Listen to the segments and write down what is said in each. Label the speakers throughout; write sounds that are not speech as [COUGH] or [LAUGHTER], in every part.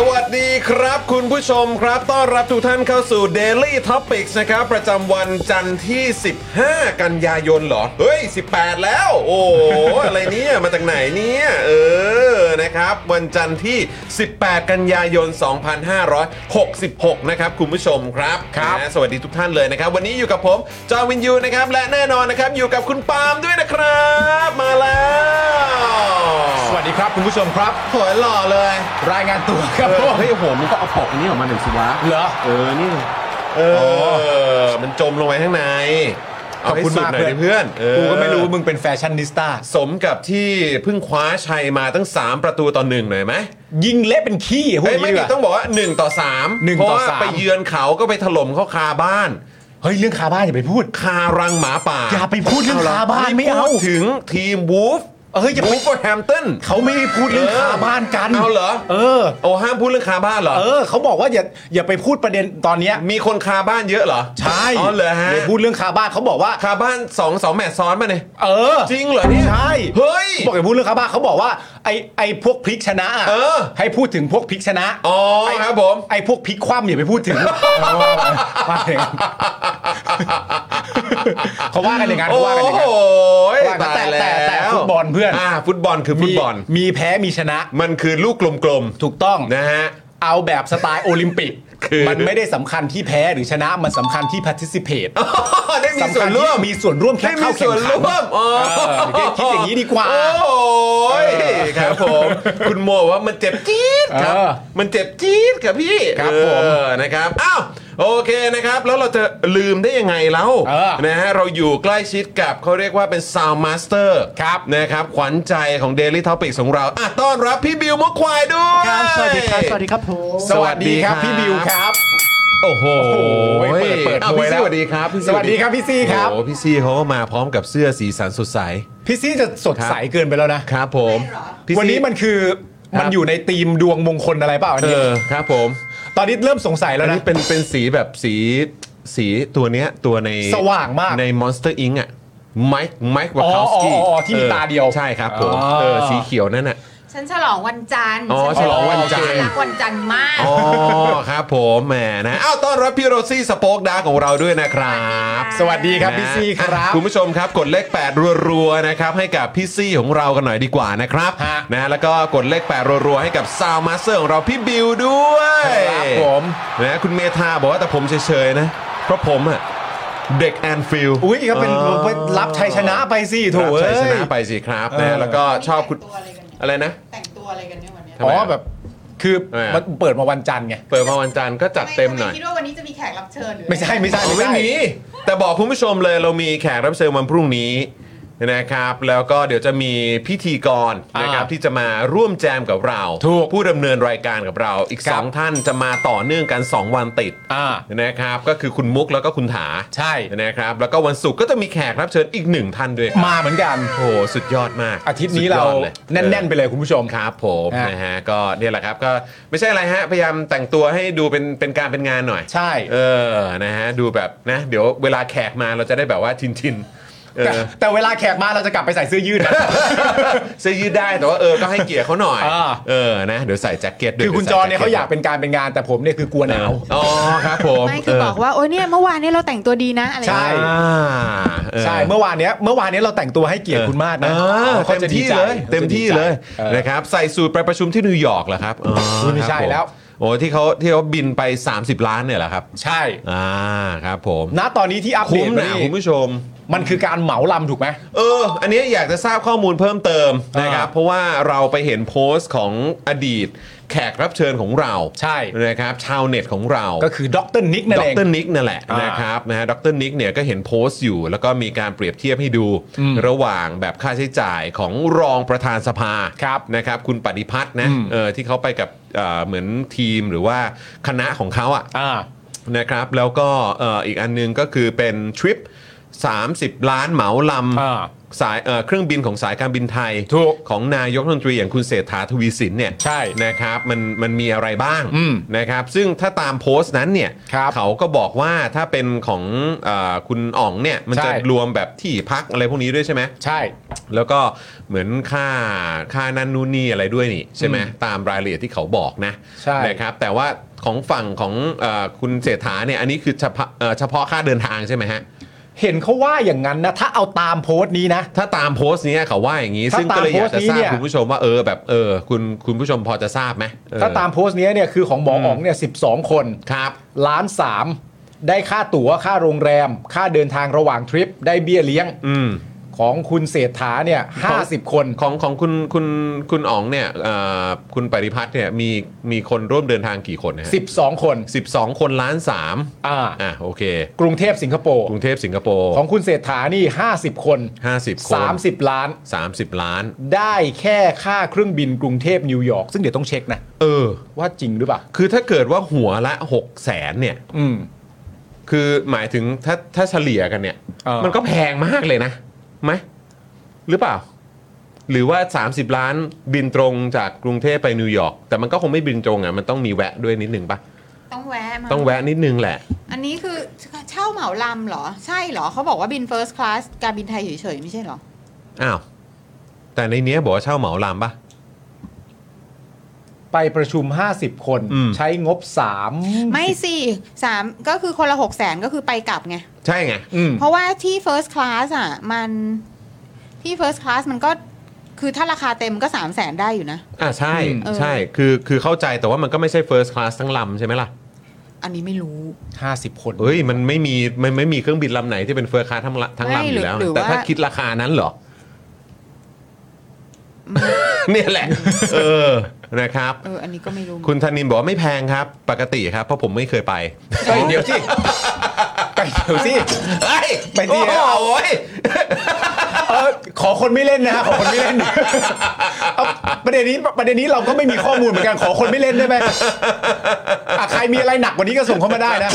Speaker 1: สวัสดีครับคุณผู้ชมครับ ต้อนรับทุกท่านเข้าสู่ Daily Topics นะครับ ประจำวันจันทร์ที่ 15 กันยายนเหรอ เฮ้ย 18 แล้ว โอ้โห อะไรเนี่ย มาจากไหนเนี่ย เออ นะครับ วันจันทร์ที่ 18 กันยายน 2566 นะครับ คุณผู้ชมครับครับสวัสดีทุกท่านเลยนะครับ วันนี้อยู่กับผม จอห์นวินยูนะครับ และแน่นอนนะครับ อยู่กับคุณปาล์มด้วยนะครับ มาแล้ว
Speaker 2: สวัสดีครับ คุณผู้ชมครับ
Speaker 1: สวยหล่อเลย
Speaker 2: รายงานตัวครับผม
Speaker 1: เฮ้ยโอ้โหมันก็เอาปกอันนี้ออกมาหนึ่งสิวะ
Speaker 2: เหรอ
Speaker 1: เออ นี่ เออ มันจมลงไปข้างใน เอา
Speaker 2: ขอบ
Speaker 1: ให้
Speaker 2: คุณ
Speaker 1: สุด
Speaker 2: มาก
Speaker 1: หน่อยดิ
Speaker 2: เพื่
Speaker 1: เพื่อ
Speaker 2: อน น
Speaker 1: เออ
Speaker 2: กูก็ไม่รู้มึงเป็นแฟชั่นนิสต้า
Speaker 1: สมกับที่เพิ่งคว้าชัยมาตั้ง 3 ประตูต่อหนึ่งหน่อยไหม
Speaker 2: ยิงเละเป็นขี้อะพวก
Speaker 1: เอ้ยไม่
Speaker 2: นี้ดีก
Speaker 1: ผิด
Speaker 2: ว่า
Speaker 1: ต้องบอกว่า 1 ต่อ 3
Speaker 2: หนึ่ง
Speaker 1: เพ
Speaker 2: ต่
Speaker 1: ราะ
Speaker 2: อ
Speaker 1: ว่า
Speaker 2: สาม
Speaker 1: ไปเยือนเขาก็ไปถล่มเขาคาบ้าน
Speaker 2: เฮ้ย เรื่องคาบ้านอย่าไปพูด
Speaker 1: คารังหมาป่า
Speaker 2: อย่าไปพูดเรื่องคาบ้านไม่เอา
Speaker 1: พูดถึงทีมวูฟ
Speaker 2: เอออย่าไป
Speaker 1: วูฟแฮมตัน
Speaker 2: เขาไม่ได้พูดเรื่อง
Speaker 1: เออ
Speaker 2: คาบ้านกัน
Speaker 1: เอาเหรอ
Speaker 2: เออ
Speaker 1: โอ้ห้ามพูดเรื่องคาบ้านเหรอ
Speaker 2: เออ เขาบอกว่าอย่าอย่าไปพูดประเด็นตอนเนี้ย
Speaker 1: มีคนคาบ้านเยอะเหรอ
Speaker 2: ใช่
Speaker 1: อ๋อเหรอฮะ
Speaker 2: ย่าพูดเรื่องคาบ้านเขาบอกว่า
Speaker 1: คาบ้านสองสองแมตช์ซ้อนมาเนี่ย
Speaker 2: เออ
Speaker 1: จริงเหรอเนี่ย
Speaker 2: ใช่
Speaker 1: เฮ้ย
Speaker 2: บอกอย่าพูดเรื่องคาบ้านเขาบอกว่าไอไอพวกพลิกชนะะ
Speaker 1: เออ
Speaker 2: ให้พูดถึงพวกพลิกชนะ
Speaker 1: อ๋อครับผม
Speaker 2: ไอ้พวกพลิกคว่ำอย่าไปพูดถึงว่าอย่างนั้นเขาว่ากันอย่างนั้นเขา
Speaker 1: โอ้
Speaker 2: ว่ากันอย่างนั้นว่า
Speaker 1: โห
Speaker 2: กัน
Speaker 1: ตาย
Speaker 2: แต่แต่
Speaker 1: ล้ว
Speaker 2: แต่ฟุตบอลเพื่อน
Speaker 1: ฟุตบอลคือฟุตบอล
Speaker 2: มีแพ้มีชนะ
Speaker 1: มันคือลูกกลม
Speaker 2: ถูกต้อง
Speaker 1: ๆนะฮะ
Speaker 2: เอาแบบสไตล์โอลิมปิก
Speaker 1: คือ
Speaker 2: มันไม่ได้สำคัญที่แพ้หรือชนะ มันสำคัญที่ participate
Speaker 1: ได้มี
Speaker 2: สำ
Speaker 1: ส่ว
Speaker 2: คัญ
Speaker 1: น
Speaker 2: ที่
Speaker 1: ร่วม
Speaker 2: มีส่วนร่วมแค่
Speaker 1: ได้มี
Speaker 2: เข้า
Speaker 1: ส่
Speaker 2: แข่ง
Speaker 1: วน
Speaker 2: ขัน
Speaker 1: ร่วมอ๋อ
Speaker 2: เออคิดคิดอย่างนี้ดีกว่า
Speaker 1: โอ้ยครับผม คุณโมบอกว่ามันเจ็บจี๊ดครับ
Speaker 2: เออ
Speaker 1: มันเจ็บจี๊ดครับพี่
Speaker 2: ครับ
Speaker 1: เออ
Speaker 2: ผม
Speaker 1: นะครับอ้าวโอเคนะครับ แล้วเราจะลืมได้ยังไงเรา
Speaker 2: เออ
Speaker 1: นะฮะเราอยู่ใกล้ชิดกับเขาเรียกว่าเป็น Sound Master
Speaker 2: ครับ
Speaker 1: นะครับขวัญใจของ Daily Topic ของเราอ่ะต้อนรับพี่บิวมกควายด้วย
Speaker 3: ครับสวัสดีครับ สวัสดีครับผม
Speaker 2: สวัสดีครับพี่บิวครับ
Speaker 1: โอ้โห
Speaker 2: โอ้โหเปิดเปิด
Speaker 1: อ้าว
Speaker 2: มวย
Speaker 1: พี่
Speaker 2: แล้
Speaker 1: ซี่
Speaker 2: ว
Speaker 1: สวัสดีครับพี่
Speaker 2: สวัสดีครับพี่ซี่ครับ
Speaker 1: โอ้โหพี่ซี่เขาก็มาพร้อมกับเสื้อสีสันสดใส
Speaker 2: พี่ซี่จะสดใสเกินไปแล้วนะ
Speaker 1: ครับผมพี่ซี่
Speaker 2: วันนี้มันคือ
Speaker 1: ครับ
Speaker 2: มันอยู่ในธีมดวงมงคลอะไรเปล่าอัน
Speaker 1: เอ
Speaker 2: นี้
Speaker 1: อครับผม
Speaker 2: ตอนนี้เริ่มสงสัยแล้
Speaker 1: อั
Speaker 2: วน นะ
Speaker 1: นี้เป็นเป็นสีแบบสีสีตัวเนี้ยตัวใน
Speaker 2: สว่างมาก
Speaker 1: ใน Monster Inc อ่ะไมค์ไมค์วาคาสกี้
Speaker 2: อ๋ออ๋ออ๋อที่มีตาเดียว
Speaker 1: ใช่ครับผม
Speaker 2: อ๋อ
Speaker 1: เออสีเขียวนั่นน่ะ
Speaker 4: ฉันฉลองวันจันทร์
Speaker 1: อ๋อฉลองวันจันทร์
Speaker 4: ฉัรักวันจันทร์มาก
Speaker 1: อ๋อครับผมแหมนะอ้าวต้อนรับพี่โรซี่สป็อกดาร์กของเราด้วยนะครับ
Speaker 2: สวัสดีครับพี่ซี่ครับ
Speaker 1: คุณผู้ชมครับกดเลข 8 รัวๆนะครับให้กับพี่ซี่ของเรากันหน่อยดีกว่านะครับ
Speaker 2: ฮะ
Speaker 1: นะแล้วก็กดเลข 8 รัวๆให้กับซาวมาสเตอร์ของเราพี่บิวด้วย
Speaker 2: ครับผม
Speaker 1: นะคุณเมธาบอกว่าแต่ผมเฉยๆนะ เพราะผมอะเด็กแอนฟิล
Speaker 2: อุ้ยก็เป็นรับชัยชนะไปสิโถูก
Speaker 1: ชัยชนะไปสิครับ
Speaker 2: เอ
Speaker 1: นะ
Speaker 2: อ
Speaker 1: แล้วก็ชอบคุณ
Speaker 4: ตัวอะไรกันเนี่ย
Speaker 1: อะไรนะ
Speaker 4: แต่งตัวอะไรกันเนี่ยวันเนี้ย
Speaker 1: ทำ
Speaker 2: อ๋
Speaker 1: ไม
Speaker 2: อ
Speaker 1: อะ
Speaker 2: แบบคือ
Speaker 1: ทำไมอะ
Speaker 2: มันเปิดมาวันจันทร์ไง
Speaker 1: เปิดมาวันจันทร์ก็จัดเต็มหน่อย
Speaker 4: ทำไคิดว่าวันนี้จะมีแขกรับเชิญหรือ
Speaker 2: ไม่ใช่ไม่ใช่
Speaker 1: ไม่
Speaker 2: ใช่
Speaker 1: มี แต่บอกคุณผู้ชมเลยเรามีแขกรับเชิญวันพรุ่งนี้ นะครับ แล้วก็เดี๋ยวจะมีพิธีกรนะครับ
Speaker 5: อ่า
Speaker 1: ที่จะมาร่วมแจมกับเรา
Speaker 5: ถูก
Speaker 1: ผู้ดำเนินรายการกับเราอีก
Speaker 5: ครับ
Speaker 1: 2 ท่านจะมาต่อเนื่องกัน 2 วันติด
Speaker 5: อ่า
Speaker 1: นะครับก็คือคุณมุกแล้วก็คุณถา
Speaker 5: ใช่
Speaker 1: นะครับ แล้วก็วันศุกร์ก็จะมีแขกรับเชิญอีกหนึ่งท่านด้วยครับ
Speaker 5: มาเหมือนกัน
Speaker 1: โอ้โหสุดยอดมาก
Speaker 5: อาทิตย์นี้เรา
Speaker 1: สุดยอดเลย
Speaker 5: แน่น ๆ ไปเลยคุณผู้ชม
Speaker 1: ครับผม
Speaker 5: ฮะ
Speaker 1: นะฮะก็เนี่ยแหละครับก็ไม่ใช่อะไรฮะ พยายามแต่งตัวให้ดูเป็นเป็นการเป็นงานหน่อย
Speaker 5: ใช่
Speaker 1: เออนะฮะดูแบบนะเดี๋ยวเวลาแขกมาเราจะได้แบบว่าชินชินๆเอ
Speaker 5: แต่
Speaker 1: อ
Speaker 5: แต่เวลาแขกมาเราจะกลับไปใส่เสื้อยืดนะ
Speaker 1: เสื้อยืดได้แต่ว่าเออก็ให้เกียร์เขาหน่อย
Speaker 5: อ่า
Speaker 1: เออนะเดี๋ยวใส่แจ็คเก็ตด้วย
Speaker 5: คือคุณจ
Speaker 1: ดี๋ว
Speaker 5: อ
Speaker 1: ใส่
Speaker 5: เนี่ยเขาอยากเป็นการเป็นงานแต่ผมเนี่ยคือกลัวหนาว
Speaker 1: อ๋อครับผม
Speaker 4: ไม่คือบอกว่า โอ้ยเนี่ยเมื่อวานเนี่ยเราแต่งตัวดีนะอะไรอย่าง
Speaker 5: ใช่
Speaker 4: เงี้ย
Speaker 1: อ่าเออ
Speaker 5: ใช่เมื่อวานเนี้ยเมื่อวานเนี้ยเราแต่งตัวให้เกียรติคุณมากนะ
Speaker 1: เออ
Speaker 5: ขา
Speaker 1: เต็ม
Speaker 5: จะดี
Speaker 1: ที่
Speaker 5: ใจ
Speaker 1: เลยเต็มที่เลย
Speaker 5: ออ
Speaker 1: นะครับใส่สูตรไปประชุมที่นิวยอร์กเหรอครับอ๋อ
Speaker 5: คุณไม่ใช่
Speaker 1: ครับผ
Speaker 5: แล้ว
Speaker 1: โอ้ที่เขาที่เขาบินไป 30 ล้านเนี่ยเหรอครับ
Speaker 5: ใช่
Speaker 1: อ่าครับผม
Speaker 5: ณตอนนี้ที่อัปเด
Speaker 1: คุ้ม
Speaker 5: ต
Speaker 1: นะ
Speaker 5: นี่
Speaker 1: คุณผู้ชม
Speaker 5: มันคือการเหมาลำถูกไหม
Speaker 1: เออ อันนี้อยากจะทราบข้อมูลเพิ่มเติมนะครับ
Speaker 5: อ่า
Speaker 1: เพราะว่าเราไปเห็นโพสต์ของอดีต แขกรับเชิญของเรา
Speaker 5: ใช่
Speaker 1: นะครับ ชาวเน็ตของเรา
Speaker 5: ก็คือดรนิกนั่น
Speaker 1: ด
Speaker 5: เอง
Speaker 1: รนิกนั่นแหละ
Speaker 5: อ่าน
Speaker 1: นะครับนะฮะดรนิกเนี่ยก็เห็นโพสต์อยู่ แล้วก็มีการเปรียบเทียบให้ดู ระหว่างแบบค่าใช้จ่ายของรองประธานสภา
Speaker 5: ครับ
Speaker 1: นะครับคุณปฏิพัฒน์นะ
Speaker 5: อืม
Speaker 1: เออที่เขาไปกับเอ่อเหมือนทีมหรือว่าคณะของเขาอ่ะ
Speaker 5: อ่า
Speaker 1: นะครับแล้วก็เอ่ออีกอันนึงก็คือเป็นทริป 30 ล้านเหมาล
Speaker 5: อ่า
Speaker 1: ำสายเอ่อเครื่องบินของสายการบินไทย
Speaker 5: ถูก
Speaker 1: ของนายกรัฐมนตรีอย่างคุณเศรษฐาทวีสินเนี่ย
Speaker 5: ใช่
Speaker 1: นะครับมันมันมีอะไรบ้าง
Speaker 5: อืม
Speaker 1: นะครับซึ่งถ้าตามโพสต์นั้นเนี่ย
Speaker 5: ครับ
Speaker 1: เขาก็บอกว่าถ้าเป็นของเออคุณอ๋องเนี่ยมัน
Speaker 5: ใช่
Speaker 1: จะรวมแบบที่พักอะไรพวกนี้ด้วยใช่ไหม
Speaker 5: ใช่
Speaker 1: แล้วก็เหมือนค่าค่านั่นนู่นนี่อะไรด้วยนี่ใช่ไหมตามรายละเอียดที่เขาบอกนะ
Speaker 5: ใช่
Speaker 1: นะครับแต่ว่าของฝั่งของเออคุณเศรษฐาเนี่ยอันนี้คือเฉพาะเอ่อเฉพาะค่าเดินทางใช่ไหมฮะ
Speaker 5: เห็นเขาว่าอย่างนั้นนะ ถ้าเอาตามโพสต์นี้นะ
Speaker 1: ถ้าตามโพสต์เนี้ยเขาว่าอย่างนี้
Speaker 5: ถ้า
Speaker 1: ซึ่งก็เลยอยากจะทรา
Speaker 5: ตามโพสต์นี้
Speaker 1: บ
Speaker 5: เนี่ย
Speaker 1: คุณผู้ชมว่าเออแบบเออคุณคุณผู้ชมพอจะทราบไหมเออ
Speaker 5: ถ้าตามโพสต์เนี้ยเนี่ยคือของหมออ๋องเนี่ยสิคน
Speaker 1: ครับ
Speaker 5: ล้านสามได้ค่าตั๋วค่าโรงแรม ค่าเดินทางระหว่างทริป ได้เบี้ยเลี้ยง
Speaker 1: อืม
Speaker 5: ของคุณเศรษฐาเนี่ยห้าสิบคน
Speaker 1: ของของคุณคุณคุณอ๋องเนี่ยเอ่อคุณปริพัฒน์เนี่ยมีมีคนร่วมเดินทางกี่คนนะฮะ
Speaker 5: 12 คน
Speaker 1: สิบสองคนล้านสาม
Speaker 5: อ่า
Speaker 1: อ่ะโอเค
Speaker 5: กรุงเทพสิงคโปร์
Speaker 1: กรุงเทพสิงคโปร์
Speaker 5: ของคุณเศรษฐานี่ 50 คน
Speaker 1: ห้าสิบคน
Speaker 5: 30 ล้าน
Speaker 1: สามสิบล้าน
Speaker 5: ได้แค่ค่าเครื่องบินกรุงเทพนิวยอร์กซึ่งเดี๋ยวต้องเช็คนะ
Speaker 1: เออ
Speaker 5: ว่าจริงหรือเปล่า
Speaker 1: คือถ้าเกิดว่าหัวละหกแสนเนี่ย
Speaker 5: อืม
Speaker 1: คือหมายถึงถ้าถ้าเฉลี่ยกันเนี่ย
Speaker 5: เออ
Speaker 1: มันก็แพงมากเลยนะไหมหรือเปล่า หรือว่า 30 ล้านบินตรงจากกรุงเทพไปนิวยอร์กแต่มันก็คงไม่บินตรงอ่ะมันต้องมีแวะด้วยนิดนึงปะ
Speaker 4: ต้องแวะมา
Speaker 1: ต้องแวะนิดนึงแหละ
Speaker 4: อันนี้คือเช่าเหมาลำเหรอ ใช่เหรอ เขาบอกว่าบิน first class การบินไทยเฉยๆ ไม่ใช่เหรอ
Speaker 1: อ้าว แต่ในเนี้ยบอกว่าเช่าเหมาลำปะ
Speaker 5: ไปประชุม 50 คน
Speaker 1: อืม
Speaker 5: ใช้งบ 3
Speaker 4: ไม่สิสามก็คือคนละหกแสนก็คือไปกลับไง
Speaker 1: ใช่ไง
Speaker 5: อืม
Speaker 4: เพราะว่าที่ first class อ่ะ มันที่ first class มันก็คือถ้าราคาเต็มก็สามแสนได้อยู่นะ
Speaker 1: อ่าใช่
Speaker 5: อืม
Speaker 1: ใช่ คือคือเข้าใจแต่ว่ามันก็ไม่ใช่ first class ทั้งลำใช่ไหมล่ะ
Speaker 4: อันนี้ไม่รู้
Speaker 5: 50 คน
Speaker 1: เอ้ย มันไม่มีมันไม่มีเครื่องบินลำไหนที่เป็น first class ทั้งละทั้งลำอยู่แล้วนะแต่ถ้าคิดราคานั้นเหรอ เนี่ยแหละ เออ นะครับ
Speaker 4: เอออันนี้ก็ไม่รู้
Speaker 1: คุณธนินบอกว่าไม่แพงครับ ปกติครับ เพราะผมไม่เคยไป
Speaker 5: เฮ้ยเดี๋ยวสิไปเดี๋ยวสิ
Speaker 1: เฮ้ย
Speaker 5: ไปดิ
Speaker 1: โอ้โห
Speaker 5: เออขอคนไม่เล่นนะฮะขอคนไม่เล่นเอาประเด็นนี้ประเด็นนี้เราก็ไม่มีข้อมูลเหมือนกันขอคนไม่เล่นได้ไหมอ่ะใครมีอะไรหนักกว่านี้ก็ส่งเข้ามาได้นะ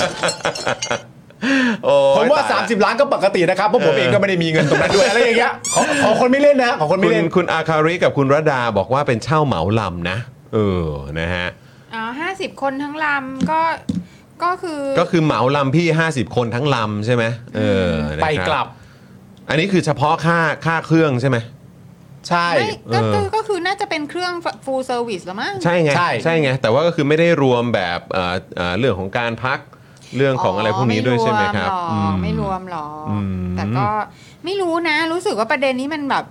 Speaker 1: โอ้ย
Speaker 5: ผมว่า
Speaker 1: ตยละ
Speaker 5: 30 ล้านก็ปกตินะครับเพราะผมเองก็ไม่ได้มีเงินตรงนั้นด้วยอะไรอย่างเงี้ยขอขอคนไม่เล่นนะฮะขอคน
Speaker 1: คุ
Speaker 5: ไม่
Speaker 1: ณ
Speaker 5: เล่น
Speaker 1: คุณอาคาริกับคุณระดาบอกว่าเป็นเช่าเหมาลำนะ เออ นะฮะ
Speaker 4: อ๋อห้าสิบคนทั้งลำก็ก็คือ
Speaker 1: ก็คือเหมาลำพี่ 50 คนทั้งลำใช่ไหมเออนะครับ
Speaker 5: ไปกลับ
Speaker 1: อันนี้คือเฉพาะค่าค่าเครื่องใช่ไหม
Speaker 5: ใช่
Speaker 4: ไม่ก็
Speaker 1: เออ
Speaker 4: คือก็คือน่าจะเป็นเครื่อง full service แล้วมั้ง
Speaker 1: ใช่ไง
Speaker 5: ใช่
Speaker 1: ไง แต่ว่าก็คือไม่ได้รวมแบบเอ่อเอ่อเรื่องของการพักเรื่องของอะไรพวกนี้ด้วยใช่ไหมครับ
Speaker 4: ไม่รวมหรอก
Speaker 1: อืม
Speaker 4: แต่ก็ไม่รู้นะ รู้สึกว่าประเด็นนี้มันแบบ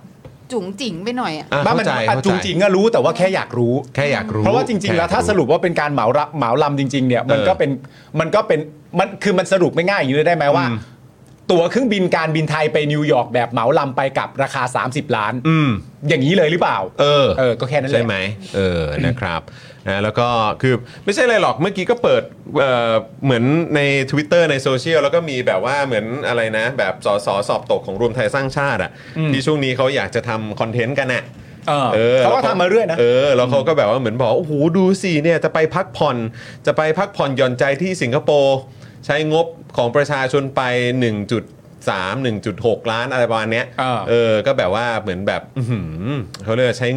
Speaker 4: จุ๋งจิ๋งไปหน่อยอะ
Speaker 1: อ่ะ
Speaker 5: บ้าน
Speaker 1: เข้า
Speaker 5: มัน
Speaker 1: ใจ
Speaker 5: อ่ะ
Speaker 1: เข้าใจ
Speaker 5: จุงจริงก็รู้แต่ว่าแค่อยากรู้
Speaker 1: แค่อยากรู้
Speaker 5: เพราะว่าจริง ๆ แล้วถ้าสรุปว่าเป็นการเหมารับเหมาลำจริง ๆ เนี่ย มันก็เป็นมันก็เป็นมันคือมันสรุปไม่ง่ายอย่างนี้เลยได้ไหมว่า ตั๋วเครื่องบินการบินไทยไปนิวยอร์กแบบเหมาลำไปกลับราคา 30 ล้าน
Speaker 1: อืม
Speaker 5: อย่างนี้เลยหรือเปล่า
Speaker 1: เออ
Speaker 5: เออก็แค่นั้นแหละ
Speaker 1: ใช่ไหมเออ นะครับนะแล้วก็คือไม่ใช่อะไรหรอกเมื่อกี้ก็เปิดเอ่อเหมือนใน Twitter ในโซเชียลแล้วก็มีแบบว่าเหมือนอะไรนะ แบบสอสอสอบตกของรวมไทยสร้างชาติอ่ะที่ช่วงนี้เขาอยากจะทำคอนเทนต์กันอ่ะ
Speaker 5: เออ
Speaker 1: ออ
Speaker 5: เขาก็ทำมาเรื่อยนะ
Speaker 1: เออแล้วเขาก็แบบว่าเหมือนบอกว่าโอ้โหดูสิเนี่ยจะไปพักผ่อนจะไปพักผ่อนหย่อนใจที่สิงคโปร์ใช้งบของประชาชนไป 1.3 1.6 ล้านอะไรประมาณเนี้ย
Speaker 5: อ่า
Speaker 1: เออก็แบบว่าเหมือนแบบอื้อหือเขาเรียกว่าใช้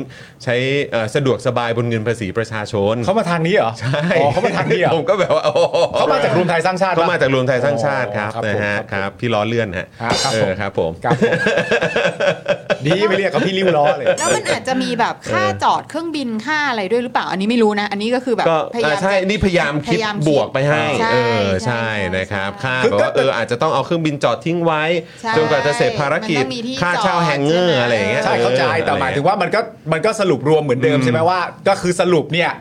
Speaker 1: ใช้เอ่อสะดวกสบายบนเงินภาษีประชาชน
Speaker 5: เขามาทางนี้เหรอ
Speaker 1: ใช่
Speaker 5: อ๋อเขามาทางนี้เหรอ
Speaker 1: ผมก็แบบว่าโอ้โห
Speaker 5: เขามาจากรวมไทยสร้างชาติปะ
Speaker 1: เขามาจากรวมไทยสร้างชาติครับ
Speaker 5: อ๋อครับ
Speaker 1: นะฮะ
Speaker 5: ผม
Speaker 1: ครับพี่ล้อเลื่อนฮะ
Speaker 5: ครับครับ
Speaker 1: เอ
Speaker 5: ผม
Speaker 1: อครับผม
Speaker 5: ครับ
Speaker 1: [LAUGHS]
Speaker 5: ผมดีไม่เรียกกับพี่ริ้วล้อเลย
Speaker 4: แล้วมันอาจจะมีแบบค่าจอดเครื่องบินค่าอะไรด้วยหรือเปล่า อันนี้ไม่รู้นะ อันนี้ก็คือแบบ
Speaker 1: ก็
Speaker 4: พยายาม
Speaker 1: อ่าใช่
Speaker 4: จะ
Speaker 1: นี่พยายามคิด
Speaker 4: พยายาม
Speaker 1: บวกไปให้
Speaker 4: ใช่
Speaker 1: เออ ใช่
Speaker 4: ใช่
Speaker 1: นะครับ
Speaker 4: ใช่
Speaker 1: ค่า
Speaker 5: คือ
Speaker 1: แบบว่า
Speaker 5: ก็
Speaker 1: เออ อาจจะต้องเอาเครื่องบินจอดทิ้งไว้
Speaker 4: ใช่
Speaker 1: จนกว่าจะเสร็จภารกิจ
Speaker 4: มันต้องมีที่
Speaker 1: ค่าเช่า
Speaker 4: จอด
Speaker 1: แฮงเงอร์
Speaker 4: ใช่ไหม
Speaker 1: อะไรอย่างเงี้ย
Speaker 5: ใช่เข้าใจแต่หมายถึงว่ามันก็มันก็สรุปรวมเหมือนเดิมใช่ไหมว่า ก็คือสรุปเนี่ย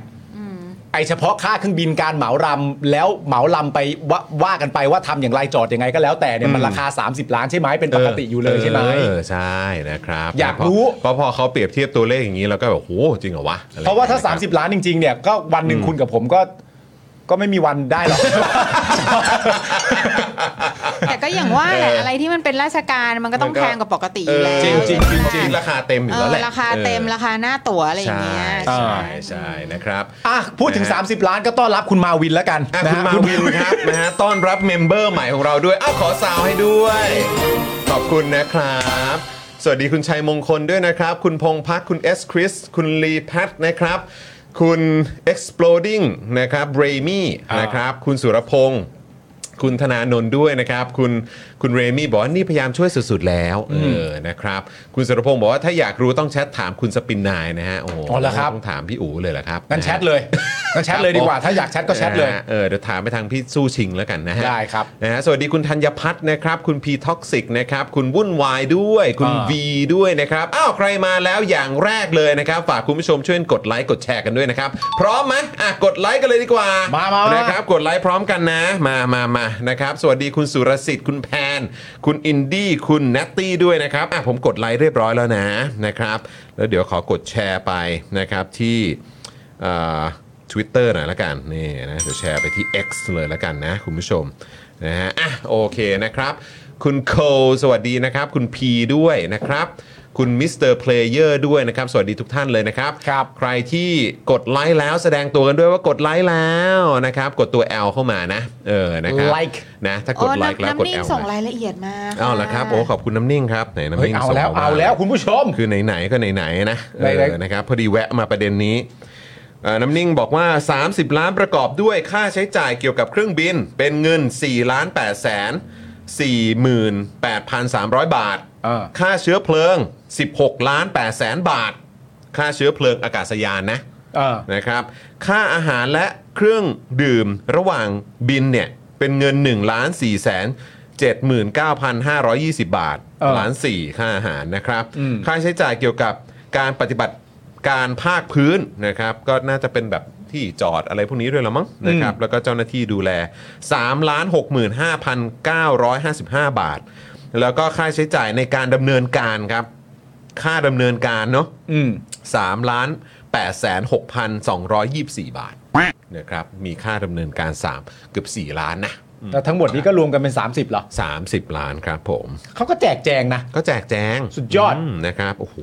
Speaker 5: ไอเฉพาะค่าเครื่องบินการเหมารำแล้วเหมาลำไปว่าว่ากันไปว่าทำอย่างไรจอดยังไงก็แล้วแต่เนี่ยมันราคา 30 ล้านใช่ไหมเป็นปกติอยู่เลยใช่ไหม
Speaker 1: เออ ใช่นะครับ
Speaker 5: อยากรู้
Speaker 1: เพราะพอเขาเปรียบเทียบตัวเลขอย่างนี้เราก็แบบโหจริงเหรอวะอไอย่งงี้ย
Speaker 5: เพราะว่าถ้า
Speaker 1: นคบ
Speaker 5: 30 ล้านจริง ๆ เนี่ยก็วันหนึ่งคุณกับผมก็ก็ไม่มีวันได้
Speaker 1: [LAUGHS]
Speaker 5: หรอก
Speaker 4: แต่ก็อย่างว่าแหละ
Speaker 1: เอออ
Speaker 4: อะไรที่มันเป็นราชการมันก็ต้องแพงกว่าปกติอยู่แล้ว
Speaker 1: จริงจริงจริงจริง
Speaker 4: เ
Speaker 1: ราคาเต็มอยู่
Speaker 4: อ
Speaker 1: แล้ว
Speaker 4: อ
Speaker 1: แหละ
Speaker 4: ราคาเต็มราคาหน้าตั๋วอะไรอย่างเงี้ย
Speaker 1: ใช่
Speaker 5: ใช่
Speaker 1: ใช่ใช่นะครับ
Speaker 5: อ่ะพูดถึง 30 ล้านก็ต้อนรับคุณมาวินแล้วกัน
Speaker 1: อ่ะ
Speaker 5: นะ
Speaker 1: คุณ
Speaker 5: ฮะ
Speaker 1: มาวินครับ นะฮะต้อนรับเมมเบอร์ใหม่ของเราด้วย เอ้าขอสาวให้ด้วย ขอบคุณนะครับ สวัสดีคุณชัยมงคลด้วยนะครับ คุณพงพักคุณเอสคริส คุณลีแพทนะครับ คุณ exploding นะครับเรมี่นะครับ คุณสุรพงษ์ คุณธนาโนนด้วยนะครับ คุณคุณเรมี่บอกว่านี่พยายามช่วยสุดๆแล้วเออนะครับ คุณสุรพงษ์บอกว่าถ้าอยากรู้ต้องแชทถามคุณสปินนายนะฮะโอ้โห
Speaker 5: อ๋อเหรอครับ
Speaker 1: ต้องถามพี่อู๋เลยเหรอครับ
Speaker 5: งั้นแชทเลยงั้นแชทเลยดีกว่า ถ้าอยากแชทก็แชทเลย
Speaker 1: นะฮะเออเดี๋ยวถามไปทางพี่สู้ชิงแล้วกันนะฮะ
Speaker 5: ได้ครับ
Speaker 1: นะฮะสวัสดีคุณธัญพัฒน์นะครับ คุณพีท็อกซิกนะครับ คุณวุ่นวายด้วย คุณ
Speaker 5: อ่า
Speaker 1: วีด้วยนะครับ อ้าว ใครมาแล้วอย่างแรกเลยนะครับ ฝากคุณผู้ชมช่วยกดไลค์กดแชร์กันด้วยนะครับ พร้อมไหมอ่ะ กดไลค์กันเลยดีกว่า
Speaker 5: มามา
Speaker 1: นะ
Speaker 5: มาน
Speaker 1: ครับ กดไลค์พร้อมกันนะ มามามานะครับ สวัสดีคุณสุรสิทธิ์คุณแพน คุณอินดี้ คุณแนตตี้ด้วยนะครับ อ่ะ ผมกดไลค์เรียบร้อยแล้วนะ นะครับ แล้วเดี๋ยวขอกดแชร์ไปนะครับที่ ทวิตเตอร์หน่อยละกันนี่นะเดี๋ยวแชร์ไปที่ X เลยละกันนะคุณผู้ชมนะฮะอ่ะโอเคนะครับ คุณโคสวัสดีนะครับ คุณ P ด้วยนะครับ คุณมิสเตอร์เพลเยอร์ด้วยนะครับ สวัสดีทุกท่านเลยนะครับ
Speaker 5: ครับ
Speaker 1: ใครที่กดไลค์แล้วแสดงตัวกันด้วยว่ากดไลค์แล้วนะครับ กดตัว L เข้ามานะ เออนะครับ
Speaker 5: Like
Speaker 1: นะถ้าก
Speaker 4: โอ้
Speaker 1: ดไล
Speaker 4: น้ำ
Speaker 1: ค์แล้วกด
Speaker 4: น้ำนิ่ง
Speaker 1: L
Speaker 4: ส่
Speaker 1: มาร
Speaker 4: งายละเอียดมา
Speaker 1: อ้าวเหรอครับโอ้ขอบคุณน้ำนิ่งครับไหนน้ำ
Speaker 5: เฮ้ย
Speaker 1: นิ่ง
Speaker 5: เอา
Speaker 1: ส่ง
Speaker 5: แล้ว
Speaker 1: ม
Speaker 5: เอาแล้วคุณผู้ชม
Speaker 1: คือไหนๆก็ไหนๆนะเอ
Speaker 5: ไหน
Speaker 1: อนะครับพอดีแวะมาประเด็นนี้เอ่อน้ำนิ่งบอกว่า 30 ล้านประกอบด้วยค่าใช้จ่ายเกี่ยวกับเครื่องบิน เป็นเงิน 4 ล้าน8แสน48,300 บาท
Speaker 5: เออ
Speaker 1: ค่าเชื้อเพลิง 16 ล้าน8แสนบาท ค่าเชื้อเพลิงอากาศยานนะ
Speaker 5: เออ
Speaker 1: นะครับ ค่าอาหารและเครื่องดื่มระหว่างบินเนี่ย เป็นเงิน 1 4 7 9 5 2 0 บาท
Speaker 5: เออ
Speaker 1: ล้านสี่ค่าอาหารนะครับ
Speaker 5: อืม
Speaker 1: ค่าใช้จ่ายเกี่ยวกับการปฏิบัติการภาคพื้นนะครับ ก็น่าจะเป็นแบบที่จอดอะไรพวกนี้ด้วยละมั้งนะครับ แล้วก็เจ้าหน้าที่ดูแล 3 65,955 บาท แล้วก็ค่าใช้จ่ายในการดำเนินการครับ ค่าดำเนินการเนาะ
Speaker 5: อืม
Speaker 1: 3ล้าน8แสน6พัน224 บาทนะครับ มีค่าดำเนินการ 3 เกือบ 4 ล้านนะ
Speaker 5: แต่ทั้งหมดนี้ก็รวมกันเป็น 30เหรอ
Speaker 1: 30 ล้านครับผม
Speaker 5: เขาก็แจกแจงนะ
Speaker 1: ก็แจกแจง
Speaker 5: สุดยอด
Speaker 1: มนะครับ โอ้โห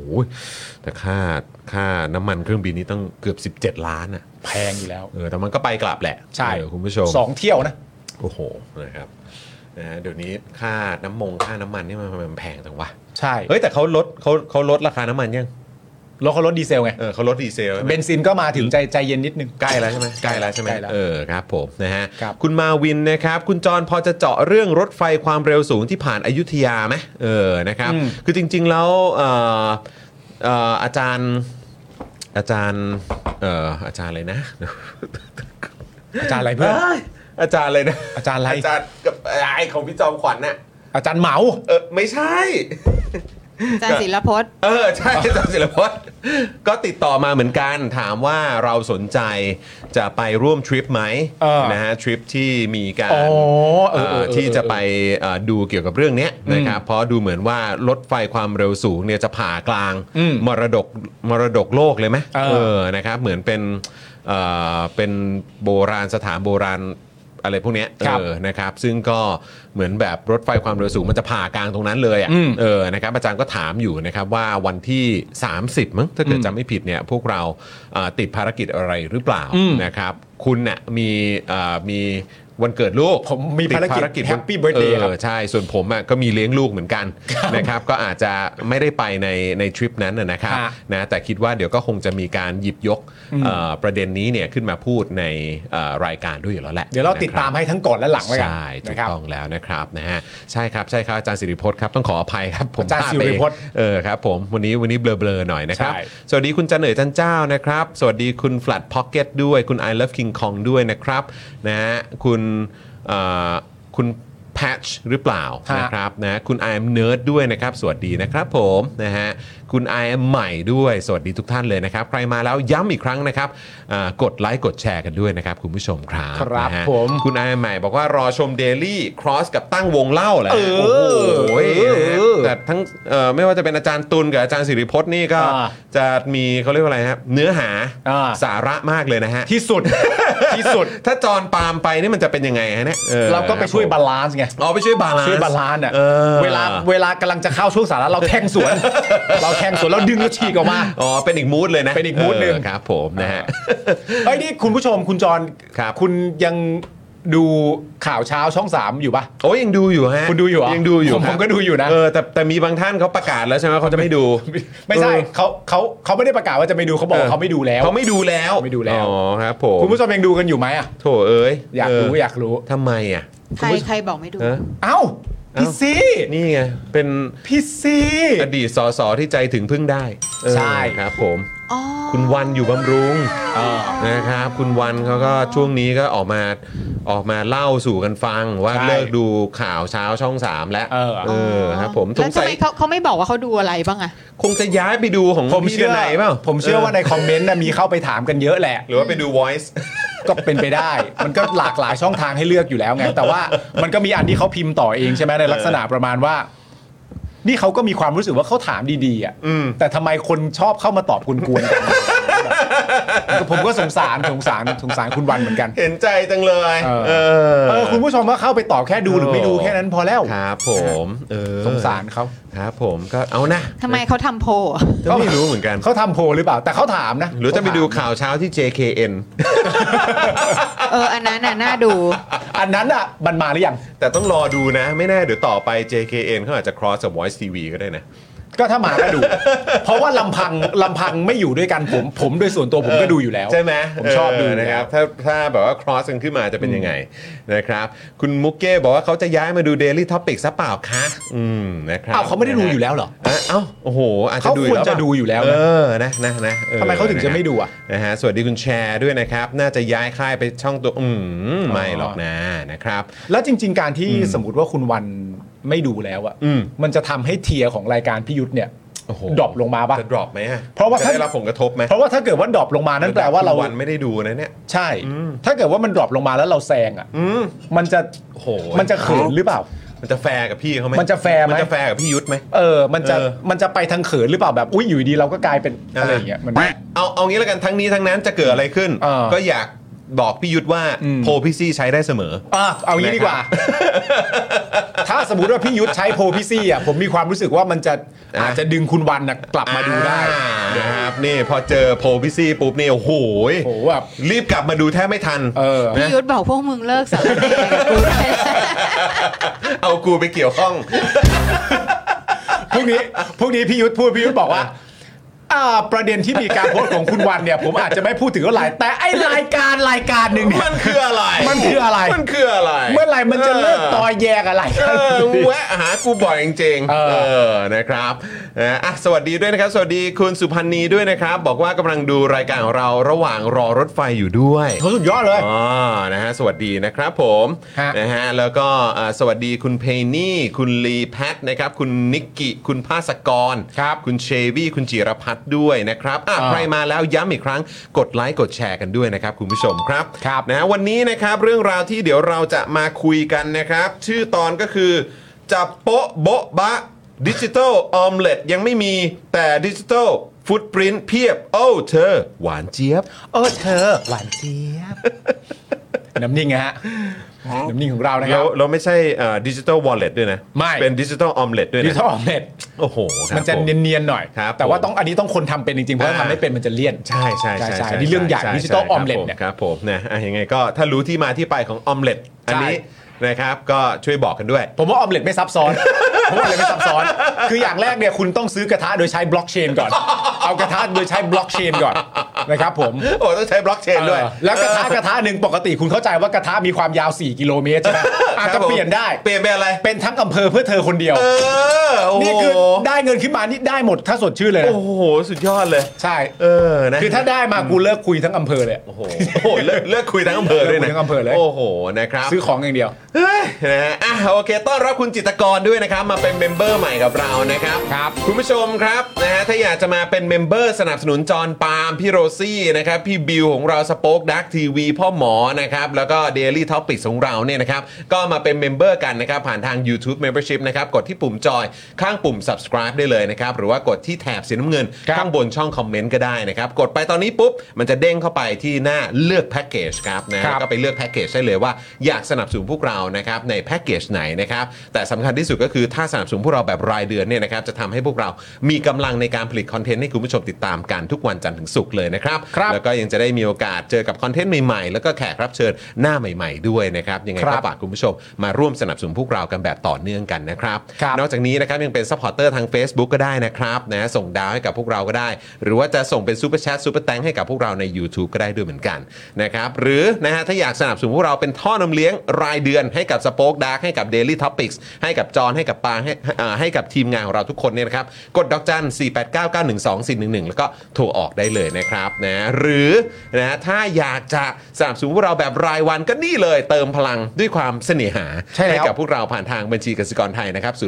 Speaker 1: แต่ค่าค่าน้ำมันเครื่องบินนี่ต้องเกือบ 17 ล้านอ่ะ
Speaker 5: แพงอยู่แล้ว
Speaker 1: เออแต่มันก็ไปกลับแหละ
Speaker 5: ใช่
Speaker 1: เออคุณผู้ชม
Speaker 5: สองเที่ยวนะ
Speaker 1: โอ้โห นะครับนะฮะเดี๋ยวนี้ค่าน้ำมงค่าน้ำมันนี่มันมันแพงจังวะ
Speaker 5: ใช่
Speaker 1: เฮ้ย แต่เขาลดเขาเขาลดราคาน้ำมันยัง
Speaker 5: รถเขารถดีเซลไง
Speaker 1: เออเขาลดดีเซลใช่ไหม
Speaker 5: เบนซินก็มาถึงใจใจเย็นนิดนึง
Speaker 1: ใกล้แล้วใช่ไหมใกล้แล้วใช่ไหม
Speaker 5: ใกล้แล้ว
Speaker 1: เออครับผมนะฮะ
Speaker 5: ครับ
Speaker 1: ณมาวินนะครับ คุณจรพอจะเจาะเรื่องรถไฟความเร็วสูงที่ผ่านอายุทยาไหมเออนะครับ คือจริง ๆ แล้วเอ่อเอ่ออาจารย์อาจารย์เอ่ออาจารย์อะไรนะ
Speaker 5: อาจารย์อะไรเพื่อน
Speaker 1: อาจารย์อะไรนะ
Speaker 5: อาจารย์อะไร
Speaker 1: อาจารย์กับไอของพี่จอมขวัญน่ะ
Speaker 5: อาจารย์เหมา
Speaker 1: เออไม่ใช่
Speaker 4: อาจารย์ศิลปพจน์
Speaker 1: เออใช่อาจาร [LAUGHS] ย์ศิลปวัฒน์ก็ติดต่อมาเหมือนกันถามว่าเราสนใจจะไปร่วมทริปไหม
Speaker 5: เออ
Speaker 1: นะฮะทริปที่มีการ
Speaker 5: อ๋อเออเออเออ
Speaker 1: เอ่อที่จะไปเอ่อดูเกี่ยวกับเรื่องเนี้ยนะครับเพราะดูเหมือนว่ารถไฟความเร็วสูงเนี่ยจะผ่ากลาง
Speaker 5: อืม
Speaker 1: มรดกมรดกโลกเลยไหม
Speaker 5: เออ
Speaker 1: นะครับเหมือนเป็นเอ่อเป็นโบราณสถานโบราณอะไรพวกเนี้ย
Speaker 5: ครับ
Speaker 1: เออนะครับซึ่งก็เหมือนแบบรถไฟความเร็วสูงมันจะผ่ากลางตรงนั้นเลยอะ
Speaker 5: อืม
Speaker 1: เออ นะครับ อาจารย์ก็ถามอยู่นะครับว่าวันที่ 30 มั้ง ถ้าเกิดจำไม่ผิดเนี่ย พวกเราเอ่อติดภารกิจอะไรหรือเปล่า
Speaker 5: อืม
Speaker 1: นะครับ คุณน่ะมีเอ่อมีวันเกิดลูก
Speaker 5: ผมมี
Speaker 1: ติด
Speaker 5: ภารกิจ Happy Birthday ครั
Speaker 1: อ
Speaker 5: บ
Speaker 1: อใช่ ส่วนผมอ่ะก็มีเลี้ยงลูกเหมือน
Speaker 5: [LAUGHS]
Speaker 1: กันนะครับ ก็อาจจะไม่ได้ไปในในทริปนั้นนะนะครับ
Speaker 5: ฮะ
Speaker 1: นะ แต่คิดว่าเดี๋ยวก็คงจะมีการหยิบยกเอ่อประเด็นนี้เนี่ยขึ้นมาพูดในเอ่อรายการด้วยอยู่แล้วแหละ
Speaker 5: เดี๋ยวเราติด
Speaker 1: นะคบ
Speaker 5: ตามให้ทั้งก่อนและหลังไว้กัน
Speaker 1: ใช่ถู
Speaker 5: นะ
Speaker 1: ก
Speaker 5: ครับ
Speaker 1: ต้องแล้วนะครับนะฮะใช่ครับใช่ครับอาจารย์สิริพจน์ครับต้องขออภัยครับผม
Speaker 5: อาจารย์
Speaker 1: พลด
Speaker 5: สิริพจน์
Speaker 1: เองเออครับผมวันนี้วันนี้เบลอๆหน่อยนะครับ
Speaker 5: ใช่
Speaker 1: สวัสดีคุณจันเหนือจันเจ้านะครับ สวัสดีคุณฟลัดพ็อกเก็ตด้วยคุณ I love King Kong ด้วยนะครับนะฮะคุณเอ่อคุณแพชหรือเปล่านะครับนะคุณ I am nerd ด้วยนะครับสวัสดีนะครับผมนะฮะคุณ I am ใหม่ด้วย สวัสดีทุกท่านเลยนะครับ ใครมาแล้วย้ำอีกครั้งนะครับอ่ากดไลค์กดแชร์กันด้วยนะครับคุณผู้ชมครับ
Speaker 5: ครับ
Speaker 1: นะฮะ
Speaker 5: ผม
Speaker 1: คุณไอใหม่บอกว่ารอชมเดลี่ครอสกับตั้งวงเล่าแหละโอ้โหแต่ทั้งเอ่อไม่ว่าจะเป็นอาจารย์ตุลกับอาจารย์สิริพจน์นี่ก็
Speaker 5: อ่า
Speaker 1: จะมีเขาเรียกว่าอะไรครับเนื้อหา
Speaker 5: อ่า
Speaker 1: สาระมากเลยนะฮะ
Speaker 5: ที่สุ
Speaker 1: [LAUGHS]
Speaker 5: ด ที่สุด
Speaker 1: ถ้าจอนปาล์มไปนี่มันจะเป็นยังไงฮะเนี่ยออ
Speaker 5: เราก็ไปช่วยบาลานซ์ไง
Speaker 1: อ๋อไปช่วยบาลานซ์
Speaker 5: ช่วยบาลานซ์อ่ะ
Speaker 1: เออ
Speaker 5: เวลาเวลากำลังจะเข้าช่วงสาระเราแทงส
Speaker 1: [LAUGHS]
Speaker 5: วน เราแทงสวนเราดึงแล้วฉีกออกมา
Speaker 1: อ๋อเป็นอีกมูดเลยนะ
Speaker 5: เป็นอีกมูดหนึ่ง
Speaker 1: เออครับผมนะฮะ
Speaker 5: เฮ้ยนี่คุณผู้ชมคุณจร
Speaker 1: ครับ
Speaker 5: คุณยังดูข่าวเช้าช่องสามอยู่ปะ
Speaker 1: โอ้ยยังดูอยู่ฮะ
Speaker 5: คุณดูอยู่เหรอ
Speaker 1: ยังดูอยู่
Speaker 5: ผม
Speaker 1: ครับ
Speaker 5: ผมก็ดูอยู่นะ
Speaker 1: เออแต่แต่มีบางท่านเขาประกาศแล้วใช่ไหมเขาจะไม่ดู
Speaker 5: ไม่ใช่
Speaker 1: เออ
Speaker 5: เขาเขาเขาไม่ได้ประกาศว่าจะไม่ดูเขาบอกว่าเขาไม่ดูแล้ว
Speaker 1: เขาไม่ดูแล้ว
Speaker 5: ไม่ดูแล้ว
Speaker 1: อ๋อครับผม
Speaker 5: คุณผู้ชมยังดูกันอยู่ไหมอ่ะ
Speaker 1: โถเอ้ย
Speaker 5: อยากรู้
Speaker 1: เ
Speaker 5: อยากรู้
Speaker 1: ทำไมอ่ะ
Speaker 4: ใครใครบอกไม่ดู
Speaker 1: เออ
Speaker 5: เอ้าพี่ซี
Speaker 1: นี่ไง เป็น
Speaker 5: พี่ซี
Speaker 1: อดีตสสที่ใจถึงพึ่งได้เออ
Speaker 5: ใช่
Speaker 1: ครับผม
Speaker 4: อ๋อ
Speaker 1: คุณวันอยู่บำรุงนะครับ คุณวันเขาก็ช่วงนี้ก็ออกมาออกมาเล่าสู่กันฟังว่า
Speaker 5: ใช่
Speaker 1: เลิกดูข่าวเช้าช่องสามแล้ว
Speaker 5: เออ
Speaker 1: เออครับผมส
Speaker 4: แล้ว
Speaker 1: ง
Speaker 4: ทำ
Speaker 1: สัย
Speaker 4: ไมเขาเขาไม่บอกว่าเขาดูอะไรบ้างอะ
Speaker 1: คงจะย้ายไปดูของ
Speaker 5: ผม
Speaker 1: พี่
Speaker 5: เชื่อ
Speaker 1: ดืนไหนเปล่า
Speaker 5: ผมเชื่อว่าในคอมเมนต์น่ะมีเข้าไปถามกันเยอะแหละ
Speaker 1: หรือว่าไปดู voice
Speaker 5: ก็เป็นไปได้ มันก็หลากหลายช่องทางให้เลือกอยู่แล้วไง แต่ว่ามันก็มีอันที่เขาพิมพ์ต่อเองใช่ไหมในลักษณะประมาณว่า นี่เขาก็มีความรู้สึกว่าเขาถามดีๆอ่ะแต่ทำไมคนชอบเข้ามาตอบกวน [LAUGHS] ๆกัน ผมก็สงสารสงสารสงสารคุณวันเหมือนกัน
Speaker 1: เห็นใจจังเลย
Speaker 5: เออ
Speaker 1: เออ
Speaker 5: เออคุณผู้ชมก็เข้าไปตอบแค่ดูหรือไม่ดูแค่นั้นพอแล้ว
Speaker 1: ครับผมเออ
Speaker 5: สงสารเขา
Speaker 1: ครับผมก็เอานะ
Speaker 4: ทำไมเขาทำโพลอะ
Speaker 1: ก็ไม่รู้เหมือนกัน
Speaker 5: เขาทำโพลหรือเปล่า แต่เขาถามนะ
Speaker 1: หรือจะไปดูข่าวเช้าที่ JKN
Speaker 4: เออ อันนั้นน่ะน่าดู
Speaker 5: อันนั้นอ่ะมันมาหรือยัง
Speaker 1: แต่ต้องรอดูนะ ไม่แน่เดี๋ยวต่อไป JKN เขาอาจจะ cross กับ Voice TV ก็ได้นะ
Speaker 5: ก็ถ้ามาก็
Speaker 1: [LAUGHS]
Speaker 5: ดู เพราะว่าลำพังลำพังไม่อยู่ด้วยกันผม ผมโดยส่วนตัวผมก็ดูอยู่แล้ว
Speaker 1: ใช่ไหม
Speaker 5: ผมชอบดู
Speaker 1: เออ
Speaker 5: นะ
Speaker 1: นะ
Speaker 5: ค
Speaker 1: ค
Speaker 5: รั
Speaker 1: รับ บถ้าถ้าแบบว่า cross กันขึ้นมาจะเป็นยังไงนะครับ คุณมุกเก้บอกว่าเขาจะย้ายมาดู Daily Topic ซะเปล่าคะอืมนะครับ
Speaker 5: อ้าวเขาไม่ได้ดูอยู่แล้วเหรอ
Speaker 1: เอ้าเอ้าโอ้โหอาจจะ
Speaker 5: เขา
Speaker 1: ดู
Speaker 5: ควร
Speaker 1: แล้ว
Speaker 5: จะดูอยู่แล้ว
Speaker 1: เอ
Speaker 5: นะ
Speaker 1: อนะนะนะออ
Speaker 5: ทำไมเขาถึง
Speaker 1: นค
Speaker 5: จะ
Speaker 1: รับ
Speaker 5: ไม่ดูอ่ะ
Speaker 1: นะฮะสวัสดีคุณแชร์ด้วยนะครับ น่าจะย้ายค่ายไปช่องตัวอืมไม่หรอกนะนะครับ
Speaker 5: แล้วจริง ๆ การที่สมมติว่าคุณวันไม่ดูแล้วอ่ะ
Speaker 1: อืม
Speaker 5: มันจะทำให้เทียร์ของรายการพิยุทธ์เนี่ย
Speaker 1: โอ้โห
Speaker 5: ดรอปลงมาปะ
Speaker 1: จะดรอปไหมอ
Speaker 5: เพราะว่า
Speaker 1: จ
Speaker 5: ถ้า
Speaker 1: ได้รับผลกระทบไหม
Speaker 5: เพราะว่าถ้าเกิดว่าดรอปลงมานั่นแปลว่าเรา
Speaker 1: คุณวันไม่ได้ดูนะเนี่ย
Speaker 5: ใช่ ถ้าเกิดว่ามันดรอปลงมาแล้วเราแซงอ่ะมันจะ
Speaker 1: โอ้โห
Speaker 5: มันจะเขินหรือเปล่า
Speaker 1: มันจะแฟร์กับพี่เขาไหม
Speaker 5: มันจะแฟร์ไหม
Speaker 1: มันจะแฟร์กับพี่ยุทธไหม
Speaker 5: เออ มันจะ
Speaker 1: เออ
Speaker 5: มันจะไปทางเขินหรือเปล่าแบบ อุ้ยอยู่ดีเราก็กลายเป็นอะไรอย่างเงี้ย มัน
Speaker 1: เอาเอางี้แล้วกันทั้งนี้ทั้งนั้นจะเกิดอะไรขึ้น
Speaker 5: เออ
Speaker 1: ก็อยากบอกพี่ยุทธว่า
Speaker 5: อืม
Speaker 1: โพลพี่ซี่ใช้ได้เสมอ
Speaker 5: อ่ะเอางี้ดีกว่า ถ้าสมมติว่าพี่ยุทธใช้โพลพี่ซี่อ่ะ ผมมีความรู้สึกว่ามันจะ
Speaker 1: อ่ะ
Speaker 5: อาจจะดึงคุณวันนะกลับมาดูได้
Speaker 1: อ่านะครับนี่พอเจอโพลพี่ซี่ปุ๊บนี่โอ้โห
Speaker 5: โอ้โหแบบ
Speaker 1: รีบกลับมาดูแทบไม่ทัน
Speaker 5: เออ
Speaker 4: พี่ยุทธบอกพวกมึงเลิกสารแหน่กับกูได้แล้ว
Speaker 1: เอากูไปเกี่ยวข้อง
Speaker 5: พวกนี้ พวกนี้พี่ยุทธพูดพี่ยุทธบอกว่า อ่าประเด็นที่มีการโพสต์ของคุณวันเนี่ย ผมอาจจะไม่พูดถึงเท่าไหร่แต่ไอรายการรายการหนึ่งเนี่ย
Speaker 1: มันคืออะไร
Speaker 5: มันคืออะไร
Speaker 1: มันคืออะไร
Speaker 5: เมื่อไหร่มันจะเลิกตอแยกอะไร
Speaker 1: เอ
Speaker 5: กัน
Speaker 1: อแวะหากูบ่อยจริงๆ
Speaker 5: เออ
Speaker 1: อนะครับนะอ่ะสวัสดีด้วยนะครับ สวัสดีคุณสุพันธ์นีด้วยนะครับ บอกว่ากำลังดูรายการของเราระหว่างรอรถไฟอยู่ด้วย
Speaker 5: เขาสุดยอดเลย
Speaker 1: อ๋อนะฮะ สวัสดีนะครับผม
Speaker 5: ฮะ
Speaker 1: นะฮะ แล้วก็อ่าสวัสดีคุณเพนี่ คุณลีแพทนะครับ คุณนิกกิ คุณภาสกร ครับ คุณเชวี่ คุณจิรพัฒน์ด้วยนะครับอ่ะใครมาแล้วย้ำอีกครั้ง กดไลค์ กดแชร์กันด้วยนะครับ คุณผู้ชมครับ ครับนะฮะวันนี้นะครับ เรื่องราวที่เดี๋ยวเราจะมาคุยกันนะครับ ชื่อตอนก็คือ จับโปะโบะบะดิจิ t a ลออมเล็ตยังไม่มีแต่ดิจิ t a ลฟุตปรินเพียบ โอ้เธอ หวานเจี๊ยบ
Speaker 5: โอ้เธอ หวานเจี๊ยบ น้ำนิ่งนะฮะ น้ำนิ่งของเรานะค
Speaker 1: แล้
Speaker 5: รับ
Speaker 1: วเราไม่ใช่ดิจิตอลวอลเล็ตด้วยนะ
Speaker 5: ไม่
Speaker 1: เป็นดิจิตอลออมเล็ตด้วย
Speaker 5: ดิ
Speaker 1: นะ
Speaker 5: จิทัลออมเล็ต
Speaker 1: โอ้โหครับ
Speaker 5: มันจะ
Speaker 1: ผ
Speaker 5: เนียนๆหน่อย
Speaker 1: ครับ
Speaker 5: แต่ว่า
Speaker 1: ผม
Speaker 5: ต้องอันนี้ต้องคนทำเป็นจริงๆ เพราะถ้า
Speaker 1: อ่า
Speaker 5: ทำไม่เป็นมันจะเลี่ยน
Speaker 1: ใช่ใช่ใช่
Speaker 5: ใช่นี่เรื่องใหญ่
Speaker 1: ช่
Speaker 5: Digital
Speaker 1: ใช่
Speaker 5: Omelette
Speaker 1: ครับผม
Speaker 5: เนี่ย
Speaker 1: ครับผมนะอ่ะยังไงก็ถ้ารู้ที่มาที่ไปของออมเล็ตอันนี้
Speaker 5: ใช่
Speaker 1: นะครับก็ช่วยบอกกันด้วย
Speaker 5: ผมว่าออมเล็ตไม่ซับซ้อน [LAUGHS] ผมว่าออมเล็ตไม่ซับซ้อน คืออย่างแรกเนี่ยคุณต้องซื้อกระทะโดยใช้บล็อกเชนก่อน เอากระทะโดยใช้บล็อกเชนก่อนนะครับผม
Speaker 1: โอ้ต้องใช้บล็อกเชนด้วย
Speaker 5: เออแล้วกระทะกระทะหนึ่งปกติคุณเข้าใจว่ากระทะมีความยาว 4 กิโลเมตรใช่ไหมอาจ
Speaker 1: ครั
Speaker 5: จะ
Speaker 1: บผม
Speaker 5: เปลี่ยนได้
Speaker 1: เปลี่ยนเป็นอะไร
Speaker 5: เป็นทั้งอำเภอเพื่อเธอคนเดียว
Speaker 1: เออโอ้โห
Speaker 5: นี่คือได้เงินขึ้นมานี่ได้หมดถ้าสดชื่นเลยนะ
Speaker 1: โอ้โหสุดยอดเลย
Speaker 5: ใช่
Speaker 1: เออนะ
Speaker 5: คือถ้าได้มากูเลิกคุยทั้งอำเภอเลย
Speaker 1: โอ้โหโอ้โหเลิกเลิกคุยทั้งอำเภอด้วยนะ
Speaker 5: เลิกคุยทั้งอำเภอเลย
Speaker 1: โอ้โหนะครับ
Speaker 5: ซื้อของอย่างเดียว
Speaker 1: เฮ้ยนะฮะอ่ะโอเค ต้อนรับคุณจิตรกรด้วยนะครับ มาเป็นเมมเบอร์ใหม่กับเรานะครับครับคุณผู้ชมครับนะฮะถ้าอยากจะมาเป็นเมมเบอร์สนับสนุนจอห์นปาล์มพี่โรซี่นะครับพี่บิวของเราสป็อคดักทีวีพ่อหมอนะครับแล้วก็ Daily t o p i c ของเราเนี่ยนะครับก็มาเป็นเมมเบอร์กันนะครับผ่านทาง YouTube Membership นะครับกดที่ปุ่มจอยข้างปุ่ม subscribe ได้เลยนะครับหรือว่ากดที่แถบสีน้ำเงิน
Speaker 5: ครับ
Speaker 1: ข้างบนช่องคอมเมนต์ก็ได้นะครับกดไปตอนนี้ปุ๊บมันจะเด้งเข้าไปที่หน้าเลือกแพ็กเกจครับนะฮะ
Speaker 5: ครับ
Speaker 1: ก็ ไปเลือกแพ็กเกจได้เลยว่าอยากสนับสนุนพวกเรานะครับในแพ็กเกจไหนนะครับแต่สำคัญที่สุดก็คือถ้าสนับสนุนพวกเราแบบรายเดือนเนี่ยนะครับจะทำให้พวกเรามีกำลังในการผลิตคอนเทนต์ให้คุณผู้ชมติดตามกันทุกวันจันทร์ถึงศุกร์เลยนะครับ
Speaker 5: ครับ
Speaker 1: แล้วก็ยังจะได้มีโอกาสเจอกับคอนเทนต์ใหม่ๆ แล้วก็แขกรับเชิญหน้าใหม่ๆ ด้วยนะครับยังไง
Speaker 5: ครั
Speaker 1: ก็
Speaker 5: บ
Speaker 1: ฝากคุณผู้ชมมาร่วมสนับสนุนพวกเรากันแบบต่อเนื่องกันนะครับ
Speaker 5: ครับ
Speaker 1: นอกจากนี้นะครับยังเป็นซัพพอร์เตอร์ทาง Facebook ก็ได้นะครับนะส่งดาวให้กับพวกเราก็ได้ หรือว่าจะส่งเป็นซูเปอร์แชทซูเปอร์แตงให้กับพวกเราใน YouTube ก็ได้ด้วยเหมือนกันนะครับหรือนะฮะถ้าอยากสนับสนุนพวกเราเป็นท่อนำเลี้ยงรายเดือนให้กับสป็อคดาร์ให้กับ Daily Topics ให้กับจอนให้กับปางให้เอ่อให้กับทีมงานของเราทุกคนเนี่ยนะครับกดดอกจัน 4 8 9 9 1 2 4 1 1 แล้วก็โทรออกได้เลยนะครับนะหรือนะถ้าอยากจะสนับสนุนพวกเราแบบรายวันก็นี่เลยเติมพลังด้วยความเสน่หา
Speaker 5: ใช่แล้ว
Speaker 1: กับ พวกเราผ่านทางบัญชีกสิกรไทยนะครับ 0698975539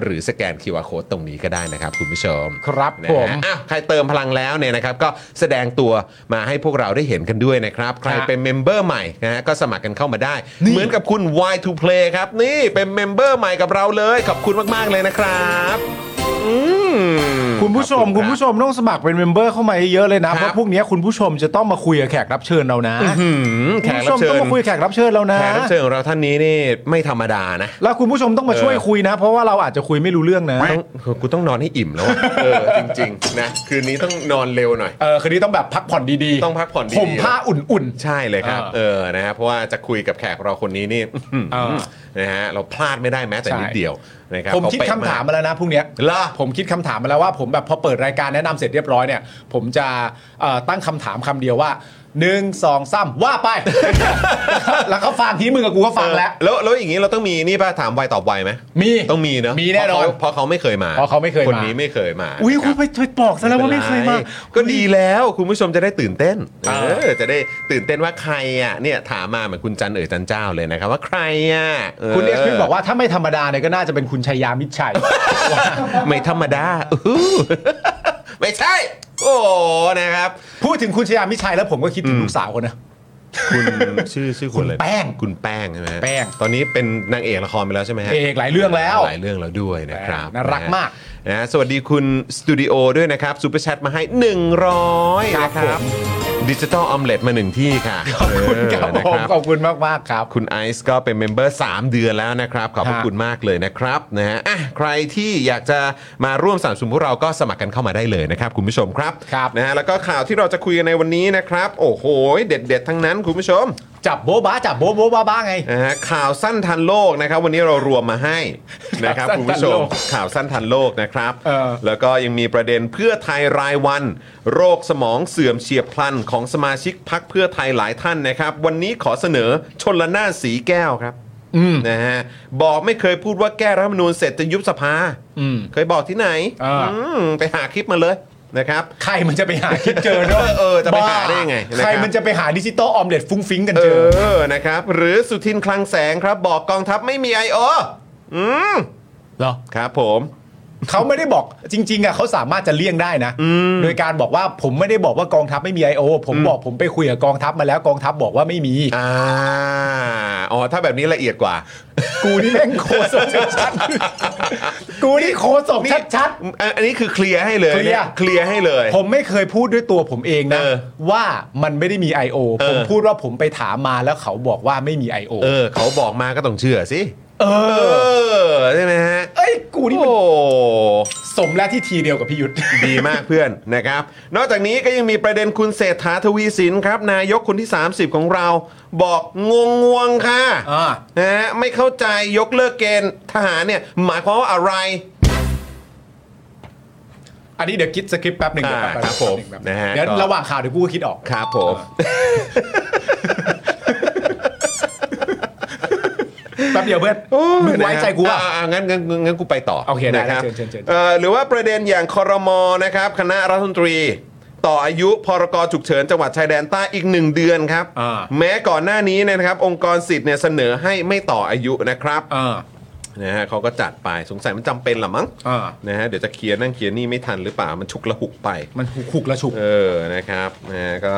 Speaker 1: หรือสแกน QR Code ตรงนี้ก็ได้นะครับ คุณผู้ชม
Speaker 5: ครับ
Speaker 1: นะฮะ
Speaker 5: ผม
Speaker 1: อ่ะใครเติมพลังแล้วเนี่ยนะครับ ก็แสดงตัวมาให้พวกเราได้เห็นกันด้วยนะครับ ใครเป็นเมมเบอร์ใหม่นะฮะก็สมัครกันเข้ามาได้ เหมือนกับคุณ Y2Play ครับ นี่เป็นเมมเบอร์ใหม่กับเราเลย ขอบคุณมาก ๆ เลยนะครับอืม
Speaker 5: คุณผู้ชม
Speaker 1: ขอบรับ
Speaker 5: คุณผู้ชมต้องสมัครเป็นเมมเบอร์เข้ามาเยอะๆเลยนะ
Speaker 1: ครับ
Speaker 5: เพราะพวกเนี้ยคุณผู้ชมจะต้องมาคุยกับแขกรับเชิญเรานะ
Speaker 1: อืมแขกรับ
Speaker 5: คุณผู้ชม
Speaker 1: เชิ
Speaker 5: ต้อ
Speaker 1: ญ
Speaker 5: งมาคุยกับแขกรับเชิญเรานะ
Speaker 1: แขกรับเชิญของเราท่านนี้นี่ไม่ธรรมดานะ
Speaker 5: แล้วคุณผู้ชมต้องมาช่วย
Speaker 1: เออ
Speaker 5: คุยนะ เพราะว่าเราอาจจะคุยไม่รู้เรื่องนะ
Speaker 1: ต้องกูต้องนอนให้อิ่มแล้วอะเออจริงๆนะคืนนี้ต้องนอนเร็วหน่อย
Speaker 5: เออคืนนี้ต้องแบบพักผ่อนดีๆ
Speaker 1: ต้องพักผ่อนดีๆ
Speaker 5: ผมผ้าอุ่น
Speaker 1: ใช่เลยครับ
Speaker 5: เออ
Speaker 1: เออนะฮะเพราะว่าจะคุยกับแขกเราคนนี้นี่
Speaker 5: เออ
Speaker 1: นะฮะเราพลาดไม่ได้แม้แต่
Speaker 5: ใช่
Speaker 1: นิดเดียวนะครับ
Speaker 5: ๆ ผมคิด
Speaker 1: เข
Speaker 5: คำถามมาแล้วนะพรุ่งเนี้ย
Speaker 1: เป๊ะมากเหรอ
Speaker 5: ผมคิดคำถามมาแล้วว่าผมแบบพอเปิดรายการแนะนำเสร็จเรียบร้อยเนี่ย ผมจะเอ่อตั้งคำถามคำเดียวว่าหนึ่งสองสามว่าไป
Speaker 1: [LAUGHS]
Speaker 5: แล้วเขาฟังที่มึงกับกูก็ฟังแล้ว
Speaker 1: แล้วแล้วอย่างนี้เราต้องมีนี่ป่ะถามไวตอบไวไหม
Speaker 5: มี
Speaker 1: ต้องมีเนอะ
Speaker 5: มีแน่นอน
Speaker 1: เพราะเขาเพราะเขาไม่เคยมา
Speaker 5: เพราะเขาไม่เคยมา
Speaker 1: คนนี้ไม่เคยมา
Speaker 5: อุ้ย
Speaker 1: นะ
Speaker 5: คุ
Speaker 1: รั
Speaker 5: ณ
Speaker 1: บ
Speaker 5: ไปไปบอกซะแล้วว่าไม่เคยมา
Speaker 1: ป็นรก็ดีแล้วคุณผู้ชมจะได้ตื่นเต้นเอ
Speaker 5: อ่า
Speaker 1: อจะได้ตื่นเต้นว่าใครอ่ะเนี่ยถามมาเหมือนคุณจันเอ๋ยจันเจ้าเลยนะครับว่าใครอ่ะ
Speaker 5: คุณเอ็กซ์พี่บอกว่าถ้าไม่ธรรมดาเนี่ยก็น่าจะเป็นคุณชัยยามิตรชัย [LAUGHS]
Speaker 1: ไม่ธรรมดาอู้หูไม่ใช่ โอ้นะครับ
Speaker 5: พูดถึงคุณชัยยามิตรชัยแล้วผมก็คิดถึงลูกสาวคนนะ
Speaker 1: คุณ ชื่อชื่อคุณอะไร
Speaker 5: คุณแป้ง
Speaker 1: คุณแป้งใช่ไหมฮะ
Speaker 5: แป้ง
Speaker 1: ตอนนี้เป็นนางเอกละครไปแล้วใช่ไหมฮะ
Speaker 5: เอกหลายเรื่องแล้ว
Speaker 1: หลายเรื่องแล้วด้วยนะครับ
Speaker 5: แป้งน่ารักมาก
Speaker 1: นะฮะสวัสดีคุณสตูดิโอด้วยนะครับซูเปอร์แชทมาให้ 100
Speaker 5: ครับ
Speaker 1: นะค
Speaker 5: ผม
Speaker 1: รับดิจิตอลออมเล็ตมาหนึ่งที่ค่ะ
Speaker 5: ขอบคุณครับ
Speaker 1: เนะ
Speaker 5: ผมขอบคุณมากมากๆครับ
Speaker 1: คุณไอซ์ก็เป็นเมมเบอร์ 3 เดือนแล้วนะครับ ขอบพระ
Speaker 5: ฮะ
Speaker 1: คุณมากเลยนะครับนะฮะอ่ะใครที่อยากจะมาร่วมสนับสนุนพวกเราก็สมัครกันเข้ามาได้เลยนะครับ คุณผู้ชมครับ
Speaker 5: ครับ
Speaker 1: นะฮะแล้วก็ข่าวที่เราจะคุยกันในวันนี้นะครับ โอ้โห เด็ด ๆ ทั้งนั้นคุณผู้ชม
Speaker 5: จับโบ๊ะบ้าจับโบ๊ะโบ๊ะบ้าบ้าไง
Speaker 1: นะฮะข่าวสั้นทันโลกนะครับ วันนี้เรารวมมาให้นะครับ
Speaker 5: ข่าวสั้น
Speaker 1: คุณผู้ช
Speaker 5: ทัน
Speaker 1: ม
Speaker 5: โลก
Speaker 1: ข่าวสั้นทันโลกนะครับ
Speaker 5: เออ
Speaker 1: แล้วก็ยังมีประเด็นเพื่อไทยรายวัน โรคสมองเสื่อมเฉียบพลันของสมาชิกพักเพื่อไทยหลายท่านนะครับ วันนี้ขอเสนอชนละนานสีแก้วครับนะฮะบอกไม่เคยพูดว่าแก้รัฐธรรมนูญเสร็จจะยุบสภาเคยบอกที่ไหน
Speaker 5: เอออื
Speaker 1: มไปหาคลิปมาเลยนะครับ
Speaker 5: ใครมันจะไปหาคิดเจอเน
Speaker 1: เอ
Speaker 5: อะ
Speaker 1: อเออจะไปหาได้ยังไง
Speaker 5: บ้า
Speaker 1: นะครับ
Speaker 5: ใครมันจะไปหาดิจิตอลออมเล็ตฟุ้งฟิ้งกัน
Speaker 1: เอ
Speaker 5: เจอ
Speaker 1: อ นะครับ หรือสุทินคลังแสงครับ บอกกองทัพไม่มี I.O. อืม
Speaker 5: เหรอ
Speaker 1: ครับผม
Speaker 5: เขาไม่ได้บอกจริง ๆอ่ะเขาสามารถจะเลี่ยงได้นะ โดยการบอกว่าผมไม่ได้บอกว่ากองทัพไม่มี I.O. ผมบอกผมไปคุยกับกองทัพมาแล้วกองทัพบอกว่าไม่มี
Speaker 1: อ่า อ๋อ ถ้าแบบนี้ละเอียดกว่า
Speaker 5: กูนี่แม่งโคศกชัดๆกูนี่โคศกชัด
Speaker 1: อันอันนี้คือเคลียร์ให้เลย
Speaker 5: เคลียร์
Speaker 1: เคลียร์ให้เลย
Speaker 5: ๆผมไม่เคยพูดด้วยตัวผมเองนะ
Speaker 1: เออ
Speaker 5: ว่ามันไม่ได้มี I.O.
Speaker 1: เออ
Speaker 5: ผมพูดว่าผมไปถามมาแล้วเขาบอกว่าไม่มี I.O.
Speaker 1: เออ เขาบอกมาก็ต้องเชื่อสิ
Speaker 5: เอ
Speaker 1: เอ
Speaker 5: อ
Speaker 1: อ ใช่ไหมฮะ
Speaker 5: เอ้ยกูนี่มัน
Speaker 1: โอ้
Speaker 5: สมแล้วที่ทีเดียวกับพี่ยุทธ
Speaker 1: ดีมากเพื่อนนะครับ นอกจากนี้ก็ยังมีประเด็นคุณเศรษฐาทวีสินครับ นายกคนที่ 30 ของเรา บอกงงงวงๆค่ะ
Speaker 5: อ่า
Speaker 1: นะฮะไม่เข้าใจยกเลิกเกณฑ์ทหารเนี่ย หมายความว่าอะไร
Speaker 5: อันนี้เดี๋ยวคิดสคริปต์แป๊บหนึ่ง
Speaker 1: อ่า
Speaker 5: เดี๋ยว
Speaker 1: ค
Speaker 5: แป๊บหนึ่
Speaker 1: รั
Speaker 5: ง
Speaker 1: บผม
Speaker 5: แป๊บหงแป๊บหง
Speaker 1: นะฮะ
Speaker 5: เดี๋ยว
Speaker 1: ก็
Speaker 5: ระหว่างข่าวเดี๋ยวกูก็คิดออก
Speaker 1: ครับผม
Speaker 5: แป๊บเดียวเพื่อนมึงไว้ใจกูอ่ะ
Speaker 1: อ่อ่งั้นงั้นงั้นงั้นกูไปต่อ
Speaker 5: โอเคได้
Speaker 1: นะครับ
Speaker 5: เชิญเชิญเชิญ
Speaker 1: เอ่อหรือว่าประเด็นอย่างคอรมอนะครับ คณะรัฐมนตรี ต่ออายุพรกฉุกเฉินจังหวัดชายแดนใต้อีก 1 เดือนครับ
Speaker 5: อ่า
Speaker 1: แม้ก่อนหน้านี้เนยนะครับ องค์กรสิทธิ์เนี่ยเสนอให้ไม่ต่ออายุนะครับ
Speaker 5: อ่า
Speaker 1: นะฮะเขาก็จัดไปสงสัยมันจำเป็นเหรอมั้ง
Speaker 5: อ่า
Speaker 1: นะฮะเดี๋ยวจะเคลียร์นั่งเคลียร์นี่ไม่ทันหรือเปล่ามันฉุกละหุกไป
Speaker 5: มันขุกๆและฉุก
Speaker 1: เออ นะครับนะฮะก็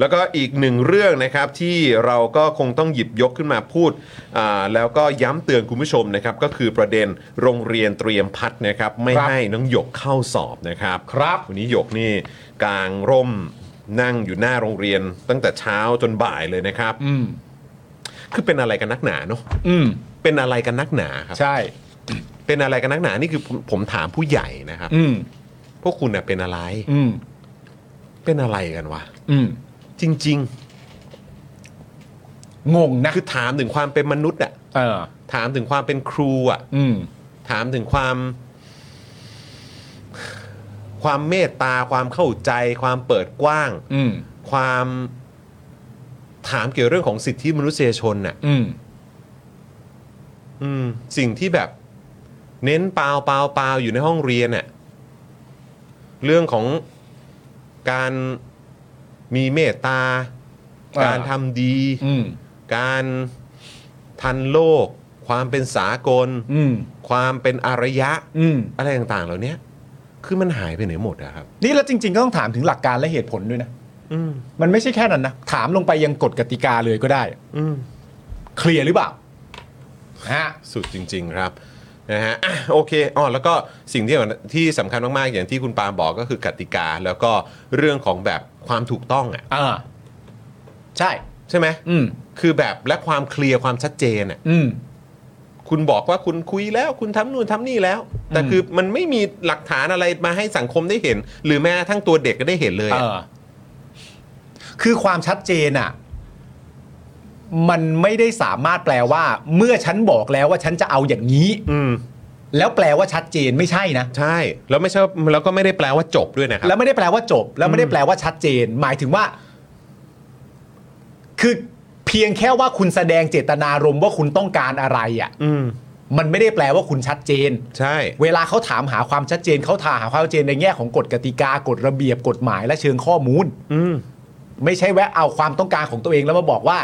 Speaker 1: แล้วก็อีกหนึ่งเรื่องนะครับที่เราก็คงต้องหยิบยกขึ้นมาพูดอ่าแล้วก็ย้ำเตือนคุณผู้ชมนะครับก็คือประเด็นโรงเรียนเตรียมพัดนะครับไม่
Speaker 5: ครับ
Speaker 1: ให้น้องหยกเข้าสอบนะครับ
Speaker 5: ครับ
Speaker 1: วันนี้หยกนี่กลางร่มนั่งอยู่หน้าโรงเรียนตั้งแต่เช้าจนบ่ายเลยนะครับ
Speaker 5: อืม
Speaker 1: คือเป็นอะไรกันนักหนาเนาะ
Speaker 5: อืม
Speaker 1: เป็นอะไรกันนักหนาครับ
Speaker 5: ใช่
Speaker 1: เป็นอะไรกันนักหนานี่คือผมผมถามผู้ใหญ่นะครับ
Speaker 5: อืม
Speaker 1: พวกคุณน่ะเป็นอะไร
Speaker 5: อืม
Speaker 1: เป็นอะไรกันวะ
Speaker 5: อืม
Speaker 1: จริง
Speaker 5: งงนะ
Speaker 1: ๆ คือถามถึงความเป็นมนุษย์อะ
Speaker 5: เออ
Speaker 1: ถามถึงความเป็นครูอ่ะ
Speaker 5: อืม
Speaker 1: ถามถึงความ ความเมตตาความเข้าใจ ความเปิดกว้าง
Speaker 5: อืม
Speaker 1: ความถามเกี่ยวเรื่องของสิทธิมนุษยชนน่ะ
Speaker 5: อืม
Speaker 1: อืม สิ่งที่แบบ เน้นเปล่าเปล่าเปล่าอยู่ในห้องเรียนน่ะเรื่องของการมีเมตตา
Speaker 5: อ่า
Speaker 1: การทำดี
Speaker 5: อืม
Speaker 1: การทันโลก ความเป็นสากล
Speaker 5: อืม
Speaker 1: ความเป็นอารยะ
Speaker 5: อืม
Speaker 1: อะไรต่างๆ เหล่านี้คือมันหายไปไหนหมดอะครับ
Speaker 5: นี่แล้วจริง ๆ ก็ต้องถามถึงหลักการและเหตุผลด้วยนะ
Speaker 1: อืม
Speaker 5: มันไม่ใช่แค่นั้นนะ ถามลงไปยังกฎกติกาเลยก็ได้
Speaker 1: อืม
Speaker 5: เคลียร์หรือเปล่า ฮะ
Speaker 1: สุดจริง ๆ ครับ นะฮะ [COUGHS] อ่ะโอเคอ๋อแล้วก็สิ่งที่ที่สำคัญมาก ๆ อย่างที่คุณปาล์มบอกก็คือกติกา แล้วก็เรื่องของแบบความถูกต้องอะ
Speaker 5: อ่า ใช่
Speaker 1: ใช่ไหม
Speaker 5: อืม
Speaker 1: คือแบบและความเคลียร์ความชัดเจนอะ
Speaker 5: อืม
Speaker 1: คุณบอกว่าคุณคุยแล้ว คุณทำนู่นทำนี่แล้ว แต่คือมันไม่มีหลักฐานอะไรมาให้สังคมได้เห็น หรือแม้กระทั้งตัวเด็กก็ได้เห็นเลย
Speaker 5: เอ
Speaker 1: อะ
Speaker 5: อ คือความชัดเจนอ่ะ มันไม่ได้สามารถแปลว่า เมื่อฉันบอกแล้วว่าฉันจะเอาอย่างนี้
Speaker 1: อืม
Speaker 5: แล้วแปลว่าชัดเจนไม่ใช่นะ
Speaker 1: ใช่ แล้วไม่ใช่ว่าแล้วก็ไม่ได้แปลว่าจบด้วยนะครับ
Speaker 5: แล้วไม่ได้แปลว่าจบ แล้วไม่ได้แปลว่าชัดเจน หมายถึงว่า คือเพียงแค่ว่าคุณแสดงเจตนารมณ์ว่าคุณต้องการอะไรอ่ะ
Speaker 1: อืม
Speaker 5: มันไม่ได้แปลว่าคุณชัดเจน
Speaker 1: ใช่
Speaker 5: เวลาเขาถามหาความชัดเจนเขาถามหาความชัดเจนในแง่ของกฎกติกากฎระเบียบกฎหมายและเชิงข้อมูล
Speaker 1: อืม
Speaker 5: ไม่ใช่แวะเอาความต้องการของตัวเองแล้วมาบอกว่า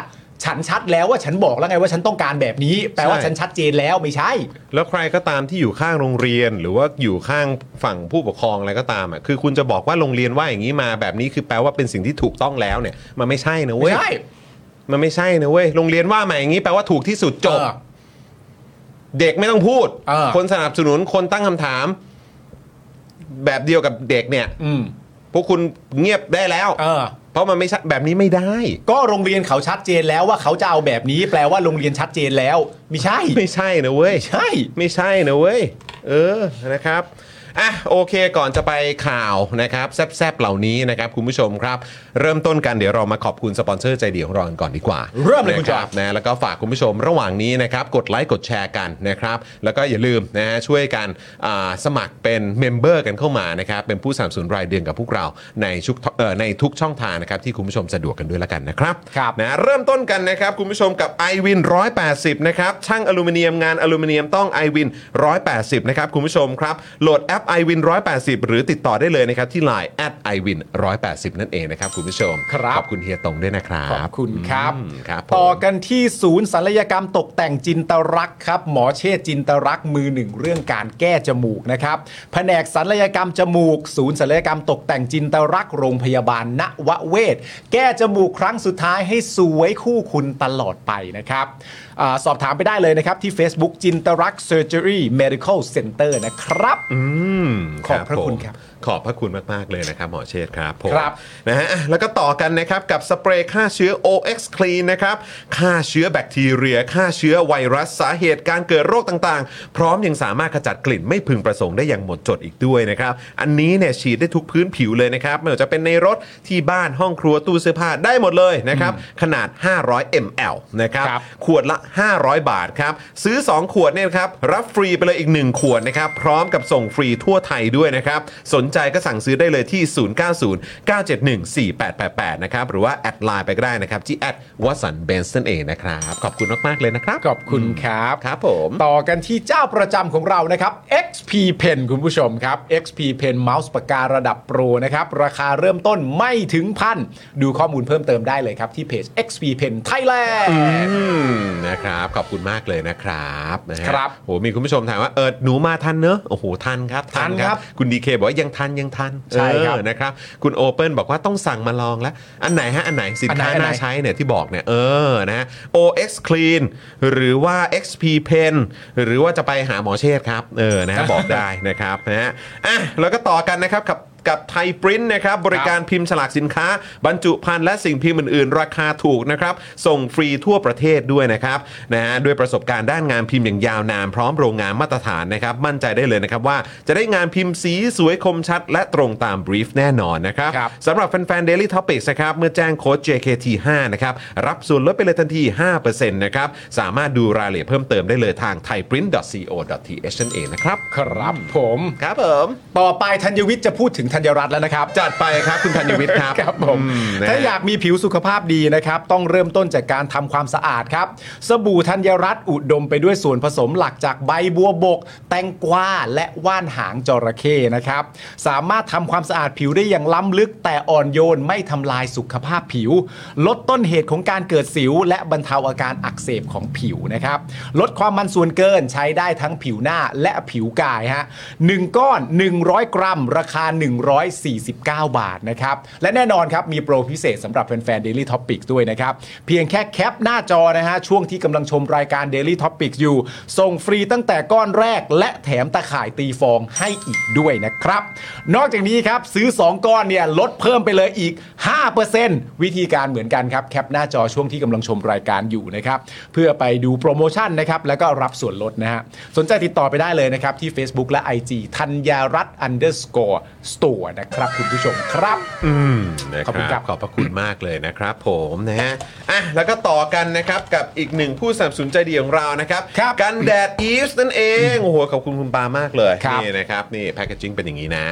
Speaker 5: ฉันชัดแล้วว่าฉันบอกแล้วไงว่าฉันต้องการแบบนี้ แปลว่าฉันชัดเจนแล้วไม่ใช่
Speaker 1: แล้วใครก็ตามที่อยู่ข้างโรงเรียน หรือว่าอยู่ข้างฝั่งผู้ปกครองอะไรก็ตามอ่ะคือคุณจะบอกว่าโรงเรียนว่าอย่างนี้มาแบบนี้คือแปลว่าเป็นสิ่งที่ถูกต้องแล้วเนี่ย มันไม่ใช่นะเว้
Speaker 5: ไม่
Speaker 1: ย
Speaker 5: ใช่
Speaker 1: มันไม่ใช่นะเว้ยโรงเรียนว่ามาอย่างนี้แปลว่าถูกที่สุดจบ
Speaker 5: เออ
Speaker 1: เด็กไม่ต้องพูด
Speaker 5: เออ
Speaker 1: คนสนับสนุนคนตั้งคำถาม แบบเดียวกับเด็กเนี่ย
Speaker 5: อืม
Speaker 1: พวกคุณเงียบได้แล้ว
Speaker 5: เออ
Speaker 1: เพราะมันไม่ใช่แบบนี้ไม่ได้
Speaker 5: ก็โรงเรียนเขาชัดเจนแล้วว่าเขาจะเอาแบบนี้ แปลว่าโรงเรียนชัดเจนแล้ว ไม่ใช่
Speaker 1: ไม่ใช่นะเว้ย
Speaker 5: ใช่
Speaker 1: ไม่ใช่นะเว้ย เออ นะครับ อ่ะโอเคก่อนจะไปข่าวนะครับแซบๆเหล่านี้นะครับคุณผู้ชมครับ เริ่มต้นกันเดี๋ยวเรามาขอบคุณสปอนเซอร์ใจดีของเรากันก่อนดีกว่า
Speaker 5: เริ่มเลยคุณจอห์น
Speaker 1: นะบ นะแล้วก็ฝากคุณผู้ชมระหว่างนี้นะครับกดไลค์กดแชร์กันนะครับแล้วก็อย่าลืมนะฮะช่วยกันอ่าสมัครเป็นเมมเบอร์กันเข้ามานะครับเป็นผู้สนับสนุนรายเดือนกับพวกเราในชุกเอ่อในทุกช่องทางนะครับที่คุณผู้ชมสะดวกกันด้วยละกันนะครับ
Speaker 5: ครับ
Speaker 1: นะเริ่มต้นกันนะครับคุณผู้ชมกับ i w วิน180นะครับช่างอลูมิเนียมงานอลูมิเนียมต้อง i w วิน180นะครับคุณผู้ชมครับโหลดแอป i w วิน180 หรือติดต่อได้เลยนะครับที่ Line แอด i w วิน180นั่นเองนะครับคุณผู้ชม
Speaker 5: ครับ
Speaker 1: ขอบคุณเฮียตงด้วยนะครับ
Speaker 5: ขอบคุณครับ
Speaker 1: อืมครับผม
Speaker 5: ต่อกันที่ศูนย์ศัลยกรรมตกแต่งจินตรักษ์ครับ หมอเชษจินตรักษ์มือหนึ่งเรื่องการแก้จมูกนะครับแผนกศัลยกรรมจมูก ศูนย์ศัลยกรรมตกแต่งจินตรักษ์โรงพยาบาลณวเวศแก้จมูกครั้งสุดท้ายให้สวยคู่คุณตลอดไปนะครับอาสอบถามไปได้เลยนะครับ ที่ Facebook จินตรักษ์เซอร์เจอรี่เมดิคอลเซ็นเตอร์นะครับ
Speaker 1: อืม
Speaker 5: ขอบพระคุณ
Speaker 1: ผม
Speaker 5: ครับ
Speaker 1: ขอบพระคุณมาก ๆ เลยนะครับ หมอเชษฐ์ครับผม
Speaker 5: ครับ
Speaker 1: นะฮะอ่ะแล้วก็ต่อกันนะครับกับสเปรย์ฆ่าเชื้อ OX Clean นะครับฆ่าเชื้อแบคทีเรียฆ่าเชื้อไวรัสสาเหตุการเกิดโรคต่างๆ พร้อมยังสามารถขจัดกลิ่นไม่พึงประสงค์ได้อย่างหมดจดอีกด้วยนะครับ อันนี้เนี่ยฉีดได้ทุกพื้นผิวเลยนะครับ ไม่ว่าจะเป็นในรถที่บ้านห้องครัวตู้เสื้อผ้าได้หมดเลยนะครับขนาด 500 ml นะครับ
Speaker 5: ครับ
Speaker 1: ขวดละ 500 บาทครับ ซื้อ 2 ขวดเนี่ยนะครับ รับฟรีไปเลยอีก 1 ขวดนะครับ พร้อมกับส่งฟรีทั่วไทยด้วยนะครับ สนใจก็สั่งซื้อได้เลยที่ 0909714888 นะครับ หรือว่า แอดไลน์ไปก็ได้นะครับ ที่แอดวัสันเบนส์นั่นเองนะครับ ขอบคุณมาก ๆ เลยนะครับ
Speaker 5: ขอบคุณครับ
Speaker 1: ครับผม
Speaker 5: ต่อกันที่เจ้าประจำของเรานะครับ XP Pen คุณผู้ชมครับ XP Pen เมาส์ปากการะดับโปรนะครับ ราคาเริ่มต้นไม่ถึงพัน ดูข้อมูลเพิ่มเติมได้เลยครับที่เพจ XP Pen Thailand
Speaker 1: อืมนะครับขอบคุณมากเลยนะครับนะฮะ
Speaker 5: ครับ
Speaker 1: โหมีคุณผู้ชมถามว่าเออหนูมาทันเนอะโอ้โหทันครับ
Speaker 5: ทันครับ
Speaker 1: คุณดีเคบอกว่ายังทันยังทัน
Speaker 5: ใช่ครับ
Speaker 1: เออนะครับคุณโอเปิลบอกว่าต้องสั่งมาลองแล้ว อันไหนฮะอันไหนสิน
Speaker 5: อันไหน
Speaker 1: ค้า
Speaker 5: อันไหน
Speaker 1: น่าใช้เนี่ยที่บอกเนี่ยเออนะฮะ OX Clean หรือว่า XP Pen หรือว่าจะไปหาหมอเชษฐ์ครับเออนะฮะบอกได้นะครับนะฮะอ่ะแล้วก็ต่อกันนะครับกับกับไทยปริ้นนะครับบริ
Speaker 5: ครับ
Speaker 1: การ การพิมพ์ฉลากสินค้า บรรจุภัณฑ์และสิ่งพิมพ์อื่นๆ ราคาถูกนะครับ ส่งฟรีทั่วประเทศด้วยนะครับนะฮะด้วยประสบการณ์ด้านงานพิมพ์อย่างยาวนานพร้อมโรงงานมาตรฐานนะครับ มั่นใจได้เลยนะครับว่าจะได้งานพิมพ์สีสวยคมชัด และตรงตามบรีฟแน่นอนนะครับ
Speaker 5: ครับ
Speaker 1: สำหรับแฟนๆ Daily Topics นะครับ เมื่อแจ้งโค้ด JKT5 นะครับ รับส่วนลดไปเลยทันที 5%นะครับ สามารถดูรายละเอียดเพิ่มเติมได้เลยทาง thaiprint.co.th นั่นเองนะครับ
Speaker 5: ครับผม
Speaker 1: ครับผม
Speaker 5: ต่อไปธัญวิทย์จะพูดถึงธัญรัตน์แล้วนะครับ
Speaker 1: จัดไปครับคุณธัญวิทย์ครับ
Speaker 5: ครับผม
Speaker 1: อืมนะ
Speaker 5: ถ้าอยากมีผิวสุขภาพดีนะครับ ต้องเริ่มต้นจากการทำความสะอาดครับ สบู่ธัญรัตน์อุดมไปด้วยส่วนผสมหลักจากใบบัวบก แตงกวาและว่านหางจระเข้นะครับ สามารถทำความสะอาดผิวได้อย่างล้ำลึก แต่อ่อนโยนไม่ทำลายสุขภาพผิว ลดต้นเหตุของการเกิดสิว และบรรเทาอาการอักเสบของผิวนะครับ ลดความมันส่วนเกินใช้ได้ทั้งผิวหน้าและผิวกายฮะหนึ่งก้อน 100 กรัม ราคา 149 บาทนะครับ และแน่นอนครับ มีโปรพิเศษสำหรับแฟนๆ Daily Topics ด้วยนะครับ เพียงแค่แคปหน้าจอนะฮะ ช่วงที่กำลังชมรายการ Daily Topics อยู่ ส่งฟรีตั้งแต่ก้อนแรก และแถมตะข่ายตีฟองให้อีกด้วยนะครับ นอกจากนี้ครับ ซื้อ 2 ก้อนเนี่ยลดเพิ่มไปเลยอีก 5%วิธีการเหมือนกันครับ แคปหน้าจอช่วงที่กำลังชมรายการอยู่นะครับ เพื่อไปดูโปรโมชั่นนะครับ แล้วก็รับส่วนลดนะฮะ สนใจติดต่อไปได้เลยนะครับ ที่ Facebook และ IG ธัญญารัตน์ underscore store นะครับคุณผู้ชมครับ
Speaker 1: นะ
Speaker 5: ขอบคุณครับ
Speaker 1: ขอบพระคุณมากเลยนะครับผมนะฮะอ่ะแล้วก็ต่อกันนะครับกับอีกหนึ่งผู้สนับสนุนใจดีของเรานะครับ
Speaker 5: ครับ
Speaker 1: กันแดดอีฟส์นั่นเองโอ้โหขอบคุณคุณปามากเลย
Speaker 5: ครับ
Speaker 1: นี่นะครับนี่แพคเกจิ้งเป็นอย่างนี้นะ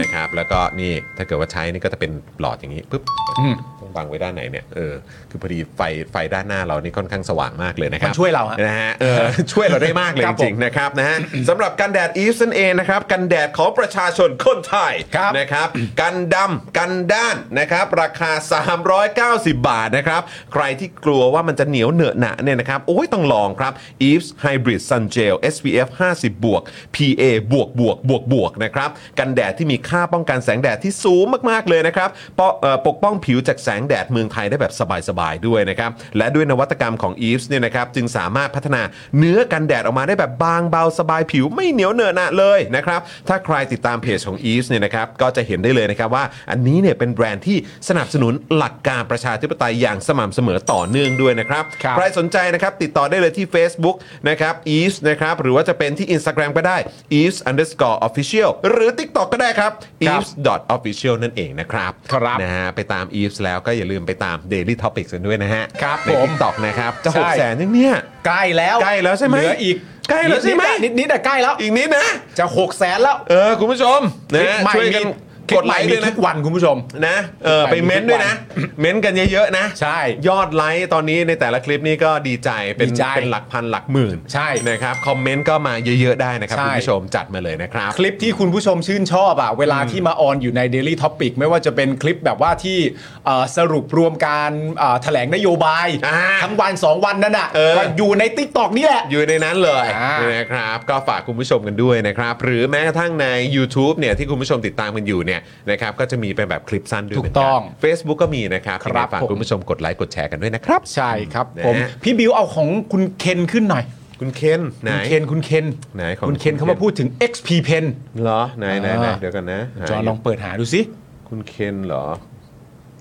Speaker 1: นะครับแล้วก็นี่ถ้าเกิดว่าใช้นี่ก็จะเป็นหลอดอย่างนี้ปุ๊บ
Speaker 5: อืม
Speaker 1: ต้องวางไว้ด้านไหนเนี่ยเออคือพอดีไฟไฟด้านหน้าเรานี่ค่อนข้างสว่างมากเลยนะครับ
Speaker 5: มันช่วยเราฮะ
Speaker 1: นะฮะเอ [LAUGHS] อช่วยเราได้มากเลย
Speaker 5: ค
Speaker 1: จ
Speaker 5: รับผม
Speaker 1: ริงๆ นะครับนะฮ [COUGHS] ะ สำหรับกันแดดอีฟนั่นเองนะครับ กันแดดของประชาชนคนไทย
Speaker 5: ครับ
Speaker 1: นะครับ กันดำกันด้านนะครับ ราคา 390 บาทนะครับ ใครที่กลัวว่ามันจะเหนียวเหนอะหนะเนี่ยนะครับโอ้ยต้องลองครับ e v e s Hybrid Sun Gel SPF 50บวก PA บวกบวกบวกบวกนะครับ กันแดดที่มีค่าป้องกันแสงแดดที่สูงมาก ๆ เลยนะครับปะเอ่อปกป้องผิวจากแสง แดดเมืองไทยได้แบบสบายๆด้วยนะครับ และด้วยนวัตกรรมของ e v e s เนี่ยนะครับจึงสามารถพัฒนาเนื้อกันแดดออกมาได้แบบบางเบาสบายผิวไม่เหนียวเหนอะหนะเลยนะครับ ถ้าใครติดตามเพจของ e v e s เนี่ยนะครับก็จะเห็นได้เลยนะครับว่าอันนี้เนี่ยเป็นแบรนด์ที่สนับสนุนหลักการประชาธิปไตยอย่างสม่ำเสมอต่อเนื่องด้วยนะครับ
Speaker 5: ครับ
Speaker 1: ใครสนใจนะครับติดต่อได้เลยที่ Facebook นะครับ e v e s นะครับหรือว่าจะเป็นที่ Instagram ก็ได้ e v e s underscore official หรือ TikTok ก็ได้ครับ e
Speaker 5: ครั
Speaker 1: v
Speaker 5: บ
Speaker 1: e s official นั่นเองนะครับ
Speaker 5: ครับ
Speaker 1: นะฮะไปตาม e v e s แล้วก็อย่าลืมไปตาม Daily Topics กันด้วยนะฮะ
Speaker 5: ครับ
Speaker 1: ใน
Speaker 5: ผม
Speaker 1: TikTok นะครับจะ
Speaker 5: ใช่
Speaker 1: หกแสนยังเนี่ย
Speaker 5: ใกล้แล้ว
Speaker 1: ใกล้แล้วใช่ไหม
Speaker 5: เหลืออีก
Speaker 1: ใกล้แล้วใช่ไหม
Speaker 5: นิดๆนิดๆแต่ใกล้แล้ว
Speaker 1: อีกนิดนะ
Speaker 5: จะหกแสนแล้ว
Speaker 1: เออ คุณผู้ชมนะฮะ
Speaker 5: คลิป
Speaker 1: ช่วย
Speaker 5: ใหม่
Speaker 1: กัน
Speaker 5: มี
Speaker 1: กดไลค์
Speaker 5: ค
Speaker 1: ด้
Speaker 5: ลิ
Speaker 1: วย
Speaker 5: ปใหม่มี
Speaker 1: นะ
Speaker 5: ทุกวันคุณผู้ชม
Speaker 1: นะเออ
Speaker 5: ไป
Speaker 1: ไปเม้นต์ด้วยนะ เม้นต์กันเยอะๆนะ
Speaker 5: ใช่
Speaker 1: ยอดไลค์ตอนนี้ในแต่ละคลิปนี่ก็ดีใจเป็น
Speaker 5: ดีใจ
Speaker 1: เป็นหลักพันหลักหมื่น
Speaker 5: ใช่
Speaker 1: นะครับคอมเมนต์ก็มาเยอะๆได้นะครับ
Speaker 5: ใช่
Speaker 1: คุณผู้ชมจัดมาเลยนะครับ
Speaker 5: คลิปที่คุณผู้ชมชื่นชอบอะเวลาที่มาออนอยู่ใน Daily Topic ไม่ว่าจะเป็นคลิปแบบว่าที่เอ่อสรุปรวมการเอ่อแถลงนโยบาย
Speaker 1: อ่า
Speaker 5: ทั้งวัน 2 วันนั่นอะ
Speaker 1: เออ
Speaker 5: ก็อยู่ใน t ิ k t o k นี่แหละ
Speaker 1: อยู่ในนั้นเลย
Speaker 5: อ่า
Speaker 1: นะครับ ก็ฝากคุณผู้ชมกันด้วยนะครับ หรือแม้กระทั่งใน YouTube เนี่ยที่คุณผู้ชมติดตามกันอยู่เนี่ยนะครับก็จะมีเป็นแบบคลิปสั้นด้วย
Speaker 5: ถูกต้อง
Speaker 1: เหมืนน Facebook ก็มีนะครับ
Speaker 5: ครั
Speaker 1: ยัง
Speaker 5: บ
Speaker 1: ไงฝาก
Speaker 5: ผม
Speaker 1: คุณผู้ชมกดไลค์กดแชร์กันด้วยนะครับ
Speaker 5: ใช่ครับ
Speaker 1: นะ
Speaker 5: ผม พี่บิวเอาของคุณเคนขึ้นหน่อย
Speaker 1: คุณเคนไหน
Speaker 5: คุณเคนคุณเคน
Speaker 1: ไหนของ
Speaker 5: คุณเคน
Speaker 1: คุณเคน
Speaker 5: เขามาพูดถึง XP Pen
Speaker 1: เหรอไหนไหนไหน
Speaker 5: อ่า
Speaker 1: เดี๋ยวกันนะหา
Speaker 5: จอห์น
Speaker 1: ยู่
Speaker 5: ลองเปิดหาดูสิ
Speaker 1: คุณเคนเหรอ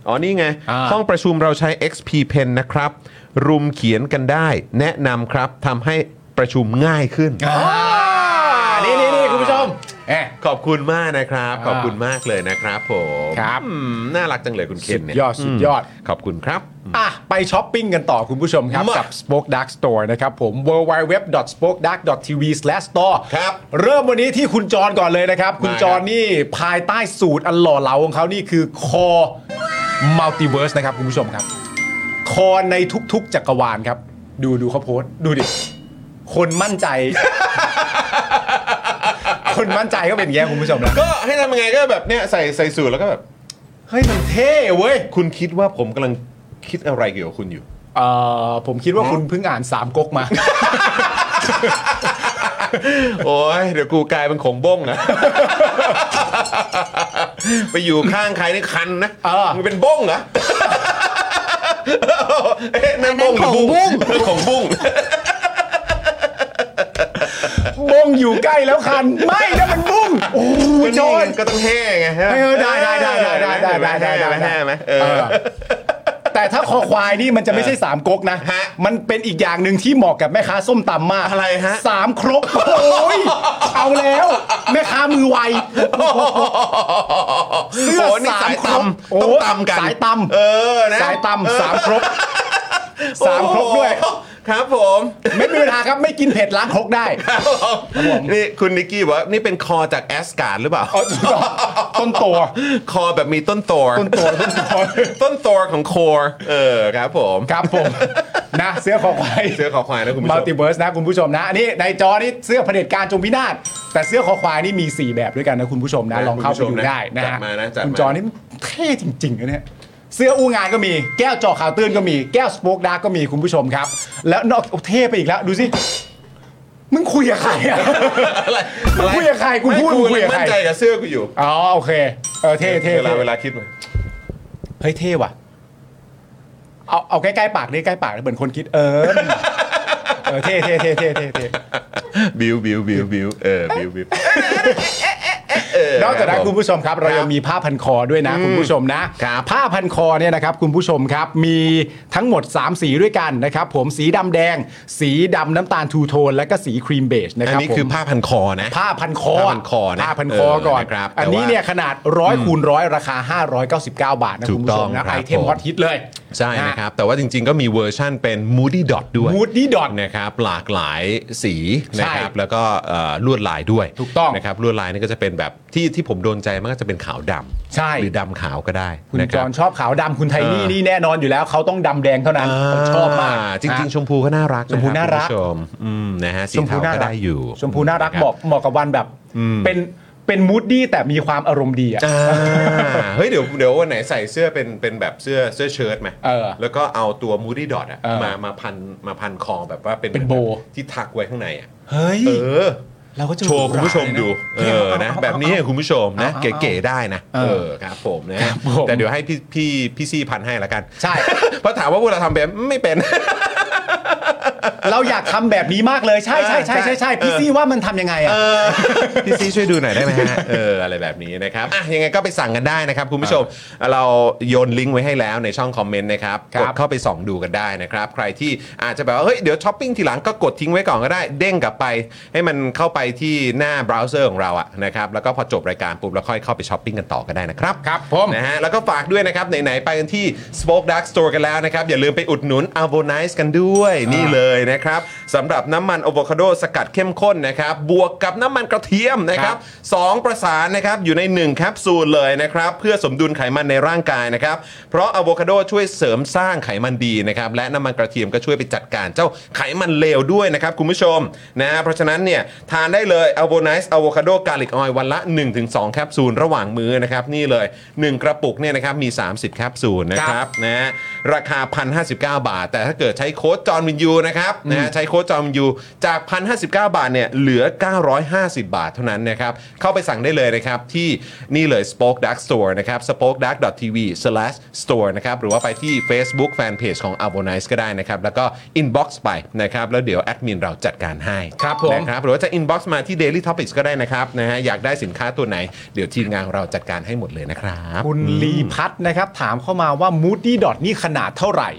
Speaker 1: อ๋อ นี่ไง
Speaker 5: อ่า
Speaker 1: ห้องประชุมเราใช้ XP Pen นะครับ รุมเขียนกันได้ แนะนำครับทำให้ประชุมง่ายขึ้น
Speaker 5: อ่านี่นี่นี่คุณผู้ชมแหม
Speaker 1: ขอบคุณมากนะครับ
Speaker 5: อ่า
Speaker 1: ขอบคุณมากเลยนะครับผม
Speaker 5: ครับ
Speaker 1: อืมน่ารักจังเลยคุณเคน
Speaker 5: สุ
Speaker 1: เนี่
Speaker 5: ดยอดสุดยอด
Speaker 1: ขอบคุณครับ
Speaker 5: อ่ะ ไปช้อปปิ้งกันต่อคุณผู้ชมครับ
Speaker 1: มากั
Speaker 5: กับ Spoke Dark Store นะครับผม www.spokedark.tv/store
Speaker 1: ครับ
Speaker 5: เริ่มวันนี้ที่คุณจรก่อนเลยนะครับ คุณ
Speaker 1: มาครับ
Speaker 5: จรนี่ภายใต้สูตรอันหล่อเหลาของเขานี่คือคอ Multiverse นะครับคุณผู้ชมครับ คอในทุกๆ จักรวาลครับ ดูดูเขาโพสต์ดูดิ คนมั่นใจ [LAUGHS] คนมั่นใจก็เป็นอย่างเงี้ยคุณผู้ชมนะ
Speaker 1: ก็ให้ทำยังไงก็แบบเนี้ยใส่ใส่สูตรแล้วก็แบบ
Speaker 5: เฮ้ยมันเท่เว้ย
Speaker 1: คุณคิดว่าผมกำลังคิดอะไรเกี่ยวกับคุณอยู่
Speaker 5: เอ่อผมคิดว่าคุณเพิ่งอ่านสามก๊กมา
Speaker 1: โอ้ยเดี๋ยวกูกลายเป็นขงบ้งนะ [LAUGHS] ไปอยู่ข้างใครนี่คันนะ
Speaker 5: เออ
Speaker 1: มึงเป็นบ้งเหรอ เอ๊ะ [LAUGHS] นั่นบ้งหรือบุ้งของบุ้ง
Speaker 5: บงอยู่ใกล้แล้วคัน ไม่นะมันบุ้งโอ้ยจ
Speaker 1: ก็
Speaker 5: อ
Speaker 1: นี่
Speaker 5: น
Speaker 1: ไงก็ต้องแห่ไงฮะ
Speaker 5: เออได้ได้ได้ได้ได้ได้ได้ได้ได้
Speaker 1: แห่ไหมเออ
Speaker 5: แต่ถ้าคอควายนี่มันจะไม่ใช่สามก๊กนะ
Speaker 1: ฮะ
Speaker 5: มันเป็นอีกอย่างหนึ่งที่เหมาะกับแม่ค้าส้มตำมาก
Speaker 1: อะไรฮะ
Speaker 5: สามครกโอ้ยเอาแล้ว แม่ค้ามือไว เสื้อ
Speaker 1: โนี่
Speaker 5: สาม
Speaker 1: ย
Speaker 5: ครบโอ้
Speaker 1: ต้องตำกัน
Speaker 5: สายตำ
Speaker 1: เออนะ
Speaker 5: สายตำสามครก
Speaker 1: โอ้
Speaker 5: สามครกด้วย
Speaker 1: ครับผม
Speaker 5: ไม่มีปัญหาครับไม่กินเผ็ดล้างครกได้
Speaker 1: นี่คุณนิกกี้บอกว่านี่เป็นคอจากแอสการ์ดหรือเปล่า
Speaker 5: ต้นตัว
Speaker 1: คอแบบมีต้นตัว
Speaker 5: ต้นตัวต้นตัว
Speaker 1: [LAUGHS] ต้นตัวของคอเออครับผม
Speaker 5: ครับ
Speaker 1: [LAUGHS]
Speaker 5: ผมนะเสื้อคอควาย
Speaker 1: เสื้อคอควายนะคุณผู้
Speaker 5: มัล
Speaker 1: ช
Speaker 5: ติ
Speaker 1: ม
Speaker 5: เวิร์สนะคุณผู้ชมนะอันนี่ในจอนี่เสื้อเผด็จการจงพินาศแต่เสื้อคอควายนี่มี 4 แบบด้วยกันนะคุณผู้ชมนะ
Speaker 1: นะ
Speaker 5: ลองเข้าไป
Speaker 1: คุณผู้ช
Speaker 5: ดู
Speaker 1: มนะ
Speaker 5: ได้นะ
Speaker 1: จัด
Speaker 5: ฮะ
Speaker 1: มานะจัดมา
Speaker 5: คุณจอนี่เท่จริงๆนะเนี่ยเสื้ออู้งานก็มีแก้วจอข่าวตื้นก็มีแก้วสโปกดาร์กก็มีคุณผู้ชมครับ แล้วนอกโอ้เท่ไปอีกแล้ว ดูสิมึงคุยกับใครอะ
Speaker 1: อะไร
Speaker 5: มึงคุยกับใครกู
Speaker 1: ไม่
Speaker 5: พูดมึงคุยกับ
Speaker 1: มั่น
Speaker 5: ใคร
Speaker 1: ใจกับเสื้อกูอยู่
Speaker 5: อ๋อโอเคเออเท่เท่
Speaker 1: เวลา
Speaker 5: เท่
Speaker 1: เวลาคิดมา
Speaker 5: เฮ้ยเท่ว่ะเอาเอาใกล้ๆปากนี่ใกล้ปากนะเหมือนคนคิดเออเออเท่เท่เท่เท่เท่เท่
Speaker 1: บิวบิวบิวบิวเออบิวบิว
Speaker 5: นอกจากนั้นคุณผู้ชมครับเรายังมีผ้าพันคอด้วยนะคุณผู้ชมนะผ้าพันคอเนี่ยนะครับคุณผู้ชมครับมีทั้งหมด 3 สีด้วยกันนะครับผมสีดำแดง สีดำน้ำตาลทูโทน และก็สีครีมเบจนะ
Speaker 1: อั
Speaker 5: คน รับ
Speaker 1: นี้
Speaker 5: ผม
Speaker 1: คือผ้าพันคอนะ
Speaker 5: ผ้าพันคอ
Speaker 1: ผ้าพันคอนะ
Speaker 5: ผ้าพันคอก่อน
Speaker 1: เออนะครับ
Speaker 5: อันนี้
Speaker 1: แต่ว่า
Speaker 5: เนี่ยขนาดร้อยคูณร้อยราคา 599 บาทนะ
Speaker 1: ถูก
Speaker 5: คุณผู้ชม
Speaker 1: ต้อ
Speaker 5: นะ
Speaker 1: งครับ
Speaker 5: ไอเท
Speaker 1: ผม ม
Speaker 5: ฮอตฮิตเลย
Speaker 1: ใช่นะครับ แต่ว่าจริงๆก็มีเวอร์ชั่นเป็น Moody Dot ด้วย
Speaker 5: มูดดี้ดอท
Speaker 1: นะครับหลากหลายสี
Speaker 5: ใช่
Speaker 1: นะครับแล้วก็เอ่อลวดลายด้วย
Speaker 5: ถูกต้อง
Speaker 1: นะครับลวดลายนี่ก็จะเป็นแบบที่ที่ผมโดนใจมันก็จะเป็นขาวดำ
Speaker 5: ใช่
Speaker 1: หรือดำขาวก็ได้
Speaker 5: คุณ
Speaker 1: นะ
Speaker 5: จ
Speaker 1: รั
Speaker 5: อบ นชอบขาวดำคุณไทนี่
Speaker 1: เออ
Speaker 5: นี่แน่นอนอยู่แล้วเขาต้องดำแดงเท่านั้นเขาชอบมาก
Speaker 1: จริง ๆ ชมพูก็น่ารักะคบ
Speaker 5: ชมพูน่ารัก
Speaker 1: คุณผู้ชมอืมนะฮะสี
Speaker 5: ชมพู
Speaker 1: ขาว
Speaker 5: น่า
Speaker 1: ก็
Speaker 5: รัก
Speaker 1: ได้อยู่
Speaker 5: ชมพูน่ารัก
Speaker 1: ะค
Speaker 5: เหมาะเหมาะกับวันแบบเป็นเป็นมูดดี้แต่มีความอารมณ์ดีอ่ะ
Speaker 1: อ่าเฮ้ยเดี๋ยวเดี๋ยววันไหนใส่เสื้อเป็นเป็นแบบเสื้อเสื้อเชิ้ตไหม
Speaker 5: เออ
Speaker 1: แล้วก็เอาตัวมูดี้ดอทอะ
Speaker 5: เออ
Speaker 1: มามาพันมาพันคอแบบว่าเป็น
Speaker 5: เป็นโบ
Speaker 1: ที่ถักไว้ข้างในอะ
Speaker 5: เฮ้ย
Speaker 1: เออ
Speaker 5: เราก็จะ
Speaker 1: โชว์คุณผู้ชมดู เอ
Speaker 5: หรู
Speaker 1: อ
Speaker 5: หราเลย
Speaker 1: นะ
Speaker 5: เอาเอาเอา
Speaker 1: แบบนี้ให้คุณผู้ชมนะ
Speaker 5: เอาเอา
Speaker 1: เก๋ๆได้นะ
Speaker 5: เอ
Speaker 1: เอ
Speaker 5: อ
Speaker 1: อครับผมนะครับ
Speaker 5: ผม
Speaker 1: แต่เดี๋ยวให้พี่พี่พี่ซี่พันให้ละกัน [LAUGHS]
Speaker 5: ใช่
Speaker 1: เพราะถามว่าพวกเราทำเป็นไม่
Speaker 5: [LAUGHS]
Speaker 1: เป็น
Speaker 5: เราอยากทำแบบนี้มากเลยใช่ใช่ใช่ใช่ใช่พี่ซี่ว่ามันทำยังไงอ่ะ
Speaker 1: พี่ซีช่วยดูหน่อยได้ไหมฮะ เอออะไรแบบนี้นะครับอ่ะยังไงก็ไปสั่งกันได้นะครับ คุณผู้ชม เราโยนลิงก์ไว้ให้แล้วในช่องคอมเมนต์นะครับ
Speaker 5: ครั
Speaker 1: ก
Speaker 5: บ
Speaker 1: ดเข้าไปส่องดูกันได้นะครับ ใครที่อาจจะแบบว่า เฮ้ย เดี๋ยวช้อปปิ้งทีหลังก็กดทิ้งไว้ก่อนก็ได้ เด้งกลับไป ให้มันเข้าไปที่หน้าเบราว์เซอร์ของเราอะนะครับ แล้วก็พอจบรายการปุ๊บแล้วค่อยเข้าไปช้อปปิ้งกันต่อก็ได้นะครับ
Speaker 5: ครับผม
Speaker 1: นะฮะแล้วก็ฝากด้วยนะครับ ไหน ๆ ไปกันที่ Spoke Dark Store กันแล้วนะครับ อย่าลืมไปอุดหนุน a v o n i c e กันด้วยนี่เลยนะครับสำหรับน้ำมันอะโวคาโดสกัดเข้มข้นนะครับ บวกกับน้ำมันกระเทียมนะครับสองประสานนะครับ อยู่ใน 1 แคปซูลเลยนะครับ เพื่อสมดุลไขมันในร่างกายนะครับ เพราะอะโวคาโดช่วยเสริมสร้างไขมันดีนะครับ และน้ำมันกระเทียมก็ช่วยไปจัดการเจ้าไขมันเลวด้วยนะครับ คุณผู้ชมนะฮะเพราะฉะนั้นเนี่ยทานได้เลยอะโวไนซ์อะโวคาโดกาลิกออยวันละ 1-2 แคปซูลระหว่างมื้อนะครับ นี่เลย 1 กระปุกเนี่ยนะครับมี 30 แคปซูลนะครับนะฮะราคา 1,059 บาท แต่ถ้าเกิดใช้โค้ดจอห์นวินยูนะครับนะฮะใช้โค้ดจอห์นวินยูจาก 1,059 บาทเนี่ยเหลือ 950 บาทเท่านั้นนะครับ เข้าไปสั่งได้เลยนะครับ ที่นี่เลย Spoke Dark Store นะครับ spoke dark tv store นะครับหรือว่าไปที่ Facebook Fanpage ของ a v o n i c e ก็ได้นะครับ แล้วก็ inbox ไปนะครับ แล้วเดี๋ยวแอดมินเราจัดการให้
Speaker 5: ครับผม
Speaker 1: นะครับหรือว่าจะ inbox มาที่ daily topics ก็ได้นะครับนะฮะอยากได้สินค้าตัวไหน เดี๋ยวทีมงานของเราจัดการให้หมดเลยนะครับ
Speaker 5: คุณลีพัฒน์นะครับ ถามเข้ามาว่า Moody Dot นี่ขนาดเท่าไหร่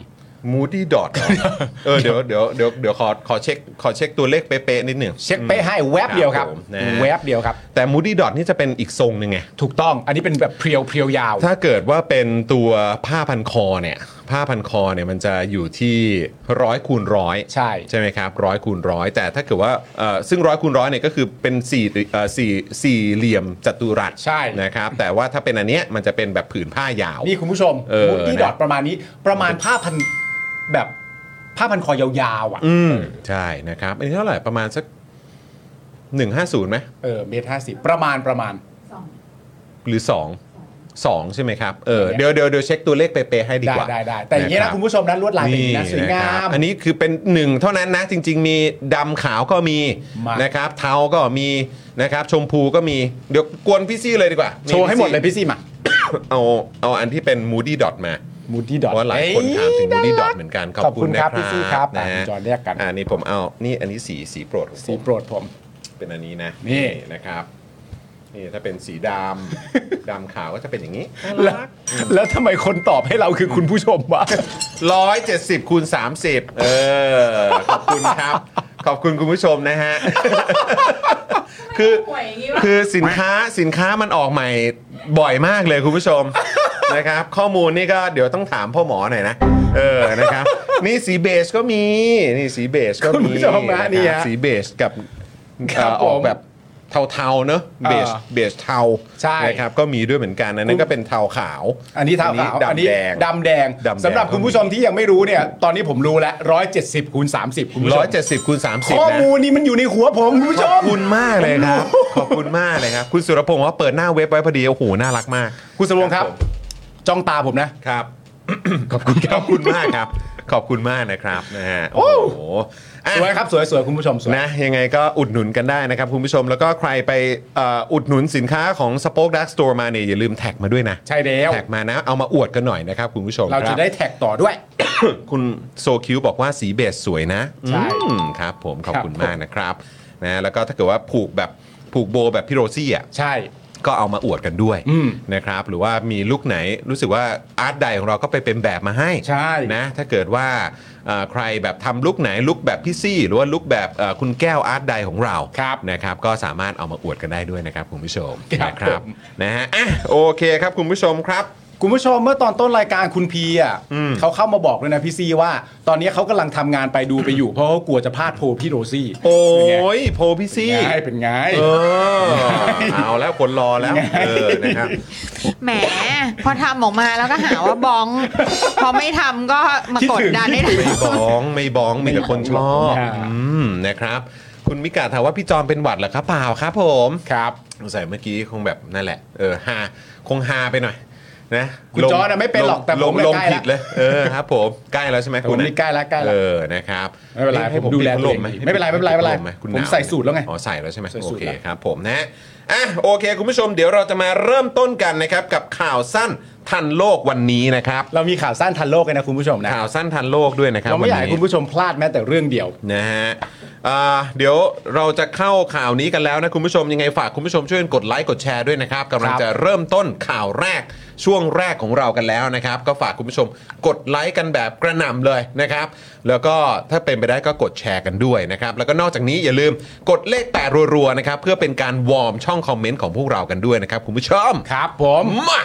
Speaker 1: มูดี้ดอท
Speaker 5: [LAUGHS]
Speaker 1: เออเดี๋ยวเดี๋ยวเดี๋ยวเดี๋ยวขอขอเช็คขอเช็คตัวเลขเป๊ะๆนิดหนึ่ง
Speaker 5: เช็คเป๊ะให้แวบเดียวครับ
Speaker 1: ครับผมนะฮะ
Speaker 5: แวบเดียวครับ
Speaker 1: แต่มูดี้ดอทนี่จะเป็นอีกทรงหนึ่งไง
Speaker 5: ถูกต้องอันนี้เป็นแบบเพรียวเพรียวยาว
Speaker 1: ถ้าเกิดว่าเป็นตัวผ้าพันคอเนี่ย ผ้าพันคอเนี่ยมันจะอยู่ที่ร้อยคูณร้อย
Speaker 5: ใช่
Speaker 1: ใช่ไหมครับร้อยคูณร้อยแต่ถ้าเกิดว่าเอ่อซึ่งร้อยคูณร้อยเนี่ยก็คือเป็นสี่เอ่อสี่สี่เหลี่ยมจัตุรัส
Speaker 5: ใช่
Speaker 1: นะครับแต่ว่าถ้าเป็นอันเนี้ยมันจะเป็นแบบผืนผ้ายาว
Speaker 5: นี่คุณผู้ชม
Speaker 1: เออ
Speaker 5: Moody Dot ประมาณนี้ประมาณผ้าพันแบบผ้าพันคอยาวๆอ่ะ
Speaker 1: อืมใช่นะครับอันนี้เท่าไหร่ประมาณสัก150ไหม
Speaker 5: เออเมตรห้าสิบประมาณประมาณ
Speaker 1: หรือ 2 2 ใช่ไหมครับ เออเดี๋ยวเดี๋ยวเดี๋ยวเช็คตัวเลขเป๊ะๆให้ดี
Speaker 5: ได้
Speaker 1: กว่า
Speaker 5: ได้ได้แต่อย่างนี้นะคุณผู้ชมนะลวดลายเป็นอย่างนี้นะสวยงา
Speaker 1: นะครับ
Speaker 5: ม
Speaker 1: อันนี้คือเป็นหนึ่งเท่านั้นนะ จริง ๆ มีดำขาวก็มี
Speaker 5: มาน
Speaker 1: นะครับ เทาก็มีนะครับ ชมพูก็มี เดี๋ยวกวนพี่ซี่เลยดีกว่า
Speaker 5: โชว์ให้หมดเลย
Speaker 1: พี่
Speaker 5: พี่ซี่มา
Speaker 1: เอาเอาอันที่เป็น Moody Dot มา
Speaker 5: Moody Dot
Speaker 1: เพราะหลายคนถามถึง Moody Dot เหมือนกัน ขอบ
Speaker 5: ขอบคุ
Speaker 1: คุณ
Speaker 5: ณ
Speaker 1: นะครับ
Speaker 5: พี่ซี่ครับ
Speaker 1: นะฮะ
Speaker 5: จอห์นแยกกัน
Speaker 1: อันนี้ผมเอานี่อันนี้สีสีโปรดของผม
Speaker 5: สีโปรดผม
Speaker 1: เป็นอันนี้นะ
Speaker 5: นี่
Speaker 1: นะครับ นี่ถ้าเป็นสีด
Speaker 5: [LAUGHS]
Speaker 1: ำ ดำขาวก็จะเป็นอย่างนี้
Speaker 5: แล้วแล้วทำไมคนตอบให้เราคือคุณผู้ชมวะ
Speaker 1: ร้อยเจ็ดสิบคูณสามสิบเออ ขอบคุณครับ ขอบคุณคุณผู้ชมนะฮะ คือ คือสินค้าสินค้ามันออกใหม่บ่อยมากเลยคุณผู้ชม นะครับ ข้อมูลนี่ก็เดี๋ยวต้องถามพ่อหมอหน่อยนะ เออ นะครับ นี่สีเบจก็มี นี่สีเบจก็
Speaker 5: คุณ
Speaker 1: มี
Speaker 5: ผู้ชมนะนี่
Speaker 1: ค
Speaker 5: ฮะ
Speaker 1: รับสีเบจกับ
Speaker 5: ครับ
Speaker 1: เอ่อออก
Speaker 5: ผม
Speaker 1: แบบเทาๆเนอะเบจ
Speaker 5: เออ
Speaker 1: เบจเทา
Speaker 5: ใช่
Speaker 1: นะครับ ก็มีด้วยเหมือนกันอันนั้นก็เป็นเทาขาว
Speaker 5: อันนี้เทาขาว
Speaker 1: อันนี้ดำแดง
Speaker 5: ดำแดง
Speaker 1: ดำแดง
Speaker 5: สำหรับคุณผู้ชมที่ยังไม่รู้เนี่ย ตอนนี้ผมรู้แล้วร้อยเจ็ดสิบคูณสามสิบคุณผู้ช
Speaker 1: ร้
Speaker 5: ม
Speaker 1: อยเจ็ดสิบคูณสามสิบ
Speaker 5: ข้อ
Speaker 1: นะ
Speaker 5: มูลนี่มันอยู่ในหัวผมคุณผู้ช
Speaker 1: ขอ
Speaker 5: ม
Speaker 1: บคุณมากเลยครับ ขอบคุณมากเลยครับ คุณสุรพงศ์ว่าเปิดหน้าเว็บไว้พอดี โอ้โห น่ารักมาก
Speaker 5: คุณสมวงครับ จ้องตาผมนะ
Speaker 1: ครับ [COUGHS] ขอบคุณขอบคุณมากครับ ขอบคุณมากนะครับนะฮะ โอ้โหอ่ะ
Speaker 5: สวยครับสวยสวยคุณผู้ชมสวย
Speaker 1: นะยังไงก็อุดหนุนกันได้นะครับ คุณผู้ชมแล้วก็ใครไปเอ่ออุดหนุนสินค้าของ Spoke Dark Store มาเนี่ยอย่าลืมแท็กมาด้วยนะ
Speaker 5: ใช่แล้ว
Speaker 1: แท็กมานะเอามาอวดกันหน่อยนะครับ คุณผู้ชม
Speaker 5: เรา
Speaker 1: ค
Speaker 5: จะ
Speaker 1: บ
Speaker 5: ได้แท็กต่อด้วย
Speaker 1: คุณโซคิวบอกว่าสีเบสสวยนะ
Speaker 5: ใช่
Speaker 1: อืมครับผมขอบคุณ
Speaker 5: ครับผม
Speaker 1: มากนะครับนะแล้วก็ถ้าเกิดว่าผูกแบบผูกโบแบบพี่โรซี่อ่ะ
Speaker 5: ใช่
Speaker 1: ก็เอามาอวดกันด้วย
Speaker 5: อืม
Speaker 1: นะครับ หรือว่ามีลุกไหนรู้สึกว่าอาร์ตใดของเราก็ไปเป็นแบบมาให้
Speaker 5: ใช่
Speaker 1: นะถ้าเกิดว่าเอ่อใครแบบทำลุกไหนลุกแบบพี่ซี่ หรือว่าลุกแบบเอ่อคุณแก้วอาร์ตใดของเรา
Speaker 5: ครับ
Speaker 1: นะครับ ก็สามารถเอามาอวดกันได้ด้วยนะครับคุณผู้ชม
Speaker 5: ครั
Speaker 1: นะ
Speaker 5: บผม
Speaker 1: นะฮะอ่ะโอเคครับคุณผู้ชมครับ
Speaker 5: คุณผู้ชมเมื่อตอนต้นรายการคุณพีอ่ะเขาเข้ามาบอกเลยนะพี่ซีว่า ตอนนี้เขากำลังทำงานไปดูไปอยู่ เพราะเขากลัวจะพลาดโพลพี่โรซี่
Speaker 1: โอ้ยโพลพี่ซี่
Speaker 5: เป็นไงเป็นไง
Speaker 1: เออเอาแล้วคนรอแล้ว
Speaker 5: ไง
Speaker 1: เออนะครับ
Speaker 4: แหม พอทำออกมาแล้วก็หาว่าบ้อง พอไม่ทำก็มากดดันได้เลย
Speaker 1: ไม่บ้องไม่บ้องมีแต่คนชอบอืมนะครับ คุณมิกาถามว่าพี่จอมเป็นหวัดเหรอครับเปล่าครับผม
Speaker 5: ครับ
Speaker 1: สงสัยเมื่อกี้คงแบบนั่นแหละเออฮาคงฮาไปหน่อย นะ
Speaker 5: คุณ
Speaker 1: ลง
Speaker 5: จอร์จอะไม่เป็นหรอกแต่ผม
Speaker 1: ลง
Speaker 5: เนี่ย
Speaker 1: ลง
Speaker 5: ใกล้
Speaker 1: ผิดเลยเออครับผมใกล้แล้วใช่ไหม
Speaker 5: ผ
Speaker 1: คุณ
Speaker 5: มนี่ใกล้ละใกล้ละ
Speaker 1: เออนะครับ
Speaker 5: ไม่เป็นไร
Speaker 1: ให้
Speaker 5: ผมดูแล
Speaker 1: ปิ
Speaker 5: ตัวเอง
Speaker 1: พัดมห
Speaker 5: ไม่เป็นไรไม่เป็นไรไม่เป็นไร
Speaker 1: ให้ดพัดหคุณ
Speaker 5: ผม
Speaker 1: หนาว
Speaker 5: ใส่สูทแล้วไง
Speaker 1: อ๋อใส่แล้วใช่ไหม
Speaker 5: ใส่
Speaker 1: โอ
Speaker 5: สูท
Speaker 1: เค
Speaker 5: แล้ว
Speaker 1: ครับผมนะอ่ะโอเค คุณผู้ชมเดี๋ยวเราจะมาเริ่มต้นกันนะครับกับข่าวสั้นทันโลกวันนี้นะครับ
Speaker 5: เรามีข่าวสั้นทันโลกกันนะคุณผู้ชมนะ
Speaker 1: ข่าวสั้นทันโลกด้วยนะครับ
Speaker 5: เราไม่อยากให้
Speaker 1: วันนี้
Speaker 5: คุณผู้ชมพลาดแม้แต่เรื่องเดียว
Speaker 1: นะฮะอ่าเดี๋ยวเราจะเข้าข่าวนี้กันแล้วนะคุณผู้ชมยังไงฝากคุณผู้ชมช่วยกดไลค์กดแชร์ด้วยนะครับกำลัง
Speaker 5: ครับ
Speaker 1: จะเริ่มต้นข่าวแรกช่วงแรกของเรากันแล้วนะครับ ก็ฝากคุณผู้ชมกดไลค์กันแบบกระหน่ำเลยนะครับ แล้วก็ถ้าเป็นไปได้ก็กดแชร์กันด้วยนะครับ แล้วก็นอกจากนี้อย่าลืมกดเลขแปดรัวๆนะครับเพื่อเป็นการวอร์มช่องคอมเมนต์ของพวกเรากันด้วยนะครับคุณผู้ชม
Speaker 5: ครับผม
Speaker 1: มา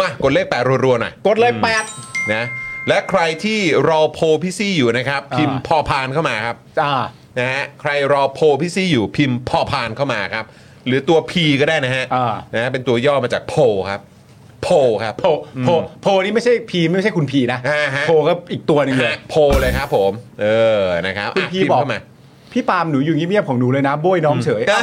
Speaker 1: ม ากดเลขแปดรัวๆหน่อย
Speaker 5: กดเลยแปด
Speaker 1: นะและใครที่รอโพลพี่ซี่อยู่นะครับ
Speaker 5: อ่า
Speaker 1: พิมพ์พอพานเข้ามาครับ
Speaker 5: อ่า
Speaker 1: นะฮะใครรอโพลพี่ซี่อยู่พิมพ์พอพานเข้ามาครับ หรือตัว P ก็ได้นะฮะ
Speaker 5: อ่า
Speaker 1: นะฮะเป็นตัวย่อมาจากโพลครับ โพลครับ
Speaker 5: โพลโพลโพลนี่ไม่ใช่พีไม่ใช่คุณพีนะ
Speaker 1: อ่าฮะ
Speaker 5: โพลก็อีกตัวหนึ่งเลย
Speaker 1: ฮะโพลเลยครับผม เออนะครับ
Speaker 5: คุณ
Speaker 1: ะ
Speaker 5: พี
Speaker 1: พิมพ์
Speaker 5: บอก
Speaker 1: เข้ามา
Speaker 5: พี่ปาล์มหนูอยู่เงียบๆของหนูเลยนะโบยน้องเฉยอ้าว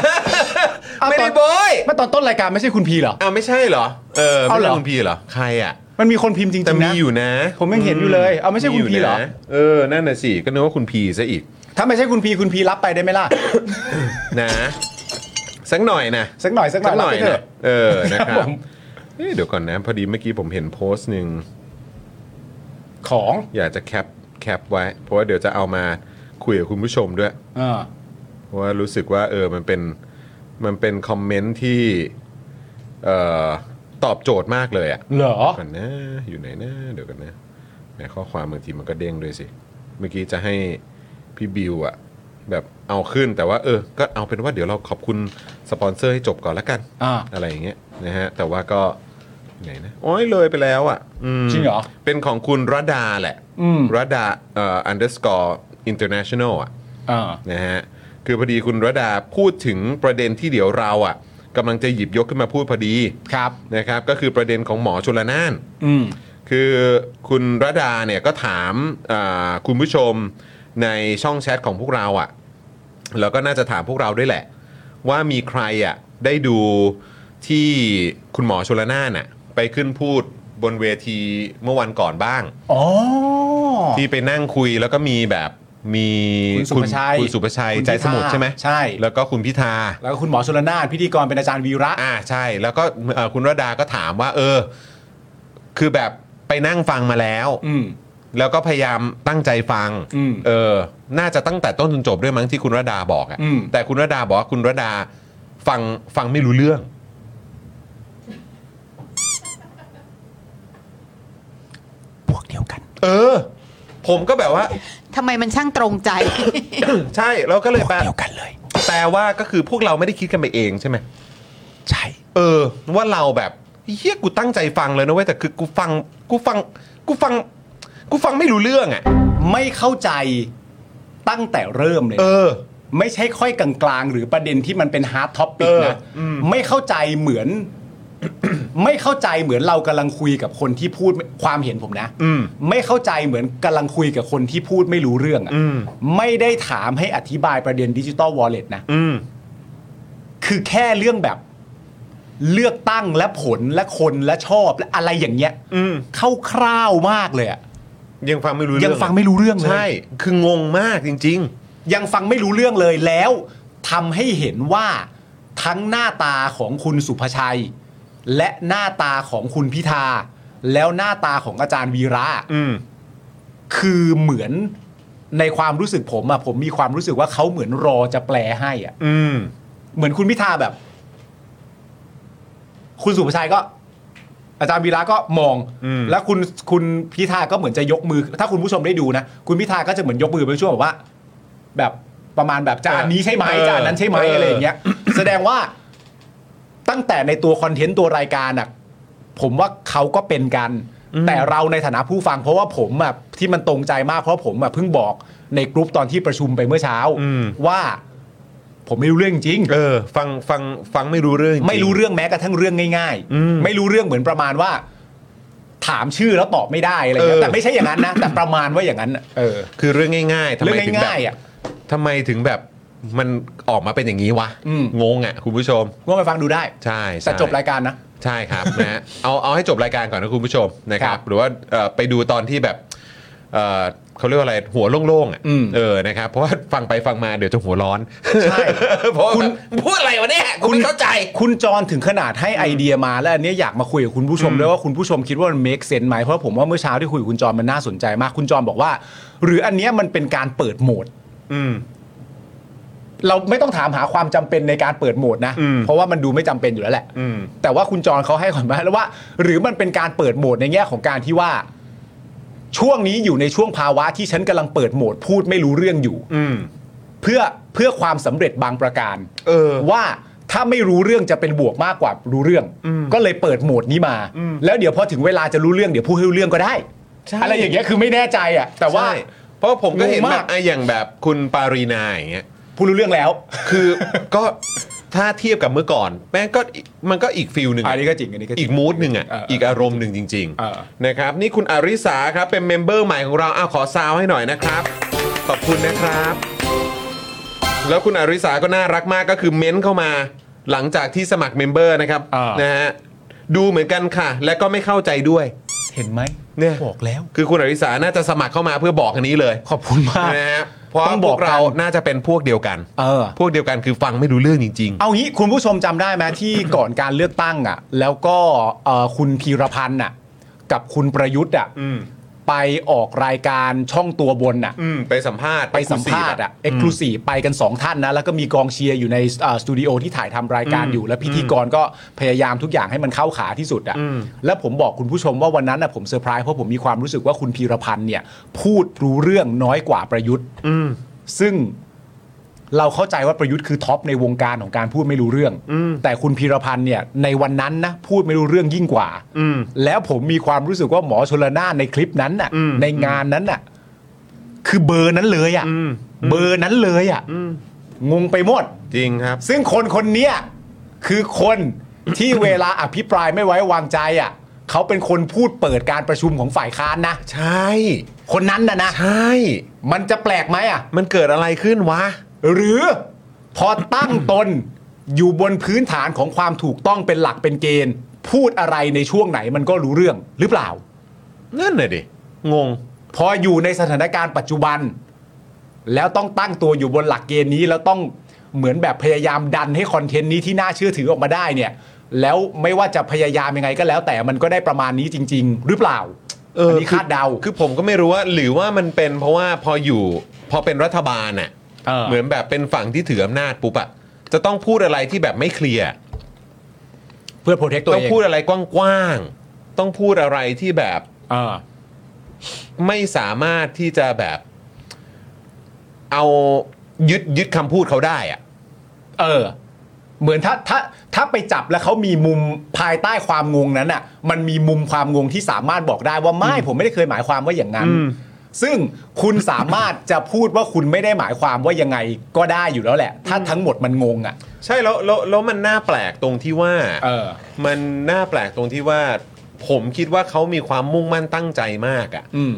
Speaker 5: อ้าว
Speaker 1: ไม่
Speaker 5: ตอ
Speaker 1: ได้
Speaker 5: น
Speaker 1: โบย
Speaker 5: เมื่อตอนต้นรายการไม่ใช่คุณพีเหรอ
Speaker 1: อ้าวไม่ใช่เหรอ เออ
Speaker 5: เอา
Speaker 1: ไม่
Speaker 5: เหร
Speaker 1: ใช่
Speaker 5: อ
Speaker 1: คุณพีเหรอใครอ่ะ
Speaker 5: มันมีคนพิมพ์จริงๆ
Speaker 1: แต่
Speaker 5: นะ
Speaker 1: มีอยู่นะ
Speaker 5: ผมยังเห็นอยู่เลยเอาไม่ใช่คุณพีเหรอ
Speaker 1: มียู่นะเออนั่นน่ะสิก็นึกว่าคุณพีซะอีก
Speaker 5: ถ้าไม่ใช่คุณพีคุณพีรับไปได้ไหมล่ะ
Speaker 1: นะสักหน่อยนะ
Speaker 5: สักหน่อยสักหน่
Speaker 1: สั
Speaker 5: อย
Speaker 1: กหน่อย
Speaker 5: รับไปเถ
Speaker 1: นะ
Speaker 5: อะ
Speaker 1: เออ นะค
Speaker 5: ครั
Speaker 1: รับบ
Speaker 5: ผม
Speaker 1: เอ๊ะเดี๋ยวก่อนนะ พอดีเมื่อกี้ผมเห็นโพสต์หนึ่ง
Speaker 5: ของ
Speaker 1: อยากจะแคปแคปไว้ เพราะว่าเดี๋ยวจะเอามาคุยกับคุณผู้ชมด้วย
Speaker 5: เออ
Speaker 1: เพราะว่ารู้สึกว่าเออมันเป็นมันเป็นคอมเมนต์ที่เอ่อตอบโจทย์มากเลยอะ
Speaker 5: เหรอ
Speaker 1: ก่อนนะ อยู่ไหนนะเดี๋ยวกันนะแหมข้อความบางทีมันก็เด้งด้วยสิ เมื่อกี้จะให้พี่บิวอะแบบเอาขึ้นแต่ว่าเออ ก็เอาเป็นว่าเดี๋ยวเราขอบคุณสปอนเซอร์ให้จบก่อนละกัน
Speaker 5: อ่า
Speaker 1: อะไรอย่างเงี้ยนะฮะแต่ว่าก็ไหนนะโอ้ยเลยไปแล้วอ่ะม
Speaker 5: จริงเหรอ
Speaker 1: เป็นของคุณรดาแหละ
Speaker 5: อืม
Speaker 1: รดาเอ่อ underscore international อ่ะ
Speaker 5: เออ
Speaker 1: นะฮะคือพอดีคุณรดาพูดถึงประเด็นที่เดี๋ยวเราอ่ะกำลังจะหยิบยกขึ้นมาพูดพอดี
Speaker 5: ครับ
Speaker 1: นะครับก็คือประเด็นของหมอชลนาน
Speaker 5: อืม
Speaker 1: คือคุณรดาเนี่ยก็ถามอ่าคุณผู้ชมในช่องแชทของพวกเราอะ่ะแล้วก็น่าจะถามพวกเราด้วยแหละ ว่ามีใครอะ่ะได้ดูที่คุณหมอชลนานอะ่ะไปขึ้นพูดบนเวทีเมื่อวันก่อนบ้าง
Speaker 5: อ๋อ
Speaker 1: ที่ไปนั่งคุยแล้วก็มีแบบมี
Speaker 5: คุณสุภาชัย
Speaker 1: คุณสุภาชัย
Speaker 5: คุณ
Speaker 1: ใจสมุทรใช่ไหม
Speaker 5: ใช่
Speaker 1: แล้วก็คุณพิธา
Speaker 5: แล้วก็คุณหมอชลนานพิธีกรเป็นอาจารย์วีระ
Speaker 1: อ่าใช่แล้วก็เอ่อคุณรดาก็ถามว่า เออ คือแบบไปนั่งฟังมาแล้ว
Speaker 5: อืม
Speaker 1: แล้วก็พยายามตั้งใจฟัง
Speaker 5: อืม
Speaker 1: เออ น่าจะตั้งแต่ต้นจนจบด้วยมั้งที่คุณรดาบอกอะ
Speaker 5: อืม
Speaker 1: แต่คุณรดาบอกว่าคุณรดาฟังฟังไม่รู้เรื่อง
Speaker 5: พวกเดียวกัน
Speaker 1: เออ ผมก็แบบว่า [COUGHS]
Speaker 4: ทำไมมันช่างตรงใจ
Speaker 1: ใช่เราก็เลยแปล
Speaker 5: เดียวกันเลย
Speaker 1: แปลว่าก็คือพวกเราไม่ได้คิดกันไปเองใช่ไหม
Speaker 5: ใช่
Speaker 1: เออ ว่าเราแบบเฮียกูตั้งใจฟังเลยนะเว้ยแต่คือกูฟังกูฟังกูฟังกูฟังไม่รู้เรื่องอะ
Speaker 5: ไม่เข้าใจตั้งแต่เริ่มเลย
Speaker 1: เออ
Speaker 5: ไม่ใช่ค่อยกลางๆ หรือประเด็นที่มันเป็นฮาร์ดท็อปปิก
Speaker 1: เออ
Speaker 5: นะ
Speaker 1: อืม
Speaker 5: ไม่เข้าใจเหมือน [COUGHS] ไม่เข้าใจเหมือนเรากำลังคุยกับคนที่พูดความเห็นผมนะ
Speaker 1: อืม
Speaker 5: ไม่เข้าใจเหมือนกำลังคุยกับคนที่พูดไม่รู้เรื่องอะ
Speaker 1: อืม
Speaker 5: ไม่ได้ถามให้อธิบายประเด็นดิจิตอลวอลเล็ตนะ
Speaker 1: อืม
Speaker 5: คือแค่เรื่องแบบเลือกตั้งและผลและคนและชอบและอะไรอย่างเงี้ย
Speaker 1: อืม
Speaker 5: เข้าคร่าวๆมากเลยอะ
Speaker 1: ยังฟังไม่รู้เรื่อง
Speaker 5: ยังฟังไม่รู้เรื่องเลย
Speaker 1: ใช่ คืองงมากจริง ๆ
Speaker 5: ยังฟังไม่รู้เรื่องเลยแล้วทำให้เห็นว่าทั้งหน้าตาของคุณสุภชัย และหน้าตาของคุณพิธา แล้วหน้าตาของอาจารย์วีระ
Speaker 1: อืม
Speaker 5: คือเหมือนในความรู้สึกผมอะผมมีความรู้สึกว่าเขาเหมือนรอจะแปลให้อะ
Speaker 1: อืม
Speaker 5: เหมือนคุณพิธาแบบ คุณสุภชัยก็ อาจารย์วีระก็มอง
Speaker 1: อืม
Speaker 5: แล้วคุณคุณพิธาก็เหมือนจะยกมือ ถ้าคุณผู้ชมได้ดูนะคุณพิธาก็จะเหมือนยกมือไปช่วงแบบว่า แบบประมาณแบบจานนี้ใช่ไหม
Speaker 1: เออ
Speaker 5: จานนั้นใช่ไหม
Speaker 1: เอออ
Speaker 5: อะไรอย่างเงี้ย แสดงว่าตั้งแต่ในตัวคอนเทนต์ตัวรายการอ่ะ ผมว่าเขาก็เป็นกัน แต่เราในฐานะผู้ฟัง เพราะว่าผมแบบที่มันตรงใจมากเพราะผมแบบเพิ่งบอกในกรุ๊ปตอนที่ประชุมไปเมื่อเช้า ว่าผมไม่รู้เรื่องจริง
Speaker 1: เออ ฟังฟังฟังไม่รู้เรื่องจ
Speaker 5: ไม่รู้เรื่องแม้กระทั่งเรื่องง่าย ๆ ไม่รู้เรื่องเหมือนประมาณว่า ถามชื่อแล้วตอบไม่ได้อะไรเงี้ยแต่ไม่ใช่อย่างนั้นนะ [COUGHS] แต่ประมาณว่าอย่างนั้นน่ะเออ
Speaker 1: คือเรื่องง่ายๆทำ
Speaker 5: เรื่
Speaker 1: ไม
Speaker 5: อง
Speaker 1: ถึงแบบ
Speaker 5: ง่ายๆอ่ะ
Speaker 1: ทำไมถึงแบบมันออกมาเป็นอย่างนี้วะ
Speaker 5: อืม
Speaker 1: งงอ่ะ คุณผู้ชม
Speaker 5: ว่าไปฟังดูได้
Speaker 1: ใช่ใช่
Speaker 5: แต่จบรายการนะ
Speaker 1: ใช่ครับ [LAUGHS] นะฮะเอาเอาให้จบรายการก่อนนะคุณผู้ชมนะครับ หรือว่าเอ่อไปดูตอนที่แบบเอ่อเขาเรียกว่าอะไรหัวโล่งๆอ่ะ
Speaker 5: อืม
Speaker 1: เออนะครับเพราะว่าฟังไปฟังมาเดี๋ยวจะหัวร้อน [LAUGHS]
Speaker 5: ใช่
Speaker 1: เพราะคุณพูดอะไรวะเนี่ยคุณไม่เข้าใจ
Speaker 5: คุณจรถึงขนาดให้ไอเดียมาแล้วอันเนี้ยอยากมาคุยกับคุณผู้ชมด้วยว่าคุณผู้ชมคิดว่ามัน make sense ไหมเพราะผมว่าเมื่อเช้าที่คุยกับคุณจรมันน่าสนใจมาก คุณจรบอกว่า หรืออันเนี้ยมันเป็นการเปิดโหมด
Speaker 1: อืม
Speaker 5: เราไม่ต้องถามหาความจำเป็นในการเปิดโหมดนะ
Speaker 1: อืม
Speaker 5: เพราะว่ามันดูไม่จำเป็นอยู่แล้วแหละ
Speaker 1: อืม
Speaker 5: แต่ว่าคุณจรเขาให้ความหมายแล้วว่า หรือมันเป็นการเปิดโหมดในแง่ของการที่ว่า ช่วงนี้อยู่ในช่วงภาวะที่ฉันกำลังเปิดโหมดพูดไม่รู้เรื่องอยู่
Speaker 1: อืม
Speaker 5: เพื่อเพื่อความสำเร็จบางประการ
Speaker 1: เออ
Speaker 5: ว่าถ้าไม่รู้เรื่องจะเป็นบวกมากกว่ารู้เรื่อง ก็เลยเปิดโหมดนี้มา แล้วเดี๋ยวพอถึงเวลาจะรู้เรื่องเดี๋ยวพูดให้รู้เรื่องก็ได้
Speaker 1: ใช่
Speaker 5: อะไรอย่างเงี้ยคือไม่แน่ใจอ่ะ แต่ว่า
Speaker 1: ใช่เพราะผมก็เห็น
Speaker 5: งง
Speaker 1: แบ
Speaker 5: มาก
Speaker 1: บไอ้อย่างแบบคุณปารีนาอย่างเงี้ย
Speaker 5: พูดรู้เรื่องแล้ว
Speaker 1: คือ [LAUGHS] ก็ถ้าเทียบกับเมื่อก่อน แม่งก็มันก็อีกฟิลหนึ่งะ
Speaker 5: อันนี้ก็จริงอันนี้ก็จริง
Speaker 1: อีกมูดหนึ่งอ่ะ
Speaker 5: เอออี
Speaker 1: อีกอารมณ์หนึ่งจริง
Speaker 5: เออ
Speaker 1: ๆนะครับนี่คุณอาริสาครับเป็นเมมเบอร์ใหม่ของเราอ้าวขอซาวให้หน่อยนะครับ ขอบคุณนะครับ แล้วคุณอาริสาก็น่ารักมากก็คือเม้นเข้ามาหลังจากที่สมัครเมมเบอร์นะครับนะฮะดูเหมือนกันค่ะ และก็ไม่เข้าใจด้วย
Speaker 5: เห็นไหม
Speaker 1: เนี่ย
Speaker 5: บอกแล้ว
Speaker 1: คือคุณอาริสาน่าจะสมัครเข้ามาเพื่อบอกอันนี้เลย
Speaker 5: ขอบคุณมาก
Speaker 1: นะฮะเพราะ
Speaker 5: ต้อง
Speaker 1: พ
Speaker 5: บ
Speaker 1: ว
Speaker 5: อก ก
Speaker 1: เรา
Speaker 5: กัน
Speaker 1: น่าจะเป็นพวกเดียวกัน
Speaker 5: เออ
Speaker 1: พวกเดียวกันคือฟังไม่รู้เรื่องจริง ๆ
Speaker 5: เอางี้คุณผู้ชมจำได้ไหมที่ ก่อนการเลือกตั้งอ่ะ แล้วก็เอ่อคุณพีรพันธ์อ่ะ กับคุณประยุทธ์อ่ะไปออกรายการช่องตัวบนอ่ะ
Speaker 1: อืมไปสัมภาษณ์
Speaker 5: ไปสัมภาษณ์อ่ะเอ็กซ์คลูซีฟไปกัน 2 ท่านนะ แล้วก็มีกองเชียร์อยู่ในเอ่อสตูดิโอที่ถ่ายทำรายการอยู่ แล้วพิธีกรก็พยายามทุกอย่างให้มันเข้าขาที่สุดอ่ะแล้วผมบอกคุณผู้ชมว่าวันนั้นอ่ะผมเซอร์ไพรส์เพราะผมมีความรู้สึกว่าคุณพีรพันธ์เนี่ย พูดรู้เรื่องน้อยกว่าประยุทธ์
Speaker 1: อืม
Speaker 5: ซึ่งเราเข้าใจว่าประยุทธ์คือท็อปในวงการของการพูดไม่รู้เรื่อง แต่คุณพีรพันธ์เนี่ยในวันนั้นนะพูดไม่รู้เรื่องยิ่งกว่า
Speaker 1: อืม
Speaker 5: แล้วผมมีความรู้สึกว่าหมอชลนานในคลิปนั้นน่ะ ในงานนั้นน่ะ คือเบอร์นั้นเลยอ่ะเบอร์นั้นเลยอ่ะงงไปหมด
Speaker 1: จริงครับ
Speaker 5: ซึ่งคนคนเนี้ยคือคนที่เวลาอภิปรายไม่ไว้วางใจอ่ะเขาเป็นคนพูดเปิดการประชุมของฝ่ายค้านนะ
Speaker 1: ใช่
Speaker 5: คนนั้นนะนะ
Speaker 1: ใช่
Speaker 5: มันจะแปลกไหมอ่ะ
Speaker 1: มันเกิดอะไรขึ้นวะ
Speaker 5: หรือพอตั้งตนอยู่บนพื้นฐานของความถูกต้องเป็นหลักเป็นเกณฑ์ พูดอะไรในช่วงไหนมันก็รู้เรื่องหรือเปล่า
Speaker 1: นั่นน่ะดิ งง
Speaker 5: พออยู่ในสถานการณ์ปัจจุบัน แล้วต้องตั้งตัวอยู่บนหลักเกณฑ์นี้แล้วต้องเหมือนแบบพยายามดันให้คอนเทนต์นี้ที่น่าเชื่อถือออกมาได้เนี่ย แล้วไม่ว่าจะพยายามยังไงก็แล้ว แต่มันก็ได้ประมาณนี้จริง ๆ หรือเปล่า
Speaker 1: เอออั
Speaker 5: นนี้
Speaker 1: คือ
Speaker 5: คาดเดา
Speaker 1: คือผมก็ไม่รู้ว่า หรือว่ามันเป็นเพราะว่าพออยู่พอเป็นรัฐบาลน่ะ
Speaker 5: เออ
Speaker 1: มือนแบบเป็นฝั่งที่ถืออำนาจปุ๊บอะจะต้องพูดอะไรที่แบบไม่เคลียร์
Speaker 5: เพื่อโปรเทคตัว
Speaker 1: ต้อ
Speaker 5: เอง ง
Speaker 1: พูดอะไรกว้างๆ ต้องพูดอะไรที่แบบ
Speaker 5: เออ
Speaker 1: ไม่สามารถที่จะแบบ เอายึดยึดคำพูดเขาได้อะ
Speaker 5: เออ เหมือนถ้าถ้าถ้าไปจับแล้วเขามีมุมภายใต้ความงงนั้นอ่ะ มันมีมุมความงงที่สามารถบอกได้ว่าไม่ผมไม่ได้เคยหมายความว่าอย่างนั้น ซึ่งคุณสามารถจะพูดว่าคุณไม่ได้หมายความว่ายังไงก็ได้อยู่แล้วแหละ ถ้าทั้งหมดมันงงอ่ะ
Speaker 1: ใช่แล้วแล้วแล้วมันน่าแปลกตรงที่ว่า
Speaker 5: เออ
Speaker 1: มันน่าแปลกตรงที่ว่า ผมคิดว่าเขามีความมุ่งมั่นตั้งใจมากอะ
Speaker 5: อืม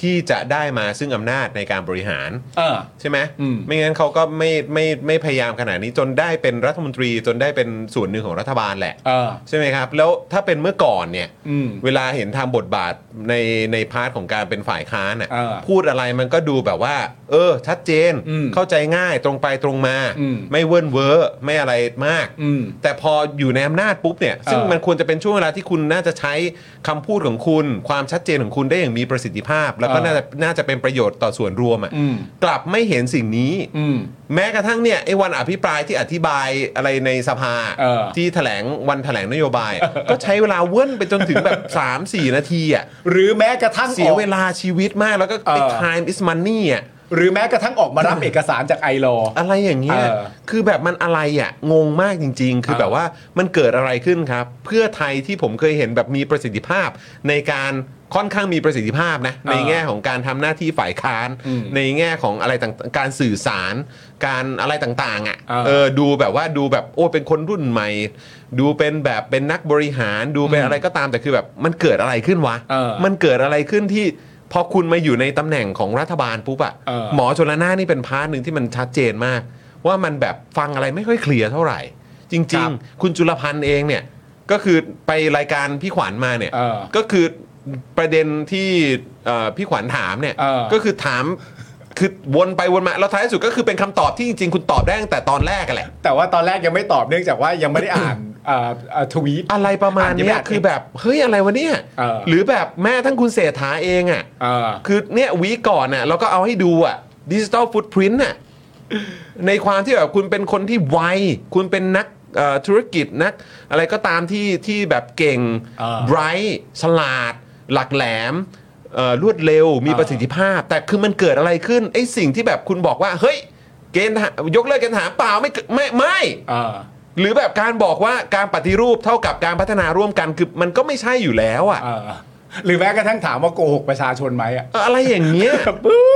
Speaker 1: ที่จะได้มาซึ่งอำนาจในการบริหาร
Speaker 5: เออ
Speaker 1: ใช่ไหม
Speaker 5: อืม
Speaker 1: ไม่งั้นเขาก็ไม่ไม่ไม่พยายามขนาดนี้จนได้เป็นรัฐมนตรีจนได้เป็นส่วนหนึ่งของรัฐบาลแหละ
Speaker 5: เออ
Speaker 1: ใช่ไหมครับ แล้วถ้าเป็นเมื่อก่อนเนี่ย
Speaker 5: อืม
Speaker 1: เวลาเห็นทำบทบาทในในพาร์ทของการเป็นฝ่ายค้าน
Speaker 5: เออ
Speaker 1: น่ะพูดอะไรมันก็ดูแบบว่า เออ ชัดเจน
Speaker 5: อืม
Speaker 1: เข้าใจง่ายตรงไปตรงมา
Speaker 5: อืม
Speaker 1: ไม่เวิ้นเว้อไม่อะไรมาก
Speaker 5: อืม
Speaker 1: แต่พออยู่ในอำนาจปุ๊บเนี่ย ซึ่ง
Speaker 5: เออ
Speaker 1: มันควรจะเป็นช่วงเวลาที่คุณน่าจะใช้คำพูดของคุณ ความชัดเจนของคุณได้อย่างมีประสิทธิภาพ แล้วก็น่าจะน่าจะเป็นประโยชน์ต่อส่วนรวมอ่ะ
Speaker 5: อืม
Speaker 1: กลับไม่เห็นสิ่งนี้
Speaker 5: อืม
Speaker 1: แม้กระทั่งเนี่ยไอ้วันอภิปรายที่อธิบายอะไรในสภา
Speaker 5: เออ
Speaker 1: ที่แถลงวันแถลงนโยบาย ก็ใช้เวลาเว้นไปจนถึงแบบ 3-4 นาทีอ่ะ
Speaker 5: หรือแม้กระทั่ง
Speaker 1: เสีย
Speaker 5: ออก
Speaker 1: เวลาชีวิตมากแล้วก็ไอ้
Speaker 5: เออ
Speaker 1: time is money อ่ะ
Speaker 5: หรือแม้กระทั่งออกมารับเอกสารจากไอรอ
Speaker 1: อะไรอย่างเงี้ย
Speaker 5: เออ
Speaker 1: คือแบบมันอะไรอ่ะงงมากจริง ๆ คือ
Speaker 5: เออ
Speaker 1: แบบว่ามันเกิดอะไรขึ้นครับ เพื่อไทยที่ผมเคยเห็นแบบมีประสิทธิภาพ ในการค่อนข้างมีประสิทธิภาพนะในแง่ของการทำหน้าที่ฝ่ายค้าน ในแง่ของอะไรต่างๆการสื่อสาร การอะไรต่างๆอ่ะ
Speaker 5: อ่า
Speaker 1: เออดูแบบว่าดูแบบโอ้เป็นคนรุ่นใหม่ ดูเป็นแบบเป็นนักบริหารดูเป็นอะไรก็ตามแต่คือแบบมันเกิดอะไรขึ้นวะ
Speaker 5: เออ
Speaker 1: มันเกิดอะไรขึ้นที่พอคุณมาอยู่ในตำแหน่งของรัฐบาลปุ๊บอะ
Speaker 5: เออ
Speaker 1: หมอชนละนานนี่เป็นพาร์ทหนึ่งที่มันชัดเจนมาก ว่ามันแบบฟังอะไรไม่ค่อยเคลียร์เท่าไหร่ จริง ๆ คุณจุลพันธ์เองเนี่ย ก็คือไปรายการพี่ขวัญมาเนี่ย
Speaker 5: เออ
Speaker 1: ก็คือประเด็นที่เอ่อพี่ขวัญถามเนี่ย
Speaker 5: เออ
Speaker 1: ก็คือถามคือวนไปวนมาแล้วท้ายสุดก็คือเป็นคำตอบที่จริง ๆ คุณตอบได้ตั้งแต่ตอนแรกกันแหละ
Speaker 5: แต่ว่าตอนแรกยังไม่ตอบเนื่องจากว่ายังไม่ได้อ่านเอ่อเอ่อทวีต
Speaker 1: อะไรประมาณ
Speaker 5: อ่านยัง
Speaker 1: เนี้ย
Speaker 5: ไม่อ่าน
Speaker 1: คือแบบเฮ้ยอะไรวะเนี่ย
Speaker 5: เออ
Speaker 1: หรือแบบแม่ทั้งคุณเศรษฐาเองอ่ะ
Speaker 5: เออ
Speaker 1: คือเนี่ยวีคก่อนน่ะเราก็เอาให้ดูอ่ะดิจิตอลฟุตพิ้นน่ะในความที่แบบคุณเป็นคนที่ไวคุณเป็นนักเอ่อธุรกิจนักอะไรก็ตามที่ที่แบบเก่ง
Speaker 5: เออ
Speaker 1: ไบรท์ฉลาด หลักแหลมเอ่อรวดเร็วมี
Speaker 5: เออ
Speaker 1: ประสิทธิภาพ แต่คือมันเกิดอะไรขึ้นไอ้สิ่งที่แบบคุณบอกว่า เฮ้ย เกณฑ์ทหารยกเลิกเกณฑ์ทหารเปล่าไม่เกิดไม่ไม่
Speaker 5: เออ
Speaker 1: หรือแบบการบอกว่าการปฏิรูปเท่ากับการพัฒนาร่วมกันคือมันก็ไม่ใช่อยู่แล้วอ่ะ
Speaker 5: เออ หรือแม้กระทั่งถามว่าโกหกประชาชนไหมอ่ะ
Speaker 1: เอออะไรอย่างเงี้ย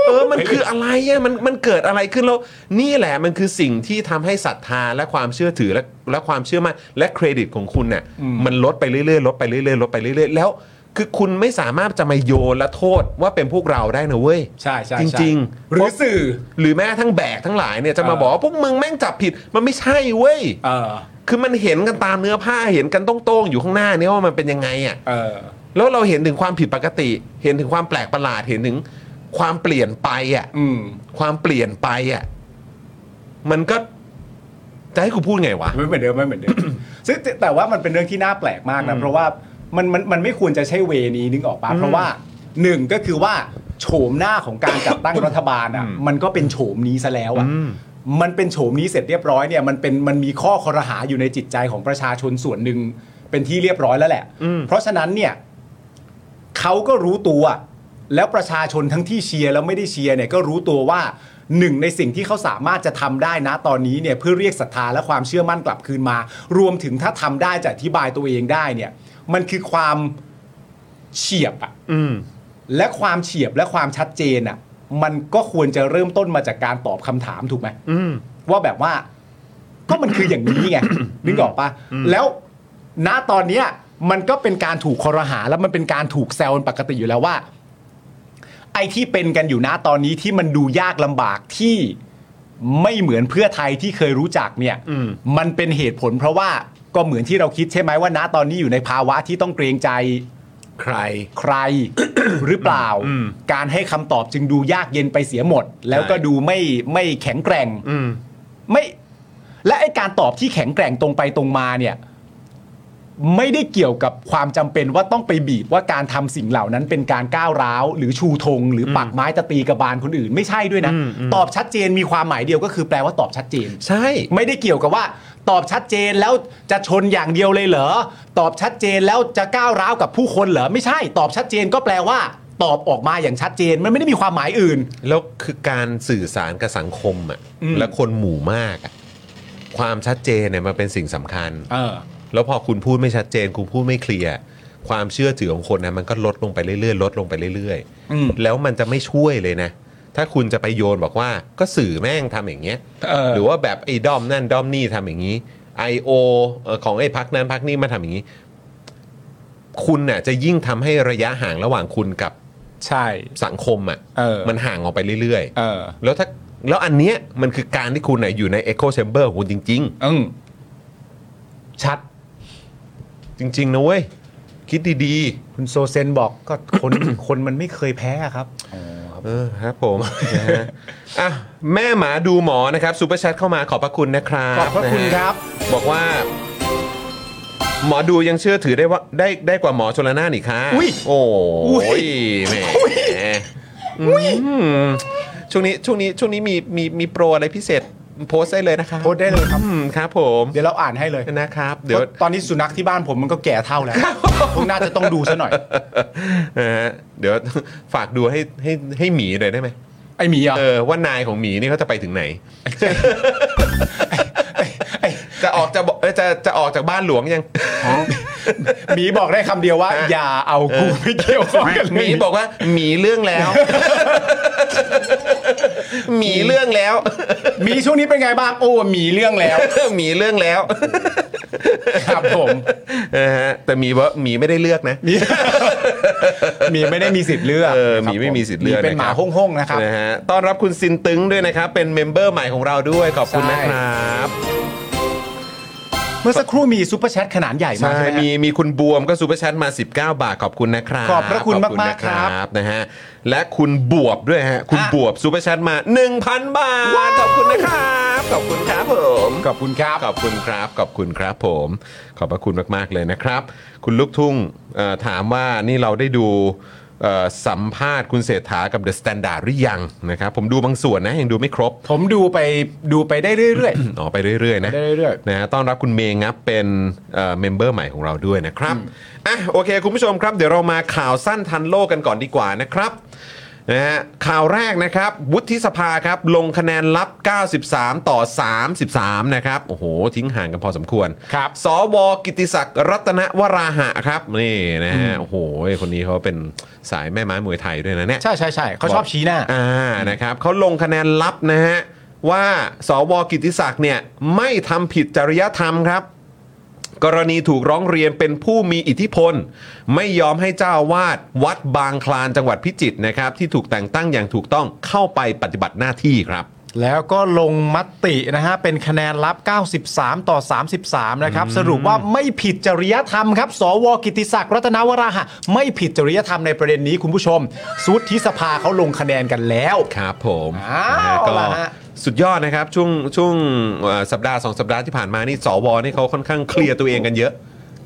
Speaker 1: เออ มันคืออะไรอ่ะ มัน มันเกิดอะไรขึ้นแล้ว นี่แหละ มันคือสิ่งที่ทำให้ศรัทธาและความเชื่อถือและและความเชื่อมั่นและเครดิตของคุณเนี่ย มันลดไปเรื่อยๆ ลดไปเรื่อยๆ ลดไปเรื่อยๆ แล้ว คือคุณไม่สามารถจะมาโยนและโทษว่าเป็นพวกเราได้นะเว้ย
Speaker 5: ใช่ใช่
Speaker 1: จ
Speaker 5: ใช่
Speaker 1: ริง
Speaker 5: หรือสื่อ
Speaker 1: ๆ หรือแม้กระทั้งแบกทั้งหลายเนี่ยจะมา
Speaker 5: เออ
Speaker 1: บอกว่าพวกมึงแม่งจับผิด มันไม่ใช่เว้ย
Speaker 5: เออ
Speaker 1: คือมันเห็นกันตามเนื้อผ้า เห็นกันโต้งๆ อยู่ข้างหน้าเนี่ยว่ามันเป็นยังไงอ่ะ
Speaker 5: เออ
Speaker 1: แล้วเราเห็นถึงความผิดปกติ เห็นถึงความแปลกประหลาด เห็นถึงความเปลี่ยนไปอ่ะ
Speaker 5: อืม
Speaker 1: ความเปลี่ยนไปอ่ะ มันก็จะให้กูพูดไงวะ
Speaker 5: ไม่เหมือนเดิมไม่เหมือนเดิ [COUGHS] ม ซึ่งแต่แต่ว่ามันเป็นเรื่องที่น่าแปลกมากนะ เพราะว่ามันมันมันไม่ควรจะใช่เวนี้นึกออกปะเพราะว่าหนึ่งก็คือว่าโฉมหน้าของการจัด [COUGHS] ตั้ง รัฐบาลอ่ะ มันก็เป็นโฉมนี้ซะแล้วอ่ะ มันเป็นโฉมนี้เสร็จเรียบร้อยเนี่ยมันเป็นมันมีข้อคอรหาอยู่ในจิตใจของประชาชนส่วนหนึ่งเป็นที่เรียบร้อยแล้วแหละ เพราะฉะนั้นเนี่ย เขาก็รู้ตัวแล้วประชาชนทั้งที่เชียร์แล้วไม่ได้เชียร์เนี่ยก็รู้ตัวว่าหนึ่งในสิ่งที่เขาสามารถจะทำได้นะตอนนี้เนี่ยเพื่อเรียกศรัทธาและความเชื่อมั่นกลับคืนมา รวมถึงถ้าทำได้จะอธิบายตัวเองได้เนี่ย มันคือความเฉียบอะและความเฉียบและความชัดเจนอะมันก็ควรจะเริ่มต้นมาจากการตอบคำถามถูกไหมว่าแบบว่า ก็มันคืออย่างนี้ไง นึกออกปะแล้วณตอนเนี้ยมันก็เป็นการถูกคอรหาแล้วมันเป็นการถูกแซวเป็นปกติอยู่แล้วว่า ไอ้ที่เป็นกันอยู่ณตอนนี้ที่มันดูยากลำบากที่ไม่เหมือนเพื่อไทยที่เคยรู้จักเนี่ย มันเป็นเหตุผลเพราะว่าก็เหมือนที่เราคิดใช่ไหมว่าณตอนนี้อยู่ในภาวะที่ต้องเกรงใจ
Speaker 1: ใคร
Speaker 5: ใคร [COUGHS] หรือเปล่า การให้คำตอบจึงดูยากเย็นไปเสียหมด แล้วก็ดูไม่ไม่แข็งแกร่งไม่และไอการตอบที่แข็งแกร่งตรงไปตรงมาเนี่ย ไม่ได้เกี่ยวกับความจำเป็นว่าต้องไปบีบว่าการทำสิ่งเหล่านั้นเป็นการก้าวร้าว หรือชูธงหรือปักไม้ตะตีกระบาลคนอื่น ไม่ใช่ด้วยนะ ตอบชัดเจนมีความหมายเดียวก็คือแปลว่าตอบชัดเจน
Speaker 1: ใช่
Speaker 5: ไม่ได้เกี่ยวกับว่าตอบชัดเจนแล้วจะชนอย่างเดียวเลยเหรอ ตอบชัดเจนแล้วจะก้าวร้าวกับผู้คนเหรอ ไม่ใช่ ตอบชัดเจนก็แปลว่า ตอบออกมาอย่างชัดเจนมันไม่ได้มีความหมายอื่น
Speaker 1: แล้วคือการสื่อสารกับสังคมอ่ะ และคนหมู่มากอะความชัดเจนเนี่ยมันเป็นสิ่งสำคัญ
Speaker 5: เออ
Speaker 1: แล้วพอคุณพูดไม่ชัดเจน คุณพูดไม่เคลียร์ ความเชื่อถือของคนนะมันก็ลดลงไปเรื่อยๆ ลดลงไปเรื่อย
Speaker 5: อืม
Speaker 1: แล้วมันจะไม่ช่วยเลยนะ ถ้าคุณจะไปโยนบอกว่าก็สื่อแม่งทำอย่างเงี้ย
Speaker 5: เออ
Speaker 1: หรือว่าแบบไอ้ดอมนั่นดอมนี่ทำอย่างนี้ I.O. เอ่อของไอ้พักนั้นพักนี้มาทำอย่างนี้ คุณน่ะจะยิ่งทำให้ระยะห่างระหว่างคุณกับ
Speaker 5: ใช่
Speaker 1: สังคมอ่ะ
Speaker 5: เออ
Speaker 1: มันห่างออกไปเรื่อย
Speaker 5: เออ
Speaker 1: ๆ แล้วถ้าแล้วอันเนี้ยมันคือการที่คุณน่ะอยู่ใน Echo Chamber ของคุณจริง ๆ
Speaker 5: อืมชัด
Speaker 1: จริงๆนะเว้ยคิดดีๆ
Speaker 5: คุณโซเซนบอกก็คน [COUGHS] คนมันไม่เคยแพ้ครับ
Speaker 1: เออครับผม นะฮะอ่ะแม่หมาดูหมอนะครับซูเปอร์แชทเข้ามาขอบพระคุณนะครับ
Speaker 5: ขอบพระคุณ
Speaker 1: นฮ
Speaker 5: ครับ
Speaker 1: บอกว่า หมอดูยังเชื่อถือได้ว่าได้ได้กว่าหมอชลนานอีกค่ะโอ้ยแหมอืมช่วงนี้ช่วงนี้ช่วงนี้มีมีมีโปรอะไรพิเศษโพสต์ได้เลยนะคะ
Speaker 5: โพสต์ได้เลยครับ
Speaker 1: อืมครับ ผม
Speaker 5: เดี๋ยวเราอ่านให้เลย
Speaker 1: นะครับ เดี๋ยว
Speaker 5: ตอนนี้สุนัขที่บ้านผมมันก็แก่เท่าแล้วคงน่าจะต้องดูซะหน่อย
Speaker 1: นะฮะเดี๋ยวฝากดูให้ให้ให้หมีหน่อยได้ไหม
Speaker 5: ไอหมีอ่ะ
Speaker 1: เออว่านายของหมีนี่เขาจะไปถึงไหน
Speaker 5: ไอ้
Speaker 1: จะออกจะบอกเอ้ยจะจะออกจากบ้านหลวงยัง
Speaker 5: ห [LAUGHS] มีบอกได้คำเดียว
Speaker 1: [LAUGHS]
Speaker 5: ว่า อย่าเอากูไม่เกี่ยวข้องกัน
Speaker 1: ห
Speaker 5: เล
Speaker 1: มี
Speaker 5: ย
Speaker 1: บอกว่าหมีเรื่องแล้วหมีเรื่องแล้ว
Speaker 5: หมีช่วงนี้เป็นไงบ้างโอ้หมีเรื่องแล้ว
Speaker 1: หมีเรื่องแล้ว
Speaker 5: ครับ
Speaker 1: [LAUGHS]
Speaker 5: ผม
Speaker 1: นะฮะแต่หมีว่าหมีไม่ได้เลือกนะ
Speaker 5: หมีหมีไม่ได้มีสิทธิ์เลือก
Speaker 1: เออ
Speaker 5: ครับ
Speaker 1: หมีไม่มีสิทธิ์เลือก
Speaker 5: หเป็นหมา
Speaker 1: ะครับ
Speaker 5: ห้องห้องๆนะครับ
Speaker 1: นะฮะต้อนรับคุณซินตึงด้วยนะครับ เป็นเมมเบอร์ใหม่ของเราด้วยขอบคุณ
Speaker 5: ใช่
Speaker 1: นะครับ
Speaker 5: เมื่อสักครู่มีซูเปอร์แชทขนาดใหญ่มาก
Speaker 1: ใช่
Speaker 5: ใช่ไหมฮะ
Speaker 1: มีมีคุณบวมก็ซูเปอร์แชทมา 19 บาท ขอบคุณนะครับ
Speaker 5: ขอบพระคุณมากๆ
Speaker 1: ขอณนะนะฮะและคุณบวบด้วยฮะ คุณ
Speaker 5: อ่ะ
Speaker 1: บวบซูเปอร์แชทมา 1,000 บาท ขอบคุณนะครับ ขอบคุณครับผม
Speaker 5: ขอบคุณครับ
Speaker 1: ขอบคุณครับ ขอบคุณครับผม ขอบพระคุณมาก ๆ เลยนะครับ คุณลูกทุ่งเอ่อถามว่านี่เราได้ดูเอ่อสัมภาษณ์คุณเศรษฐากับเดอะสแตนดาร์ดหรือยังนะครับผมดูบางส่วนนะยังดูไม่ครบ
Speaker 5: ผมดูไปดูไปได้เรื่อย
Speaker 1: [COUGHS] อ๋อไปเรื่อย ๆ นะ
Speaker 5: ไปเรื่อยๆ
Speaker 1: นะฮะต้อนรับคุณเมย์งับเป็นเมมเบอร์ใหม่ของเราด้วยนะครับอ่ะโอเค คุณผู้ชมครับ เดี๋ยวเรามาข่าวสั้นทันโลกกันก่อนดีกว่านะครับนะฮะข่าวแรกนะครับ วุฒิสภาครับ ลงคะแนนลับ 93 ต่อ 33 นะครับ โอ้โห ทิ้งห่างกันพอสมควร
Speaker 5: ครับ
Speaker 1: สวกิติศักดิ์รัตนวราหะครับ นี่นะฮะโอ้โห คนนี้เขาเป็นสายแม่ไม้มวยไทยด้วยนะเนี่ย
Speaker 5: ๆ ใช่ใช่ใช่เขาชอบชี้หน้า
Speaker 1: อ่านะครับเขาลงคะแนนลับนะฮะ ว่าสวกิติศักดิ์เนี่ย ไม่ทำผิดจริยธรรมครับ กรณีถูกร้องเรียนเป็นผู้มีอิทธิพล ไม่ยอมให้เจ้าอาวาดวัดบางคลานจังหวัดพิจิตรนะครับ ที่ถูกแต่งตั้งอย่างถูกต้องเข้าไปปฏิบัติหน้าที่ครับ
Speaker 5: แล้วก็ลงมตินะฮะ เป็นคะแนนรับ 93 ต่อ 33 นะครับ สรุปว่าไม่ผิดจริยธรรมครับ สวกิติศักดิ์รัตนวราหะ ไม่ผิดจริยธรรมในประเด็นนี้คุณผู้ชมสุดที่สภาเขาลงคะแนนกันแล้ว
Speaker 1: ครับผม
Speaker 5: อ้าว
Speaker 1: นะฮะก็
Speaker 5: ล่ะฮะ
Speaker 1: สุดยอดนะครับ ช่วงช่วงเอ่อสัปดาห์สองสัปดาห์ที่ผ่านมานี่สวนี่เขาค่อนข้างเคลียร์ตัวเองกันเยอะ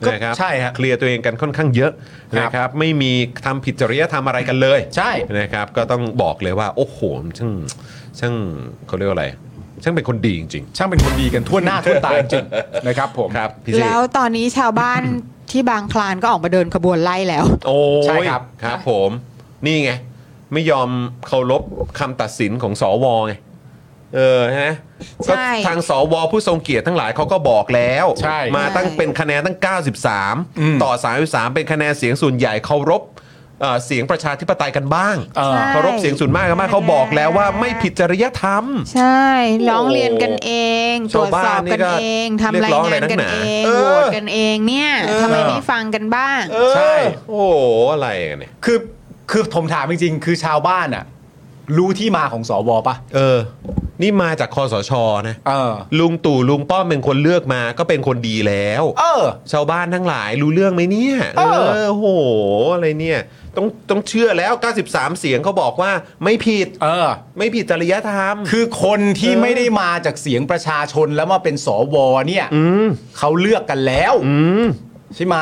Speaker 5: ก็
Speaker 1: นะครับ
Speaker 5: ใช่ฮะ
Speaker 1: เคลียร์ตัวเองกันค่อนข้างเยอะ
Speaker 5: ครับ
Speaker 1: นะครับไม่มีทำผิดจริยธรรมอะไรกันเลย
Speaker 5: ใช่
Speaker 1: นะครับก็ต้องบอกเลยว่า โอ้โหช่างช่างเขาเรียกว่าอะไร ช่างเป็นคนดีจริง
Speaker 5: ช่างเป็นคนดีกันทั่วหน้าทั่วตาจริงๆนะครับผม
Speaker 1: ๆครับพี่เจ
Speaker 4: แล้วตอนนี้ชาวบ้าน ที่บางคลานก็ออกมาเดินขบวนไล่แล้ว
Speaker 1: โอ้ย
Speaker 5: ใช่ครับ
Speaker 1: ครับผมนี่ไง ไม่ยอมเคารพคำตัดสินของสวไงเออฮะ
Speaker 4: ใช่
Speaker 1: ก็ทางสวผู้ทรงเกียรติทั้งหลายเขาก็บอกแล้ว
Speaker 5: ใช่
Speaker 1: มาตั้งเป็นคะแนนตั้ง 93 ต่อ 33 เป็นคะแนนเสียงส่วนใหญ่เคารพเอ่อเสียงประชาธิปไตยกันบ้าง
Speaker 5: เออ
Speaker 4: ใช่
Speaker 1: เคารพเสียงส่วนมากกันมากเขาบอกแล้วว่าไม่ผิดจริยธรรม
Speaker 4: ใช่ร้องเรียนกันเอง ตร
Speaker 1: ชาว
Speaker 4: วจสอบ
Speaker 1: บ้านนี่
Speaker 4: กัน
Speaker 1: ก็
Speaker 4: เองทำ
Speaker 1: เรีย
Speaker 4: ราก ย
Speaker 1: ร้อง
Speaker 4: งา
Speaker 1: อะไร
Speaker 4: น
Speaker 1: นัก
Speaker 4: กัน
Speaker 1: หนา
Speaker 4: เอง
Speaker 1: เออ
Speaker 4: โหวตกันเองเนี่ยทำไมไม่ฟังกันบ้าง
Speaker 1: เออ
Speaker 5: ใช่
Speaker 1: โอ้โห อะไรกันเนี่ย
Speaker 5: คือคือผมถามจริงๆ คือชาวบ้านอะรู้ที่มาของสวปะ
Speaker 1: เออ นี่มาจากคอสชนะ
Speaker 5: เออ
Speaker 1: ลุงตู่ลุงป้อมเป็นคนเลือกมาก็เป็นคนดีแล้ว
Speaker 5: เออ
Speaker 1: ชาวบ้านทั้งหลายรู้เรื่องไหมเนี่ย
Speaker 5: เออ
Speaker 1: โอ้โห อะไรเนี่ย ต้องต้องเชื่อแล้ว 93 เสียงเขาบอกว่าไม่ผิด
Speaker 5: เออ
Speaker 1: ไม่ผิดจริยธรรม
Speaker 5: [LAUGHS] คือคนที่
Speaker 1: เออ
Speaker 5: ไม่ได้มาจากเสียงประชาชนแล้วมาเป็นสวเนี่ยเขาเลือกกันแล้ว
Speaker 1: อืม
Speaker 5: ใช่ไหม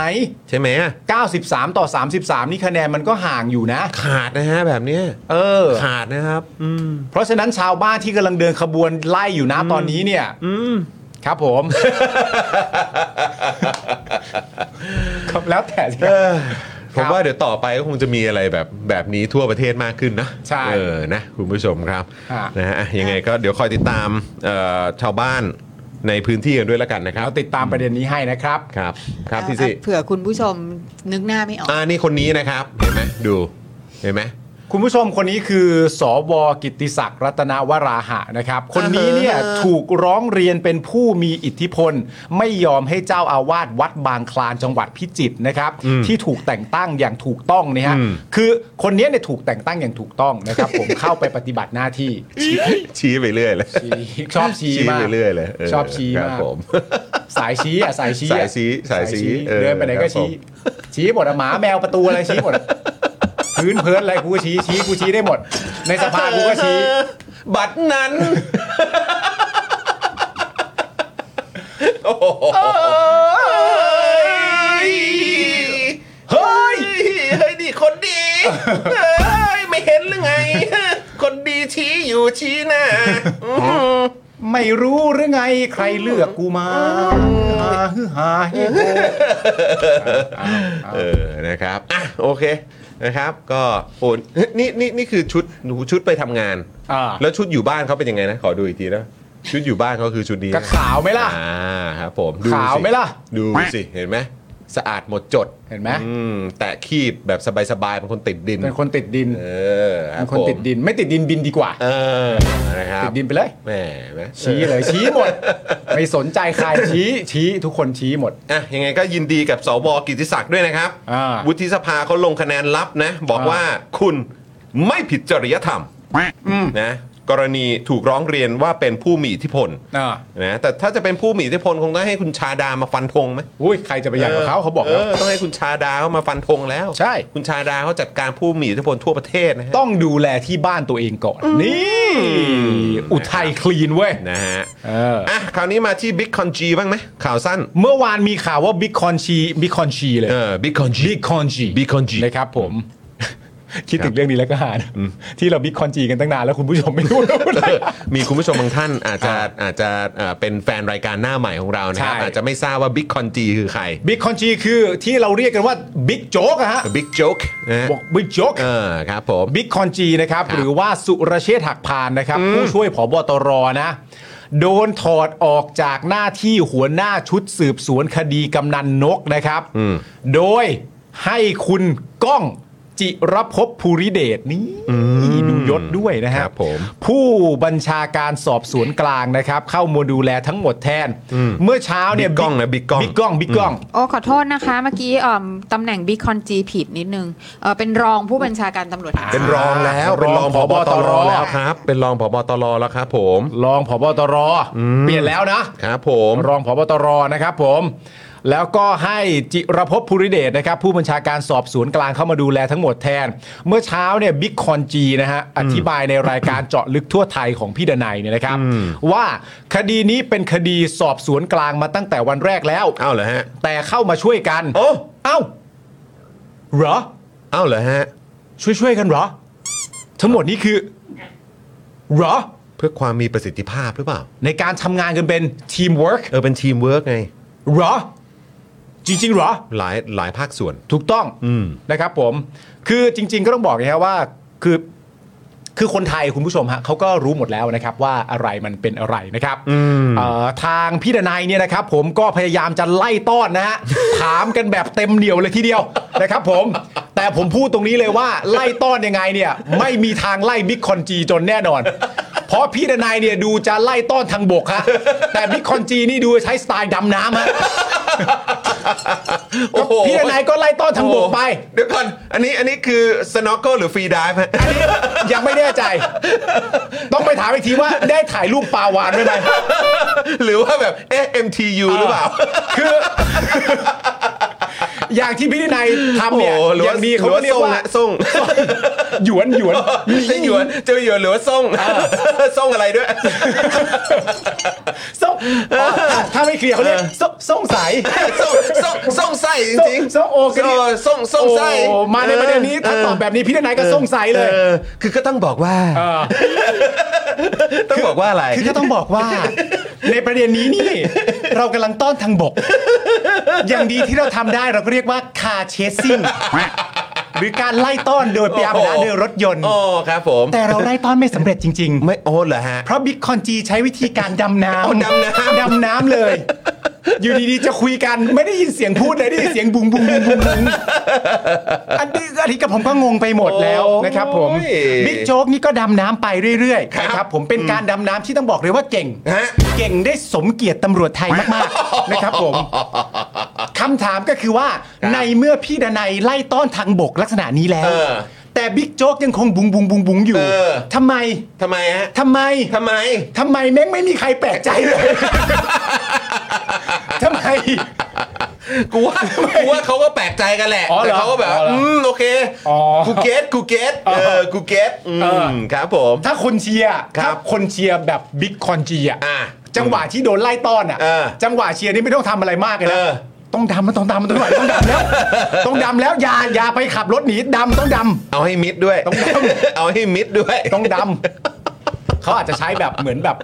Speaker 1: ใช่ไหมอะ
Speaker 5: 93 ต่อ 33 นี่คะแนนมันก็ห่างอยู่นะ
Speaker 1: ขาดนะฮะแบบเนี้ย
Speaker 5: เออ
Speaker 1: ขาดนะครับ อืม
Speaker 5: เพราะฉะนั้นชาวบ้านที่กำลังเดินขบวนไล่อยู่นะตอนนี้เนี่ย
Speaker 1: อืม
Speaker 5: ครับผมครับแล้วแต่สิค
Speaker 1: เออ
Speaker 5: รับ
Speaker 1: ผมว่าเดี๋ยวต่อไปก็คงจะมีอะไรแบบแบบนี้ทั่วประเทศมากขึ้นนะ
Speaker 5: ใช่
Speaker 1: เออนะคุณผู้ชมครับ
Speaker 5: ฮะ
Speaker 1: นะฮะอ่ะยังไงก็เดี๋ยวคอยติดตามเอ่อชาวบ้านในพื้นที่กันด้วยแล้วกันนะครับ
Speaker 5: เราติดตามประเด็นนี้ให้นะครับ
Speaker 1: ครับครับ
Speaker 4: เอา
Speaker 1: พี่สิ
Speaker 4: เผื่อคุณผู้ชมนึกหน้าไม่ออก
Speaker 1: อ่านี่คนนี้นะครับเห็นไหมดูเห็นไหม
Speaker 5: คุณผู้ชมคนนี้คือสวกิตติศักดิ์รัตนวราหะนะครับ คนนี้เนี่ย
Speaker 1: อ่าฮะ
Speaker 5: ถูกร้องเรียนเป็นผู้มีอิทธิพล ไม่ยอมให้เจ้าอาวาสวัดบางคลานจังหวัดพิจิตรนะครับ ที่ถูกแต่งตั้งอย่างถูกต้องเนะฮะคือคนเนี้ยเนี่ยถูกแต่งตั้งอย่างถูกต้องนะครับ ผม เข้าไปปฏิบัติหน้า
Speaker 1: [LAUGHS]
Speaker 5: ที่
Speaker 1: ชี้ไปเรื่อยเลย
Speaker 5: ชี้ชอบชี้มาก
Speaker 1: ไปเรื่อยเลยเ
Speaker 5: ชอบชี้
Speaker 1: ครับ
Speaker 5: มาก
Speaker 1: ผม
Speaker 5: สายชี้
Speaker 1: [LAUGHS]
Speaker 5: อ่ะสายชี้
Speaker 1: สาย
Speaker 5: อ่ะ
Speaker 1: ชี้สายชี้เออ
Speaker 5: เดินไปไหน
Speaker 1: ครั
Speaker 5: ก็
Speaker 1: บผม
Speaker 5: ชี้ชี้หมดอะหมาแมวประตูอะไรชี้หมดอะพื้นเพิร์นอะไรกูก็ชี้ชี้กูชี้ได้หมด ในสภากูก็ชี้
Speaker 1: บัตรนั้น โอ้โหเฮ้ย เฮ้ยนี่คนดี เฮ้ย ไม่เห็นหรือไง คนดีชี้อยู่ชี้หน้า
Speaker 5: ไม่รู้หรือไงใครเลือกกูมาหาฮือหาเฮ
Speaker 1: [LAUGHS]
Speaker 5: โฮ
Speaker 1: เออ นะครับ อ่ะ โอเค นะครับ ก็โอนนี่ นี่ นี่คือชุด หนูชุดไปทำงาน
Speaker 5: อ่า
Speaker 1: แล้วชุดอยู่บ้านเขาเป็นยังไงนะ ขอดูอีกทีนะชุดอยู่บ้านเขาคือชุดนี้
Speaker 5: กระ
Speaker 1: นะ
Speaker 5: ขาวไหมล่ะ
Speaker 1: อ่าครับผมดูสิ
Speaker 5: ขาวไหมล่ะ
Speaker 1: ดูสิ เห็นไหมสะอาดหมดจด
Speaker 5: เห็นไหม
Speaker 1: อืมแต่คีบแบบสบายๆเป็นคนติดดิน
Speaker 5: เป็นคนติดดิน
Speaker 1: เออรั
Speaker 5: เป็
Speaker 1: บ
Speaker 5: นคนติด
Speaker 1: ผม
Speaker 5: ดิน ไม่ติดดินบินดีกว่า
Speaker 1: เออนะครับ
Speaker 5: ติดดินไปเลย
Speaker 1: แหมเห็นไหม
Speaker 5: ชี้เลย ชี้หมด ไม่สนใจใครชี้ชี้ทุกคนชี้หมด
Speaker 1: อ่ะยังไงก็ยินดีกับสวกิติศักดิ์ด้วยนะครับ
Speaker 5: อ่า
Speaker 1: วุฒิสภาเขาลงคะแนนลับนะ บอกว่าคุณไม่ผิดจริยธรรมนะ กรณีถูกร้องเรียนว่าเป็นผู้มีอิทธิพล
Speaker 5: อ่า
Speaker 1: นะแต่ถ้าจะเป็นผู้มีอิทธิพลคงต้องให้คุณชาดามาฟันธงไหม
Speaker 5: อุ้ยใครจะไปอยากกับเขาเขาบอกแล้ว
Speaker 1: ต้องให้คุณชาดาเขามาฟันธงแล้ว
Speaker 5: ใช่
Speaker 1: คุณชาดาเขาจัดการผู้มีอิทธิพลทั่วประเทศนะฮะ
Speaker 5: ต้องดูแลที่บ้านตัวเองก่อน นี่ อุทัยคลีนเว้ย
Speaker 1: นะฮะ
Speaker 5: เอออ่
Speaker 1: อ่ะคราวนี้มาที่บิ๊กคอนจีบ้างไหมข่าวสั้น
Speaker 5: เมื่อวานมีข่าวว่าบิ๊กคอนชีบิ๊กคอนชีเลย
Speaker 1: เออบิ๊กคอนจี
Speaker 5: บิ๊กคอนชี
Speaker 1: บิ๊กคอนจี
Speaker 5: นะครับผม คิดถึงเรื่องนี้แล้วก็หานะที่เราบิ๊กคอนจีกันตั้งนานแล้วคุณผู้ชมไม่รู้แล้วอะไร [LAUGHS]
Speaker 1: มีคุณผู้ชมบางท่านอาจจะอาจจะเอ่อเป็นแฟนรายการหน้าใหม่ของเรานะครับ
Speaker 5: ใช่
Speaker 1: อาจจะไม่ทราบว่าบิ๊กคอนจีคือใคร
Speaker 5: บิ๊กคอนจีคือที่เราเรียกกันว่าบิ๊กโจ๊กอะฮะ
Speaker 1: บิ๊กโจ๊กนะฮะ
Speaker 5: บอกบิ๊กโจ๊ก
Speaker 1: เออครับผม
Speaker 5: บิ๊กคอนจีนะครับหรือว่าสุรเชษฐ์หักพานนะครับ ผู้ช่วยผบตรนะ โดนถอดออกจากหน้าที่หัวหน้าชุดสืบสวนคดีกำนันนกนะครับ โดยให้คุณก้องจิรภพภูริเดชนี่ดูยศด้วยนะฮะ
Speaker 1: ครับผม
Speaker 5: ผู้บัญชาการสอบสวนกลางนะครับ เข้ามาดูแลทั้งหมดแทน เมื่อเช้าเนี่ย
Speaker 1: บิ๊กกล้องนะบิ๊กกล้อง
Speaker 5: บิ๊กกล้องบิ๊กกล้อง
Speaker 4: โอ้ขอโทษนะคะ เมื่อกี้เอิ่มตำแหน่งบิ๊กคอนจีผิดนิดนึงเอ่อเป็นรองผู้บัญชาการตำรวจแห่งชาติ
Speaker 1: เป็นรองแล้วเป็นรองพ
Speaker 5: รอง
Speaker 1: บ
Speaker 5: ผบ
Speaker 1: ต
Speaker 5: ต
Speaker 1: ร
Speaker 5: ร
Speaker 1: แล้วครับ เป็นรองพบตรแล้วครับผม
Speaker 5: รองผบตรเปลี่ยนแล้วนะ
Speaker 1: ครับผม
Speaker 5: รองผบตรนะครับผม แล้วก็ให้จิรภพภูริเดชนะครับ ผู้บัญชาการสอบสวนกลางเข้ามาดูแลทั้งหมดแทน เมื่อเช้าเนี่ยบิ๊กคอนจีนะฮะอธิบายในรายการเจาะลึกทั่วไทยของพี่ดนัยเนี่ยนะครับ ว่าคดีนี้เป็นคดีสอบสวนกลางมาตั้งแต่วันแรกแล้ว
Speaker 1: เอ้าเหรอฮะ
Speaker 5: แต่เข้ามาช่วยกัน
Speaker 1: โอ้
Speaker 5: เอ้าเหรอ
Speaker 1: เอ้าเหรอฮะ
Speaker 5: ช่วยช่วยๆกันเหรอ ทั้งหมดนี้คือเหรอ
Speaker 1: เพื่อความมีประสิทธิภาพหรือเปล่า
Speaker 5: ในการทำงานกันเป็นทีมเวิร์ก
Speaker 1: เออเป็นทีมเวิร์กไง
Speaker 5: เหรอ จริงๆเหรอ
Speaker 1: หลายหลายภาคส่วน
Speaker 5: ถูกต้อง
Speaker 1: อืม
Speaker 5: นะครับผม คือจริง ๆ ก็ต้องบอกนะครับว่าคือคือคนไทยคุณผู้ชมฮะเขาก็รู้หมดแล้วนะครับว่าอะไรมันเป็นอะไรนะครับเอ่อทางพี่ดนายเนี่ยนะครับผมก็พยายามจะไล่ต้อน
Speaker 1: [LAUGHS]
Speaker 5: นะฮะ ถามกันแบบเต็มเหนียวเลยทีเดียว นะครับผม แต่ผมพูดตรงนี้เลยว่าไล่ต้อนยังไงเนี่ย ไม่มีทางไล่บิ๊กคอนจีจนแน่นอน เพราะพี่ดนายเนี่ยดูจะไล่ต้อนทางบกฮะแต่บิ๊กคอนจีนี่ดูใช้สไตล์ดำน้ำฮะ
Speaker 1: [LAUGHS] โอ้โห
Speaker 5: พี่ดนายก็ไล่ต้อนทางบกไป
Speaker 1: เดี๋ยวก่อน อันนี้อันนี้คือสโนว์โกหรือฟรีดิฟฮะ [LAUGHS]
Speaker 5: ยังไม่แน่ใจ ต้องไปถามอีกทีว่าได้ถ่ายรูปปลาวานไว้ไหม
Speaker 1: หรือว่าแบบเอ๊ะ MTU หรือเปล่า
Speaker 5: คือ อย่างที่พี่ดินัยทำเนี่ย
Speaker 1: โอ้โหหรือ
Speaker 5: อ
Speaker 1: ว่า
Speaker 5: ย่างดีเขาก็เรียก
Speaker 1: หรื
Speaker 5: ว่า
Speaker 1: อว่าส่งนะส่ง
Speaker 5: หยวนหยวน
Speaker 1: ใช่หย [LAUGHS]
Speaker 5: [LAUGHS]
Speaker 1: วนเจะหยวนหรือว่าส่ง [LAUGHS] ส่งอะไรด้วย
Speaker 5: ส่งอ๋อถ้าไม่เคลียร์เขาเรียกส่งส่งใสาย
Speaker 1: ส่งส่งส่งไส้จริงๆ
Speaker 5: ส่งโอกระดิ่ง
Speaker 1: ส่งส่งไส้
Speaker 5: โอ้มาในประเด็นนี้ถ้าตอบแบบนี้พี่ดินัยก็ส่งใสายเลย
Speaker 1: ออคือก็ต้องบอกว่า ต้องบอกว่าอะไร
Speaker 5: คือก็ต้องบอก
Speaker 1: [LAUGHS]
Speaker 5: ว่า ในประเด็นนี้นี่ เรากำลังต้อนทางบก อย่างดีที่เราทำได้เราก็เรียกว่าคาเชสซิ่งหรือการไล่ต้อนโดยพยายามนะเดินรถยนต์
Speaker 1: โอ้ครับผม
Speaker 5: แต่เราไล่ต้อนไม่สำเร็จจริง
Speaker 1: ไม่โอ้เหรอฮะ
Speaker 5: ๆ เพราะบิ๊กคอนจีใช้วิธีการดำน้
Speaker 1: เอา
Speaker 5: ำ
Speaker 1: ดำน้ำ
Speaker 5: ดำน้ำเลย อยู่ดีๆจะคุยกันไม่ได้ยินเสียงพูดเลยได้ยินเสียงบุงบุงบุงบุงบุงอันนี้อันนี้กับผมก็งงไปหมดแล้วนะครับ ผม
Speaker 1: โอ้ย
Speaker 5: บิ๊กโจ๊กนี่ก็ดำน้ำไปเรื่อยๆนะครับผมเป็นการดำน้ำที่ต้องบอกเลยว่าเก่ง
Speaker 1: ฮะ
Speaker 5: เก่งได้สมเกียรติตำรวจไทยมาก ๆ นะครับ
Speaker 1: [LAUGHS]
Speaker 5: ผม คำถามก็คือว่าในเมื่อพี่ดนัยไล่ต้อนทางบกลักษณะนี้แล้
Speaker 1: เอ
Speaker 5: ว
Speaker 1: อ
Speaker 5: แต่บิ๊กโจ๊กยังคงบุงบุงบุงบุงอยู่
Speaker 1: เออ
Speaker 5: ทำไม
Speaker 1: ทำไมฮะ
Speaker 5: ทำไม
Speaker 1: ทำไม
Speaker 5: ทำไมแม่งไม่มีใครแปลกใจเลย
Speaker 1: [LAUGHS]
Speaker 5: ทำไม
Speaker 1: กูว่า
Speaker 5: [LAUGHS]
Speaker 1: กูว่าเขาก็แปลกใจกันแหละ
Speaker 5: อ๋อเหรอ
Speaker 1: แต่เขาก็แบบ
Speaker 5: อ๋อเหรอ
Speaker 1: อืมโอเค
Speaker 5: อ๋อ
Speaker 1: กูเก็ตกูเก็ตเออกูเก็ตอื
Speaker 5: เออ
Speaker 1: มครับผม
Speaker 5: ถ้าคนเชียร์
Speaker 1: ครั
Speaker 5: ถ้า
Speaker 1: บ
Speaker 5: คนเชียร์แบบบิ๊กคอนจีอ่ะ
Speaker 1: อ่ะ
Speaker 5: จังหวะที่โดนไล่ต้อนอ่ะ
Speaker 1: เออ
Speaker 5: จังหวะเชียร์นี่ไม่ต้องทำอะไรมากเลย
Speaker 1: เออ
Speaker 5: นะต้องดำมันต้องดำมันต้องไหวต้องดำแล้ว ต้องดำแล้วอย่าอย่าไปขับรถหนีดำต้องดำ
Speaker 1: เอาให้มิดด้วย
Speaker 5: ต้องด
Speaker 1: [LAUGHS] เอาให้มิดด้วย
Speaker 5: ต้องดำ เขาอาจจะใช้แบบเหมือนแบบ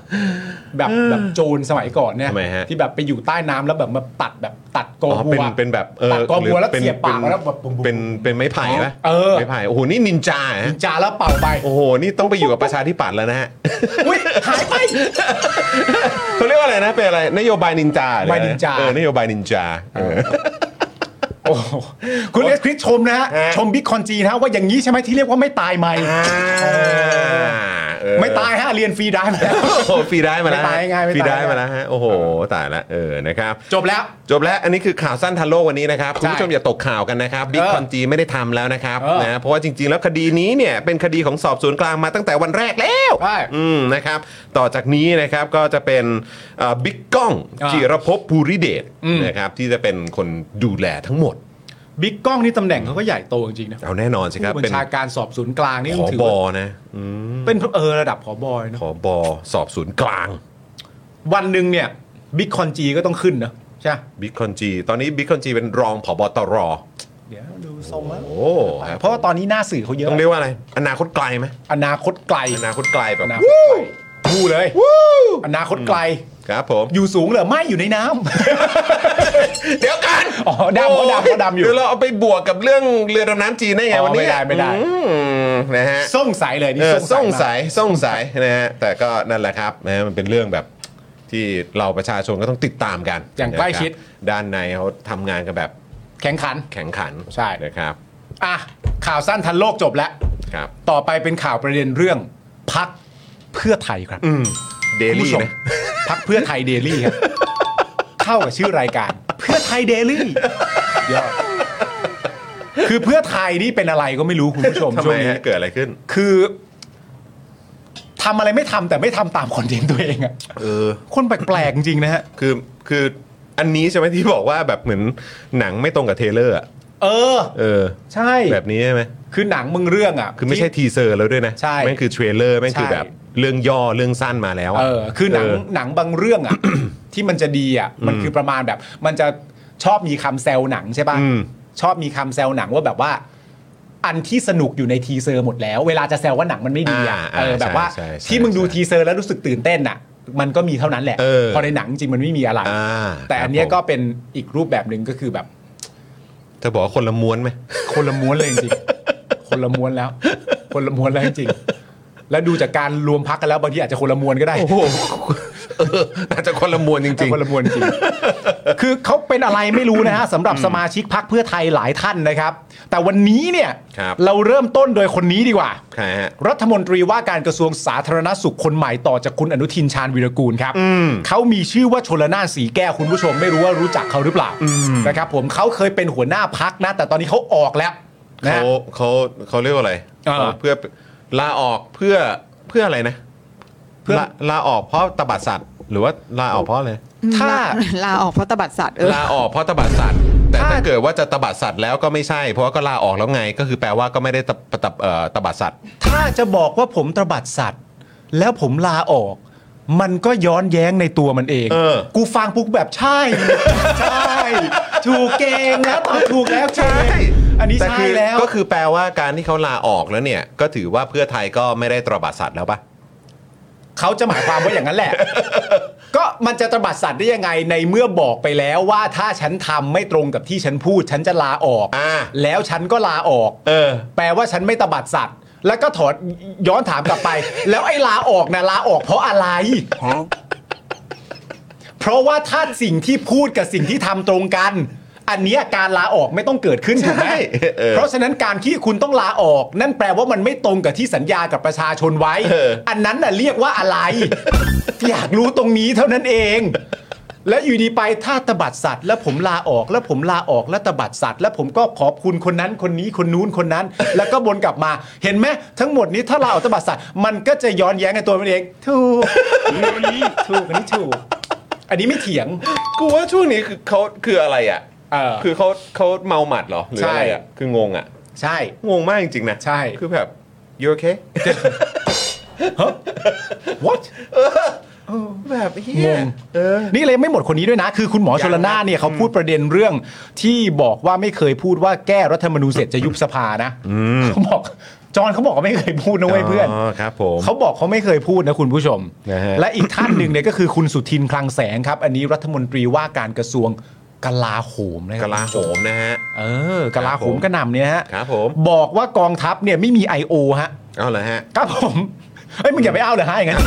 Speaker 5: แบบแบบโจรสมัยก่อนเนี่ย
Speaker 1: ทำไมฮะ
Speaker 5: ที่แบบไปอยู่ใต้น้ำแล้วแบบมาตัดแบบตัดกอ
Speaker 1: อ๋อ
Speaker 5: บั
Speaker 1: เป็น
Speaker 5: ว
Speaker 1: เป็นแบบเอ
Speaker 5: ตัด
Speaker 1: อก
Speaker 5: อบัวแล้ว
Speaker 1: หรื
Speaker 5: เสียบปากแล้วแบบบุ๋มบุ๋ม
Speaker 1: เป็นเป็นไม้ไผ่ปะ
Speaker 5: เออ
Speaker 1: ไม้ไผ่โอ้โหนี่นินจาฮะ
Speaker 5: จาแล้วเป่าไป
Speaker 1: โอ้โหนี่ต้องไปอยู่กับประชาธิปัตย์แล้วนะฮะ
Speaker 5: อุ้ยหายไป
Speaker 1: เขาเรียกว่าอะไรนะเป็นอะไรนโยบายนินจาเลยะ
Speaker 5: บายนินจา
Speaker 1: เออนโยบายนินจาเออ
Speaker 5: โอ้โหคุณเอสคริสชมนะฮะ
Speaker 1: ฮะ
Speaker 5: ชมบิ๊กคอนจีนะฮะว่าอย่างนี้ใช่ไหมที่เรียกว่าไม่ตายไหม
Speaker 1: อ่า เออ
Speaker 5: ไม่ตายฮะเรียนฟรีได้ [LAUGHS] ไหม
Speaker 1: โอ้โหฟรีได้มาแล้ว
Speaker 5: ไม่ตายง่ายไม่
Speaker 1: ฟ
Speaker 5: ตาย
Speaker 1: รีได้มาแล้วฮะโอ้โหตายละเออนะครับ
Speaker 5: จบแล้ว
Speaker 1: จบแล้วอันนี้คือข่าวสั้นทันโลกวันนี้นะครับ
Speaker 5: ใช่
Speaker 1: คุณผู้ชมอย่าตกข่าวกันนะครับบิ๊ก
Speaker 5: เออ
Speaker 1: คอนจีไม่ได้ทำแล้วนะครับ
Speaker 5: เออ
Speaker 1: นะเพราะว่าจริง ๆ แล้วคดีนี้เนี่ยเป็นคดีของสอบสวนกลางมาตั้งแต่วันแรกแล้ว
Speaker 5: ใช่
Speaker 1: อืมนะครับต่อจากนี้นะครับก็จะเป็นเอ่อบิ๊กก้อง
Speaker 5: อ่า
Speaker 1: จิรภพภูริเดช
Speaker 5: อืม
Speaker 1: นะครับที่จะเป็นคนดูแลทั้งหมด
Speaker 5: บิ๊กกล้องนี่ตำแหน่งเขาก็ใหญ่โตจริงๆนะ
Speaker 1: เอาแน่นอนสิครับ
Speaker 5: ผู้บั
Speaker 1: เป็น
Speaker 5: ญชาการสอบสวนกลางนี่
Speaker 1: ผ
Speaker 5: ต้องถื
Speaker 1: บ
Speaker 5: ว่า
Speaker 1: นะอืม
Speaker 5: เป็นเออระดับผอบอยเน
Speaker 1: ผ
Speaker 5: อะ
Speaker 1: บสอบสวนกลาง
Speaker 5: วันหนึ่งเนี่ยบิ๊กคอนจีก็ต้องขึ้นนะใช่ปะ
Speaker 1: บิ๊กคอนจีตอนนี้บิ๊กคอนจีเป็นรองผบตร
Speaker 5: เดี๋ยวดูทรงแล้ว
Speaker 1: โอ้
Speaker 5: เพราะว่าตอนนี้หน้าสื่อเขาเยอะ
Speaker 1: ต้องเรียกว่าอะไรอนาคตไกลไหม
Speaker 5: อนาคตไกล
Speaker 1: อนาคตไกลแบบ
Speaker 5: อนาคตไกลดูเลยอนาคตไกล
Speaker 1: ครับผม
Speaker 5: อยู่สูงเหรอไม่อยู่ในน้ำ
Speaker 1: เดี๋ยวกัน
Speaker 5: อ๋อดำเขาดำเขาดำอยู่
Speaker 1: เดี๋ยวเราเอาไปบวกกับเรื่องเรือดำน้ำจีนได้ไง
Speaker 5: อ๋อ
Speaker 1: วันนี้
Speaker 5: ไม่ได้ไม่ได้
Speaker 1: อืมนะฮะ [LAUGHS]
Speaker 5: ส่งสายเลยนี่
Speaker 1: เออส่ง
Speaker 5: มาก
Speaker 1: สายส่งสายนะฮะแต่ก็นั่นแหละครับนะฮะมันเป็นเรื่องแบบที่เราประชาชนก็ต้องติดตามกัน
Speaker 5: อย่างใกล้ชิด
Speaker 1: นะครับด้านในเขาทำงานกันแบบ
Speaker 5: แข่งขัน
Speaker 1: แข่งขัน
Speaker 5: ใช่
Speaker 1: นะครับ
Speaker 5: อ่ะข่าวสั้นทันโลกจบแล้ว
Speaker 1: ครับ
Speaker 5: ต่อไปเป็นข่าวประเด็นเรื่องพักเพื่อไทยครับ
Speaker 1: อืมเด
Speaker 5: คุณ
Speaker 1: ลี่
Speaker 5: ผู้ชม
Speaker 1: นะ
Speaker 5: พักเพื่อไทยเดลี่
Speaker 1: [LAUGHS]
Speaker 5: ครับ เข้ากับชื่อรายการ เพื่อไทยเดลี่ยอดคือเพื่อไทยนี่เป็นอะไรก็ไม่รู้คุณผู้ชม
Speaker 1: ทำ
Speaker 5: ช่
Speaker 1: ไม
Speaker 5: วงนี้
Speaker 1: ฮะเกิดอะไรขึ้น
Speaker 5: คือทำอะไรไม่ทำแต่ไม่ทำตามคอนเทนต์ตัวเองอะ
Speaker 1: เออ
Speaker 5: คนแปลกๆจริงๆนะฮะ
Speaker 1: คือคืออันนี้ใช่ไหมที่บอกว่าแบบเหมือนหนังไม่ตรงกับเทรลเลอร์อะ
Speaker 5: เออ
Speaker 1: เออ
Speaker 5: ใช่
Speaker 1: แบบนี้ใช่ไหม
Speaker 5: คือหนังมึงเรื่องอ่ะ
Speaker 1: คือไม่ใช่ทีเซอร์แล้วด้วยนะ
Speaker 5: ใช่
Speaker 1: แม่งคือเทรลเลอร์แม่งคือ
Speaker 5: ใช่
Speaker 1: แบบเรื่องย่อเรื่องสั้นมาแล้วะ
Speaker 5: เออคือหนัง
Speaker 1: เห
Speaker 5: นังบางเรื่อง
Speaker 1: [COUGHS]
Speaker 5: อ่ะ ที่มันจะดีอ่ะมันคือประมาณแบบ มันจะชอบมีคำแซวหนังใช่ป่ะ
Speaker 1: อืม
Speaker 5: ชอบมีคำแซวหนังว่าแบบว่า อันที่สนุกอยู่ในทีเซอร์หมดแล้ว เวลาจะแซวว่าหนังมันไม่ดีอ่ะ
Speaker 1: อ่าอ่า
Speaker 5: เออแบบว่า
Speaker 1: ใช่ใช่ใช่
Speaker 5: ที่มึงดู
Speaker 1: ใช่
Speaker 5: ทีเซอร์แล้วรู้สึกตื่นเต้นอ่ะ มันก็มีเท่านั้นแหละ
Speaker 1: เออ
Speaker 5: พอในหนังจริงมันไม่มีอะไร
Speaker 1: อ่า
Speaker 5: แต่อันเนี้ย
Speaker 1: ค
Speaker 5: ก็
Speaker 1: รับผม
Speaker 5: เป็นอีกรูปแบบหนึ่งก็คือแบบ
Speaker 1: เธอบอกว่าคนละม้วนไหม
Speaker 5: คนละม้วนเลยจริง
Speaker 1: [LAUGHS]
Speaker 5: ๆ คนละม้วนแล้ว คนละม้วนแล้วจริงๆแล้วดูจากการรวมพักกันแล้วบางทีอาจจะคนละม้วนก็ได้
Speaker 1: โอ้โห [LAUGHS] เอออาจจะคนละม้วนจริง
Speaker 5: คนละมวลจริง คือ [LAUGHS] เขาเป็นอะไรไม่รู้นะฮะสำหรับสมาชิกพักเพื่อไทยหลายท่านนะครับ แต่วันนี้เนี่ย
Speaker 1: ครับ
Speaker 5: เราเริ่มต้นโดยคนนี้ดีกว่า
Speaker 1: ๆใครฮะ
Speaker 5: รัฐมนตรีว่าการกระทรวงสาธารณสุขคนใหม่ต่อจากคุณอนุทินชาญวีรกูลครับเขามีชื่อว่าชลนานสีแก้วคุณผู้ชมไม่รู้ว่ารู้จักเขาหรือเปล่านะครับผมเขาเคยเป็นหัวหน้าพักนะ แต่ตอนนี้เขาออกแล้วนะ
Speaker 1: เขา
Speaker 5: ฮะ
Speaker 1: เขาเขาเรียกว่าอะไร
Speaker 5: เออ
Speaker 1: เขาเพื่อลาออกเพื่อเพื่ออะไรนะ
Speaker 5: เพื่อ
Speaker 1: ลาลาออกเพราะตบัดสัตว์ หรือว่าลาออกเพราะอะไร
Speaker 5: ถ้า
Speaker 6: ลลาออกเพราะตบัดสัตว์เออ
Speaker 1: ลาออกเพราะตบัดสัตว์ แต่ถ้า
Speaker 5: ถ้า
Speaker 1: เกิดว่าจะตบัดสัตว์แล้วก็ไม่ใช่ เพราะว่าก็ลาออกแล้วไง ก็คือแปลว่าก็ไม่ได้ตบตบเอ่อตบัดสัตว์
Speaker 5: ถ้าจะบอกว่าผมตบัดสัตว์ แล้วผมลาออก มันก็ย้อนแย้งในตัวมันเอง
Speaker 1: เออ
Speaker 5: กูฟังปุ๊บแบบใช่ ใช่ถูกเกงแล้วตอบถูกแล้วใช่อันนี้
Speaker 1: ต่
Speaker 5: ใช่
Speaker 1: คือ
Speaker 5: แล้ว
Speaker 1: ก็คือแปลว่าการที่เขาลาออกแล้วเนี่ย ก็ถือว่าเพื่อไทยก็ไม่ได้ตระบัดสัตว์แล้วปะ
Speaker 5: เขาจะหมายความว่าอย่างนั้
Speaker 1: [LAUGHS]
Speaker 5: นแหละ ก็มันจะตบัดสัตว์ได้ยังไงในเมื่อบอกไปแล้วว่าถ้าฉันทำไม่ตรงกับที่ฉันพูด ฉันจะลาออก
Speaker 1: อ่า
Speaker 5: แล้วฉันก็ลาออก
Speaker 1: เออ
Speaker 5: แปลว่าฉันไม่ตบัดสัตว์ แล้วก็ถอดย้อนถามกลับไป แล้วไอ้ลาออกนะลาออกเพราะอะไร เพราะว่าถ้าสิ่งที่พูดกับสิ่งที่ทำตรงกัน อันเนี้ยการลาออกไม่ต้องเกิดขึ้นถูกไหม
Speaker 1: ใช่เออ
Speaker 5: เพราะฉะนั้นการที่คุณต้องลาออก นั่นแปลว่ามันไม่ตรงกับที่สัญญากับประชาชนไว้
Speaker 1: เออ
Speaker 5: อันนั้นน่ะเรียกว่าอะไร อยากรู้ตรงนี้เท่านั้นเอง และอยู่ดีไปถ้าตบัดสัตว์ แล้วผมลาออก แล้วผมลาออกแล้วตบัดสัตว์ แล้วผมก็ขอบคุณคนนั้นคนนี้คนนู้นคนนั้น แล้วก็บนกลับมา เห็นไหมทั้งหมดนี้ถ้าลาออกตบัดสัตว์มันก็จะย้อนแย้งในตัวมันเองถูกถูกอันนี้ถูก อันนี้ไม่เถียง
Speaker 1: กูว่าช่วงนี้คือเขาคืออะไรอ่ะ
Speaker 5: เออ
Speaker 1: คือเขาเขาเมาหมัดเหรอหรืออะไร
Speaker 5: ใช่
Speaker 1: อ่ะคืองงอ่ะ
Speaker 5: ใช่
Speaker 1: งงมากจริงๆนะ
Speaker 5: ใช่
Speaker 1: คือแบบ you okay
Speaker 5: what
Speaker 1: แบบเฮี
Speaker 5: ง
Speaker 1: ย
Speaker 5: ง
Speaker 1: เออ
Speaker 5: นี่เลยไม่หมดคนนี้ด้วยนะ คือคุณหมอชลนาเนี่ยเขาพูดประเด็นเรื่องที่บอกว่าไม่เคยพูดว่าแก้รัฐธรรมนูญเสร็จจะยุบสภานะเขาบอกจอห์นเขาบอกว่าไม่เคยพูดนะเว้ยเพื่อน
Speaker 1: อ๋อครับผม
Speaker 5: เขาบอกเขาไม่เคยพูดนะคุณผู้ชม
Speaker 1: นะฮะ
Speaker 5: และอีกท่านหนึ่งเนี่ยก็คือคุณสุทินคลังแสงครับ อันนี้รัฐมนตรีว่าการกระทรวงกลาโหมนะค
Speaker 1: ก
Speaker 5: รั
Speaker 1: ลาโหมนะฮะ
Speaker 5: เออกลาโหมก็นำเนี่ยฮะ
Speaker 1: ครับผม
Speaker 5: บอกว่ากองทัพเนี่ยไม่มี I.O. ฮะ
Speaker 1: เอาเลยฮะ
Speaker 5: ครับผมเอ้ยมึงอย่าไปเอาเลยฮะ
Speaker 1: [LAUGHS]
Speaker 5: อย่างนั้น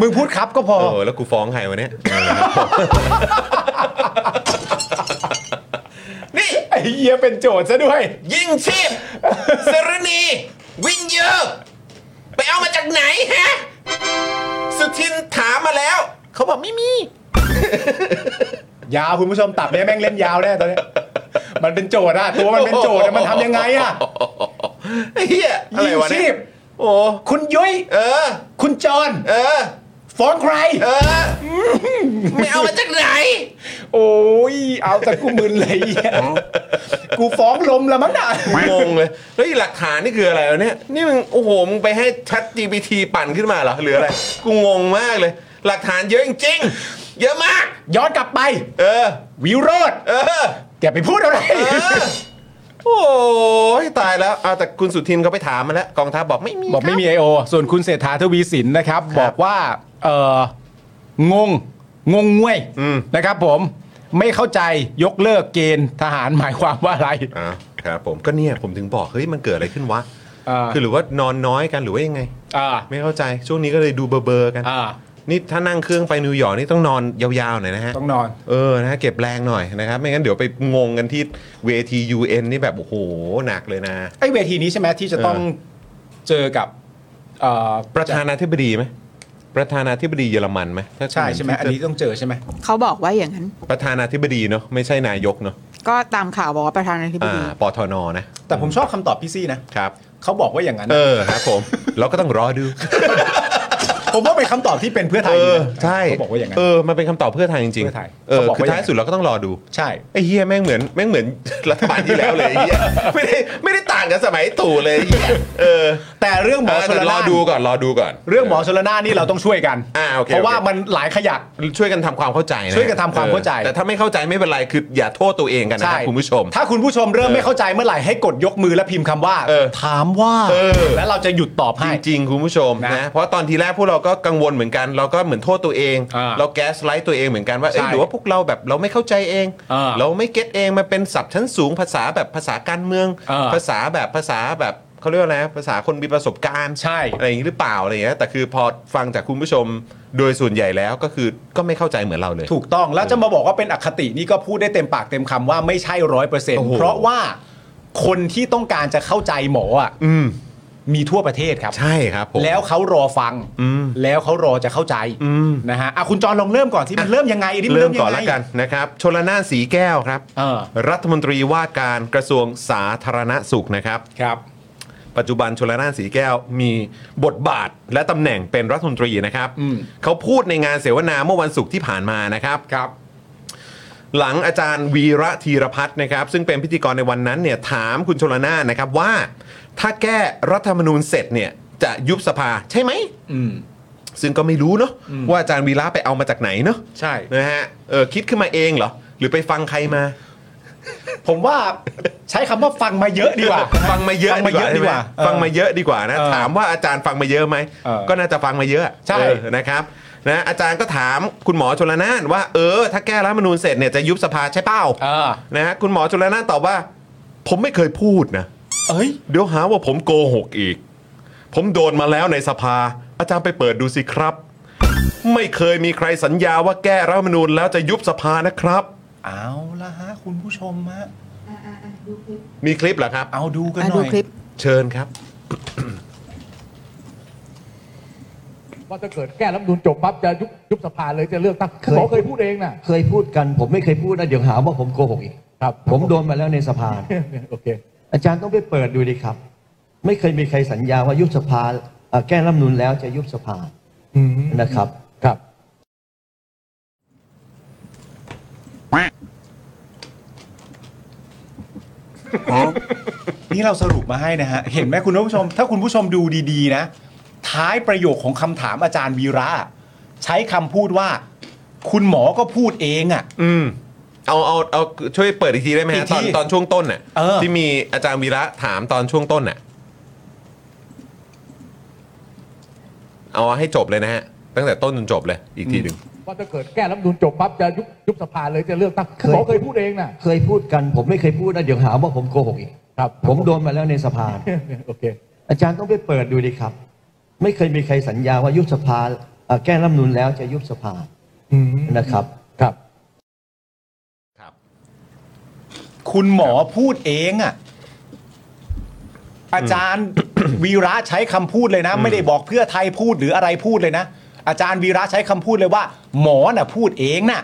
Speaker 5: มึงพูดครับก็พอ
Speaker 1: โอ้โหแล้วกูฟ้องใครวะเนี่ยเอาเลยครับผม
Speaker 5: นี่ไอ้เหี้ยเป็นโจทย์ซะด้วย
Speaker 1: ยิ่งชีพสรณี วินเยอร์เป เอามาจากไหนฮะ สุทินถามมาแล้ว เขาบอกไม่มี
Speaker 5: ยาวคุณผู้ชมตับเนี่ยแม่งเล่นยาวแน่ตอนเนี้ยมันเป็นโจทย์อะตัวมันเป็นโจทย์อะมันทำยังไงอะ
Speaker 1: เฮียอะไรวะเนี่
Speaker 5: ยี่สิ
Speaker 1: ย
Speaker 5: บ
Speaker 1: โอ้
Speaker 5: คุณยุ้ย
Speaker 1: เออ
Speaker 5: คุณจอน
Speaker 1: เออ
Speaker 5: ฟ้องใคร
Speaker 1: เออ ไม่เอามาจากไหน
Speaker 5: โอ้ยเอาแต่กูมึนเลยไอ้เหี้ยกูฟ้องลมละมั้งน่ะ
Speaker 1: งงเลยแล้วอีหลักฐานนี่คืออะไรวะเนี่ย นี่มึงโอ้โหมึงไปให้ Chat GPT ปั่นขึ้นมาเหรอหรืออะไร กูงงมากเลย หลักฐานเยอะจริงๆเยอะมาก
Speaker 5: ย้อนกลับไป
Speaker 1: เออ
Speaker 5: วิโรธ
Speaker 1: เออ
Speaker 5: อย่าไปพูดอะไร
Speaker 1: เออ โอ้ยตายแล้วเอาแต่คุณสุทินเขาไปถามมาแล้ว กองทัพบอกไม่มี
Speaker 5: บอกไม่มี I.O. ส่วนคุณเศรษฐาทวีสินนะครับ บอกว่าเอองง งงงวยนะครับผมไม่เข้าใจยกเลิกเกณฑ์ทหารหมายความว่าอะไร
Speaker 1: อ่าครับผมก็เนี่ยผมถึงบอกเฮ้ยมันเกิดอะไรขึ้นวะ
Speaker 5: เออ
Speaker 1: คือหรือว่านอนน้อยกันหรือว่ายังไง
Speaker 5: อ่า
Speaker 1: ไม่เข้าใจช่วงนี้ก็เลยดูเบอร์เบอร์ๆกัน
Speaker 5: อ่า
Speaker 1: นี่ถ้านั่งเครื่องไปนิวยอร์กนี่ต้องนอนยาวๆหน่อยนะฮะ
Speaker 5: ต้องนอน
Speaker 1: เออนะฮะเก็บแรงหน่อยนะครับ ไม่งั้นเดี๋ยวไปงงกันที่เวที UN นี่แบบ โอ้โห หนักเลยนะ
Speaker 5: ไอ้เวทีนี้ใช่ไหมที่จะต้องเจอกับเอ่อ
Speaker 1: ประธานาธิบดีไหมประธานาธิบดีเยอรมันไหมถ้า
Speaker 5: ใช่ใช่ไหมอันนี้ต้องเจอใช่ไหม
Speaker 4: เขาบอกว่าอย่างนั้น
Speaker 1: ประธานาธิบดีเนาะไม่ใช่นายกเนาะ
Speaker 4: ก็ตามข่าวบอกว่าประธานาธิบ
Speaker 1: อ่า
Speaker 4: ดี
Speaker 1: ปทนนะ
Speaker 5: แต่ผมชอบคำตอบพี่ซี่นะครับ เขาบอกว่าอย่างนั้น
Speaker 1: เออครับผม เราก็ต้องรอดู
Speaker 5: ผมว่าเป็นคำตอบที่เป็นเพื่อไท
Speaker 1: เอย อ
Speaker 5: นะ
Speaker 1: ใช่
Speaker 5: เขาบอกว่าอย่างนั้น
Speaker 1: เออมันเป็นคำตอบเพื่อไทยจริง
Speaker 5: เพื่อไทย
Speaker 1: เออ
Speaker 5: เขาบอก
Speaker 1: คือ
Speaker 5: ว่า
Speaker 1: ท้ายสุดเราก็ต้องรอดู
Speaker 5: ใช่
Speaker 1: ไอ้เฮียแม่งเหมือนแม่งเหมือน รัฐบาลที่แล้วเลยไอ้เฮีย [LAUGHS] ไม่ได้ไม่ได้ต่างกับสมัยตู่เลยไอ้เฮียเออ
Speaker 5: แต่เรื่องหม
Speaker 1: เอ
Speaker 5: อ
Speaker 1: อ
Speaker 5: ช
Speaker 1: แต่
Speaker 5: ล
Speaker 1: รอ
Speaker 5: นา
Speaker 1: ดูก่อนรอดูก่อน
Speaker 5: เรื่องหมอชลนานนี่เราต้องช่วยกัน
Speaker 1: อ่าโอเค
Speaker 5: เพราะว่า
Speaker 1: โอเค
Speaker 5: มันหลายขยัก
Speaker 1: ช่วยกันทำความเข้าใจนะ
Speaker 5: ช่วยกันทำความเข้าใจ
Speaker 1: ออแต่ถ้าไม่เข้าใจไม่เป็นไรคืออย่าโทษตัวเองกันนะครับคุณผู้ชม
Speaker 5: ถ้าคุณผู้ชมเริ่มไม่เข้าใจเมื่อไหร่ให้กดยกมือและพิมพ์คำว่า
Speaker 1: เออ
Speaker 5: ถามว่า
Speaker 1: เออ
Speaker 5: แล้วเราจะหยุดตอบ
Speaker 1: จ
Speaker 5: ให้
Speaker 1: ริงๆ คุณผู้ชม
Speaker 5: นะ
Speaker 1: นะเพราะตอนทีแรกพวกเราก็กังวลเหมือนกัน เราก็เหมือนโทษตัวเอง
Speaker 5: อ่า
Speaker 1: เราแก๊สไลท์ตัวเองเหมือนกันว่าเอ้ย
Speaker 5: ใช่
Speaker 1: หรือว่าพวกเราแบบเราไม่เข้าใจเอง
Speaker 5: อ่า
Speaker 1: เราไม่เก็ตเองมันเป็นศัพท์ชั้นสูงภาษาแบบภาษาการเมือง
Speaker 5: อ่า
Speaker 1: ภาษาแบบภาษาแบบเขาเรียกว่าอะไรนะภาษาคนมีประสบการณ์
Speaker 5: ใช่
Speaker 1: อะไรอย่างนี้หรือเปล่าอะไรอย่างเงี้ยแต่คือพอฟังจากคุณผู้ชมโดยส่วนใหญ่แล้วก็คือก็ไม่เข้าใจเหมือนเราเลย
Speaker 5: ถูกต้องแล้วจะมาบอกว่าเป็นอคตินี่ก็พูดได้เต็มปากเต็มคำว่าไม่ใช่ร้อยเปอร์เซ็น
Speaker 1: โอ้
Speaker 5: ต์
Speaker 1: โห
Speaker 5: เพราะว่าคนที่ต้องการจะเข้าใจหมออะ
Speaker 1: อืม
Speaker 5: มีทั่วประเทศครับ
Speaker 1: ใช่ครับผม
Speaker 5: แล้วเขารอฟังแล้วเขารอจะเข้าใจนะฮะอ่ะคุณจอนลองเริ่มก่อนที่มันเริ่มยังไงอันนี้มัน
Speaker 1: เริ่ม
Speaker 5: ยั
Speaker 1: ก่
Speaker 5: งไง
Speaker 1: อนละกันนะครับ ชลนานสีแก้วครับ
Speaker 5: เออ
Speaker 1: รัฐมนตรีว่าการกระทรวงสาธารณสุขนะครับ
Speaker 5: ครับ
Speaker 1: ปัจจุบันชลนานสีแก้วมีบทบาทและตำแหน่งเป็นรัฐมนตรีนะครับ
Speaker 5: อืม
Speaker 1: เขาพูดในงานเสวนาเมื่อวันศุกร์ที่ผ่านมานะครับ
Speaker 5: ครับ
Speaker 1: หลังอาจารย์วีระธีรพัฒน์นะครับ ซึ่งเป็นพิธีกรในวันนั้นเนี่ยถามคุณชลนานนะครับว่า ถ้าแก้รัฐธรรมนูญเสร็จเนี่ยจะยุบสภาใช่ไหม
Speaker 5: อืม
Speaker 1: ซึ่งก็ไม่รู้เนาะว่าอาจารย์วีระไปเอามาจากไหนเนาะ
Speaker 5: ใช่
Speaker 1: นะฮะเออคิดขึ้นมาเองเหรอ หรือไปฟังใครมา
Speaker 5: ผมว่าใช้คำว่าฟังมาเยอะดีกว่า
Speaker 1: ฟังมาเยอะ
Speaker 5: ฟังมาเยอะดีกว่า
Speaker 1: ใช่ไหมฟังมาเยอะดีกว่านะ
Speaker 5: เออ
Speaker 1: ถามว่าอาจารย์ฟังมาเยอะไหม
Speaker 5: เออ
Speaker 1: ก็น่าจะฟังมาเยอะ
Speaker 5: ใช่
Speaker 1: เออนะครับนะอาจารย์ก็ถามคุณหมอชลนานว่าเออ ถ้าแก้รัฐธรรมนูญเสร็จเนี่ยจะยุบสภาใช่เปล่า
Speaker 5: เออ
Speaker 1: นะฮะคุณหมอชลนานตอบว่า ผมไม่เคยพูดนะ
Speaker 5: เอ้ย
Speaker 1: เดี๋ยวหาว่าผมโกหกอีก ผมโดนมาแล้วในสภา อาจารย์ไปเปิดดูสิครับ ไม่เคยมีใครสัญญาว่าแก้รัฐธรรมนูญแล้วจะยุบสภานะครับ
Speaker 5: เอาละฮะคุณผู้ชมฮะ
Speaker 1: มีคลิปเหรอครับ
Speaker 5: เอาดูกันห
Speaker 4: อ่ะ
Speaker 5: น่อย
Speaker 4: ดูคลิป
Speaker 1: เชิญครับ
Speaker 7: ว่าถ้าเกิดแก้รัฐธรรมนูนจบปั๊บจะยุบยุบสภาเลยจะเลือกตั้งคุณหมอเคยพูดเองนะ
Speaker 8: เคยพูดกันผมไม่เคยพูดนะเดี๋ยวหาว่าผมโกหกอีก
Speaker 7: ครับ
Speaker 8: ผมโดนมาแล้วในสภา
Speaker 7: โอเค
Speaker 8: อาจารย์ต้องไปเปิดดูดิครับ ไม่เคยมีใครสัญญาว่ายุบสภาเอ่อแก้รัฐธรรมนูนแล้วจะยุบสภา
Speaker 7: อืม
Speaker 8: นะครับ
Speaker 7: ครับ
Speaker 5: นี่เราสรุปมาให้นะฮะ เห็นไหมคุณผู้ชม ถ้าคุณผู้ชมดูดีๆนะ ท้ายประโยคของคำถามอาจารย์วีระใช้คำพูดว่า คุณหมอก็พูดเองอ่ะ
Speaker 1: อืมเอาเอาเอาช่วยเปิดอีกทีได้ไหม
Speaker 5: อี
Speaker 1: ฮะ
Speaker 5: ก
Speaker 1: ตอน
Speaker 5: ที
Speaker 1: ตอนช่วงต้นน่ะ
Speaker 5: เออ
Speaker 1: ที่มีอาจารย์วีระถามตอนช่วงต้นน่ะเอาให้จบเลยนะฮะ ตั้งแต่ต้นจนจบเลยอีกทีหนึ่ง
Speaker 7: ว่าถ้าเกิดแก้รัฐธรรมนูนจบปั๊บจะยุบยุบสภาเลยจะเลือกตั้งคุณหมอเคยพูดเองนะ
Speaker 8: เคยพูดกันผมไม่เคยพูดนะเดี๋ยวหาว่าผมโกหกอีก
Speaker 7: ครับ
Speaker 8: ผมโดนมาแล้วในสภา
Speaker 7: โอเค
Speaker 8: อาจารย์ต้องไปเปิดดูดิครับ ไม่เคยมีใครสัญญาว่ายุบสภาเอ่อแก้รัฐธรรมนูนแล้วจะยุบสภา
Speaker 7: อืม
Speaker 8: นะครับ
Speaker 7: ครับ
Speaker 5: คุณหมอพูดเองอ่ะ อาจารย์ [COUGHS] วีระใช้คำพูดเลยนะ ไม่ได้บอกเพื่อไทยพูดหรืออะไรพูดเลยนะ อาจารย์วีระใช้คำพูดเลยว่า หมอน่ะพูดเองน่ะ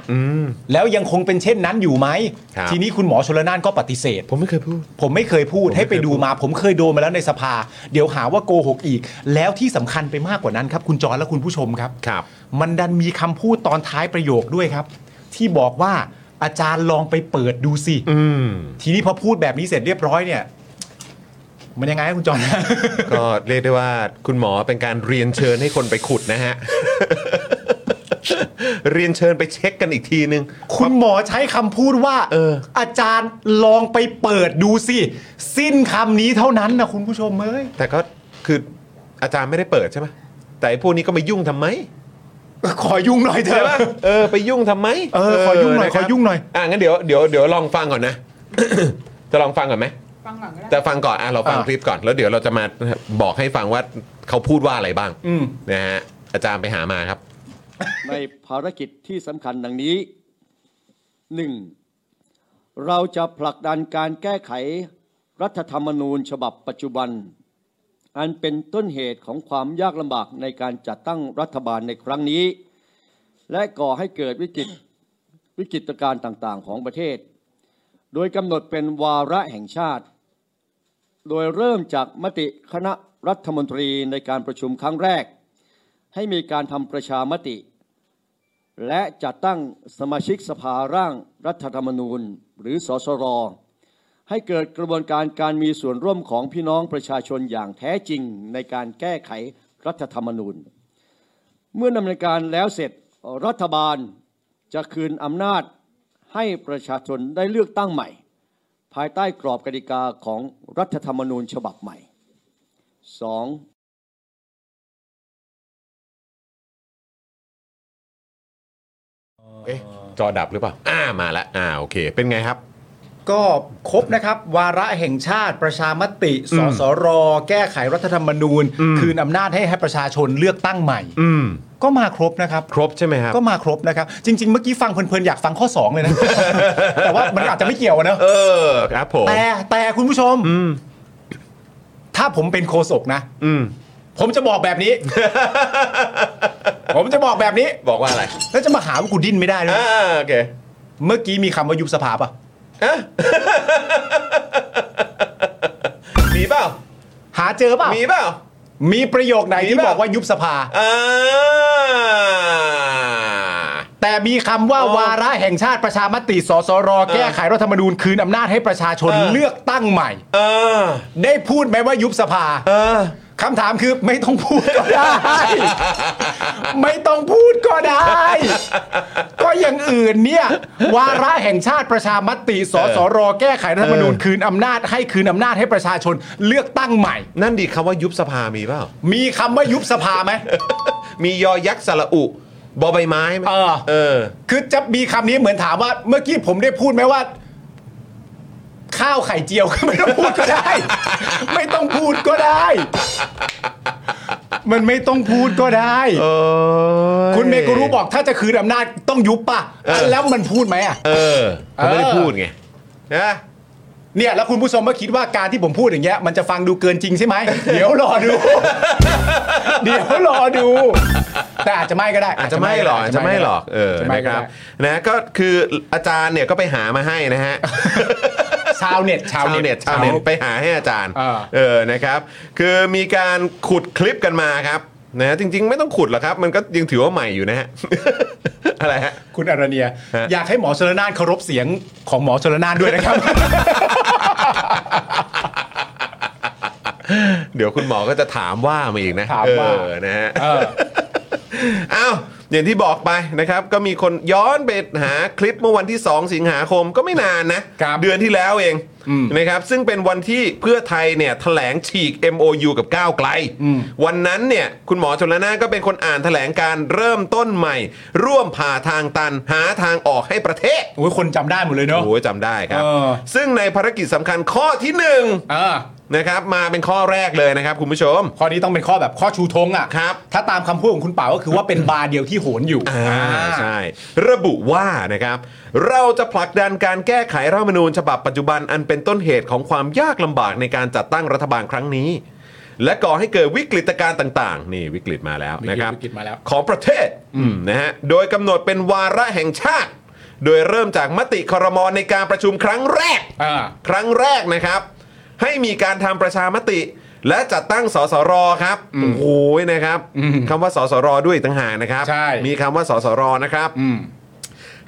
Speaker 5: แล้วยังคงเป็นเช่นนั้นอยู่ไหม
Speaker 1: ครับ
Speaker 5: ทีนี้คุณหมอชลนานก็ปฏิเสธ
Speaker 1: ผมไม่เคยพูด
Speaker 5: ผมไม่เคยพูดให้ไปดูมา ผมเคยโดนมาแล้วในสภา เดี๋ยวหาว่าโกหกอีก แล้วที่สำคัญไปมากกว่านั้นครับ คุณจอนและคุณผู้ชมครับ
Speaker 1: ครับ
Speaker 5: มันดันมีคำพูดตอนท้ายประโยคด้วยครับ ที่บอกว่าอาจารย์ลองไปเปิดดูสิ
Speaker 1: อืม
Speaker 5: ทีนี้พอพูดแบบนี้เสร็จเรียบร้อยเนี่ย มันยังไงครับคุณจอน [LAUGHS]
Speaker 1: ก็เรียกได้ว่าคุณหมอเป็นการเรียนเชิญให้คนไปขุดนะฮะ เรียนเชิญไปเช็คกันอีกทีนึง
Speaker 5: คุณหมอใช้คำพูดว่า
Speaker 1: เออ
Speaker 5: จารย์ลองไปเปิดดูสิ สิ้นคำนี้เท่านั้นนะคุณผู้ชมเอ้ย
Speaker 1: แต่ก็คืออาจารย์ไม่ได้เปิดใช่ไหมแต่ไอ้พวกนี้ก็มายุ่งทำไม
Speaker 5: ขอยุ่งหน่อยเถ
Speaker 1: ใช่
Speaker 5: อะ
Speaker 1: ปะเออไปยุ่งทำไม
Speaker 5: เออขอยุ่งหน่อย
Speaker 1: ะครับ
Speaker 5: ขอยุ่งหน่อย
Speaker 1: อ่ะงั้นเดี๋ยวเดี๋ยวเดี๋ยวลองฟังก่อนนะ [COUGHS] จะลองฟังก่อนไหม
Speaker 6: ฟังก่อนก็ได้
Speaker 1: จะฟังก่อนอ่ะเราฟังคลิปก่อนแล้วเดี๋ยวเราจะมาบอกให้ฟังว่าเขาพูดว่าอะไรบ้าง
Speaker 5: อืม
Speaker 1: นะฮะอาจารย์ไปหามาครับ
Speaker 9: ในภารกิจที่สำคัญดังนี้ 1. เราจะผลักดันการแก้ไขรัฐธรรมนูญฉบับปัจจุบัน อันเป็นต้นเหตุของความยากลำบากในการจัดตั้งรัฐบาลในครั้งนี้ และก่อให้เกิดวิกฤตวิกฤตการณ์ต่างๆ ของประเทศ โดยกำหนดเป็นวาระแห่งชาติ โดยเริ่มจากมติคณะรัฐมนตรีในการประชุมครั้งแรก ให้มีการทำประชามติ และจัดตั้งสมาชิกสภาร่างรัฐธรรมนูญ หรือสสร ให้เกิดกระบวนการการมีส่วนร่วมของพี่น้องประชาชนอย่างแท้จริงในการแก้ไขรัฐธรรมนูญ เมื่อดำเนินการแล้วเสร็จรัฐบาลจะคืนอำนาจให้ประชาชนได้เลือกตั้งใหม่ ภายใต้กรอบกติกาของรัฐธรรมนูญฉบับใหม่ 2.
Speaker 1: เอ๊ะจอดับหรือเปล่าอ่ามาละอ่าโอเค เป็นไงครับ
Speaker 5: ก็ครบนะครับ วาระแห่งชาติประชามติ สสร แก้ไขรัฐธรรมนูญ คืนอำนาจให้ให้ประชาชนเลือกตั้งใหม่
Speaker 1: อืม
Speaker 5: ก็มาครบนะครับ
Speaker 1: ครบใช่ไหมครับ
Speaker 5: ก็มาครบนะครับ จริง ๆ เมื่อกี้ฟังเพลินๆอยากฟังข้อ 2 เลยนะ [LAUGHS] แต่ว่ามันอาจจะไม่เกี่ยวอะเนอะ
Speaker 1: เออครับผม
Speaker 5: แต่แต่คุณผู้ชม
Speaker 1: อืม
Speaker 5: ถ้าผมเป็นโคศกนะ
Speaker 1: อืม
Speaker 5: ผมจะบอก
Speaker 1: [LAUGHS]
Speaker 5: แบบนี้ ผมจะบอกแบบนี้
Speaker 1: บอกว่าอะไร
Speaker 5: แล้วจะมาหาว่ากูดิ้นไม่ได้เลย
Speaker 1: อ่าโอเค
Speaker 5: เมื่อกี้มีคำว่ายุบสภาปะ
Speaker 1: ฮะ มีเปล่า
Speaker 5: หาเจอปะ
Speaker 1: มีเปล่า
Speaker 5: มีประโยคไหนที่
Speaker 1: มีเป
Speaker 5: บ
Speaker 1: ล่า
Speaker 5: อกว่ายุบสภา
Speaker 1: อ่า
Speaker 5: แต่มีคำว่า
Speaker 1: อ๋อ
Speaker 5: วาระแห่งชาติประชามติ สสร แก้ไขรัฐธรรมนูญคืนอำนาจให้ประชาชน
Speaker 1: เออ
Speaker 5: เลือกตั้งใหม่
Speaker 1: เออ
Speaker 5: ได้พูดไหมว่ายุบสภา
Speaker 1: เออ
Speaker 5: คำถามคือไม่ต้องพูดก็ได้ ไม่ต้องพูดก็ได้ ก็อย่างอื่นเนี่ย วาระแห่งชาติประชามติ สสร แก้ไขรัฐธรรมนูญ
Speaker 1: เออ
Speaker 5: คืนอำนาจให้คืนอำนาจให้ประชาชนเลือกตั้งใหม่
Speaker 1: นั่นดีคำว่ายุบสภามีเปล่า
Speaker 5: มีคำว่ายุบสภาไหม
Speaker 1: มียอยักษ์สระอุ บอใบไม้ไหม
Speaker 5: เออ
Speaker 1: เออ
Speaker 5: คือจะมีคำนี้เหมือนถามว่า เมื่อกี้ผมได้พูดไหมว่า ข้าวไข่เจียวก็ไม่ต้องพูดก็ได้ ไม่ต้องพูดก็ได้ มันไม่ต้องพูดก็ได้
Speaker 1: เออ
Speaker 5: คุณเมกุรุบอกถ้าจะคืนอำนาจต้องยุบป่ะอ่ะแล้วมันพูดไหมอ่ะ
Speaker 1: เออเขาไม่ได้พูดไงนะ
Speaker 5: เนี่ยแล้วคุณผู้ชมก็คิดว่าการที่ผมพูดอย่างเงี้ยมันจะฟังดูเกินจริงใช่ไหม เดี๋ยวรอ
Speaker 1: [LAUGHS]
Speaker 5: ดู เดี๋ยวรอดู แต่อาจจะไม่ก็ได้
Speaker 1: อาจจะไม่หรอกอาจจะไม่หรอก เออ
Speaker 5: าจจะไม่
Speaker 1: นะค
Speaker 5: ก็ได้
Speaker 1: รับ นะ ก็คืออาจารย์เนี่ยก็ไปหามาให้นะฮะ
Speaker 5: ชาวเน็ตชา
Speaker 1: ชาว ว
Speaker 5: เน็
Speaker 1: เน็
Speaker 5: ต
Speaker 1: ตชาวเน็ตไปหาให้อาจารย์
Speaker 5: เออ
Speaker 1: เออนะครับ คือมีการขุดคลิปกันมาครับนะจริง ๆ ไม่ต้องขุดหรอกครับ มันก็ยังถือว่าใหม่อยู่นะฮะ [LAUGHS] อะไรฮะ
Speaker 5: คุณอรเนีย
Speaker 1: ฮะ
Speaker 5: อยากให้หมอชลนานเคารพเสียงของหมอชลนานด้วยนะครับ
Speaker 1: เดี๋ยวคุณหมอก็จะถามว่ามาอีกนะ
Speaker 5: ถามว่า
Speaker 1: เออนะฮะ
Speaker 5: เออ
Speaker 1: อ้าวอย่างที่บอกไปนะครับ ก็มีคนย้อนไปหาคลิปเมื่อวันที่ 2 สิงหาคมก็ไม่นานนะ
Speaker 5: ครับ
Speaker 1: เดือนที่แล้วเอง
Speaker 5: อืม
Speaker 1: นะครับ ซึ่งเป็นวันที่เพื่อไทยเนี่ยแถลงฉีก MOU กับก้าวไกล
Speaker 5: อืม
Speaker 1: วันนั้นเนี่ยคุณหมอชนละนานก็เป็นคนอ่านแถลงการเริ่มต้นใหม่ ร่วมผ่าทางตันหาทางออกให้ประเทศ
Speaker 5: โอ้ยคนจำได้หมดเลยเนาะ
Speaker 1: โอ้ยจำได้ครับ
Speaker 5: เออ
Speaker 1: ซึ่งในภารกิจสำคัญข้อที่หนึ่ง
Speaker 5: เออ
Speaker 1: นะครับมาเป็นข้อแรกเลยนะครับคุณผู้ชม
Speaker 5: ข้อนี้ต้องเป็นข้อแบบข้อชูธงอ่ะ
Speaker 1: ครับ
Speaker 5: ถ้าตามคำพูดของคุณป่าก็คือว่าเป็นบาร์เดียวที่โหนอยู่
Speaker 1: อ่าใช่ระบุว่านะครับเราจะผลักดันการแก้ไขรัฐธรรมนูญฉบับปัจจุบันอันเป็นต้นเหตุของความยากลำบากในการจัดตั้งรัฐบาลครั้งนี้ และก่อให้เกิดวิกฤตการณ์ต่างๆ นี่วิกฤตมาแล้วนะครับ
Speaker 5: วิกฤตมาแล้ว
Speaker 1: ของประเทศอืมนะฮะโดยกำหนดเป็นวาระแห่งชาติ โดยเริ่มจากมติครมในการประชุมครั้งแรก
Speaker 5: อ่า
Speaker 1: ครั้งแรกนะครับ ให้มีการทำประชามติ และจัดตั้งสสรครับ
Speaker 5: อืม
Speaker 1: โอ้โหนะครับคำว่าสสรด้วยอีกต่างหากนะครับ
Speaker 5: ใช่
Speaker 1: มีคำว่าสสรนะครับ
Speaker 5: อืม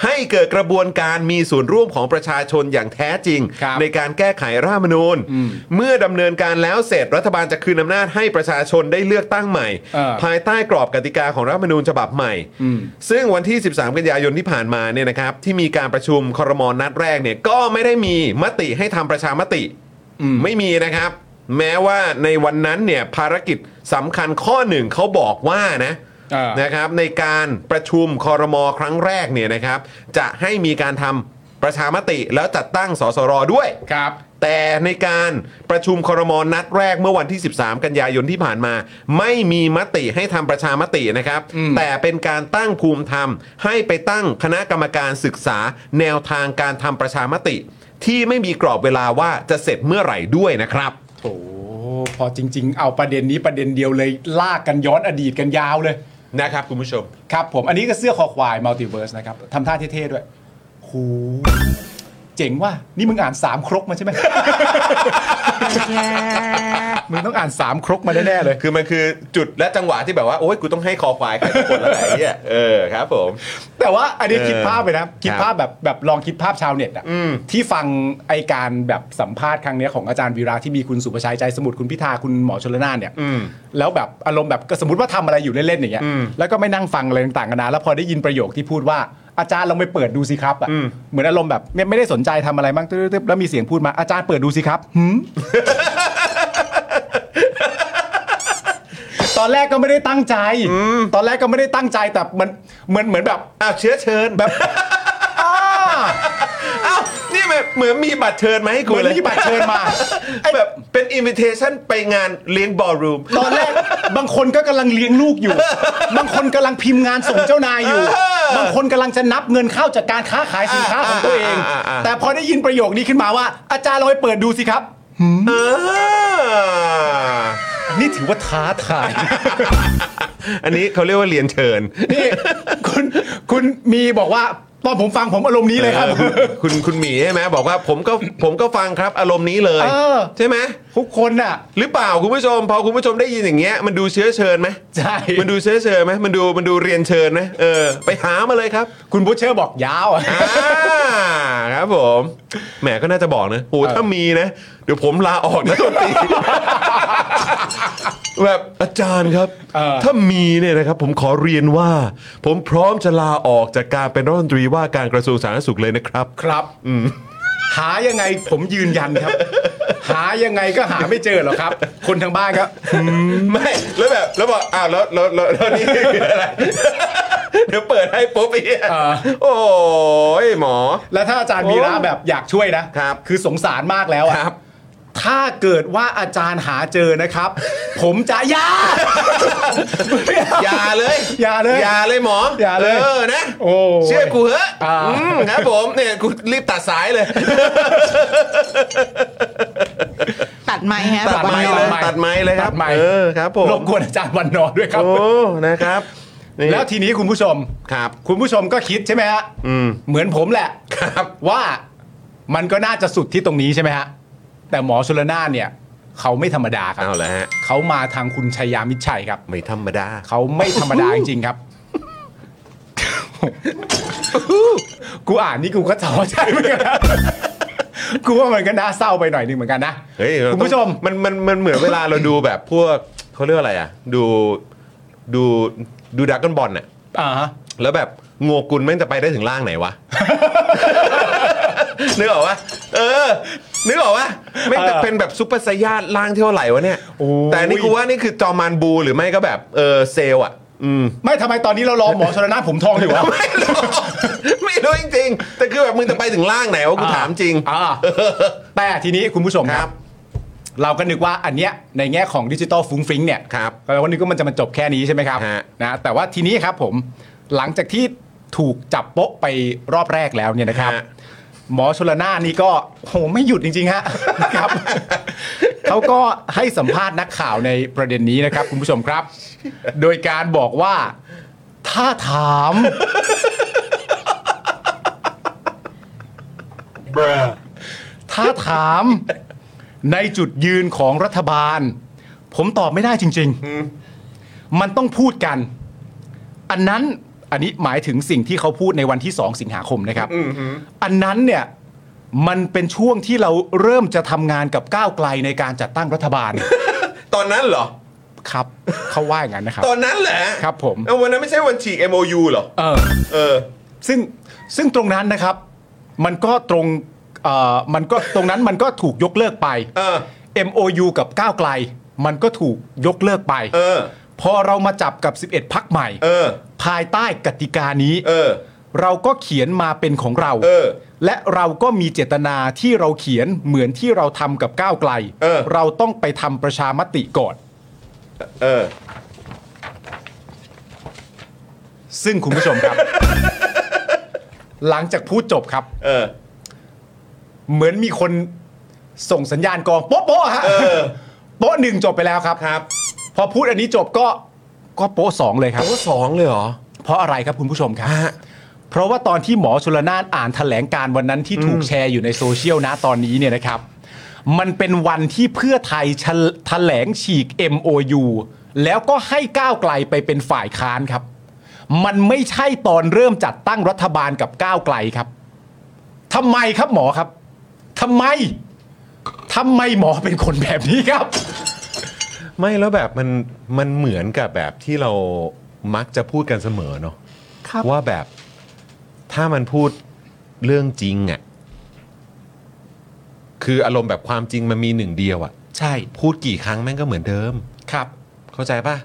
Speaker 1: ให้เกิดกระบวนการมีส่วนร่วมของประชาชนอย่างแท้จริง
Speaker 5: ครับ
Speaker 1: ในการแก้ไขรัฐธรรมนูญ
Speaker 5: อืม
Speaker 1: เมื่อดำเนินการแล้วเสร็จรัฐบาลจะคืนอำนาจให้ประชาชนได้เลือกตั้งใหม่
Speaker 5: เออ
Speaker 1: ภายใต้กรอบกติกาของรัฐธรรมนูญฉบับใหม่
Speaker 5: อืม
Speaker 1: ซึ่งวันที่ 13 กันยายนที่ผ่านมาเนี่ยนะครับ ที่มีการประชุมครมนัดแรกเนี่ยก็ไม่ได้มีมติให้ทำประชามติ
Speaker 5: อืม
Speaker 1: ไม่มีนะครับ แม้ว่าในวันนั้นเนี่ยภารกิจสำคัญข้อหนึ่งเขาบอกว่านะ
Speaker 5: อ่า
Speaker 1: นะครับในการประชุมคอรมอครั้งแรกเนี่ยนะครับ จะให้มีการทำประชามติแล้วจัดตั้งสสรด้วย
Speaker 5: ครับ
Speaker 1: แต่ในการประชุมคอรมอนัดแรกเมื่อวันที่ 13 กันยายนที่ผ่านมา ไม่มีมติให้ทำประชามตินะครับ
Speaker 5: อืม
Speaker 1: แต่เป็นการตั้งภูมิธรรม ให้ไปตั้งคณะกรรมการศึกษาแนวทางการทำประชามติ ที่ไม่มีกรอบเวลาว่าจะเสร็จเมื่อไหร่ด้วยนะครับ
Speaker 5: โถพอจริง ๆ เอาประเด็นนี้ประเด็นเดียวเลยลากกันย้อนอดีตกันยาวเลย
Speaker 1: นะครับคุณผู้ชม
Speaker 5: ครับผมอันนี้ก็เสื้อคอควายมัลติเวิร์สนะครับทำท่าเท่ ๆ ด้วยหูเจ๋งว่ะนี่มึงอ่านสามครกมาใช่ [LAUGHS] ไหม มึงต้องอ่านสามครกมาแน่ๆเลย
Speaker 1: คือมันคือจุดและจังหวะที่แบบว่า โอ๊ยกูต้องให้คอควายใครสักคนแล้วแหละไอ้เนี่ยเออครับผม
Speaker 5: แต่ว่าอันนี้คิดภาพไปนะ คิด
Speaker 1: ครับ
Speaker 5: ภาพแบบแบบลองคิดภาพชาวเน็ตอะ
Speaker 1: อืม
Speaker 5: ที่ฟังไอการแบบสัมภาษณ์ครั้งเนี้ยของอาจารย์วีระที่มีคุณสุประชัยใจสมุทรคุณพิธาคุณหมอชลนานเนี่ย
Speaker 1: อืม
Speaker 5: แล้วแบบอารมณ์แบบก็สมมติว่าทำอะไรอยู่เล่นๆอย่างเงี้ย
Speaker 1: อืม
Speaker 5: แล้วก็ไม่นั่งฟังอะไรต่างๆกันานะแล้วพอได้ยินประโยคที่พูดว่าอาจารย์ลองไปเปิดดูสิครับอะ
Speaker 1: อืม
Speaker 5: เหมือนอารมณ์แบบไม่ไม่ได้สนใจทำอะไรบ้างตึ๊บๆแล้วมีเสียงพูดมาอาจารย์เปิดดูสิครับหื
Speaker 1: [LAUGHS]
Speaker 5: ม ตอนแรกก็ไม่ได้ตั้งใจ ตอนแรกก็ไม่ได้ตั้งใจแต่มันเหมือนเหมือนแบบ
Speaker 1: อ้าวเชื้อเชิญแบบ [LAUGHS] อ้าวนี่มันเหมือนมีบัตรเชิญมาให้กู
Speaker 5: เหมือน
Speaker 1: เลย
Speaker 5: มีบัตรเชิญมา
Speaker 1: แบบเป็นอินวิเทชันไปงานเลี้ยงบอลรูม
Speaker 5: ตอนแรก บางคนก็กำลังเลี้ยงลูกอยู่ บางคนกำลังพิมพ์งานส่งเจ้านายอยู่
Speaker 1: เออบ
Speaker 5: างคนกำลังจะนับเงินเข้าจากการค้าขายสินค้าของตัวเอง
Speaker 1: อ่าอ่าอ่า
Speaker 5: แต่พอได้ยินประโยคนี้ขึ้นมาว่า อาจารย์ลองไปเปิดดูสิครับ
Speaker 1: อ่า
Speaker 5: นี่ถือว่าท้าทาย
Speaker 1: อันนี้เขาเรียกว่าเรียนเชิญ
Speaker 5: นี่คุณคุณมีบอกว่าตอนผมฟังผมอารมณ์นี้เลยครับ
Speaker 1: เออคุณคุณหมีใช่ไหมบอกว่าผมก็ผมก็ฟังครับอารมณ์นี้เลย
Speaker 5: เออ
Speaker 1: ใช่ไหม
Speaker 5: ทุกคนน่ะ
Speaker 1: หรือเปล่าคุณผู้ชม พอคุณผู้ชมได้ยินอย่างเงี้ยมันดูเชื้อเชิญไหม
Speaker 5: ใช่
Speaker 1: มันดูเชื้อเชิญไหมมันดูมันดูเรียนเชิญไหมเออ ไปหามาเลยครับ
Speaker 5: คุณบูชเชอร์บอกยาวอะ
Speaker 1: อ่าครับผมแหมก็น่าจะบอกนะโอ้ถ้ามีนะ เดี๋ยวผมลาออกนะตอน [LAUGHS] ตีแบบอาจารย์ครับ
Speaker 5: เออ
Speaker 1: ถ้ามีเนี่ยนะครับ ผมขอเรียนว่า ผมพร้อมจะลาออกจากการเป็นรัฐมนตรีว่าการกระทรวงสาธารณสุขเลยนะครับ
Speaker 5: ครับหายังไงผมยืนยันครับ หายังไงก็หาไม่เจอหรอกครับ คนทางบ้านก็อืม
Speaker 1: ไม่แล้วแบบแล้วบอกอ้าวแล้วแล้วแล้วแล้วนี่ [LAUGHS] คืออะไร เดี๋ยวเปิดให้ปุ๊บไอ้เหี้ย
Speaker 5: เออ
Speaker 1: โอ้ยหมอ
Speaker 5: แล้วถ้าอาจารย์วีระแบบอยากช่วยนะครับ คือสงสารมากแล้วอะ
Speaker 1: ครับ
Speaker 5: ถ้าเกิดว่าอาจารย์หาเจอนะครับ
Speaker 1: [LAUGHS]
Speaker 5: ผมจะอยา
Speaker 1: อย่าเลย
Speaker 5: อย่าเลย
Speaker 1: อย่าเลยหมอ
Speaker 5: อย่าเลย
Speaker 1: เออนะ
Speaker 5: โอ้ย
Speaker 1: เชื่อกูเหอะ
Speaker 5: อ่า
Speaker 1: อืมครับผมเนี่ยกูรีบตัดสายเลย
Speaker 4: ตัดไม้ฮะ
Speaker 1: ตัดไม้เลย ตัดไม้เลยครับ
Speaker 5: ตัดไม้
Speaker 1: เออครับผม
Speaker 5: รบกวนอาจารย์วันนอร์ด้วยครับ
Speaker 1: โอ้นะครับนี่
Speaker 5: แล้วทีนี้คุณผู้ชม
Speaker 1: ครับ
Speaker 5: คุณผู้ชมก็คิดใช่ไหมฮะ
Speaker 1: อืม
Speaker 5: เหมือนผมแหละ
Speaker 1: ครับ
Speaker 5: ว่ามันก็น่าจะสุดที่ตรงนี้ใช่ไหมฮะแต่หมอชลนานเนี่ย เขาไม่ธรรมดาครับ
Speaker 1: เอาละฮะ
Speaker 5: เขามาทางคุณชัยยามิตรชัยครับ
Speaker 1: ไม่ธรรมดา
Speaker 5: เขาไม่ธรรมดาจริงๆครับ กูอ่านนี่กูก็ [LAUGHS] ท้อใจเหมือนกันนะกูว่ามันก็น่าเศร้าไปหน่อยหนึงเหมือนกันนะ
Speaker 1: เฮ้ยเราต้อง
Speaker 5: คุณผู้ชม
Speaker 1: มันมันมันเหมือนเวลาเราดูแบบพวกเขาเรียกว่าอะไรอ่ะ ดูดูดูดักกันบอลน่ะ
Speaker 5: อ่าฮะ
Speaker 1: แล้วแบบโงกุลแม่งจะไปได้ถึงล่างไหนวะ [LAUGHS] นึกออกวะเออ นึกออกวะแม่งจะเป็นแบบซุปเปอร์ไซยาดล่างเท่าไหร่วะเนี่ย
Speaker 5: โอ้ย
Speaker 1: แต่นี่กูว่านี่คือจอมานบูหรือไม่ก็แบบเออเซลอ่ะ อืม
Speaker 5: ไม่ทำไมตอนนี้เรารอหมอชลนานผมทองอยู่วะ
Speaker 1: ไม่รู้ [LAUGHS] ไม่รู้จริงๆ แต่คือแบบมึงจะไปถึงล่างไหนวะกูถามจริง
Speaker 5: อ่าแต่ทีนี้คุณผู้ชมค
Speaker 1: ครั
Speaker 5: รับ บ เราก็นึกว่าอันเนี้ยในแง่ของดิจิตอลฟุ้งฟริ้งเนี่ยเราก็นึกว่ามันจะมันจบแค่นี้ใช่ไหมครับนะแต่ว่าทีนี้ครับผมหลังจากที่ถูกจับโป๊ะไปรอบแรกแล้วเนี่ยนะครับ หมอชลนานนี่ก็โหไม่หยุดจริงๆฮะ [LAUGHS] ครับเขาก็ให้สัมภาษณ์นักข่าวในประเด็นนี้นะครับ คุณผู้ชมครับ โดยการบอกว่าถ้าถาม [LAUGHS] ถ้าถามในจุดยืนของรัฐบาล ผมตอบไม่ได้จริง ๆ มันต้องพูดกัน อันนั้นอันนี้หมายถึงสิ่งที่เขาพูดในวันที่ 2 สิงหาคมนะครับ อันนั้นเนี่ยมันเป็นช่วงที่เราเริ่มจะทำงานกับก้าวไกลในการจัดตั้งรัฐบาล [LAUGHS]
Speaker 1: ตอนนั้นเหรอ
Speaker 5: ครับ เขาว่าอย่างนั้นนะครับ
Speaker 1: ตอนนั้นแหละ
Speaker 5: ครับผม
Speaker 1: เอาวันนั้นไม่ใช่วันฉีก MOU เหรอ
Speaker 5: เออ
Speaker 1: เออ
Speaker 5: ซึ่งซึ่งตรงนั้นนะครับ มันก็ตรงเอ่อมันก็ตรงนั้นมันก็ถูกยกเลิกไป MOU กับก้าวไกล มันก็ถูกยกเลิกไปพอเรามาจับกับ 11 พักใหม่ภายใต้กติกานี้เราก็เขียนมาเป็นของเราและเราก็มีเจตนาที่เราเขียนเหมือนที่เราทำกับก้าวไกลเราต้องไปทำประชามติก่อน
Speaker 1: เออ
Speaker 5: ซึ่งคุณผู้ชมครับ [LAUGHS] หลังจากพูดจบครับ
Speaker 1: เออ
Speaker 5: เหมือนมีคนส่งสัญญาณกองโป๊ะโป๊ะฮะโป๊ะหนึ่งจบไปแล้วครับครับ พอพูดอันนี้จบก็ก็โป๊ะสองเลยครับโป๊ะสองเลยเหรอ เพราะอะไรครับคุณผู้ชมครับ เพราะว่าตอนที่หมอชลนานอ่านแถลงการณ์วันนั้นที่ถูกแชร์อยู่ในโซเชียลนะตอนนี้เนี่ยนะครับ มันเป็นวันที่เพื่อไทยแถลแถลงฉีก MOU แล้วก็ให้ก้าวไกลไปเป็นฝ่ายค้านครับ มันไม่ใช่ตอนเริ่มจัดตั้งรัฐบาลกับก้าวไกลครับทำไมครับหมอครับทำไมทำไมหมอเป็นคนแบบนี้ครับ
Speaker 1: ไม่แล้วแบบมันมันเหมือนกับแบบที่เรามักจะพูดกันเสมอเนาะ
Speaker 5: ครับ
Speaker 1: ว่าแบบถ้ามันพูดเรื่องจริงอะ่ะคืออารมณ์แบบความจริงมันมีหนึ่งเดียวอะ่ะ
Speaker 5: ใช่
Speaker 1: พูดกี่ครั้งแม่งก็เหมือนเดิม
Speaker 5: ครับ
Speaker 1: เข้าใจปะ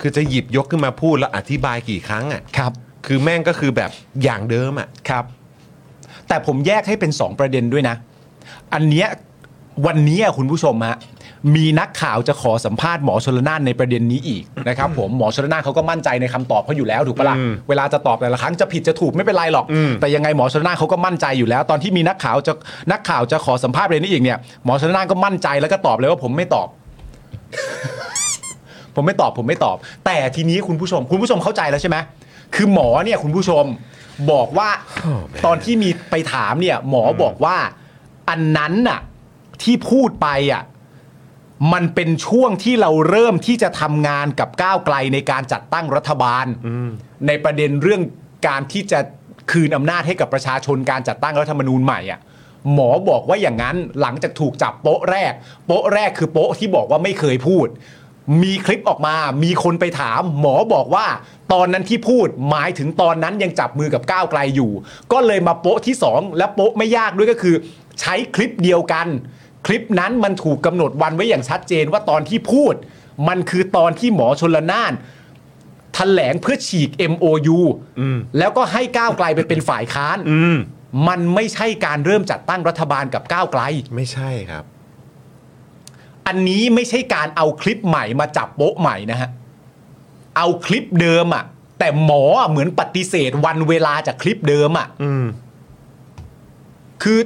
Speaker 1: คือจะหยิบยกขึ้นมาพูดแล้วอธิบายกี่ครั้งอะ่ะ
Speaker 5: ครับ
Speaker 1: คือแม่งก็คือแบบอย่างเดิมอ่ะ
Speaker 5: ครับ แต่ผมแยกให้เป็น 2 ประเด็นด้วยนะ อันเนี้ยวันนี้อะคุณผู้ชมฮะมีนักข่าวจะขอสัมภาษณ์หมอชลนานในประเด็นนี้อีกนะครับผมหมอชลนานเขาก็มั่นใจในคำตอบเขาอยู่แล้วถูกปะ
Speaker 1: อืม
Speaker 5: ล่ะเวลาจะตอบแต่ละครั้งจะผิดจะถูกไม่เป็นไรหรอก
Speaker 1: อืม
Speaker 5: แต่ยังไงหมอชลนานเขาก็มั่นใจอยู่แล้ว ตอนที่มีนักข่าวจะนักข่าวจะขอสัมภาษณ์ประเด็นนี้อีกเนี่ยหมอชลนานก็มั่นใจแล้วก็ตอบเลยว่าผมไม่ตอบ ผมไม่ตอบผมไม่ตอบ แต่ทีนี้คุณผู้ชม คุณผู้ชมเข้าใจแล้วใช่ไหมคือหมอเนี่ยคุณผู้ชมบอกว่า ตอนที่มีไปถามเนี่ย หมอบอกว่า อันนั้นน่ะ ที่พูดไปอ่ะมันเป็นช่วงที่เราเริ่มที่จะทำงานกับก้าวไกลในการจัดตั้งรัฐบาล ในประเด็นเรื่องการที่จะคืนอำนาจให้กับประชาชนการจัดตั้งรัฐธรรมนูญใหม่อ่ะหมอบอกว่าอย่างนั้นหลังจากถูกจับโป๊ะแรก โป๊ะแรกคือโป๊ะที่บอกว่าไม่เคยพูด มีคลิปออกมา มีคนไปถาม หมอบอกว่า ตอนนั้นที่พูดหมายถึงตอนนั้นยังจับมือกับก้าวไกลอยู่ ก็เลยมาโป๊ะที่สองและโป๊ะไม่ยากด้วยก็คือ ใช้คลิปเดียวกัน คลิปนั้นมันถูกกำหนดวันไว้อย่างชัดเจนว่าตอนที่พูด มันคือตอนที่หมอชนละนาน แถลงเพื่อฉีก MOU แล้วก็ให้ก้าวไกลไปเป็นฝ่ายค้าน มันไม่ใช่การเริ่มจัดตั้งรัฐบาลกับก้าวไกล
Speaker 1: ไม่ใช่ครับ
Speaker 5: อันนี้ไม่ใช่การเอาคลิปใหม่มาจับโป๊ะใหม่นะฮะ เอาคลิปเดิมอะแต่หมออะเหมือนปฏิเสธวันเวลาจากคลิปเดิมอะคือ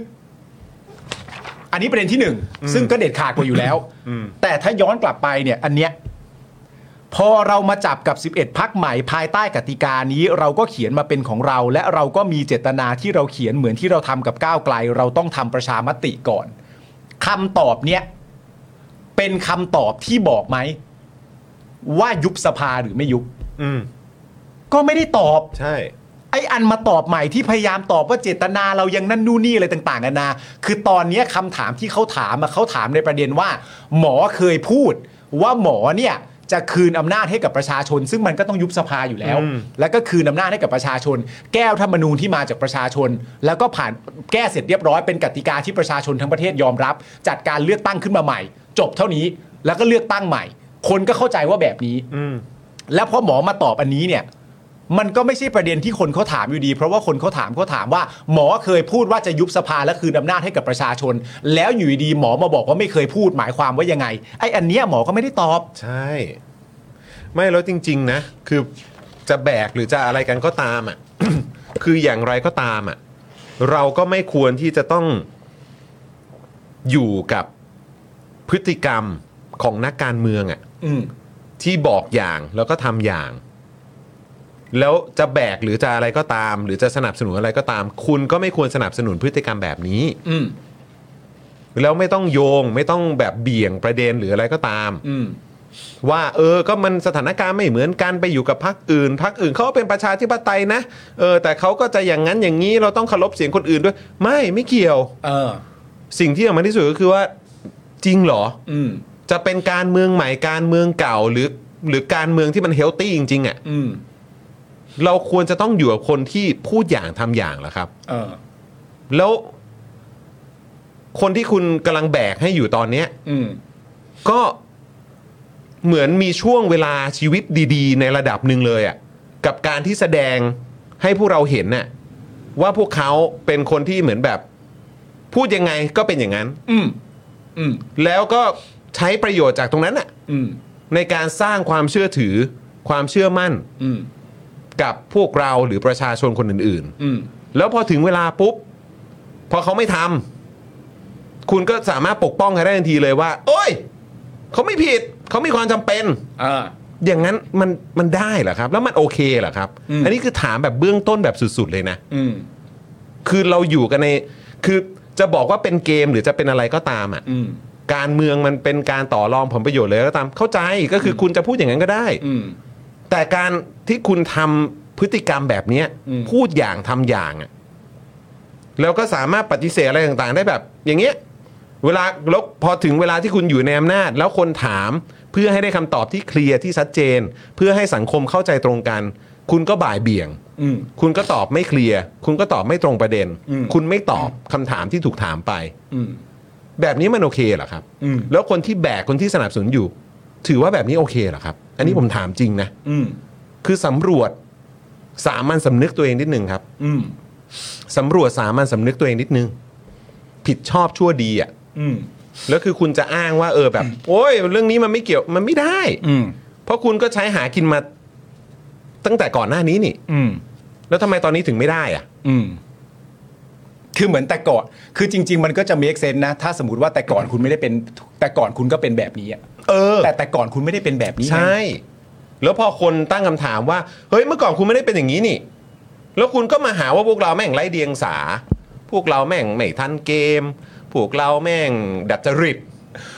Speaker 5: อันนี้ประเด็นที่หนึ่ง ซึ่งก็เด็ดขาดกว่าอยู่แล้ว แต่ถ้าย้อนกลับไปเนี่ย อันเนี้ย พอเรามาจับกับ 11 พักใหม่ภายใต้กติกานี้ เราก็เขียนมาเป็นของเรา และเราก็มีเจตนาที่เราเขียนเหมือนที่เราทำกับก้าวไกล เราต้องทำประชามติก่อนคำตอบเนี้ย เป็นคำตอบที่บอกไหม ว่ายุบสภาหรือไม่ยุบก็ไม่ได้ตอบ
Speaker 1: ใช่
Speaker 5: ไออันมาตอบใหม่ที่พยายามตอบว่าเจตนาเรายังนั่นนู่นนี่อะไรต่างๆนานาคือตอนเนี้ยคำถามที่เขาถามมาเขาถามในประเด็นว่า หมอเคยพูด ว่าหมอเนี่ยจะคืนอำนาจให้กับประชาชน ซึ่งมันก็ต้องยุบสภาอยู่แล้ว
Speaker 1: อืม
Speaker 5: แล้วก็คืนอำนาจให้กับประชาชน แก้วธรรมนูญที่มาจากประชาชน แล้วก็ผ่านแก้เสร็จเรียบร้อยเป็นกติกาที่ประชาชนทั้งประเทศยอมรับ จัดการเลือกตั้งขึ้นมาใหม่ จบเท่านี้แล้วก็เลือกตั้งใหม่ คนก็เข้าใจว่าแบบนี้ แล้วพอหมอมาตอบอันนี้เนี่ย มันก็ไม่ใช่ประเด็นที่คนเขาถามอยู่ดี เพราะว่าคนเขาถามเขาถามว่า หมอเคยพูดว่าจะยุบสภาและคืนอำนาจให้กับประชาชน แล้วอยู่ดีๆหมอมาบอกว่าไม่เคยพูดหมายความว่ายังไงไอ้อันเนี้ยหมอก็ไม่ได้ตอบ
Speaker 1: ใช่ ไม่แล้วจริง ๆ นะ คือจะแบกหรือจะอะไรกันก็ตามอ่ะ [COUGHS] คืออย่างไรก็ตามอ่ะ เราก็ไม่ควรที่จะต้องอยู่กับพฤติกรรมของนักการเมืองอ่ะที่บอกอย่างแล้วก็ทำอย่าง แล้วจะแบกหรือจะอะไรก็ตาม หรือจะสนับสนุนอะไรก็ตาม คุณก็ไม่ควรสนับสนุนพฤติกรรมแบบนี้
Speaker 5: อืม
Speaker 1: แล้วไม่ต้องโยงไม่ต้องแบบเบี่ยงประเด็นหรืออะไรก็ตาม
Speaker 5: อืม
Speaker 1: ว่าเออ ก็มันสถานการณ์ไม่เหมือนกันไปอยู่กับพรรคอื่นพรรคอื่นเขาก็เป็นประชาธิปไตยนะ เออ แต่เขาก็จะอย่างนั้นอย่างนี้เราต้องเคารพเสียงคนอื่นด้วย ไม่ไม่เกี่ยว
Speaker 5: เออ
Speaker 1: สิ่งที่สำคัญที่สุดก็คือว่าจริงเหรอ
Speaker 5: อืม
Speaker 1: จะเป็นการเมืองใหม่การเมืองเก่าหรือ หรือการเมืองที่มันเฮลตี้จริงๆอะ่ะ
Speaker 5: อืม
Speaker 1: เราควรจะต้องอยู่กับคนที่พูดอย่างทำอย่างเหรอครับ
Speaker 5: เออ
Speaker 1: แล้ว คนที่คุณกำลังแบกให้อยู่ตอนเนี้ย
Speaker 5: อืม
Speaker 1: ก็เหมือนมีช่วงเวลาชีวิตดีๆ ในระดับหนึ่งเลยอะ่ะกับการที่แสดงให้พวกเราเห็นน่ะว่าพวกเขาเป็นคนที่เหมือนแบบ พูดยังไงก็เป็นอย่างนั้น
Speaker 5: อืม อืม
Speaker 1: แล้วก็ใช้ประโยชน์จากตรงนั้นน่ะ
Speaker 5: อืม
Speaker 1: ในการสร้างความเชื่อถือ ความเชื่อมั่น
Speaker 5: อืม
Speaker 1: กับพวกเราหรือประชาชนคนอื่น
Speaker 5: อืม
Speaker 1: ๆ แล้วพอถึงเวลาปุ๊บ พอเขาไม่ทำคุณก็สามารถปกป้องเขาได้ทันทีเลยว่า โอ้ยเขาไม่ผิดเขามีความจำเป็น
Speaker 5: เออ
Speaker 1: อย่างนั้นมันมันได้เหรอครับ แล้วมันโอเคเหรอครับ
Speaker 5: อืม
Speaker 1: อันนี้คือถามแบบเบื้องต้นแบบสุด ๆ เลยนะ
Speaker 5: อืม
Speaker 1: คือเราอยู่กันใน คือจะบอกว่าเป็นเกมหรือจะเป็นอะไรก็ตามอ่ะ
Speaker 5: อืม
Speaker 1: การเมืองมันเป็นการต่อรองผลประโยชน์เลยก็ตาม เข้าใจก็คือคุณจะพูดอย่างนั้นก็ได้
Speaker 5: อืม
Speaker 1: แต่การที่คุณทำพฤติกรรมแบบเนี้ย
Speaker 5: อืม
Speaker 1: พูดอย่างทำอย่างอะแล้วก็สามารถปฏิเสธอะไรต่างๆ ได้แบบ อย่างเงี้ยเวลาแล้วพอถึงเวลาที่คุณอยู่ในอำนาจ แล้วคนถามเพื่อให้ได้คำตอบที่เคลียร์ที่ชัดเจน เพื่อให้สังคมเข้าใจตรงกัน คุณก็บ่ายเบี่ยง
Speaker 5: อืม
Speaker 1: คุณก็ตอบไม่เคลียร์คุณก็ตอบไม่ตรงประเด็น
Speaker 5: อืม
Speaker 1: คุณไม่ตอบคำถามที่ถูกถามไป
Speaker 5: อืม
Speaker 1: แบบนี้มันโอเคเหรอครับ
Speaker 5: อืม
Speaker 1: แล้วคนที่แบกคนที่สนับสนุนอยู่ ถือว่าแบบนี้โอเคเหรอครับ อันนี้ผมถามจริงนะ
Speaker 5: อืม
Speaker 1: คือสำรวจสามัญสำนึกตัวเองนิดนึงครับ
Speaker 5: อืม
Speaker 1: สำรวจสามัญสำนึกตัวเองนิดนึง ผิดชอบชั่วดีอะ่ะ
Speaker 5: อืม
Speaker 1: แล้วคือคุณจะอ้างว่าเออแบบ โอ้ยเรื่องนี้มันไม่เกี่ยวมันไม่ได้
Speaker 5: อืม
Speaker 1: เพราะคุณก็ใช้หากินมาตั้งแต่ก่อนหน้านี้นี่
Speaker 5: อืม
Speaker 1: แล้วทำไมตอนนี้ถึงไม่ได้อะ่ะ
Speaker 5: อืม คือเหมือนแต่ก่อน คือจริง ๆ มันก็จะ make sense นะ ถ้าสมมติว่าแต่
Speaker 1: [COUGHS]
Speaker 5: ก่อนคุณไม่ได้เป็น แต่ก่อนคุณก็เป็นแบบนี้อะ
Speaker 1: เออ
Speaker 5: แต่แต่ก่อนคุณไม่ได้เป็นแบบนี้ไง
Speaker 1: ใช่ แล้วพอคนตั้งคำถามว่า เฮ้ยเมื่อก่อนคุณไม่ได้เป็นอย่างนี้นี่ แล้วคุณก็มาหาว่าพวกเราแม่งไร้เดียงสา พวกเราแม่งไม่ทันเกม พวกเราแม่งดัดจริต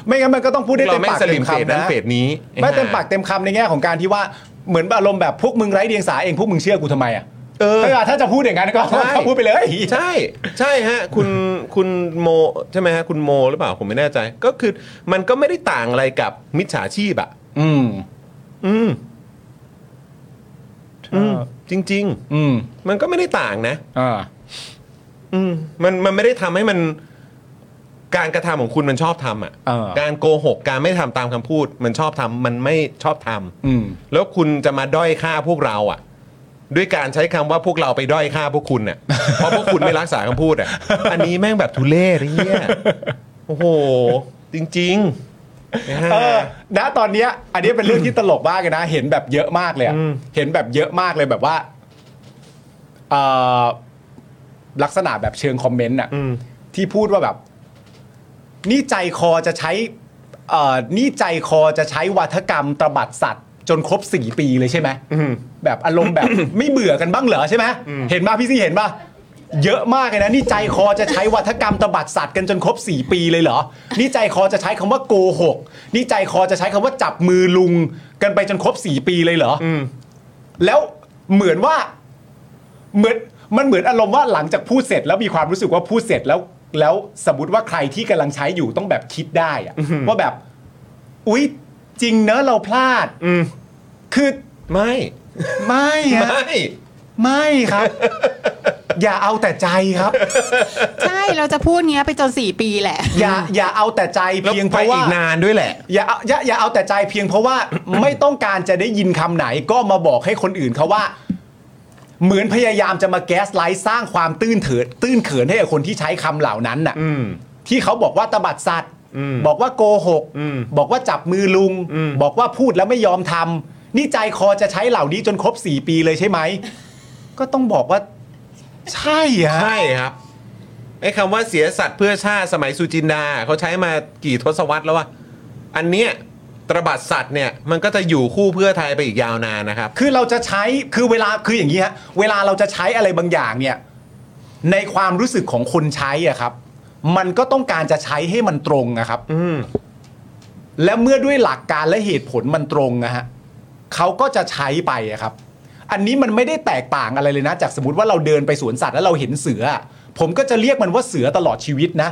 Speaker 5: ไม่งั้นมันก็ต้องพูดได้
Speaker 1: เรา
Speaker 5: เต็ม
Speaker 1: แม่ง
Speaker 5: ปาก
Speaker 1: ส
Speaker 5: เต็
Speaker 1: ลิม
Speaker 5: ม
Speaker 1: เฟส
Speaker 5: คำ
Speaker 1: นั้น
Speaker 5: นะ
Speaker 1: เฟสนี้
Speaker 5: ไม่เต็มปากเต็มคำในแง่ของการที่ว่า เหมือนอารมณ์แบบพวกมึงไร้เดียงสาเองพวกมึงเชื่อกูทำไมอะ
Speaker 1: เออ
Speaker 5: ถ้าถ้าจะพูดอย่างนั้นก็
Speaker 1: ใช่
Speaker 5: ก็พูดไปเลย
Speaker 1: ใช่ ใช่ฮะ คุณคุณโมใช่ไหมฮะคุณโมหรือเปล่าผมไม่แน่ใจ ก็คือมันก็ไม่ได้ต่างอะไรกับมิจฉาชีพอ่ะ
Speaker 5: อืม
Speaker 1: อืมอืมจริง
Speaker 5: อืม
Speaker 1: ๆ มันก็ไม่ได้ต่างนะ
Speaker 5: อ่า
Speaker 1: อืมมันมันไม่ได้ทำให้มันการกระทำของคุณมันชอบทำอ่ะ
Speaker 5: เออ
Speaker 1: การโกหกการไม่ทำตามคำพูด มันชอบทำมันไม่ชอบทำ
Speaker 5: อืม
Speaker 1: แล้วคุณจะมาด้อยค่าพวกเราอ่ะ ด้วยการใช้คำว่าพวกเราไปด้อยค่าพวกคุณ [LAUGHS] เนี่ย เพราะพวกคุณไม่รักษาคำพูดอ่ะ อันนี้แม่งแบบทุเล่เงี้ยโอ้โห จริงๆนะฮะ
Speaker 5: เออณตอนเนี้ยอันนี้เป็นเรื่องที่ตลกมากเลยนะ เห็นแบบเยอะมากเลยอะ
Speaker 1: อืม
Speaker 5: เห็นแบบเยอะมากเลยแบบว่าเอ่อลักษณะแบบเชิงคอมเมนต์อะ
Speaker 1: อืม
Speaker 5: ที่พูดว่าแบบ นี่ใจคอจะใช้เอ่อนี่ใจคอจะใช้วัฒกรรมตบัดสัตว์ จนครบสี่ปีเลยใช่ไหม
Speaker 1: อืม
Speaker 5: แบบอารมณ์แบบ [COUGHS] ไม่เบื่อกันบ้างเหรอใช่ไหมเห็นป่ะพี่ซี่เห็นป่ะเยอะมากเลยนะนี่ใจคอจะใช้วัฒกรรมตบัดสัตว์กันจนครบ 4 ปีเลยเหรอนี่ใจคอจะใช้คำว่าโกหกนี่ใจคอจะใช้คำว่าจับมือลุงกันไปจนครบ 4 ปีเลยเหรอ
Speaker 1: อืม
Speaker 5: แล้วเหมือนว่าเหมือนมันเหมือนอารมณ์ว่าหลังจากพูดเสร็จแล้วมีความรู้สึกว่าพูดเสร็จแล้ว แล้วสมมติว่าใครที่กำลังใช้อยู่ต้องแบบคิดได้อะว่าแบบ อุ๊ย จริงเนอะเราพลาด
Speaker 1: อืม
Speaker 5: คือ
Speaker 1: ไม่
Speaker 5: ไม่ฮะ
Speaker 1: ไม่
Speaker 5: ไม่ครับ อย่าเอาแต่ใจครับ
Speaker 4: ใช่เราจะพูดเงี้ยไปจนสี่ปีแหละ
Speaker 5: อย่าอย่าเอาแต่ใจ
Speaker 1: แล้ว
Speaker 5: เพียงเพ
Speaker 1: ไป
Speaker 5: ราะว่า
Speaker 1: อีกนานด้วยแหละ
Speaker 5: อย่าเอาอย่าอย่า [COUGHS] เอาแต่ใจเพียงเพราะว่า ไม่ต้องการจะได้ยินคำไหนก็มาบอกให้คนอื่นเขาว่า เหมือนพยายามจะมาแก๊สไลท์สร้างความตื้นเถิดตื้นเขินให้กับคนที่ใช้คำเหล่านั้นน่ะที่เขาบอกว่าตบัดสัตว์ บอกว่าโกหก บอกว่าจับมือลุง บอกว่าพูดแล้วไม่ยอมทำนี่ใจคอจะใช้เหล่านี้จนครบ 4 ปีเลยใช่ไหม ก็ต้องบอกว่า ใช่ฮะ
Speaker 1: ใช่ครับไอ้คำว่าเสียสัตว์เพื่อชาติสมัยสุจินดาเขาใช้มากี่ทศวรรษแล้ววะอันเนี้ยตระบัดสัตว์เนี่ยมันก็จะอยู่คู่เพื่อไทยไปอีกยาวนานนะครับ
Speaker 5: คือเราจะใช้คือเวลาคืออย่างนี้ฮะเวลาเราจะใช้อะไรบางอย่างเนี่ย ในความรู้สึกของคนใช้อะครับ มันก็ต้องการจะใช้ให้มันตรงนะครับและเมื่อด้วยหลักการและเหตุผลมันตรงนะฮะเขาก็จะใช้ไปอะครับ อันนี้มันไม่ได้แตกต่างอะไรเลยนะ จากสมมติว่าเราเดินไปสวนสัตว์แล้วเราเห็นเสือ ผมก็จะเรียกมันว่าเสือตลอดชีวิตนะ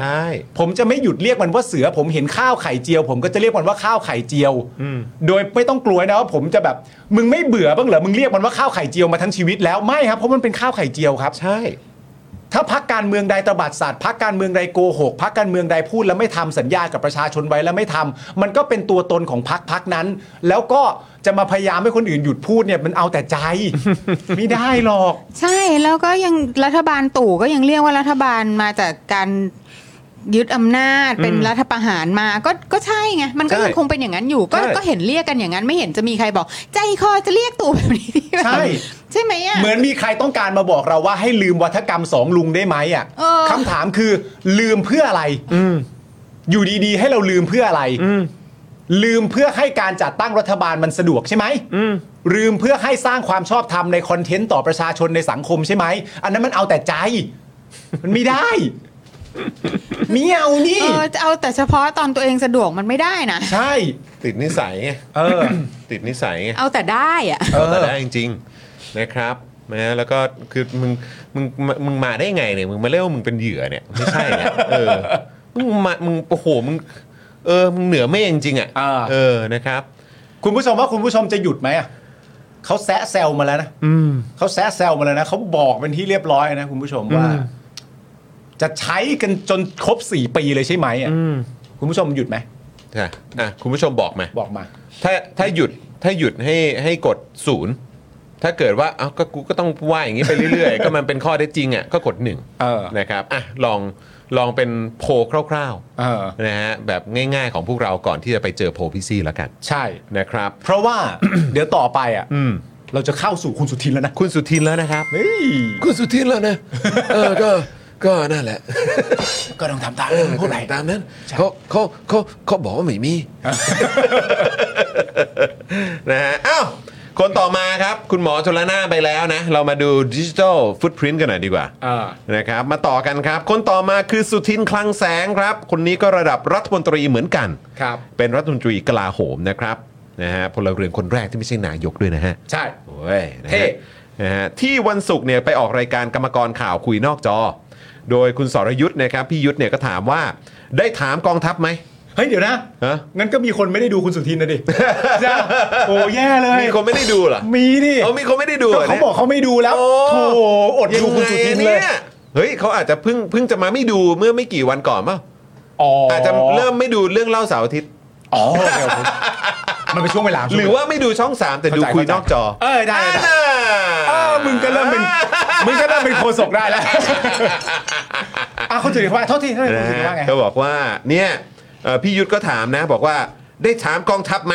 Speaker 5: ผมจะไม่หยุดเรียกมันว่าเสือ ผมเห็นข้าวไข่เจียว ผมก็จะเรียกมันว่าข้าวไข่เจียว โดยไม่ต้องกลัวนะว่าผมจะแบบ มึงไม่เบื่อบ้างเหรอมึงเรียกมันว่าข้าวไข่เจียวมาทั้งชีวิตแล้วไม่ครับเพราะมันเป็นข้าวไข่เจียวครับ
Speaker 1: ใช่
Speaker 5: ถ้าพักการเมืองใดตบัดสัตว์พักการเมืองใดโกหกพักการเมืองใดพูดแล้วไม่ทำสัญญากับประชาชนไว้แล้วไม่ทำมันก็เป็นตัวตนของพักพักนั้น แล้วก็จะมาพยายามให้คนอื่นหยุดพูดเนี่ยมันเอาแต่ใจ ไม่ได้หรอก
Speaker 4: ใช่แล้วก็ยังรัฐบาลตู่ก็ยังเรียกว่ารัฐบาลมาจากการยึดอำนาจเป็น
Speaker 5: อืม
Speaker 4: รัฐประหารมาก็ก็ใช่ไงมันก็
Speaker 5: ใช่
Speaker 4: ยังคงเป็นอย่างนั้นอยู่ ก็
Speaker 5: ใช่
Speaker 4: ก็เห็นเรียกกันอย่างนั้นไม่เห็นจะมีใครบอก ใจคอจะเรียกตู่แบบนี้
Speaker 5: ใช่
Speaker 4: ใช่ไหมอ่ะ
Speaker 5: [LAUGHS] เหมือนมีใครต้องการมาบอกเราว่าให้ลืมวัฒกรรมสองลุงได้ไหมอ่ะ
Speaker 4: เออ
Speaker 5: คำถามคือลืมเพื่ออะไรอยู่ดีๆ ให้เราลืมเพื่ออะไรลืมเพื่อให้การจัดตั้งรัฐบาลมันสะดวกใช่ไหมลืมเพื่อให้สร้างความชอบธรรมในคอนเทนต์ต่อประชาชนในสังคมใช่ไหมอันนั้นมันเอาแต่ใจ มันไม่ได้ [LAUGHS] มีเอานี่
Speaker 4: เออจะเอาแต่เฉพาะตอนตัวเองสะดวกมันไม่ได้นะ
Speaker 5: ใช่
Speaker 1: ติดนิสัยไง
Speaker 5: เออ
Speaker 1: ติดนิสัยไง
Speaker 4: เอาแต่ได้อ่ะ
Speaker 1: เอาแต่ได้จริงๆนะครับนะฮะแล้วก็คือมึงมึงมึงมึงมาได้ไงเนี่ยมึงมาเรียกว่ามึงเป็นเหยื่อเนี่ยไม่ใช่นะเออมึงมามึงโอ้โหมึงเออมึงเหนือไม่จริงๆอ่ะเออนะครับ
Speaker 5: คุณผู้ชมว่าคุณผู้ชมจะหยุดไหมอ่ะเขาแซะแซวมาแล้วนะ
Speaker 10: อืม
Speaker 5: เขาแซะแซวมาแล้วนะเขาบอกเป็นที่เรียบร้อยนะคุณผู้ชมว่า
Speaker 10: อืม
Speaker 5: จะใช้กันจนครบ 4 ปีเลยใช่ไหมอ่ะคุณผู้ชมหยุดไหม
Speaker 1: ค่ะอ่ะคุณผู้ชมบอกมา
Speaker 5: บอกมา
Speaker 1: ถ้าถ้าหยุดถ้าหยุดให้ให้กดศูนย์ถ้าเกิดว่าเอ้าก็กูก็ต้องว่าอย่างนี้ไปเรื่อยๆ [LAUGHS] ก็มันเป็นข้อเท็จจริงอ่ะก็กดหนึ่งนะครับอ่ะลองลองเป็นโพลคร่าวๆนะฮะแบบง่ายๆของพวกเราก่อนที่จะไปเจอโพลพี่ซี่แล้วกัน
Speaker 5: ใช่
Speaker 1: นะครับ
Speaker 5: เพราะ [COUGHS] ว่า เดี๋ยวต่อไปอ่ะเราจะเข้าสู่คุณสุทินแล้วนะ
Speaker 1: คุณสุทินแล้วนะครับ
Speaker 5: เฮ้ย
Speaker 1: คุณสุทินแล้วนะ เออก็ก็นั่นแหละ
Speaker 5: ก็ต้องทำตาม
Speaker 1: เออ
Speaker 5: พูดไป
Speaker 1: ตามนั้นเขาเขาเขาเขาบอกว่าไม่
Speaker 5: [LAUGHS]
Speaker 1: มี นะฮะอ้าวคนต่อมาครับ คุณหมอชลนานไปแล้วนะ เรามาดูดิจิทัลฟุตพิ i n t กันหน่อยดีกว่า
Speaker 5: อ่า
Speaker 1: นะครับ มาต่อกันครับ คนต่อมาคือสุทินคลังแสงครับ คนนี้ก็ระดับรัฐมนตรีเหมือนกัน
Speaker 5: ครับ
Speaker 1: เป็นรัฐมนตรีกลาโหมนะครับนะฮะพลเรือนคนแรกที่ไม่ใช่นายกด้วยนะฮะ
Speaker 5: ใช่
Speaker 1: โอ้ยนะ
Speaker 5: เท่
Speaker 1: ฮะนะฮะที่วันศุกร์เนี่ยไปออกรายการกรรมกรข่าวคุยนอกจอ โดยคุณสรยุทธ์นะครับพี่ยุทธ์เนี่ยก็ถามว่าได้ถามกองทัพไหม
Speaker 5: เฮ้ยเดี๋ยวนะ
Speaker 1: ฮะ
Speaker 5: งั้นก็มีคนไม่ได้ดูคุณสุทินนะดิ ใช่โอ้แย่เลย
Speaker 1: มีคนไม่ได้ดูเหรอ
Speaker 5: มีดิ
Speaker 1: เอามีคนไม่ได้ดูหร
Speaker 5: ก็เขาบอกเขาไม่ดูแล้ว
Speaker 1: โอ้
Speaker 5: โถอดดูคุณสุทินเลย
Speaker 1: งไงเฮ้ยเขาอาจจะเพิ่งเพิ่งจะมาไม่ดูเมื่อไม่กี่วันก่อนเปล่า
Speaker 5: อ๋อ
Speaker 1: อา
Speaker 5: อา
Speaker 1: จจะเริ่มไม่ดูเรื่องเล่าเสาร์อาทิตย์
Speaker 5: อ๋อโอเคโอเคมันเป็นช่วงเวลา
Speaker 1: หรือว่าไม่ดูช่องสามแต่ดู
Speaker 5: เข้าใจ
Speaker 1: คุยนอกจอ
Speaker 5: เข้าใจเออได้ได้
Speaker 1: า
Speaker 5: เออมึงก็เริ่มเป็น มึงก็เริ่มเป็นโคศกได้แล้ว อ่ะคุณสุริว่าโทษทีโทษทีคุณสุริว่าไง
Speaker 1: เขาบอกว่าเนี่ยเอ่อพี่ยุทธก็ถามนะ บอกว่าได้ถามกองทัพไหม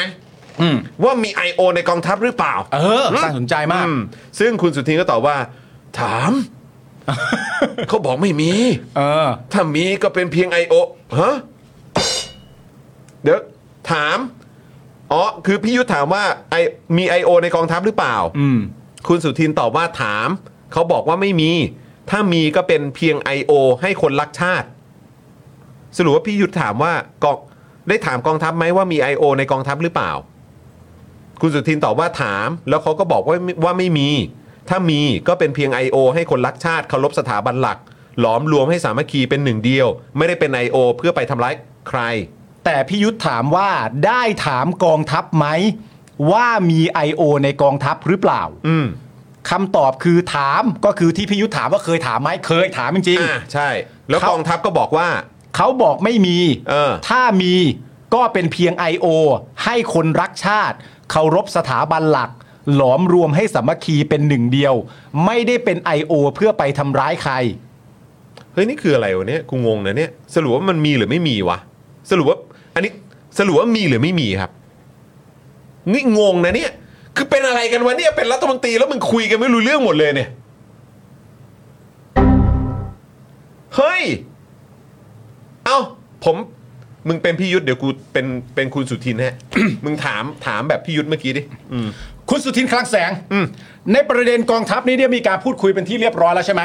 Speaker 5: อืม
Speaker 1: ว่ามี I.O. ในกองทัพหรือเปล่า
Speaker 5: เออน่าสนใจมาก
Speaker 1: อืมซึ่งคุณสุทินก็ตอบว่า ถาม เขาบอกไม่มี
Speaker 5: เออ
Speaker 1: ถ้ามีก็เป็นเพียง I.O. ฮะเดี๋ยวถาม อ๋อ คือพี่ยุทธถามว่าไอมี I.O. ในกองทัพหรือเปล่า
Speaker 5: อืม
Speaker 1: คุณสุทินตอบว่าถาม เขาบอกว่าไม่มี ถ้ามีก็เป็นเพียง I.O. ให้คนรักชาติ สรุปว่าพี่ยุทธถามว่ากองได้ถามกองทัพไหมว่ามี I.O. ในกองทัพหรือเปล่า คุณสุทินตอบว่าถาม แล้วเขาก็บอกว่าว่าไม่มี ถ้ามีก็เป็นเพียง I.O. ให้คนรักชาติเคารพสถาบันหลัก หลอมรวมให้สามัคคีเป็นหนึ่งเดียว ไม่ได้เป็น I.O. เพื่อไปทำร้ายใคร
Speaker 5: แต่พี่ยุทธถามว่าได้ถามกองทัพไหม ว่ามี I.O. ในกองทัพหรือเปล่า
Speaker 1: อืม
Speaker 5: คำตอบคือถามก็คือที่พี่ยุทธถามว่าเคยถามไหมเคยถามจริง
Speaker 1: อ่าใช่ แล้วกองทัพก็บอกว่า
Speaker 5: ๆเขาบอกไม่มี
Speaker 1: เออ
Speaker 5: ถ้ามีก็เป็นเพียง I.O. ให้คนรักชาติเคารพสถาบันหลัก
Speaker 2: หลอมรวมให้สามัคคีเป็นหนึ่งเดียว ไม่ได้เป็น I.O. เพื่อไปทำร้ายใคร
Speaker 1: เฮ้ย นี่คืออะไรวะเนี่ยกูงงนะเนี่ย สรุปว่ามันมีหรือไม่มีวะ สรุปว่าอันนี้สรุปว่ามีหรือไม่มีครับ นี่งงนะเนี่ย คือเป็นอะไรกันวะเนี่ยเป็นรัฐมนตรีแล้วมึงคุยกันไม่รู้เรื่องหมดเลยเนี่ย เฮ้ย เอ้า ผม มึงเป็นพี่ยุทธเดี๋ยวกูเป็นเป็นคุณสุทิ [COUGHS] นฮะ มึงถามถามแบบพี่ยุทธเมื่อกี้ดิอืม
Speaker 5: คุณสุทินคลังแสงในประเด็นกองทัพนี้เนี่ยมีการพูดคุยเป็นที่เรียบร้อยแล้วใช่ไหม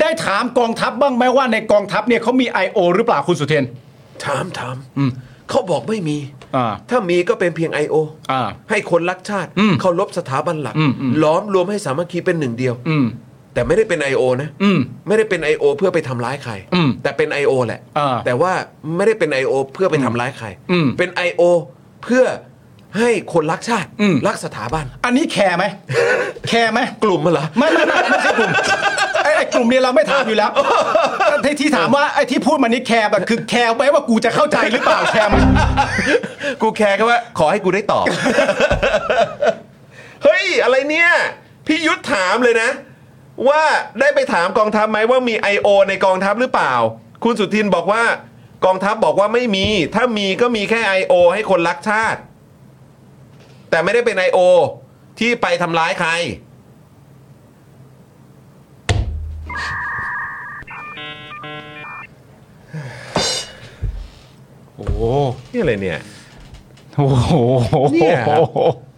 Speaker 5: ได้ถามกองทัพบ้างไหมว่าในกองทัพเนี่ยเขามี I.O. หรือเปล่าคุณสุเทน
Speaker 1: ถามถามเขาบอกไม่มี ถ้ามีก็เป็นเพียง I.O. ให้คนรักชาติเคารพสถาบันหลัก ล้อมรวมให้สามัคคีเป็นหนึ่งเดียว แต่ไม่ได้เป็น I.O. นะ ไม่ได้เป็น I.O. เพื่อไปทำร้ายใคร แต่เป็น I.O. แหละ แต่ว่าไม่ได้เป็น I.O. เพื่อไปทำร้ายใคร เป็น I.O. เพื่อให้คนรักชาติ รักสถาบัน
Speaker 5: อันนี้แค
Speaker 1: [LAUGHS]
Speaker 5: ร์ไหม แคร์ไหม
Speaker 1: กลุ่มเหรอ
Speaker 5: ไม่ไม่ไม่ไม่ใช่กลุ่มไอ้ไอ้กลุ่มเนี่ยเราไม่ถามอยู่แล้วที่ที่ถามว่าไอ้ที่พูดมานี้แคร์แบบคือแคร์ไหมว่ากูจะเข้าใจหรือเปล่าแคร์ไหม
Speaker 1: กูแคร์แค่ว่า ขอให้กูได้ตอบ เฮ้ย อะไรเนี่ย พี่ยุทธถามเลยนะ ว่าได้ไปถามกองทัพไหมว่ามี I.O. ในกองทัพหรือเปล่า คุณสุทินบอกว่ากองทัพบอกว่าไม่มี ถ้ามีก็มีแค่ I.O. ให้คนรักชาติ แต่ไม่ได้เป็น I.O. ที่ไปทำร้ายใคร โอ้นี่อะไรเนี่ย
Speaker 2: โอ้โห
Speaker 1: เนี่ยครับ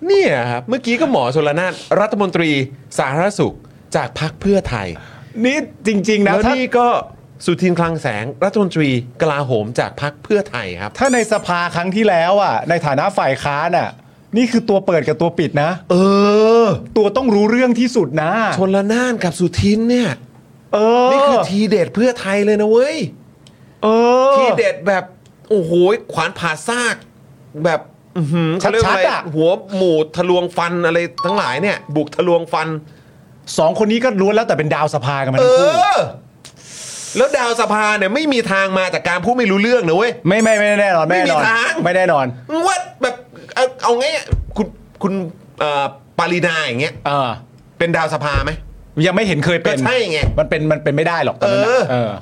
Speaker 1: เนี่ยครับ เมื่อกี้ก็หมอชลนานรัฐมนตรีสาธารณสุขจากพรรคเพื่อไทย
Speaker 5: นี่จริง ๆ นะ
Speaker 1: แล้ว
Speaker 5: ถ้า
Speaker 1: นี่ก็สุทินคลังแสงรัฐมนตรีกลาโหมจากพรรคเพื่อไทยครับ
Speaker 5: ถ้าในสภาครั้งที่แล้วอ่ะ ในฐานะฝ่ายค้านอ่ะ นี่คือตัวเปิดกับตัวปิดนะ
Speaker 1: เออ
Speaker 5: ตัวต้องรู้เรื่องที่สุดนะ
Speaker 1: ชนละนานกับสุทินเนี่ย
Speaker 5: เออ
Speaker 1: นี่คือทีเด็ดเพื่อไทยเลยนะเว้ย
Speaker 5: เออ
Speaker 1: ทีเด็ดแบบโอ้โหขวานผ่าซาก แบบอื้อหือเขาเรียกว่าอะไร
Speaker 5: ชัดๆอะ
Speaker 1: หัวหมูทะลวงฟันอะไรทั้งหลายเนี่ย บุกทะลวงฟัน
Speaker 5: สองคนนี้ก็ล้วนแล้วแต่เป็นดาวสภากันมา
Speaker 1: เอ
Speaker 5: ทั้งคู่
Speaker 1: อ แล้วดาวสภาเนี่ยไม่มีทางมาจากการพูดไม่รู้เรื่องนะเว้ย
Speaker 5: ไม่ไม่ไม่แน่นอนไม่แน่
Speaker 1: ไม่
Speaker 5: นอน
Speaker 1: มีทาง
Speaker 5: ไม่แน่นอน
Speaker 1: ว่าแบบเอาเอาไงอะคุณคุณเอ่อปารีนาอย่างเงี้ย
Speaker 5: เออ
Speaker 1: เป็นดาวสภาไหม
Speaker 5: ยังไม่เห็นเคยเป็น
Speaker 1: ก็ใช่ไง
Speaker 5: มันเป็นมันเป็นไม่ได้หรอกตอนนั้น
Speaker 1: เออ
Speaker 5: น่ะเออ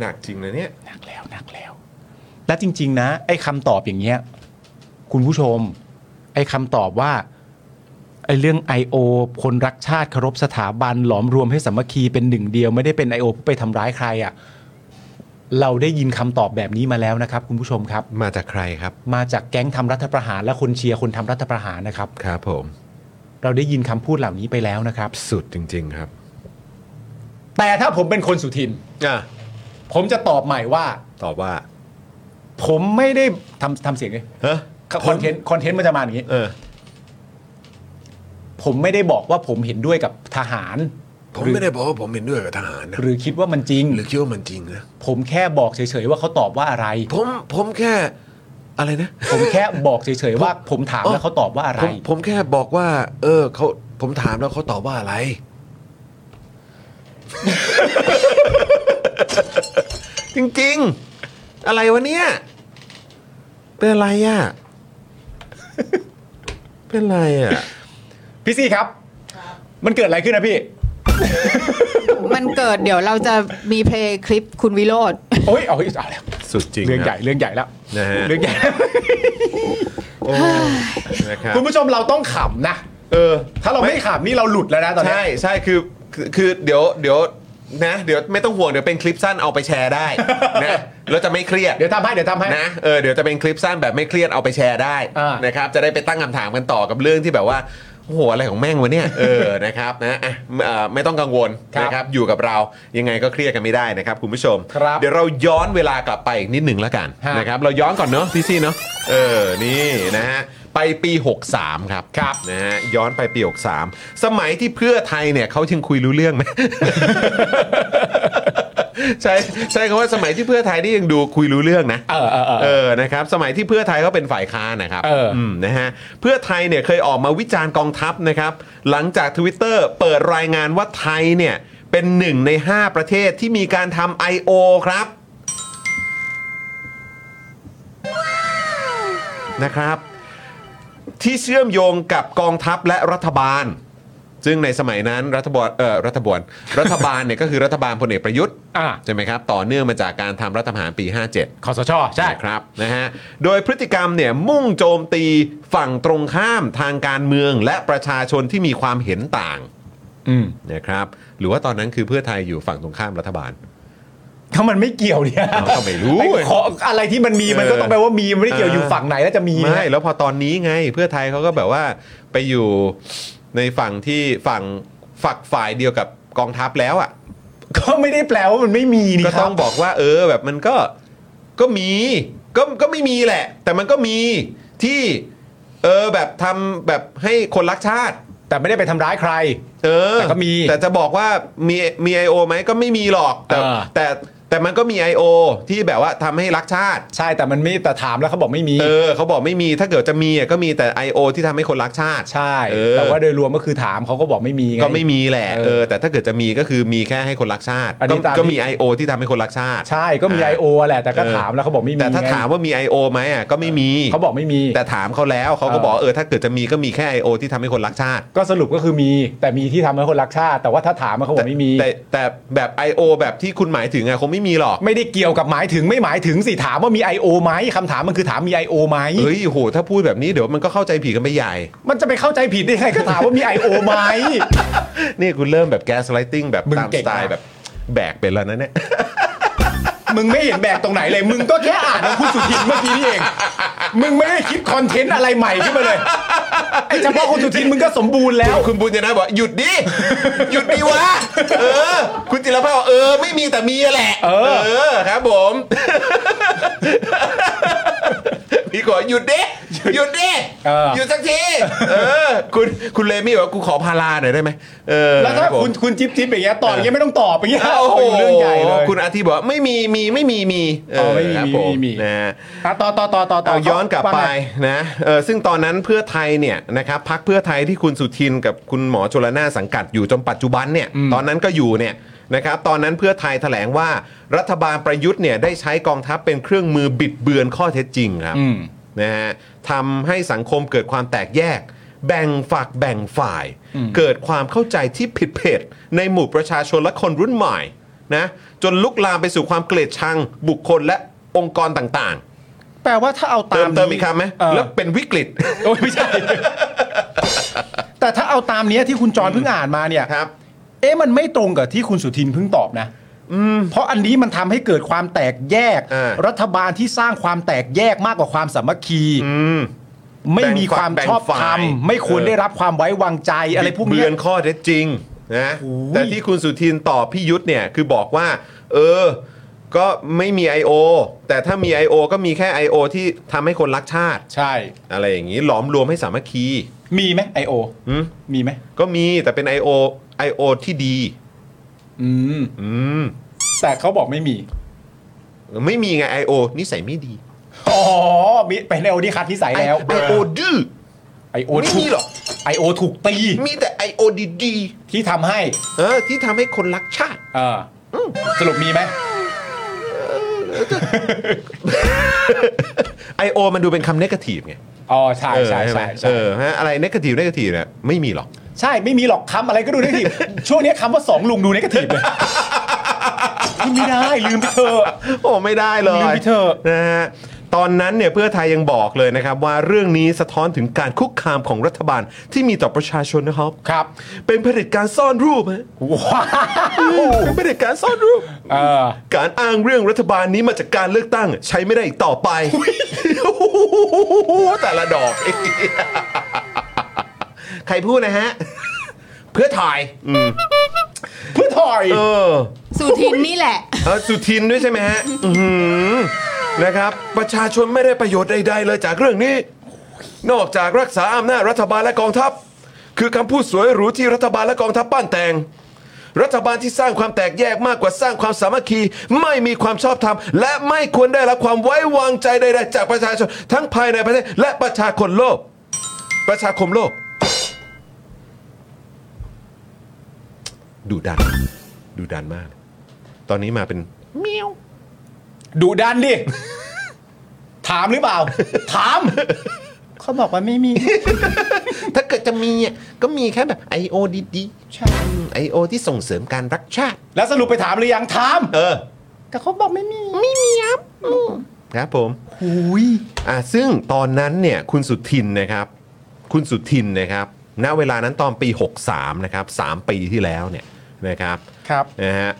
Speaker 1: หนักจริงนะเนี่ย
Speaker 5: หนักแล้วหนักแล้ว และจริง ๆ นะ ไอ้คำตอบอย่างเงี้ย คุณผู้ชม ไอ้คำตอบว่าไอ้เรื่อง I.O. คนรักชาติเคารพสถาบัน หลอมรวมให้สามัคคีเป็นหนึ่งเดียวไม่ได้เป็น I.O. เพื่อไปทำร้ายใครอะ่ะเราได้ยินคำตอบแบบนี้มาแล้วนะครับ คุณผู้ชมครับ
Speaker 1: มาจากใครครับ
Speaker 5: มาจากแก๊งทำรัฐประหารและคนเชียร์คนทำรัฐประหารนะครับ
Speaker 1: ครับผม
Speaker 5: เราได้ยินคำพูดเหล่านี้ไปแล้วนะครับ
Speaker 1: สุดจริง ๆ ครับ
Speaker 5: แต่ถ้าผมเป็นคนสุทิน
Speaker 1: อ่ะ
Speaker 5: ผมจะตอบใหม่ว่า
Speaker 1: ตอบว่า
Speaker 5: ผมไม่ได้ทำทำเสียงเลย
Speaker 1: ฮะ
Speaker 5: คอนเทนต์คอนเทนต์มันจะมาอย่างนี้
Speaker 1: เออ
Speaker 5: ผมไม่ได้บอกว่าผมเห็นด้วยกับทหาร
Speaker 1: ผมไม่ได้บอกว่าผมเห็นด้วยกับทหารนะ
Speaker 5: หรือคิดว่ามันจริง
Speaker 1: หรือคิดว่ามันจริงนะ
Speaker 5: ผมแค่บอกเฉยๆว่าเขาตอบว่าอะไร
Speaker 1: ผมผมแค่อะไรนะ
Speaker 5: ผมแค่บอกเฉยๆว่า ผมถาม
Speaker 1: อ๋อ
Speaker 5: แล้วเขาตอบว่าอะไร
Speaker 1: ผมผมแค่บอกว่า เออเขาผมถามแล้วเขาตอบว่าอะไร [LAUGHS] จริงๆ อะไรวะเนี่ย เป็นอะไรอ่ะ เป็นอะไรอ่ะ
Speaker 5: พี่ซี่ครับ มันเกิดอะไรขึ้นนะพี่
Speaker 4: มันเกิดเดี๋ยวเราจะมีเพลงคลิปคุณวิโรธ [LAUGHS]
Speaker 5: โอ้ยเอาอีกเอาแล้ว
Speaker 1: สุดจริง
Speaker 5: เรื่องให
Speaker 1: ค
Speaker 5: ญ่
Speaker 1: บ
Speaker 5: เรื่องใหญ่แล้ว
Speaker 1: นะฮะ
Speaker 5: เรื่องใหญ่
Speaker 1: โอ้นะครับ
Speaker 5: คุณผู้ชมเราต้องขำนะ
Speaker 1: เออ
Speaker 5: ถ้าเราไม่ขำนี่เราหลุดแล้วนะตอนเนี้ย
Speaker 1: ใช่ใช่คือคือคือเดี๋ยวเดี๋ยวนะ เดี๋ยวไม่ต้องห่วงเดี๋ยวเป็นคลิปสั้นเอาไปแชร์ได้ นะแล้วจะไม่เครียด
Speaker 5: เดี๋ยวทำให้เดี๋ยวทำให้
Speaker 1: นะเออเดี๋ยวจะเป็นคลิปสั้นแบบไม่เครียดเอาไปแชร์ได้
Speaker 5: อ่าน
Speaker 1: นะครับจะได้ไปตั้งคำถามกันต่อกับเรื่องที่แบบว่าโอ้โหอะไรของแม่งวะ
Speaker 5: [LAUGHS]
Speaker 1: เนี่ยเออ นะครับนะอ่ะเอ่อไม่ต้องกังวลนะครับอยู่กับเรายังไงก็เครียดกันไม่ได้นะครับคุณผู้ชม
Speaker 5: ครับ
Speaker 1: เดี๋ยวเราย้อนเวลากลับไปอีกนิดหนึ่งแล้วกัน
Speaker 5: ฮะ
Speaker 1: นะครับเราย้อนก่อนเนาะพี่ซี่เนาะเออนี่นะฮะไปปี 63 ครับครับนะฮะย้อนไปปี 63 สมัยที่เพื่อไทยเนี่ยเขายังคุยรู้เรื่องไหม [LAUGHS] ใช่ใช่คำว่าสมัยที่เพื่อไทยนี่ยังดูคุยรู้เรื่องนะ
Speaker 5: เออเออเออ
Speaker 1: เออ นะครับ สมัยที่เพื่อไทยเขาเป็นฝ่ายค้านนะครับ
Speaker 5: เอออื
Speaker 1: มนะฮะ เพื่อไทยเนี่ยเคยออกมาวิจารณ์กองทัพนะครับ หลังจาก Twitter เปิดรายงานว่าไทยเนี่ยเป็นหนึ่งใน 5 ประเทศที่มีการทำ I.O. ครับ นะครับ ที่เชื่อมโยงกับกองทัพและรัฐบาล ซึ่งในสมัยนั้นรัฐบาลเอ่อรัฐบาลรัฐบาลเนี่ยก็คือรัฐบาลพลเอกประยุทธ์ใช่ไหมครับ ต่อเนื่องมาจากการทำรัฐประหารปี 57
Speaker 2: คอสช ใช่
Speaker 1: ครับนะฮะโดยพฤติกรรมเนี่ยมุ่งโจมตีฝั่งตรงข้ามทางการเมืองและประชาชนที่มีความเห็นต่าง
Speaker 2: อืม
Speaker 1: นะครับ หรือว่าตอนนั้นคือเพื่อไทยอยู่ฝั่งตรงข้ามรัฐบาล
Speaker 5: ถ้ามันไม่เกี่ยวเนี่ย
Speaker 1: เอาก็ไม่รู้
Speaker 5: อ้ขออะไรที่มันมีมันก็ต้องแปลว่ามีมันไม่ได้เกี่ยวอยู่ฝั่งไหนแล้วจะมีนะ
Speaker 1: ไม่แล้วพอตอนนี้ไงเพื่อไทยเขาก็แบบว่าไปอยู่ในฝั่งที่ฝั่งฝักฝ่ายเดียวกับกองทัพแล้วอ่ะ
Speaker 5: ก็ไม่ได้แปลว่ามันไม่มีนี่
Speaker 1: ก็
Speaker 5: ค
Speaker 1: ต้
Speaker 5: รั
Speaker 1: อบ งบอกว่า เออแบบมันก็ก็มีก็ก็ไม่มีแหละ แต่มันก็มีที่เออแบบทำแบบให้คนรักชาติ
Speaker 5: แต่ไม่ได้ไปทำร้ายใคร
Speaker 1: เออ
Speaker 5: แต่ก็มี
Speaker 1: แต่จะบอกว่ามีมีไอโอไหมก็ไม่มีหรอก แต่
Speaker 5: เออ
Speaker 1: แต่แต่มันก็มี I.O. ที่แบบว่าทำให้รักชาติ
Speaker 5: ใช่แต่มันไม่แต่ถามแล้วเขาบอกไม่มี
Speaker 1: เออเขาบอกไม่มีถ้าเกิดจะมีอ่ะก็มีแต่ I.O. ที่ทำให้คนรักชาติ
Speaker 5: ใช่
Speaker 1: เออ
Speaker 5: แต่ว่าโดยรวมก็คือถามเขาก็บอกไม่มีง
Speaker 1: ก็ไม่มีแหละ
Speaker 5: เออ
Speaker 1: เออแต่ถ้าเกิดจะมีก็คือมีแค่ให้คนรักชาติ
Speaker 5: อันนี้
Speaker 1: ก็
Speaker 5: ตามที่
Speaker 1: ก็มี I.O. ที่ทำให้คนรักชาติ
Speaker 5: ใช่ก็มี
Speaker 1: อ่า
Speaker 5: I.O. แหละแต่ก็ถามแล้วเขาบอกไม่มี
Speaker 1: แต่ถ้า
Speaker 5: ไง
Speaker 1: ถามว่ามี I.O. ไหมอ่ะก็ไม่มี
Speaker 5: เขาบอกไม่มี
Speaker 1: แต่ถามเขาแล้วเขาก็
Speaker 5: เออ
Speaker 1: บอกเออถ้าเกิดจะมีก็มีแค่ I.O. ที่ทำให้คนรักชาติ
Speaker 5: ก็สรุปก็คือมี แต่มีที่ทำให้คนรักชาติ แต่ว่าถ้าถามมันเขาบอกไม่มี
Speaker 1: แต่แต่แบบ I.O. แบบที่คุณหมายถึงอ่ะคงไม่มีหรอก
Speaker 5: ไม่ได้เกี่ยวกับหมายถึงไม่หมายถึงสิถามว่ามี I.O. ไหมคำถามมันคือถามมี I.O. ไหม
Speaker 1: เฮ้ยโหถ้าพูดแบบนี้เดี๋ยวมันก็เข้าใจผิดกันไปใหญ่
Speaker 5: มันจะไปเข้าใจผิดได้ไงก็ถามว่ามี I.O. ไหม
Speaker 1: นี่คุณเริ่มแบบแก๊สไลติงแบบ
Speaker 5: มึง
Speaker 1: ตาม
Speaker 5: เก่
Speaker 1: ส
Speaker 5: ง
Speaker 1: ไตล์
Speaker 5: นะ
Speaker 1: แบบแบกเป็นแล้วนะเนี่ย
Speaker 5: มึงไม่เห็นแบกตรงไหนเลย มึงก็แค่อ่านของคุณสุทินเมื่อกี้นี่เอง มึงไม่ได้คิดคอนเทนต์อะไรใหม่ขึ้นมาเลยไอ้เฉพาะคุณสุทินมึงก็สมบูรณ์แล้ว
Speaker 1: คุณบุญชนะบอกหยุดดิ [LAUGHS] หยุดดิวะ เออ คุณจิรพัฒน์บอกเออ ไม่มีแต่มีแหละ เออครับผม [LAUGHS] พี่ขอหยุดดิ หยุดดิ
Speaker 5: เออ
Speaker 1: หยุดสักที เออ คุณคุณเลมี่บอกว่ากูขอพาราหน่อยได้ไหมเออ
Speaker 5: แล้วถ้า
Speaker 1: รับผม
Speaker 5: คุณคุณจิ๊บจิ๊บอย่างเงี้ยตอบอย่างเงี้ยไม่ต้องตอบอย่างเงี้ย
Speaker 1: โอ้โห
Speaker 5: เป็นเรื่องใหญ่เลย
Speaker 1: คุณอาทิตย์บอกว่าไม่มีมีไม่มีมีเ
Speaker 5: อไม่มี
Speaker 1: ครับ
Speaker 5: มี
Speaker 1: ผ
Speaker 5: มี
Speaker 1: นะฮะ
Speaker 5: อ่ะต่อต่อต่อต่อต่
Speaker 1: เอาย้อนกลับไป
Speaker 5: ว่าง
Speaker 1: นะเออซึ่งตอนนั้นเพื่อไทยเนี่ยนะครับพักเพื่อไทยที่คุณสุทินกับคุณหมอชลนาสังกัดอยู่จนปัจจุบันเนี่ยตอนนั้นก็อยู่เนี่ยนะครับตอนนั้นเพื่อไทยแถลงว่ารัฐบาลประยุทธ์เนี่ยได้ใช้กองทัพเป็นเครื่องมือบิดเบือนข้อเท็จจริงครับ
Speaker 5: อืม
Speaker 1: นะฮะทำให้สังคมเกิดความแตกแยก แบ่งฝักแบ่งฝ่าย เกิดความเข้าใจที่ผิดเพดในหมู่ประชาชนและคนรุ่นใหม่นะจนลุกลามไปสู่ความเกลียดชังบุคคลและองค์กรต่างๆ
Speaker 5: แปลว่าถ้าเอาตา
Speaker 1: เติ
Speaker 5: ม
Speaker 1: มเติมอีกคำไหม
Speaker 5: เออ
Speaker 1: แล้วเป็นวิกฤต
Speaker 5: โอ้ยไม่ใช่ แต่ถ้าเอาตามเนี้ยที่คุณจรเพิ่งอ่านมาเนี่ย
Speaker 1: ครับ
Speaker 5: เอ๊ะมันไม่ตรงกับที่คุณสุทินเพิ่งตอบนะเพราะอันนี้มันทำให้เกิดความแตกแยก
Speaker 1: อ่า
Speaker 5: รัฐบาลที่สร้างความแตกแยกมากกว่าความสามัคคี
Speaker 1: อืม
Speaker 5: ไม่มีความ
Speaker 1: แบ่ง
Speaker 5: ชอบ
Speaker 1: ฝ่าย
Speaker 5: ธรรมไม่ควร
Speaker 1: เออ
Speaker 5: ได้รับความไว้วางใจอะไรพวก
Speaker 1: บิด
Speaker 5: เนี้
Speaker 1: เบื
Speaker 5: ย
Speaker 1: อนข้อเท็จจริงนะ
Speaker 5: โอ้ย
Speaker 1: แต่ที่คุณสุทินตอบพี่ยุทธเนี่ยคือบอกว่า เออ ก็ไม่มี I.O. แต่ถ้ามี I.O. ก็มีแค่ I.O. ที่ทำให้คนรักชาติ
Speaker 5: ใช่
Speaker 1: อะไรอย่างนี้หลอมรวมให้สามัคคี
Speaker 5: มีไหมไอโอ
Speaker 1: อืม
Speaker 5: มีไหม
Speaker 1: ก็มีแต่เป็น I.O. I.O. ที่ดี
Speaker 5: อืม
Speaker 1: อืม
Speaker 5: แต่เขาบอกไม่มี
Speaker 1: ไม่มีไง I.O. นิสัยไม่ดี
Speaker 5: อ๋อมีเป็นไอโอที่คัดนิสัยแล้ว
Speaker 1: I.O. ดื้อ
Speaker 5: ไอโอ
Speaker 1: ไม่มีหรอก
Speaker 5: ไอโอถูกตี
Speaker 1: มีแต่ I.O. ดี
Speaker 5: ที่ทำให้
Speaker 1: ๆเออที่ทำให้คนรักชาติ
Speaker 5: เอออสรุปมีไหม
Speaker 1: I.O. มันดูเป็นคำเนกาทีฟไง
Speaker 5: อ๋อใช่ใช่
Speaker 1: เออ
Speaker 5: ใช่
Speaker 1: ไหม
Speaker 5: ใช่
Speaker 1: เออฮะอะไรนกาทีฟนกาทีฟเนี่ยไม่มีหรอก
Speaker 5: ใช่ไม่มีหรอกคำอะไรก็ดูได้ที [LAUGHS] ช่วงนี้คำว่าสองลุงดูในกระถิบเลย [LAUGHS] ไม่ได้ลืมไปเถอะ
Speaker 1: โอ้ไม่ได้เลย
Speaker 5: ลืมไปเถอะ
Speaker 1: นะฮะตอนนั้นเนี่ยเพื่อไทยยังบอกเลยนะครับ ว่าเรื่องนี้สะท้อนถึงการคุกคามของรัฐบาลที่มีต่อประชาชนนะครับ
Speaker 5: ครับ
Speaker 1: เป็นเผด็จการซ่อนรูปฮะ
Speaker 5: ว้าว
Speaker 1: เป็นเผด็จการซ่อนรูป
Speaker 5: เออ
Speaker 1: การอ้างเรื่องรัฐบาลนี้มาจากการเลือกตั้ง ใช้ไม่ได้อีกต่อไปโอ้โหแต่ละดอก [LAUGHS] ใครพูดนะฮะ เพื่อไทยอืม
Speaker 5: เพื่อถอย
Speaker 1: เออ
Speaker 4: สุทินนี่แหละ
Speaker 1: เออสุทินด้วยใช่ไหมฮะ อื้อหือนะครับ ประชาชนไม่ได้ประโยชน์ใดๆเลยจากเรื่องนี้ นอกจากรักษาอำนาจรัฐบาลและกองทัพ คือคำพูดสวยหรูที่รัฐบาลและกองทัพปั้นแต่ง รัฐบาลที่สร้างความแตกแยกมากกว่าสร้างความสามัคคี ไม่มีความชอบธรรม และไม่ควรได้รับความไว้วางใจใดๆจากประชาชน ทั้งภายในประเทศและประชาคมโลก ประชาคมโลก ดูดัน ดูดันมาก ตอนนี้มาเป็น
Speaker 5: ดูดันดิ ถามหรือเปล่า ถาม เขาบอกว่าไม่มี
Speaker 1: ถ้าเกิดจะมีอ่ะก็มีแค่แบบ I.O. ดีๆใช่ I.O. ที่ส่งเสริมการรักชาติ
Speaker 5: แล้วสรุปไปถามหรือยังถาม
Speaker 1: เออ
Speaker 5: แต่เขาบอกไม่มี ไม่มีครับ
Speaker 1: ครับผมหุยอ่าซึ่งตอนนั้นเนี่ยคุณสุทินนะครับ คุณสุทินนะครับ ณ เวลานั้นตอนปี 63 นะครับ 3 ปีที่แล้วเนี่ยนะครับ
Speaker 5: ครับ
Speaker 1: นะฮะ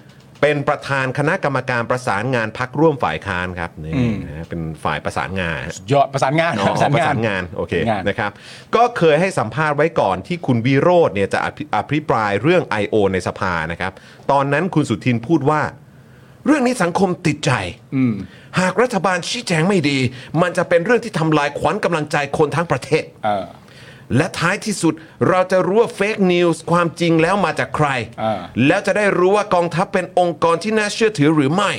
Speaker 1: เป็นประธานคณะกรรมการประสานงานพักร่วมฝ่ายค้านครับนี่
Speaker 5: อืม
Speaker 1: นะฮะเป็นฝ่ายประสานงานฮะ
Speaker 5: ยอดประสานงาน
Speaker 1: อ๋อ
Speaker 5: ประสาน
Speaker 1: ประ
Speaker 5: งา
Speaker 1: สาน นงานโอเค
Speaker 5: งาน
Speaker 1: นะครับ ก็เคยให้สัมภาษณ์ไว้ก่อนที่คุณวิโรธเนี่ยจะอภิอภิปรายเรื่อง I.O. ในสภานะครับ ตอนนั้นคุณสุทินพูดว่า เรื่องนี้สังคมติดใจ หากรัฐบาลชี้แจงไม่ดี มันจะเป็นเรื่องที่ทำลายขวัญกำลังใจคนทั้งประเทศ
Speaker 5: เออ
Speaker 1: และท้ายที่สุดเราจะรู้ว่าเฟกนิวส์ความจริงแล้วมาจากใคร
Speaker 5: อ่า
Speaker 1: แล้วจะได้รู้ว่ากองทัพเป็นองค์กรที่น่าเชื่อถือหรือไม่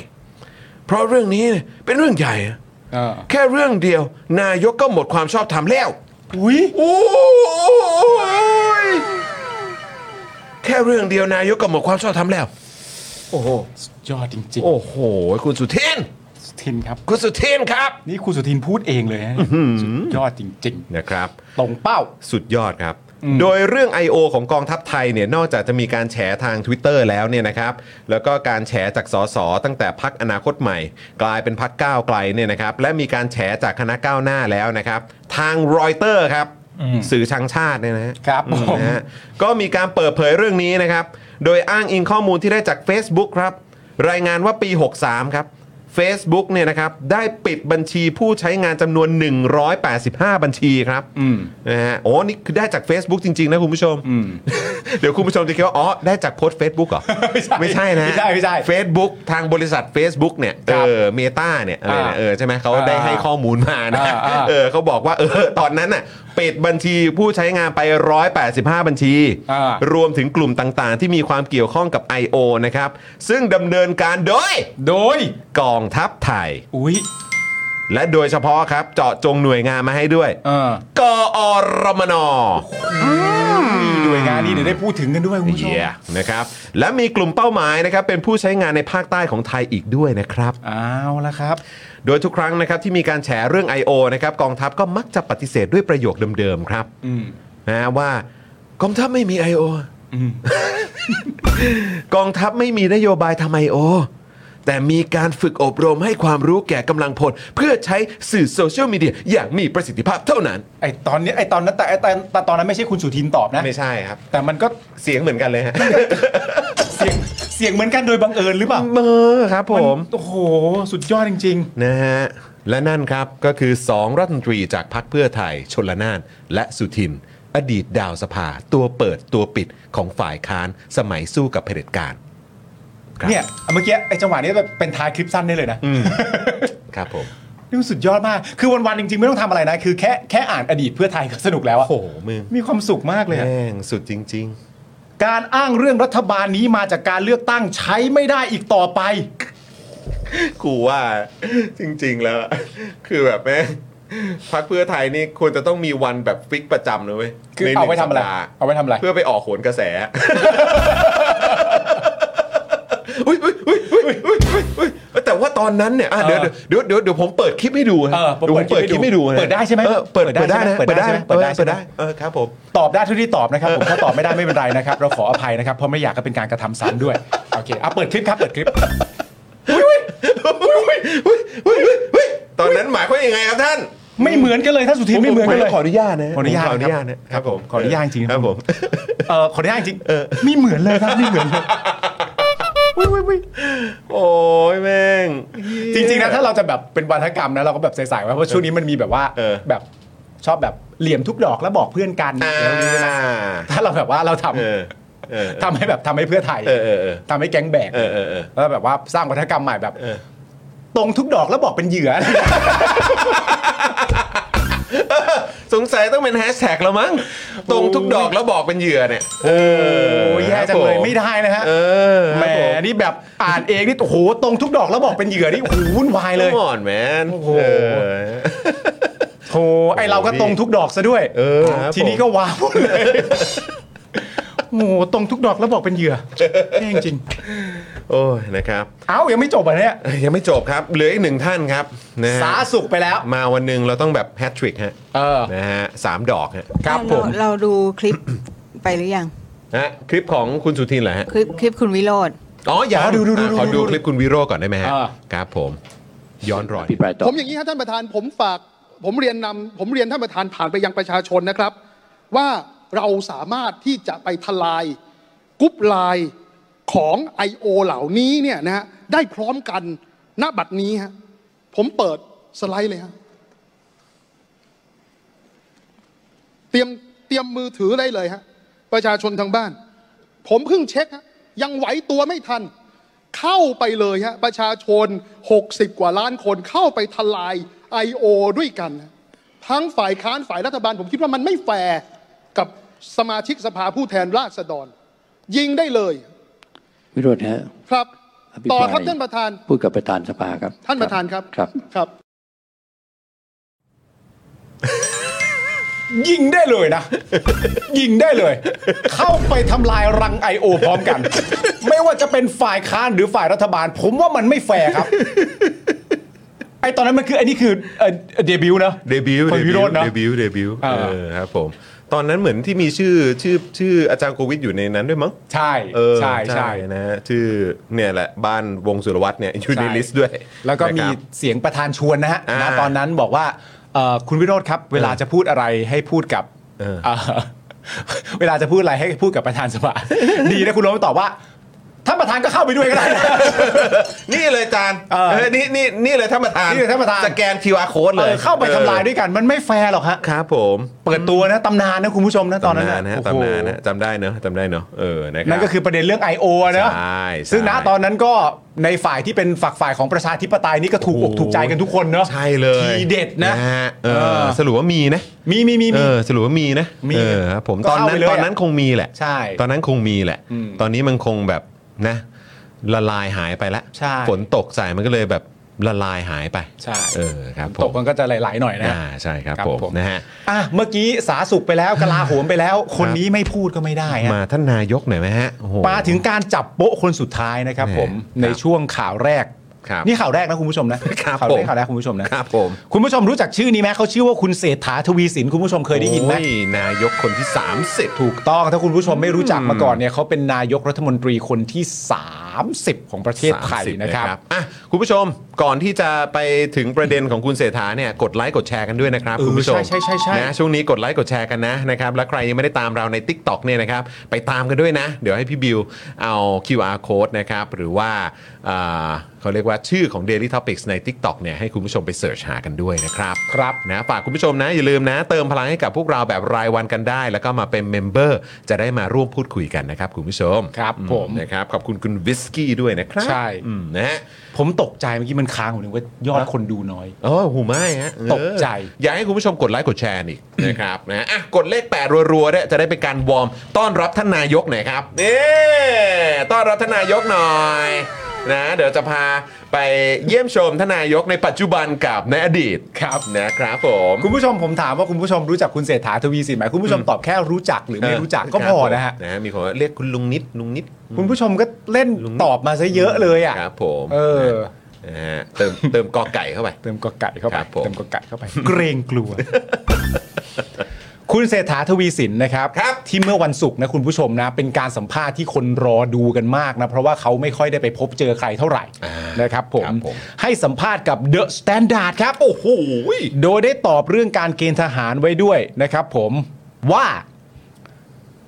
Speaker 1: เพราะเรื่องนี้เนี่ยเป็นเรื่องใหญ่อะ
Speaker 5: เออ
Speaker 1: แค่เรื่องเดียว นายกก็หมดความชอบธรรมแล้ว
Speaker 5: อุ้ย
Speaker 1: โอ้ยแค่เรื่องเดียวนายกก็หมดความชอบธรรมแล้ว
Speaker 5: โอ้โหสุดยอดจริง
Speaker 1: โอ้โห คุณสุเทน
Speaker 5: ๆสุทินครับ
Speaker 1: คุณสุเทนครับ
Speaker 5: นี่คุณสุทินพูดเองเลยฮะสุดยอดจริง
Speaker 1: นะครับ
Speaker 5: ๆ ตรงเป้า
Speaker 1: สุดยอดครับ โดยเรื่อง I.O. ของกองทัพไทยเนี่ย นอกจากจะมีการแฉทาง Twitter แล้วเนี่ยนะครับ แล้วก็การแฉจากสสตั้งแต่พักอนาคตใหม่ กลายเป็นพักก้าวไกลเนี่ยนะครับ และมีการแฉจากคณะก้าวหน้าแล้วนะครับ ทางรอยเตอร์ครับ สื่อชังชาติเนี่ยนะฮะ
Speaker 5: ครับผม
Speaker 1: นะฮะก็มีการเปิดเผยเรื่องนี้นะครับ โดยอ้างอิงข้อมูลที่ได้จาก Facebook ครับ รายงานว่าปี 63 ครับ Facebook เนี่ยนะครับได้ปิดบัญชีผู้ใช้งานจำนวน 185 บัญชีครับ
Speaker 5: อืม
Speaker 1: นะฮะโอ้นี่คือได้จาก Facebook จริง ๆ นะคุณผู้ชม [LAUGHS] เดี๋ยวคุณผู้ชมจะคิดว่า อ๋อ ได้จากโพสต์ Facebook เหรอ ไม่ใช่นะ
Speaker 5: ไม่ใช่ไม่ใช่
Speaker 1: เฟซบุ๊กทางบริษัท Facebook เนี่ยเอ
Speaker 5: ครับ
Speaker 1: อเมตาเนี่ยอะไรนะ
Speaker 5: อ่า
Speaker 1: เออใช่ไหมเขา
Speaker 5: อ่า
Speaker 1: ได้ให้ข้อมูลมานะ
Speaker 5: อ่าอ่า
Speaker 1: เออเขาบอกว่าเอ [LAUGHS] อตอนนั้นน่ะปิดบัญชีผู้ใช้งานไป 185 บัญชี
Speaker 5: อ่าร
Speaker 1: วมถึงกลุ่มต่างๆ ที่มีความเกี่ยวข้องกับ I.O. นะครับ ซึ่งดำเนินการโดย
Speaker 5: โดย
Speaker 1: กองทัพไทย
Speaker 5: อุ้ย
Speaker 1: และโดยเฉพาะครับ เจาะจงหน่วยงานมาให้ด้วย
Speaker 5: เออก
Speaker 1: อรมน
Speaker 5: หน่วยงานนี้เดี๋ยวได้พูดถึงกันด้วยคุณผู้ชม
Speaker 1: เยี่ยนะครับ และมีกลุ่มเป้าหมายนะครับ เป็นผู้ใช้งานในภาคใต้ของไทยอีกด้วยนะครับ
Speaker 5: เอาละครับ
Speaker 1: โดยทุกครั้งนะครับที่มีการแฉเรื่อง I.O. นะครับกองทัพก็มักจะปฏิเสธด้วยประโยคเดิมๆครับ
Speaker 5: อืม
Speaker 1: นะว่ากองทัพไม่มี I.O. [LAUGHS] กองทัพไม่มีนโยบายทำไอโอ แต่มีการฝึกอบรมให้ความรู้แก่กำลังพล เพื่อใช้สื่อโซเชียลมีเดียอย่างมีประสิทธิภาพเท่านั้น
Speaker 5: ไอตอนนี้ไอตอนนั้นแต่ไอตอนแต่ตอนนั้นไม่ใช่คุณสุทินตอบนะ
Speaker 1: ไม่ใช่ครับ
Speaker 5: แต่มันก็
Speaker 1: เสียงเหมือนกันเลยฮะ
Speaker 5: เสียงเสียงเหมือนกันโดยบังเอิญหรือเปล่า
Speaker 1: เบอร์ครับผม
Speaker 5: นโอ้โห สุดยอดจริง
Speaker 1: นะฮะและนั่นครับก็คือ 2 รัฐมนตรีจากพรรคเพื่อไทย ชนละนาน และสุทิน อดีตดาวสภา ตัวเปิดตัวปิดของฝ่ายค้านสมัยสู้กับเผด็จการ ครับ
Speaker 5: ๆ เนี่ยเมื่อกี้ไอจังหวะนี้แบบเป็นท้ายคลิปสั้นได้เลยนะ
Speaker 1: ครับผม
Speaker 5: นี่มันสุดยอดมาก คือวันๆจริงๆ ไม่ต้องทำอะไรนะ คือแค่แค่อ่านอดีตเพื่อไทยก็สนุกแล้วอะ
Speaker 1: โอ้โหมึง
Speaker 5: มีความสุขมากเลยอะ
Speaker 1: แม่งสุดจริง
Speaker 5: การอ้างเรื่องรัฐบาลนี้มาจากการเลือกตั้งใช้ไม่ได้อีกต่อไป
Speaker 1: ๆ กูว่าจริง ๆ แล้ว คือแบบแม่งพรรคเพื่อไทยนี่ควรจะต้องมีวันแบบฟิกประจำนะเว้ย
Speaker 5: คือ
Speaker 1: ในหนึ่ง
Speaker 5: เอาไว้ทำอะไร
Speaker 1: สัปดาห์
Speaker 5: เอาไว้ทำอะไร
Speaker 1: เพื่อไปออกโหนกระแส อุ๊ยอุ๊ยอุ๊ยอุ๊ยอุ๊ยอุ๊ยอุ๊ยแต่ว่าตอนนั้นเนี่ยอ่ะเดี๋ยว
Speaker 5: เออ
Speaker 1: เดี๋ยวเดี๋ยวเดี๋ยวผมเปิดคลิปให้ดูฮะ
Speaker 5: เออผม
Speaker 1: เดี๋ยวผม
Speaker 5: เปิ
Speaker 1: เปิด
Speaker 5: ด
Speaker 1: ค
Speaker 5: คลิ
Speaker 1: ลิป
Speaker 5: ปให้
Speaker 1: ให้
Speaker 5: ดู
Speaker 1: ดูฮะ
Speaker 5: เปิดได้ใช่ไหม
Speaker 1: เออเปิด
Speaker 5: เปิดได้
Speaker 1: เปิดได้นะ
Speaker 5: เปิ
Speaker 1: เปิด
Speaker 5: ดได้
Speaker 1: ได้
Speaker 5: ใช่ไห
Speaker 1: เปิดได้เปิด
Speaker 5: มเปิดได้
Speaker 1: ได้
Speaker 5: ใช่ไหม
Speaker 1: เออครับผม
Speaker 5: ตอบได้เท่าที่ตอบนะครับ
Speaker 1: [LAUGHS]
Speaker 5: ผมถ้าตอบไม่ได้ไม่เป็นไรนะครับ เราขออภัยนะครับ เพราะไม่อยากจะเป็นการกระทำซ้ำด้วย โอเคเอาเปิดคลิปครับ เปิดคลิป
Speaker 1: อุ๊ยอุ๊ยอุ๊ยอุ๊ยตอนนั้นหมายความยังไงครับท่าน
Speaker 5: ไม่เหมือนกันเลยท่านสุทินไม่เหมือนกันเลย
Speaker 1: ขออนุญาตนะ
Speaker 5: ขออนุญาต
Speaker 1: ผมขออนุญาต
Speaker 5: ครับ
Speaker 1: นะครับผม
Speaker 5: ขออนุญาตจริงๆ
Speaker 1: ครับผม
Speaker 5: เออขออนุญาตจริงๆไม่เหมือนเลยครับไม่เหมือนเลย
Speaker 1: โอ้ยแม่ง
Speaker 5: จริงๆนะถ้าเราจะแบบเป็นวาทกรรมนะเราก็แบบใส่ๆไว้เพราะช่วงนี้มันมีแบบว่า
Speaker 1: เออ
Speaker 5: แบบชอบแบบเหลี่ยมทุกดอกแล้วบอกเพื่อนกัน
Speaker 1: อ่า
Speaker 5: แล้วนี่นะถ้าเราแบบว่าเราทำ
Speaker 1: เออเออ
Speaker 5: ทำให้แบบทำให้เพื่อไทย
Speaker 1: เออเออเออ
Speaker 5: ทำให้แก๊งแบก
Speaker 1: เออเออเออ
Speaker 5: แล้วแบบว่าสร้างวัฒกรรมใหม่แบบ
Speaker 1: เออ
Speaker 5: ตรงทุกดอกแล้วบอกเป็นเหยื่อ
Speaker 1: สงสัยต้องเป็นแฮชแท็กแล้วมั้ง ตรงทุกดอกแล้วบอกเป็นเหยื่อเนี่ยโอ้
Speaker 5: โอ้ยแย่จังเลยไม่ได้นะฮะ
Speaker 1: เออ
Speaker 5: แหมนี่แบบอ่านเองนี่โอ้โหตรงทุกดอกแล้วบอกเป็นเหยื่อนี่โอ้โหวุ่นวาย
Speaker 1: เล
Speaker 5: เลย ย
Speaker 1: มอนแมน
Speaker 5: โอ้โห
Speaker 1: เออ
Speaker 5: โหไอเราก็ตรงทุกดอกซะด้วย
Speaker 1: เออครับ
Speaker 5: ทีนี้ก็ว้าวหมด [LAUGHS] [LAUGHS] เลยโอ้โหตรงทุกดอกแล้วบอกเป็นเหยื่อแย่จริง
Speaker 1: โอ้ยนะครับ
Speaker 5: เอ้ายังไม่จบอ่ะเนี่ย
Speaker 1: ยังไม่จบครับ เหลืออีกหนึ่งท่านครับนะฮะ
Speaker 5: สาสุขไปแล้ว
Speaker 1: มาวันหนึ่งเราต้องแบบแฮตทริกฮะนะฮะสามดอกฮะ
Speaker 4: เราเราดูคลิป ไปหรือยัง
Speaker 1: ฮะคลิปของคุณสุทินเหรอฮะ
Speaker 4: คลิปคลิปคุณวิโรธ
Speaker 1: อ๋ออย่า
Speaker 4: อ๋อดูดูดู
Speaker 1: อ่ะขอ
Speaker 4: ดูดู
Speaker 1: ดูคลิปคุณวิโรจน์ก่อนได้ไหมฮะครับผม ย้อนรอย
Speaker 11: ผมอย่างนี้ครับท่านประธานผมฝาก ผมเรียนนำผมเรียนท่านประธานผ่านไปยังประชาชนนะครับ ว่าเราสามารถที่จะไปทลายกรุ๊ปไลน์ของ I.O. เหล่านี้เนี่ยนะฮะได้พร้อมกันณบัดนี้ฮะผมเปิดสไลด์เลยฮะเตรียมเตรียมมือถือได้เลยฮะประชาชนทางบ้าน ผมเพิ่งเช็คฮะยังไหวตัวไม่ทัน เข้าไปเลยฮะประชาชน 60 กว่าล้านคนเข้าไปทลาย I.O. ด้วยกัน ทั้งฝ่ายค้านฝ่ายรัฐบาล ผมคิดว่ามันไม่แฟร์กับสมาชิกสภาผู้แทนราษฎร ยิงได้เลย
Speaker 12: วิโรจน์ฮะ
Speaker 11: ครับ
Speaker 12: อภิปราย
Speaker 11: ต่อครับท่านประธาน
Speaker 12: พูดกับประธานสภาครับ
Speaker 11: ท่านประธานครับ
Speaker 12: ครับ
Speaker 11: ครับ
Speaker 5: ยิงได้เลยนะ [LAUGHS] ยิงได้เลย เข้าไปทำลายรัง I.O. พร้อมกัน [LAUGHS] ไม่ว่าจะเป็นฝ่ายค้านหรือฝ่ายรัฐบาล ผมว่ามันไม่แฟร์ครับ [LAUGHS] ไอตอนนั้นมันคือไอนี่คือเอ่อเดบิวต์นะ
Speaker 1: เดบิวต์
Speaker 5: คุ
Speaker 1: เด
Speaker 5: ณวิ
Speaker 1: บิ
Speaker 5: โร
Speaker 1: ว
Speaker 5: จน์
Speaker 1: ต์
Speaker 5: นะ
Speaker 1: เดบิวต์เดบิวต์เออครับผม ตอนนั้นเหมือนที่มีชื่อชื่อชื่ออาจารย์โควิดอยู่ในนั้นด้วยมั้ง
Speaker 5: ใช่
Speaker 1: เออ
Speaker 5: ใช่ใช่
Speaker 1: นะฮะชื่อเนี่ยแหละบ้านวงสุรวัตรเนี่ยอยู่ใน
Speaker 5: ใช่
Speaker 1: ลิสต์ด้วย
Speaker 5: แล้วก็มี
Speaker 1: นะครับ
Speaker 5: เสียงประธานชวนนะฮะณตอนนั้นบอกว่าเอ่อคุณวิโรธครับ เวลาจะพูดอะไรให้พูดกับเอ่อ [LAUGHS] เวลาจะพูดอะไรให้พูดกับประธานสภา [LAUGHS] ดีนะคุณโรมตอบว่าท่านประธานก็เข้าไปด้วยก็ได้
Speaker 1: นี่เลยจานเออนี่นี่นี่เลยท่านประธาน
Speaker 5: นี่เลยท่านประธาน
Speaker 1: สแกน QR code เลย
Speaker 5: ออเข้าไปทำลายด้วยกัน มันไม่แฟร์หรอกฮะ
Speaker 1: ครับผม
Speaker 5: เปิดตัวนะตำนานนะคุณผู้ชมนะตอนนั้น
Speaker 1: ตำนานนะ
Speaker 5: โอ้โห
Speaker 1: ตำนานนะจำได้เนอะจำได้เนอะเออนะรับ
Speaker 5: นั่นก็คือประเด็นเรื่อง I.O. นะ
Speaker 1: ใช่ใช่
Speaker 5: ซึ่งณตอนนั้นก็ในฝ่ายที่เป็นฝักฝ่ายของประชาธิปไตยนี่ก็ถูกอกถูกใจกันทุกคนเนาะ
Speaker 1: ใช่เลย
Speaker 5: ทีเด็ดนะ
Speaker 1: ฮเออ
Speaker 5: เออ
Speaker 1: สรุปว่ามีนะ
Speaker 5: มีมีมี
Speaker 1: เอ
Speaker 5: มี
Speaker 1: อสรุปว่ามีนะ
Speaker 5: มี
Speaker 1: เออครับผม
Speaker 5: ก็
Speaker 1: ตอน
Speaker 5: เข้า
Speaker 1: นั้น
Speaker 5: ไปเลย
Speaker 1: ตอน
Speaker 5: อะ
Speaker 1: นั้นคงมีแหละ
Speaker 5: ใช่
Speaker 1: ตอนนั้นคงมีแหละ
Speaker 5: อืม
Speaker 1: ตอนนี้มันคงแบบนะ ละลายหายไปละ
Speaker 5: ใช่
Speaker 1: ฝนตกใส่มันก็เลยแบบละลายหายไป
Speaker 5: ใช่
Speaker 1: เออครับผ
Speaker 5: ต
Speaker 1: ม
Speaker 5: กมันก็จะไหลๆหน่อยนะ
Speaker 1: อ่าใช่ครับ
Speaker 5: ครับ
Speaker 1: ผม
Speaker 5: ผม
Speaker 1: นะฮะ
Speaker 5: อ่ะเมื่อกี้สาสุขไปแล้วกลาโหมไปแล้ว คนนี้ไม่พูดก็ไม่ได้
Speaker 1: มา
Speaker 5: ฮะ
Speaker 1: ท่านนายกหน่อยไหมฮะโอ้โห
Speaker 5: มาถึงการจับโป๊ะคนสุดท้ายนะครับ ผมในช่วงข่าวแรก
Speaker 1: ครับ
Speaker 5: นี่ข่าวแรกนะคุณผู้ชมนะครับ ข่า
Speaker 1: ผ
Speaker 5: วแร
Speaker 1: ม
Speaker 5: กข่าวแรกคุณผู้ชมนะครับ
Speaker 1: ผม
Speaker 5: คุณผู้ชมรู้จักชื่อนี้ไหมเขาชื่อว่าคุณเศรษฐาทวีสินคุณผู้ชมเคยได้ยินไหม
Speaker 1: โอ้นายกคนที่ 30
Speaker 5: ถูกต้องถ้าคุณผู้ชมไม่รู้จักมาก่อนเนี่ยเขาเป็นนายกรัฐมนตรีคนที่ 30 ของประเทศไทย
Speaker 1: 30
Speaker 5: นะครับ
Speaker 1: อ่ะคุณผู้ชมก่อนที่จะไปถึงประเด็นของคุณเศรษฐาเนี่ยกดไลค์กดแชร์กันด้วยนะครับ
Speaker 5: เออ
Speaker 1: คุณผู้ชม
Speaker 5: ใช่ใช่ใช่ใช่
Speaker 1: นะช่วงนี้กดไลค์กดแชร์กันนะนะครับและใครยังไม่ได้ตามเราใน Tik t o อกเนี่ยนะครับไปตามกันด้วยนะ เดี๋ยวให้พี่บิวเอา QR code นะครับหรือว่าอ่าเขาเรียกว่าชื่อของ Daily Topics ใน Tik t o อกเนี่ยให้คุณผู้ชมไปเสิร์ชหากันด้วยนะครับ
Speaker 5: ครับ
Speaker 1: นะฝากคุณผู้ชมนะอย่าลืมนะ เติมพลังให้กับพวกเราแบบรายวันกันได้ แล้วก็มาเป็นเมมเบอร์จะได้มาร่วมพูดคุยกันนะครับคุณผู้ชม
Speaker 5: ครับ
Speaker 1: อื
Speaker 5: ผม
Speaker 1: นะครับขอบคุณคุณวิสกี้ด้วยนะครับ
Speaker 5: ใช่
Speaker 1: อืมนะฮะ
Speaker 5: ผมตกใจเมื่อกี้มันค้างผมนึกว่ายอดคนดูน้อย
Speaker 1: โอ้หูไม่ฮะเออ
Speaker 5: ตกใจ
Speaker 1: อยากให้คุณผู้ชมกดไลค์กดแชร์อีก นะครับนะอ่ะกดเลขแปดรัวๆเนี่ยจะได้เป็นการวอร์มต้อนรับท่านนายกหน่อยครับนี่ต้อนรับท่านนายกหน่อยนะเดี๋ยวจะพาไปเยี่ยมชมท่านนายกในปัจจุบันกับในอดีตครับนะครับผม
Speaker 5: คุณผู้ชมผมถามว่าคุณผู้ชมรู้จักคุณเศรษฐาทวีสินไหมคุณผู้ชมตอบแค่รู้จักหรือไม่
Speaker 1: เออ
Speaker 5: รู้จักก็
Speaker 1: ค
Speaker 5: พ
Speaker 1: รับ
Speaker 5: อ
Speaker 1: ผม
Speaker 5: นะฮะ
Speaker 1: นะมีคนว่าเรียกคุณลุงนิดลุงนิด
Speaker 5: คุณผู้ชมก็เล่นตอบมาซะเยอะเลยอ่ะ
Speaker 1: ครับผม
Speaker 5: เออ
Speaker 1: นะฮะเติมเติมกอไก่เข้าไป
Speaker 5: เติมกอไก่เข้าไป
Speaker 1: ครับผม
Speaker 5: เติมกอไก่เข้าไป เกรงก [LAUGHS] ลัว คุณเศรษฐาทวีสินนะครับ ที่เมื่อวันศุกร์นะคุณผู้ชมนะ เป็นการสัมภาษณ์ที่คนรอดูกันมากนะ เพราะว่าเขาไม่ค่อยได้ไปพบเจอใครเท่าไหร่นะครับผม ให้สัมภาษณ์กับเดอะสแตนดาร์ดครับ โอ้โหโดยได้ตอบเรื่องการเกณฑ์ทหารไว้ด้วยนะครับผมว่า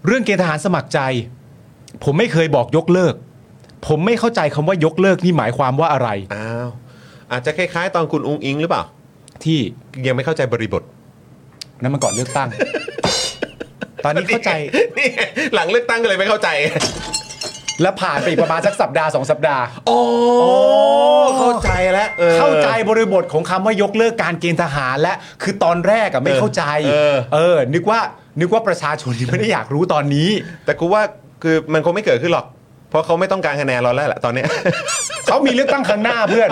Speaker 5: เรื่องเกณฑ์ทหารสมัครใจ ผมไม่เคยบอกยกเลิก ผมไม่เข้าใจคำว่ายกเลิกนี่หมายความว่าอะไร
Speaker 1: อ้าว อาจจะคล้ายๆ ตอนคุณอุ้งอิงหรือเปล่า
Speaker 5: ที่
Speaker 1: ยังไม่เข้าใจบริบท
Speaker 5: นั่นมันก่อนเลือกตั้ง ตอนนี้เข้าใจ
Speaker 1: นี่หลังเลือกตั้งก็เลยไม่เข้าใจ
Speaker 5: แล้วผ่านไปอีกประมาณสักสัปดาห์สองสัปดาห์
Speaker 1: โอ้
Speaker 5: เข้า
Speaker 1: ใจแล้ว
Speaker 5: เข้าใจบริบทของคำว่ายกเลิกการเกณฑ์ทหารและ คือตอนแรกอะไม่เข้าใจ
Speaker 1: เออ
Speaker 5: เออ นึกว่านึกว่าประชาชนไม่ได้อยากรู้ตอนนี้
Speaker 1: แต่กูว่าคือมันคงไม่เกิดขึ้นหรอก เพราะเขาไม่ต้องการคะแนนเราแล้วแหละตอนเนี้ย
Speaker 5: เขามีเลือกตั้งครั้งหน้าเพื่อน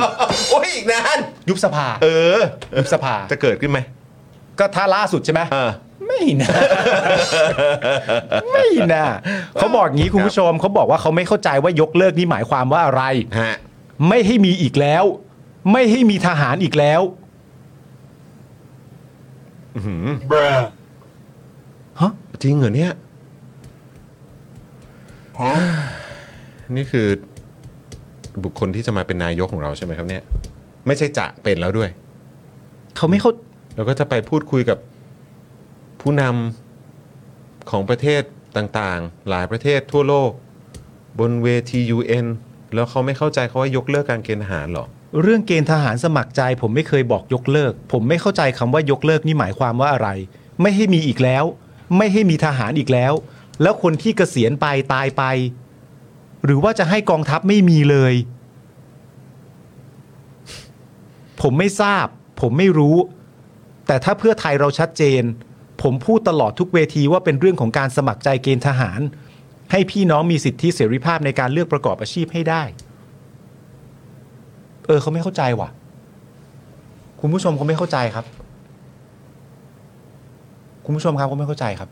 Speaker 1: โอ้ยอีกนาน
Speaker 5: ยุบสภา
Speaker 1: เออ
Speaker 5: ยุบสภา
Speaker 1: จะเกิดขึ้นไหม
Speaker 5: ก็ถ้าล่าสุดใช่ไหม ไม่นะ [LAUGHS] ไม่นะเขาบอกอย่างนี้คุณผู้ชมเขาบอกว่าเขาไม่เข้าใจว่ายกเลิกนี่หมายความว่าอะไรไม่ให้มีอีกแล้ว ไม่ให้มีทหารอีกแล้ว
Speaker 1: บรฮะจริงเหรอเนี่ยนี่คือ บุคคลที่จะมาเป็นนายกของเราใช่ไหมครับเนี่ย ไม่ใช่จะเป็นแล้วด้วย
Speaker 5: เขาไม่เขา
Speaker 1: เราก็จะไปพูดคุยกับผู้นำของประเทศต่างๆ หลายประเทศทั่วโลก บนเวที UN แล้วเขาไม่เข้าใจเขาว่ายกเลิกการเกณฑ์ทหารเหรอ
Speaker 5: เรื่องเกณฑ์ทหารสมัครใจ ผมไม่เคยบอกยกเลิก ผมไม่เข้าใจคำว่ายกเลิกนี่หมายความว่าอะไร ไม่ให้มีอีกแล้ว ไม่ให้มีทหารอีกแล้ว แล้วคนที่เกษียณไปตายไป หรือว่าจะให้กองทัพไม่มีเลย ผมไม่ทราบ ผมไม่รู้ แต่ถ้าเพื่อไทยเราชัดเจน ผมพูดตลอดทุกเวทีว่าเป็นเรื่องของการสมัครใจเกณฑ์ทหาร ให้พี่น้องมีสิทธิเสรีภาพในการเลือกประกอบอาชีพให้ได้ เออเขาไม่เข้าใจว่ะ คุณผู้ชมเขาไม่เข้าใจครับ คุณผู้ชมครับเขาไม่เข้าใจครับ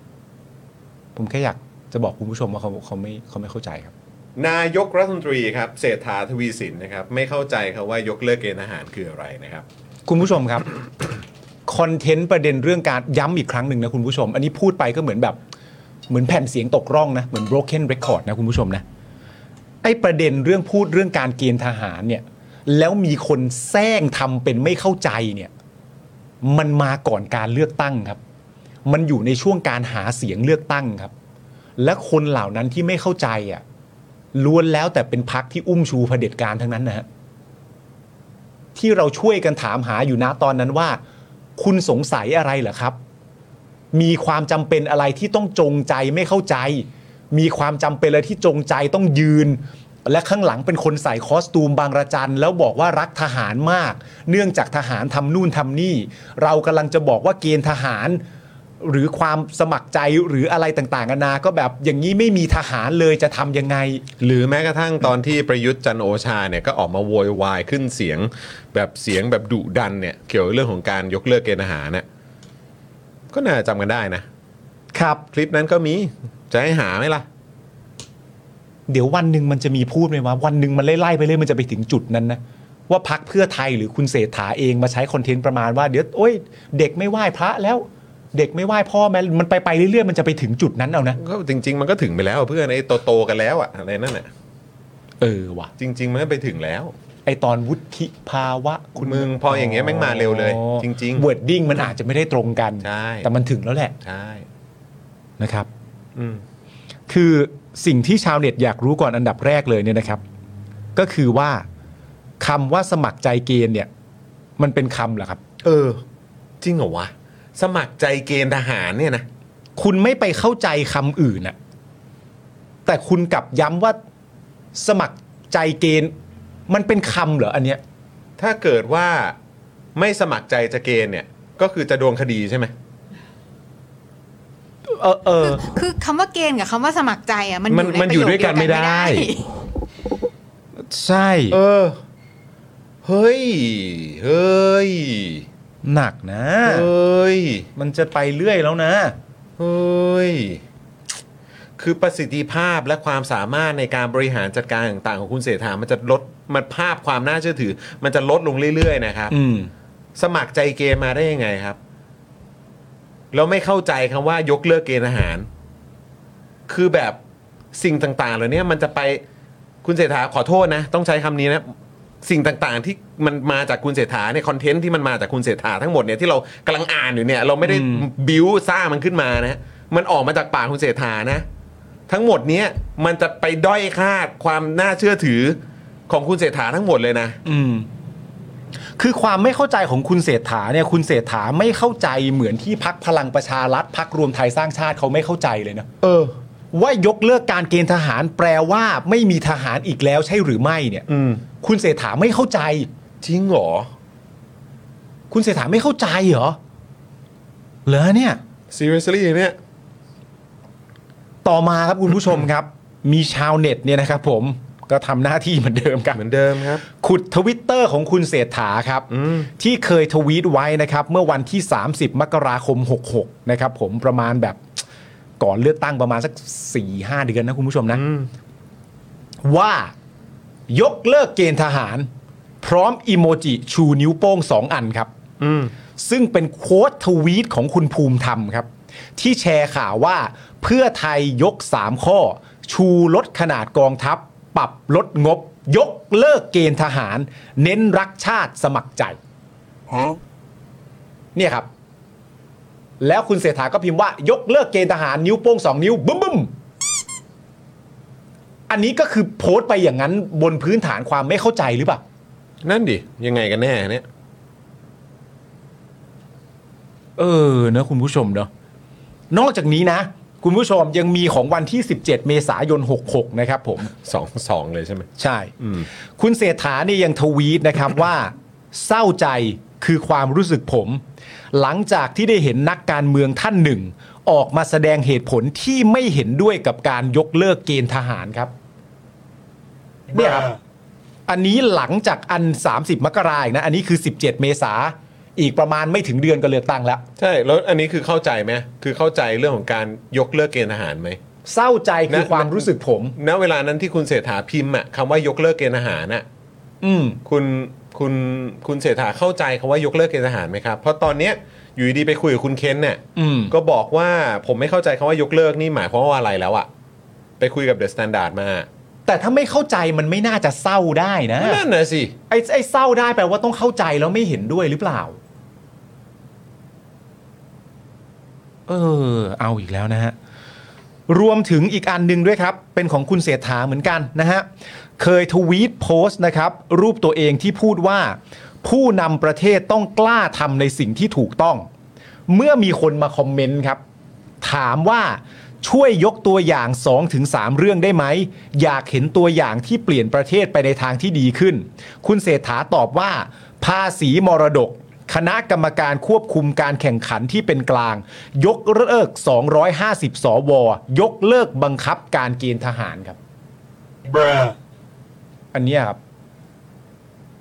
Speaker 5: ผมแค่อยากจะบอกคุณผู้ชมว่าเขาเขาไม่เขาไม่เข้าใจครับ
Speaker 1: นายกรัฐมนตรีครับเศรษฐาทวีสินนะครับ ไม่เข้าใจครับว่ายกเลิกเกณฑ์ทหารคืออะไรนะครับ
Speaker 5: คุณผู้ชมครับ [COUGHS] คอนเทนต์ประเด็นเรื่องการย้ำอีกครั้งหนึ่งนะคุณผู้ชม อันนี้พูดไปก็เหมือนแบบ เหมือนแผ่นเสียงตกร่องนะ เหมือน broken record นะคุณผู้ชมนะ ไอ้ประเด็นเรื่องพูดเรื่องการเกณฑ์ทหารเนี่ย แล้วมีคนแซงทำเป็นไม่เข้าใจเนี่ย มันมาก่อนการเลือกตั้งครับ มันอยู่ในช่วงการหาเสียงเลือกตั้งครับ และคนเหล่านั้นที่ไม่เข้าใจอ่ะล้วนแล้วแต่เป็นพักที่อุ้มชูเผด็จการทั้งนั้นนะฮะ ที่เราช่วยกันถามหาอยู่นะตอนนั้นว่า คุณสงสัยอะไรเหรอครับ มีความจำเป็นอะไรที่ต้องจงใจไม่เข้าใจ มีความจำเป็นอะไรที่จงใจต้องยืน และข้างหลังเป็นคนใส่คอสตูมบางระจัน แล้วบอกว่ารักทหารมาก เนื่องจากทหารทำนู่นทำนี่ เรากำลังจะบอกว่าเกณฑ์ทหาร หรือความสมัครใจหรืออะไรต่างๆนานาก็แบบอย่างนี้ไม่มีทหารเลยจะทำยังไง
Speaker 1: หรือแม้กระทั่งตอนที่ประยุทธ์จันทร์โอชาเนี่ยก็ออกมาโวยวายขึ้นเสียง แบบเสียงแบบดุดันเนี่ยเกี่ยวกับเรื่องของการยกเลิกเกณฑ์ทหารเนี่ยก็น่าจะจำกันได้นะ
Speaker 5: ครับ
Speaker 1: คลิปนั้นก็มี จะให้หาไหมล่ะ
Speaker 5: เดี๋ยววันหนึ่งมันจะมีพูดไหมว่าวันหนึ่งมันไล่ๆไปเรื่อยมันจะไปถึงจุดนั้นนะว่าพักเพื่อไทยหรือคุณเศรษฐาเองมาใช้คอนเทนต์ประมาณว่าเดี๋ยวโอ้ยเด็กไม่ไหว้พระแล้ว เด็กไม่ไหว้พ่อแม่มันไปไปๆเรื่อยๆมันจะไปถึงจุดนั้นเอานะ
Speaker 1: ก็จริง ๆ มันก็ถึงไปแล้วอะเพื่อนไอ้โตโตๆกันแล้วอะอะไรนั่นน่ะ
Speaker 5: เออว่ะ
Speaker 1: จริง ๆ มันก็ไปถึงแล้ว
Speaker 5: ไอตอนวุฒิภาวะ คุณ
Speaker 1: มึงพออย่างเงี้ยแม่งมาเร็วเลย จริง
Speaker 5: ๆเวิร์ดดิ้งมันอาจจะไม่ได้ตรงกัน แต่มันถึงแล้วแหละ
Speaker 1: ใช่
Speaker 5: นะครับ คือสิ่งที่ชาวเน็ตอยากรู้ก่อนอันดับแรกเลยเนี่ยนะครับ ก็คือว่าคำว่าสมัครใจเกณฑ์เนี่ย มันเป็นคำเหรอครับ
Speaker 1: เออ จริงเหรอวะ สมัครใจเกณฑ์ทหารเนี่ยนะ
Speaker 5: คุณไม่ไปเข้าใจคำอื่นน่ะแต่คุณกลับย้ำว่าสมัครใจเกณฑ์ มันเป็นคำเหรออันเนี้ย
Speaker 1: ถ้าเกิดว่าไม่สมัครใจจะเกณฑ์เนี่ย ก็คือจะโดนคดีใช่ไหม
Speaker 5: เออเออ
Speaker 4: คือคำว่าเกณฑ์กับคำว่าสมัครใจอ่ะมัน
Speaker 5: มันมันอยู่ด้วยกันไม่ได้ ใช่
Speaker 1: เออ เฮ้ย เฮ้ย
Speaker 5: หนักนะ
Speaker 1: เฮ้ย
Speaker 5: มันจะไปเรื่อยแล้วนะ
Speaker 1: เฮ้ย คือประสิทธิภาพและความสามารถในการบริหารจัดการต่างๆ ของคุณเศรษฐา มันจะลด มันภาพความน่าเชื่อถือ มันจะลดลงเรื่อย ๆ นะครับ
Speaker 5: อืม
Speaker 1: สมัครใจเกณฑ์มาได้ยังไงครับ เราไม่เข้าใจคำว่ายกเลิกเกณฑ์ทหาร คือแบบสิ่งต่างๆเหล่านี้มันจะไปคุณเศรษฐาขอโทษนะ ต้องใช้คำนี้นะสิ่งต่างๆที่มันมาจากคุณเศรษฐาเนี่ยคอนเทนต์ที่มันมาจากคุณเศรษฐาทั้งหมดเนี่ยที่เรากำลังอ่านอยู่เนี่ย เราไม่ได้บิวสร้างมันขึ้นมานะ มันออกมาจากปากคุณเศรษฐานะ ทั้งหมดเนี้ยมันจะไปด้อยค่าความน่าเชื่อถือของคุณเศรษฐาทั้งหมดเลยนะ
Speaker 5: อืม คือความไม่เข้าใจของคุณเศรษฐาเนี่ย คุณเศรษฐาไม่เข้าใจเหมือนที่พักพลังประชารัฐพักรวมไทยสร้างชาติเขาไม่เข้าใจเลยนะ
Speaker 1: เออ
Speaker 5: ว่ายกเลิกการเกณฑ์ทหารแปลว่าไม่มีทหารอีกแล้วใช่หรือไม่เนี่ย
Speaker 1: อืม
Speaker 5: คุณเศรษฐาไม่เข้าใจ
Speaker 1: จริงเหรอ
Speaker 5: คุณเศรษฐาไม่เข้าใจเหรอ เหรอเนี่ย
Speaker 1: seriously เนี่ย
Speaker 5: ต่อมาครับคุณผู้ชมครับ มีชาวเน็ตเนี่ยนะครับผม ก็ทำหน้าที่เหมือนเดิมครับ
Speaker 1: เหมือนเดิมครับ
Speaker 5: ขุดทวิตเตอร์ของคุณเศรษฐาครับ ที่เคยทวีตไว้นะครับ เมื่อวันที่ 30 มกราคม 66 นะครับ ผมประมาณแบบก่อนเลือกตั้งประมาณสัก 4-5 เดือนนะคุณผู้ชมนะ ว่ายกเลิกเกณฑ์ทหาร พร้อมอิโมจิชูนิ้วโป้งสองอันครับ ซึ่งเป็นโค้ดทวีตของคุณภูมิธรรมครับ ที่แชร์ข่าวว่าเพื่อไทยยก 3 ข้อ ชูลดขนาดกองทัพ ปรับลดงบ ยกเลิกเกณฑ์ทหาร เน้นรักชาติสมัครใจ เนี่ยครับ แล้วคุณเศรษฐาก็พิมพ์ว่ายกเลิกเกณฑ์ทหารนิ้วโป้งสองนิ้วบึ้มบึ้มอันนี้ก็คือโพสต์ไปอย่างนั้นบนพื้นฐานความไม่เข้าใจหรือเปล่า
Speaker 1: นั่นดิ ยังไงกันแน่เนี่ย
Speaker 5: เออนะคุณผู้ชมเนาะนอกจากนี้นะ คุณผู้ชมยังมีของวันที่ 17 เมษายน 66 นะครับผม
Speaker 1: สองสองเลยใช่ไหม
Speaker 5: ใช่ คุณเศรษฐาเนี่ยยังทวีตนะครับ [COUGHS] ว่า เศร้าใจคือความรู้สึกผม หลังจากที่ได้เห็นนักการเมืองท่านหนึ่ง ออกมาแสดงเหตุผลที่ไม่เห็นด้วยกับการยกเลิกเกณฑ์ทหารครับเนี่ยครับ อันนี้หลังจากอัน 30 มกราอีกนะ อันนี้คือ 17 เมษาอีกประมาณไม่ถึงเดือนก็เลือกตั้งแล้ว
Speaker 1: ใช่ แล้วอันนี้คือเข้าใจไหมคือเข้าใจเรื่องของการยกเลิกเกณฑ์ทหารไหม
Speaker 5: เศร้าใจคือ
Speaker 1: นะ
Speaker 5: ความรู้สึกผม
Speaker 1: ณเวลานั้นที่คุณเศรษฐาพิมพ์อะคำว่ายกเลิกเกณฑ์ทหารน่ะ
Speaker 5: อืม
Speaker 1: คุณคุณคุณเศรษฐาเข้าใจคำว่ายกเลิกเกณฑ์ทหารไหมครับ เพราะตอนเนี้ยอยู่ดีๆไปคุยกับคุณเคนเนี่ย
Speaker 5: อืม
Speaker 1: ก็บอกว่าผมไม่เข้าใจคำว่ายกเลิกนี่หมายความว่าอะไรแล้วอะไปคุยกับเดอะสแตนดาร์ดมา
Speaker 5: แต่ถ้าไม่เข้าใจมันไม่น่าจะเศร้าได้นะ
Speaker 1: นั่นน่ะสิ
Speaker 5: ไอ้ไอ้เศร้าได้แปลว่าต้องเข้าใจแล้วไม่เห็นด้วยหรือเปล่า เออ เอาอีกแล้วนะฮะ รวมถึงอีกอันหนึ่งด้วยครับ เป็นของคุณเศรษฐาเหมือนกันนะฮะ เคยทวีตโพสต์นะครับ รูปตัวเองที่พูดว่า ผู้นำประเทศต้องกล้าทำในสิ่งที่ถูกต้อง เมื่อมีคนมาคอมเมนต์ครับ ถามว่าช่วยยกตัวอย่าง 2-3ถึงเรื่องได้ไหม อยากเห็นตัวอย่างที่เปลี่ยนประเทศไปในทางที่ดีขึ้น คุณเศรษฐาตอบว่า ภาษีมรดก คณะกรรมการควบคุมการแข่งขันที่เป็นกลาง ยกเลิก 250 สว ยกเลิกบังคับการเกณฑ์ทหารครับ อันเนี้ยครับ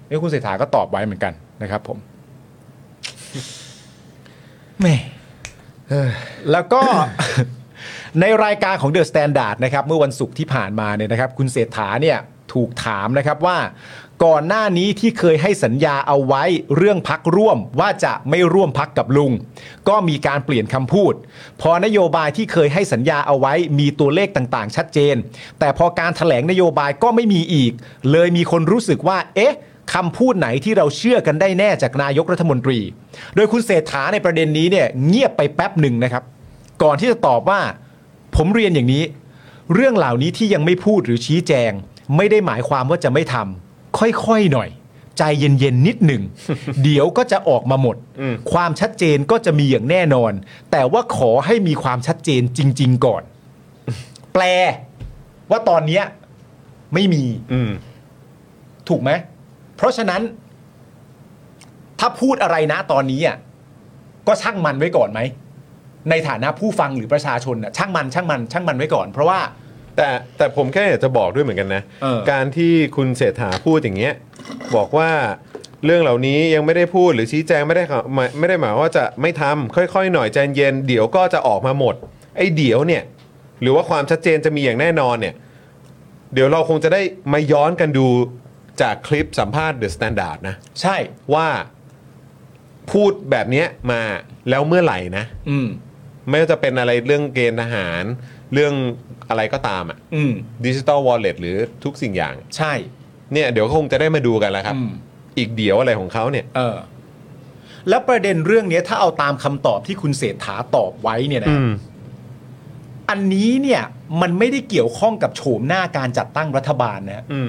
Speaker 5: นี่คุณเศรษฐาก็ตอบไว้เหมือนกันนะครับผมแหม่เอ้ยแล้วก็ ในรายการของ The Standard นะครับ เมื่อวันศุกร์ที่ผ่านมาเนี่ยนะครับ คุณเศรษฐาเนี่ยถูกถามนะครับว่า ก่อนหน้านี้ที่เคยให้สัญญาเอาไว้เรื่องพักร่วมว่าจะไม่ร่วมพักกับลุง ก็มีการเปลี่ยนคำพูด พอนโยบายที่เคยให้สัญญาเอาไว้มีตัวเลขต่างๆ ชัดเจน แต่พอการแถลงนโยบายก็ไม่มีอีก เลยมีคนรู้สึกว่า เอ๊ะ คำพูดไหนที่เราเชื่อกันได้แน่จากนายกรัฐมนตรี โดยคุณเศรษฐาในประเด็นนี้เนี่ยเงียบไปแป๊บหนึ่งนะครับ ก่อนที่จะตอบว่า ผมเรียนอย่างนี้ เรื่องเหล่านี้ที่ยังไม่พูดหรือชี้แจง ไม่ได้หมายความว่าจะไม่ทำค่อยๆหน่อย ใจเย็นๆนิดหนึ่ง [LAUGHS] เดี๋ยวก็จะออกมาหมด
Speaker 1: อืม
Speaker 5: ความชัดเจนก็จะมีอย่างแน่นอน แต่ว่าขอให้มีความชัดเจนจริง ๆ ก่อน แปลว่าตอนเนี้ยไม่มี
Speaker 1: อืม
Speaker 5: ถูกไหม เพราะฉะนั้น ถ้าพูดอะไรนะตอนนี้อ่ะก็ช่างมันไว้ก่อนไหม ในฐานะผู้ฟังหรือประชาชนอ่ะช่างมันช่างมัน ช่างมันไว้ก่อน เพราะว่า
Speaker 1: แต่แต่ผมแค่อยากจะบอกด้วยเหมือนกันนะ
Speaker 5: เออ
Speaker 1: การที่คุณเศรษฐาพูดอย่างเงี้ยบอกว่าเรื่องเหล่านี้ยังไม่ได้พูดหรือชี้แจงไม่ได้ค่ะหมายไม่ได้หมายว่าจะไม่ทำค่อยๆ หน่อยใจเย็นเดี๋ยวก็จะออกมาหมด ไอ้เดี๋ยวเนี่ย หรือว่าความชัดเจนจะมีอย่างแน่นอนเนี่ย เดี๋ยวเราคงจะได้มาย้อนกันดูจากคลิปสัมภาษณ์เดอะสแตนดาร์ดนะ
Speaker 5: ใช่
Speaker 1: ว่าพูดแบบเนี้ยมาแล้วเมื่อไหร่นะ
Speaker 5: อืม
Speaker 1: ไม่ว่าจะเป็นอะไรเรื่องเกณฑ์ทหาร เรื่องอะไรก็ตามอ่ะ
Speaker 5: อืม
Speaker 1: ดิจิ t a ลวอลเล็ตหรือทุกสิ่งอย่าง
Speaker 5: ใช่
Speaker 1: เนี่ยเดี๋ยวคงจะได้มาดูกันแล้วครับ
Speaker 5: อืม
Speaker 1: อีกเดี๋ยวอะไรของเขาเนี่ย
Speaker 5: เออ แล้วประเด็นเรื่องเนี้ย ถ้าเอาตามคำตอบที่คุณเศรษฐาตอบไว้เนี่ยนะ อันนี้เนี่ย มันไม่ได้เกี่ยวข้องกับโฉมหน้าการจัดตั้งรัฐบาลนะ
Speaker 1: อืม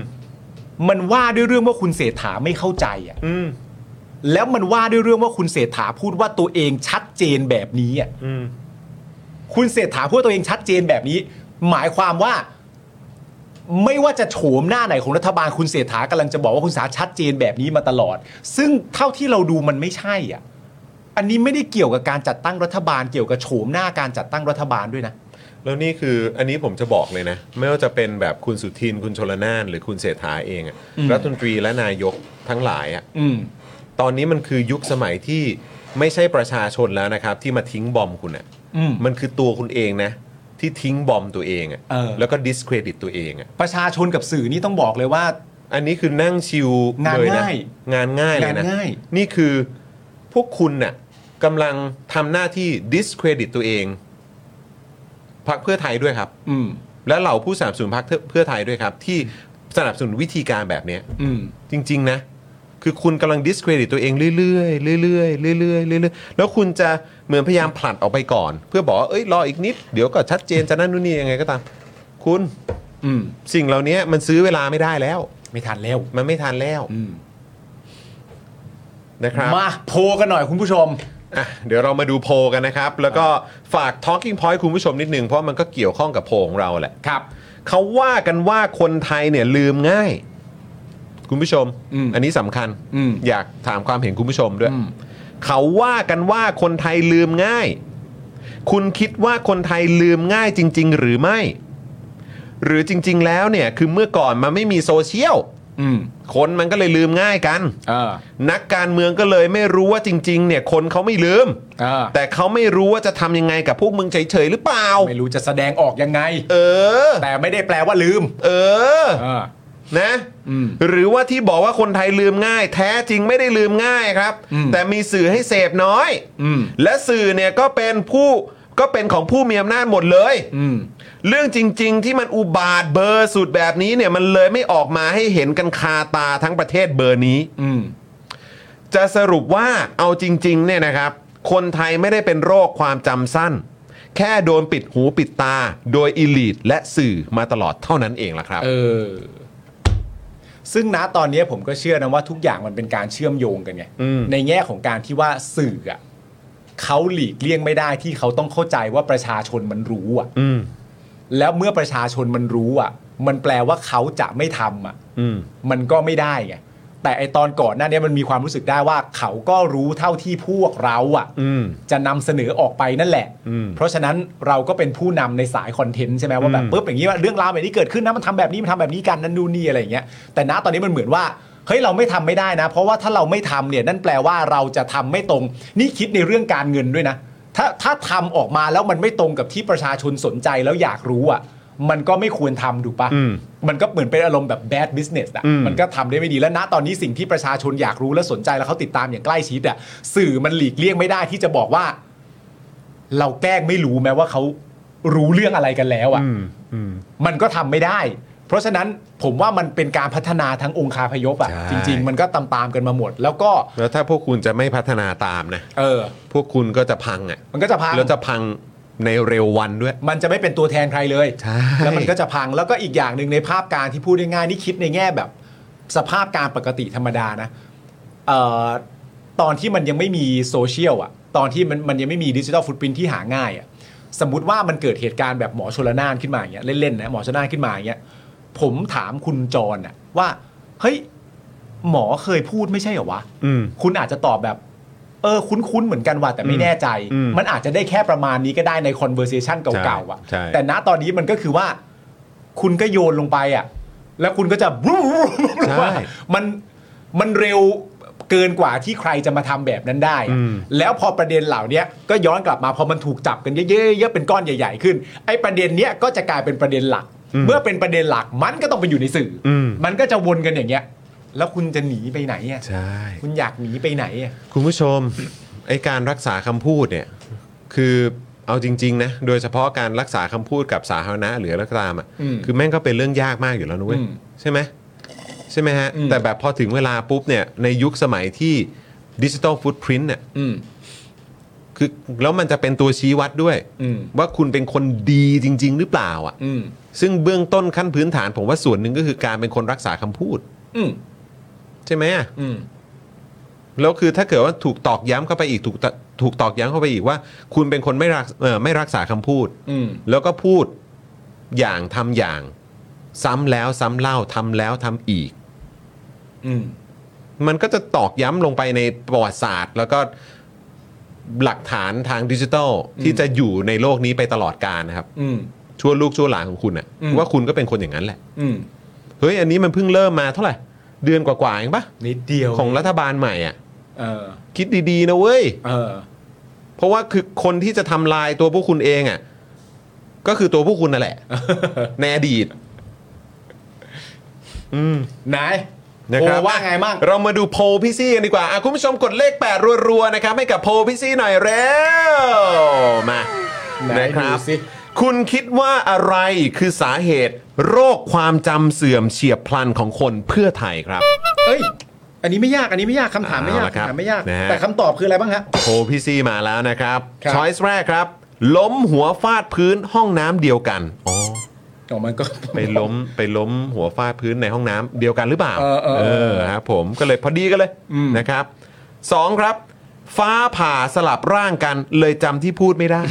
Speaker 5: มันว่าด้วยเรื่องว่าคุณเศรษฐาไม่เข้าใจอ่ะ
Speaker 1: อืม
Speaker 5: แล้วมันว่าด้วยเรื่องว่าคุณเศรษฐาพูดว่าตัวเองชัดเจนแบบนี้อ่ะ
Speaker 1: อืม
Speaker 5: คุณเศรษฐาพูดตัวเองชัดเจนแบบนี้ หมายความว่า ไม่ว่าจะโฉมหน้าไหนของรัฐบาลคุณเศรษฐากำลังจะบอกว่าคุณสาชัดเจนแบบนี้มาตลอด ซึ่งเท่าที่เราดูมันไม่ใช่อ่ะ อันนี้ไม่ได้เกี่ยวกับการจัดตั้งรัฐบาลเกี่ยวกับโฉมหน้าการจัดตั้งรัฐบาลด้วยนะ
Speaker 1: แล้วนี่คืออันนี้ผมจะบอกเลยนะ ไม่ว่าจะเป็นแบบคุณสุทินคุณชลนานหรือคุณเศรษฐาเองอะ
Speaker 5: อืม
Speaker 1: รัฐมนตรีและนายกทั้งหลายอะ
Speaker 5: อืม
Speaker 1: ตอนนี้มันคือยุคสมัยที่ไม่ใช่ประชาชนแล้วนะครับ ที่มาทิ้งบอมคุณอ่ะ
Speaker 5: อืม
Speaker 1: มันคือตัวคุณเองนะ ที่ทิ้งบอมตัวเองอ่ะ
Speaker 5: เออ
Speaker 1: แล้วก็ดิสเครดิตตัวเองอ่ะ
Speaker 5: ประชาชนกับสื่อนี่ต้องบอกเลยว่า
Speaker 1: อันนี้คือนั่งชิว
Speaker 5: งาน
Speaker 1: เลยนะ
Speaker 5: ง่าย
Speaker 1: งานง่ายเลยนะ
Speaker 5: งานง่าย
Speaker 1: นี่คือพวกคุณน่ะกำลังทำหน้าที่ดิสเครดิตตัวเองพรรคเพื่อไทยด้วยครับ
Speaker 5: อืม
Speaker 1: และเหล่าผู้สนับสนุนพรรคเพื่อไทยด้วยครับ ที่สนับสนุนวิธีการแบบเนี้ย
Speaker 5: อืม
Speaker 1: จริง ๆ นะ คือคุณกำลังดิสเครดิตตัวเองเรื่อยๆเรื่อยๆเรื่อยๆเรื่อยๆแล้วคุณจะเหมือนพยายามผลัดออกไปก่อน เพื่อบอกว่าเอ้ยรออีกนิด เดี๋ยวก็ชัดเจนจะนั่นนู่นนี่ยังไงก็ตาม คุณ
Speaker 5: อืม
Speaker 1: สิ่งเหล่านี้มันซื้อเวลาไม่ได้แล้ว
Speaker 5: ไม่ทันแล้ว
Speaker 1: มันไม่ทันแล้ว
Speaker 5: อืม
Speaker 1: นะครับ
Speaker 5: มาโพลกันหน่อยคุณผู้ชม
Speaker 1: อ่ะเดี๋ยวเรามาดูโพลกันนะครับ แล้วก็ฝาก Talking Point คุณผู้ชมนิดนึง เพราะมันก็เกี่ยวข้องกับโพลของเราแหละ
Speaker 5: ครับ
Speaker 1: เขาว่ากันว่าคนไทยเนี่ยลืมง่าย คุณผู้ชม อันนี้สำคัญ
Speaker 5: อืม
Speaker 1: อยากถามความเห็นคุณผู้ชมด้วย
Speaker 5: อืม
Speaker 1: เขาว่ากันว่าคนไทยลืมง่าย คุณคิดว่าคนไทยลืมง่ายจริง ๆ หรือไม่ หรือจริง ๆ แล้วเนี่ยคือเมื่อก่อนมันไม่มีโซเชียล
Speaker 5: อืม
Speaker 1: คนมันก็เลยลืมง่ายกัน
Speaker 5: เออ
Speaker 1: นักการเมืองก็เลยไม่รู้ว่าจริง ๆ เนี่ยคนเขาไม่ลืม
Speaker 5: เออ
Speaker 1: แต่เขาไม่รู้ว่าจะทำยังไงกับพวกมึงเฉยๆหรือเปล่า
Speaker 5: ไม่รู้จะแสดงออกยังไง
Speaker 1: เออ
Speaker 5: แต่ไม่ได้แปลว่าลืม
Speaker 1: เออ
Speaker 5: เออ
Speaker 1: นะ
Speaker 5: อืม
Speaker 1: หรือว่าที่บอกว่าคนไทยลืมง่าย แท้จริงไม่ได้ลืมง่ายครับ
Speaker 5: อืม
Speaker 1: แต่มีสื่อให้เสพน้อย
Speaker 5: อืม
Speaker 1: และสื่อเนี่ยก็เป็นผู้ก็เป็นของผู้มีอำนาจหมดเลย
Speaker 5: อืม
Speaker 1: เรื่องจริง ๆ ที่มันอุบาทเบอร์สุดแบบนี้เนี่ยมันเลยไม่ออกมาให้เห็นกันคาตาทั้งประเทศเบอร์นี้
Speaker 5: อืม
Speaker 1: จะสรุปว่าเอาจริง ๆ เนี่ยนะครับ คนไทยไม่ได้เป็นโรคความจำสั้น แค่โดนปิดหูปิดตา โดยอิลีทและสื่อมาตลอดเท่านั้นเองล่ะครับ
Speaker 5: เออ ซึ่งณตอนนี้ผมก็เชื่อนะว่าทุกอย่างมันเป็นการเชื่อมโยงกันไง
Speaker 1: อืม
Speaker 5: ในแง่ของการที่ว่าสื่ออะเขาหลีกเลี่ยงไม่ได้ที่เขาต้องเข้าใจว่าประชาชนมันรู้อะ
Speaker 1: อืม
Speaker 5: แล้วเมื่อประชาชนมันรู้อะมันแปลว่าเขาจะไม่ทำอะ
Speaker 1: อืม
Speaker 5: มันก็ไม่ได้ไง แต่ไอตอนก่อนหน้าเนี้ยมันมีความรู้สึกได้ว่าเขาก็รู้เท่าที่พวกเราอะ
Speaker 1: อืม
Speaker 5: จะนำเสนอออกไปนั่นแหละ
Speaker 1: อืม
Speaker 5: เพราะฉะนั้นเราก็เป็นผู้นำในสายคอนเทนต์ใช่ไหมว่าแบ
Speaker 1: อื
Speaker 5: บ
Speaker 1: ม
Speaker 5: ปุ๊บอย่างนี้ว่าเรื่องราวแบบนี้เกิดขึ้นนะมันทำแบบนี้มันทำแบบนี้กันนั่นนู่นนี่อะไรอย่างเงี้ย แต่ณตอนนี้มันเหมือนว่าเฮ้ยเราไม่ทำไม่ได้นะ เพราะว่าถ้าเราไม่ทำเนี่ยนั่นแปลว่าเราจะทำไม่ตรง นี่คิดในเรื่องการเงินด้วยนะ ถ้าถ้าทำออกมาแล้วมันไม่ตรงกับที่ประชาชนสนใจแล้วอยากรู้อะมันก็ไม่ควรทำถูกปะ
Speaker 1: อืม
Speaker 5: มันก็เหมือนเป็นอารมณ์แบบ bad business อ่ะ
Speaker 1: อืม
Speaker 5: มันก็ทำได้ไม่ดีแล้วนะตอนนี้สิ่งที่ประชาชนอยากรู้และสนใจแล้วเขาติดตามอย่างใกล้ชิดอ่ะ สื่อมันหลีกเลี่ยงไม่ได้ที่จะบอกว่า เราแกล้งไม่รู้แม้ว่าเขารู้เรื่องอะไรกันแล้วอ่ะ
Speaker 1: อืมอืม
Speaker 5: มันก็ทำไม่ได้ เพราะฉะนั้นผมว่ามันเป็นการพัฒนาทั้งองค์คาพยพอ่ะ
Speaker 1: ใช่
Speaker 5: จริง ๆ มันก็ตามๆกันมาหมด แล้วก็
Speaker 1: แล้วถ้าพวกคุณจะไม่พัฒนาตามนะ
Speaker 5: เออ
Speaker 1: พวกคุณก็จะพังอ่ะ
Speaker 5: มันก็จะพัง
Speaker 1: แล้วจะพังในเร็ววันด้วย
Speaker 5: มันจะไม่เป็นตัวแทนใครเลย
Speaker 1: ใช่
Speaker 5: แล้วมันก็จะพัง แล้วก็อีกอย่างหนึ่งในภาพการที่พูดได้ง่ายนี่คิดในแง่แบบ สภาพการปกติธรรมดานะเอ่อตอนที่มันยังไม่มีโซเชียลอ่ะ ตอนที่มันมันยังไม่มีดิจิทัลฟุตปรินที่หาง่ายอ่ะ สมมติว่ามันเกิดเหตุการณ์แบบหมอชลนานขึ้นมาอย่างเงี้ยเล่นๆนะหมอชลนานขึ้นมาอย่างเงี้ย ผมถามคุณจรอ่ะว่าเฮ้ยหมอเคยพูดไม่ใช่เหรอวะ
Speaker 1: อืม
Speaker 5: คุณอาจจะตอบแบบ เออ คุ้นๆ เหมือนกันว่ะแต่ไม่แน่ใจ
Speaker 1: อืม
Speaker 5: มันอาจจะได้แค่ประมาณนี้ก็ได้ใน conversation เก่าๆอ่ะ
Speaker 1: ใช่ใช่
Speaker 5: แต่ณตอนนี้มันก็คือว่า คุณก็โยนลงไปอ่ะ แล้วคุณก็จะ ว่ามันมันเร็วเกินกว่าที่ใครจะมาทำแบบนั้นได้อะ
Speaker 1: อืม
Speaker 5: แล้วพอประเด็นเหล่าเนี้ยก็ย้อนกลับมาพอมันถูกจับกันเยอะๆๆเป็นก้อนใหญ่ ๆ ขึ้น ไอ้ประเด็นเนี้ยก็จะกลายเป็นประเด็นหลัก เมื่อเป็นประเด็นหลักมันก็ต้องไปอยู่ในสื่ออมันก็จะวนกันอย่างเงี้ย แล้วคุณจะหนีไปไหนอ่ะ
Speaker 1: ใช่
Speaker 5: คุณอยากหนีไปไหนอ่ะ
Speaker 1: คุณผู้ชม [COUGHS] ไอการรักษาคำพูดเนี่ย คือเอาจริง ๆ นะ โดยเฉพาะการรักษาคำพูดกับสาธารณะหรืออะไรก็ตามอ่ะ
Speaker 5: อืม
Speaker 1: คือแม่งก็เป็นเรื่องยากมากอยู่แล้วนะเว้ย
Speaker 5: อืม
Speaker 1: ใช่ไหมใช่ไหมฮะ
Speaker 5: อืม
Speaker 1: แต่แบบพอถึงเวลาปุ๊บเนี่ย ในยุคสมัยที่ดิจิทัลฟุตพิ้นเนี่ย
Speaker 5: อืม
Speaker 1: คือแล้วมันจะเป็นตัวชี้วัดด้วย
Speaker 5: อืม
Speaker 1: ว่าคุณเป็นคนดีจริง ๆ หรือเปล่าอ่ะ
Speaker 5: อืม
Speaker 1: ซึ่งเบื้องต้นขั้นพื้นฐานผมว่าส่วนหนึ่งก็คือการเป็นคนรักษาคำพูด
Speaker 5: อืม
Speaker 1: ใช่ไหมอะ
Speaker 5: อืม
Speaker 1: แล้วคือถ้าเกิดว่าถูกตอกย้ำเข้าไปอีกถูกตถูกตอกย้ำเข้าไปอีกว่า คุณเป็นคนไม่รักเอ่อไม่รักษาคำพูด
Speaker 5: อืม
Speaker 1: แล้วก็พูดอย่างทำอย่าง ซ้ำแล้วซ้ำเล่าทำแล้วทำอีก
Speaker 5: อืม
Speaker 1: มันก็จะตอกย้ำลงไปในประวัติศาสตร์ แล้วก็ หลักฐานทางดิจิทัลที่จะอยู่ในโลกนี้ไปตลอดกาลนะครับชั่วลูกชั่วหลานของคุณอะ
Speaker 5: อืม
Speaker 1: ว่าคุณก็เป็นคนอย่างนั้นแหละ
Speaker 5: อืม
Speaker 1: เฮ้ย อันนี้มันเพิ่งเริ่มมาเท่าไหร่ เดือนกว่าๆเองปะ
Speaker 5: นิดเดียว
Speaker 1: ของรัฐบาลใหม่อ่ะ
Speaker 5: เออ
Speaker 1: คิดดีๆนะเว้ย
Speaker 5: เออ [LAUGHS]
Speaker 1: เพราะว่าคือคนที่จะทำลายตัวพวกคุณเองอ่ะ ก็คือตัวพวกคุณนั่นแหละ
Speaker 5: [LAUGHS]
Speaker 1: ในอดีต อืม
Speaker 5: นาย
Speaker 1: นะครับ
Speaker 5: โอว่าไงบ้าง
Speaker 1: เรามาดูโพลพี่ซี่กันดีกว่าอ่ะคุณผู้ชมกดเลข 8 รัวๆ นะครับ ให้กับโพลพี่ซี่หน่อยเร็ว มา
Speaker 5: ไหน
Speaker 1: นะครับ
Speaker 5: ดูสิ
Speaker 1: คุณคิดว่าอะไรคือสาเหตุ โรคความจำเสื่อมเฉียบพลันของคนเพื่อไทยครับ
Speaker 5: เอ้ย อันนี้ไม่ยาก อันนี้ไม่ยากคำถามไม่ยาก
Speaker 1: เอาละครับ
Speaker 5: คำถามไม่ยาก
Speaker 1: นะฮะ
Speaker 5: แต่คำตอบคืออะไรบ้างฮะ
Speaker 1: โพลพี่ซี่มาแล้วนะครับ
Speaker 5: ครับ
Speaker 1: ช้อยส์แรกครับ ล้มหัวฟาดพื้นห้องน้ำเดียวกันอ๋อ
Speaker 5: อ๋อมันก็
Speaker 1: ไปล้มไปล้มหัวฟาดพื้นในห้องน้ำเดียวกันหรือเปล่า
Speaker 5: เออเออเออ
Speaker 1: ครับผมก็เลยพอดีกันเลยนะครับสองครับ ฟ้าผ่าสลับร่างกันเลยจำที่พูดไม่
Speaker 5: [LAUGHS]
Speaker 1: ได้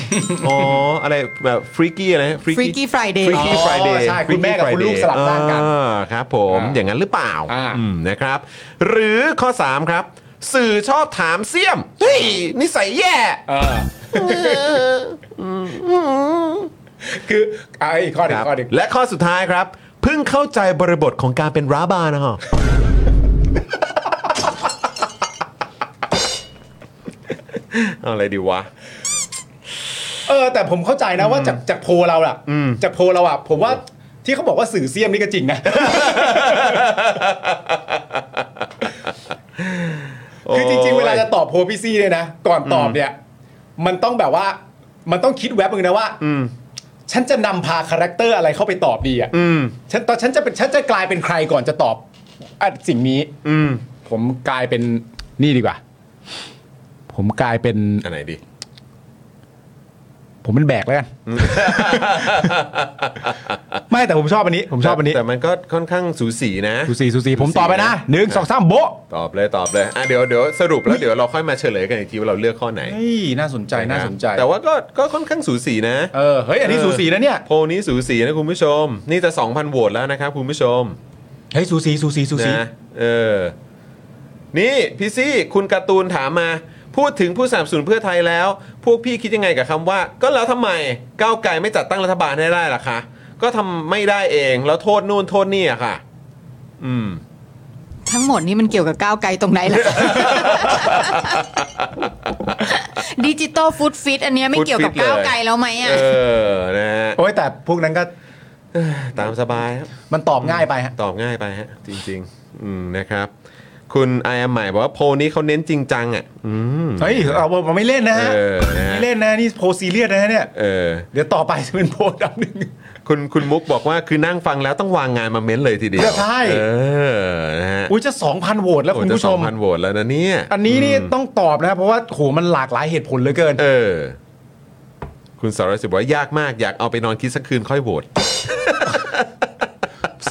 Speaker 1: อ๋อ อะไรแบบฟริกี้อะไรฟริกี้
Speaker 4: Freaky Friday
Speaker 1: ฟริกี้
Speaker 5: อ๋อ
Speaker 1: ฟรายเดย์
Speaker 5: ใช่คุณแม่กับคุณลูกสลับร่างกัน
Speaker 1: ครับผม
Speaker 5: อ่า
Speaker 1: อย่างนั้นหรือเปล่า
Speaker 5: อ่า
Speaker 1: อืมนะครับ หรือข้อ 3 ครับ สื่อชอบถามเสี่ยมเฮ้ยนิสัยแย่
Speaker 5: เออ คือไอ้ข้อเด็
Speaker 1: ค
Speaker 5: ก
Speaker 1: รับ
Speaker 5: ข้อเด็ก
Speaker 1: และข้อสุดท้ายครับ เพิ่งเข้าใจบริบทของการเป็นร้าบานะฮะ [LAUGHS] เอาอะไรดีวะ
Speaker 5: เออ แต่ผมเข้าใจนะว่าจากจากโพลเราล่ะ จากโพลเราอ่ะ ผมว่าที่เขาบอกว่าสื่อเสียมนี่ก็จริงนะ คือจริงๆ เวลาจะตอบโพลพี่ซี่เนี่ยนะ ก่อนตอบเนี่ย มันต้องแบบว่า มันต้องคิดแวบหนึงนะว่า
Speaker 1: อืม
Speaker 5: ฉันจะนำพาคาแรคเตอร์อะไรเข้าไปตอบดีอ่ะ
Speaker 1: อืม
Speaker 5: ฉันตอนฉันจะเป็นฉันจะกลายเป็นใครก่อนจะตอบอะสิ่งนี้
Speaker 1: อืม
Speaker 5: ผมกลายเป็นนี่ดีกว่า ผมกลายเป็น
Speaker 1: อันไหนดี
Speaker 5: ผมเป็นแบกแล้วกัน ไม่แต่ผมชอบอันนี้ ผมชอบอันนี้
Speaker 1: แต่แต่มันก็ค่อนข้างสูสีนะ
Speaker 5: สูสีสูสีผมตอบไปนะหนึ่งสองสามโบะ
Speaker 1: ตอบเลยตอบเลยอ่ะเดี๋ยวเดี๋ยวสรุปแล้วเดี๋ยวเราค่อยมาเฉลยกันอีกทีว่าเราเลือกข้อไหน
Speaker 5: เฮ้ยน่าสนใจะ
Speaker 1: ครับ
Speaker 5: น่าสนใจ
Speaker 1: แต่ว่าก็ก็ค่อนข้างสูสีนะ
Speaker 5: เออเฮ้ยอันนี้สูสีนะเนี่ย
Speaker 1: โพลนี้สูสีนะคุณผู้ชม นี่จะ 2,000โหวตแล้วนะครับคุณผู้ชม
Speaker 5: เฮ้ยสูสีสูสีสูสี
Speaker 1: นะเออ นี่พี่ซี่ คุณการ์ตูนถามมา พูดถึงผู้สนับสนุนเพื่อไทยแล้ว พวกพี่คิดยังไงกับคำว่า ก็แล้วทำไมก้าวไกลไม่จัดตั้งรัฐบาลให้ได้ล่ะคะ ก็ทำไม่ได้เอง แล้วโทษนู่นโทษนี่อะค่ะ อืม
Speaker 4: [LAUGHS] ทั้งหมดนี้มันเกี่ยวกับก้าวไกลตรงไหน
Speaker 5: [LAUGHS]
Speaker 4: ล่ะ ดิจิตอลฟุตฟิตอันเนี้ยไม่
Speaker 1: Food
Speaker 4: เกี่ยวกับ
Speaker 1: Fit
Speaker 4: ก้าวไกลแล้วไหมอ่ะ
Speaker 1: เออนะฮะ
Speaker 5: โอ้ยแต่พวกนั้นก็
Speaker 1: ตามสบายครับ
Speaker 5: มันตอบง่ายไปฮะ
Speaker 1: ตอบง่ายไปฮะ จริง ๆ อืมนะครับ คุณไอแอมใหม่บอกว่าโพลนี้เขาเน้นจริงจังอ่ะ อืม
Speaker 5: เฮ้ยเอาเอาไม่เล่นนะฮะ
Speaker 1: เออนะฮะ
Speaker 5: ไม่เล่นนะนี่โพลซีเรียสนะฮะเนี่ย
Speaker 1: เออ
Speaker 5: เดี๋ยวต่อไปจะเป็นโพลดับหนึ่ง
Speaker 1: คุณคุณมุกบอกว่าคือนั่งฟังแล้วต้องวางงานมาเม้นเลยทีเดียว
Speaker 5: ใช่
Speaker 1: เออนะฮะ
Speaker 5: อุ้ยจะ 2,000โหวตแล้วคุณผู้ชม
Speaker 1: โอ้จะ2,000โหวตแล้วนะเนี่ย
Speaker 5: อันนี้นี่ต้องตอบนะครับเพราะว่าโหมันหลากหลายเหตุผลเหลือเกิน
Speaker 1: เออ คุณสารสิทธิ์บอกว่ายากมากอยากเอาไปนอนคิดสักคืนค่อยโหวต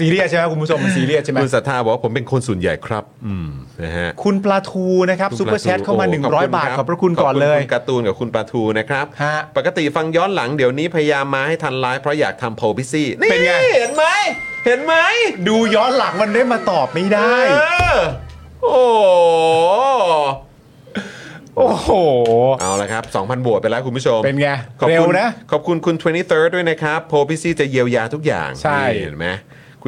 Speaker 5: ซีเรียสใช่ไหมคุณผู้ชมมันซีเรียสใช่ไหม
Speaker 1: คุณศรัทธาบอกว่าผมเป็นคนส่วนใหญ่ครับ อืมนะฮะ
Speaker 5: คุณปลาทูนะครับ
Speaker 1: คุณ
Speaker 5: ซูเปอร์แชทเข้ามา
Speaker 1: โอ้ข
Speaker 5: 100 บาท ขอบพระคุณก่อนเลย
Speaker 1: คุณการ์ตูนกับคุณปลาทูนะครับ
Speaker 5: ฮะ
Speaker 1: ปกติฟังย้อนหลังเดี๋ยวนี้พยายามมาให้ทันไลฟ์เพราะอยากทำโพลพิซี่นี่
Speaker 5: เป็นไง
Speaker 1: เห็นไหมเห็นไหม
Speaker 5: ดูย้อนหลังมันได้มาตอบไม่ได้
Speaker 1: เออโอ้โห
Speaker 5: โอ้โห
Speaker 1: เอาละครับ 2,000 บวกไปแล้วคุณผู้ชม
Speaker 5: เป็นไง
Speaker 1: ขอบ
Speaker 5: เร็
Speaker 1: คุ
Speaker 5: ว
Speaker 1: ณ
Speaker 5: นะ
Speaker 1: ขอบคุณคุณ 23rd ด้วยนะครับ โพพิซี่จะเยียวยาทุกอย่าง
Speaker 5: ใช่
Speaker 1: นี่เห็นไหม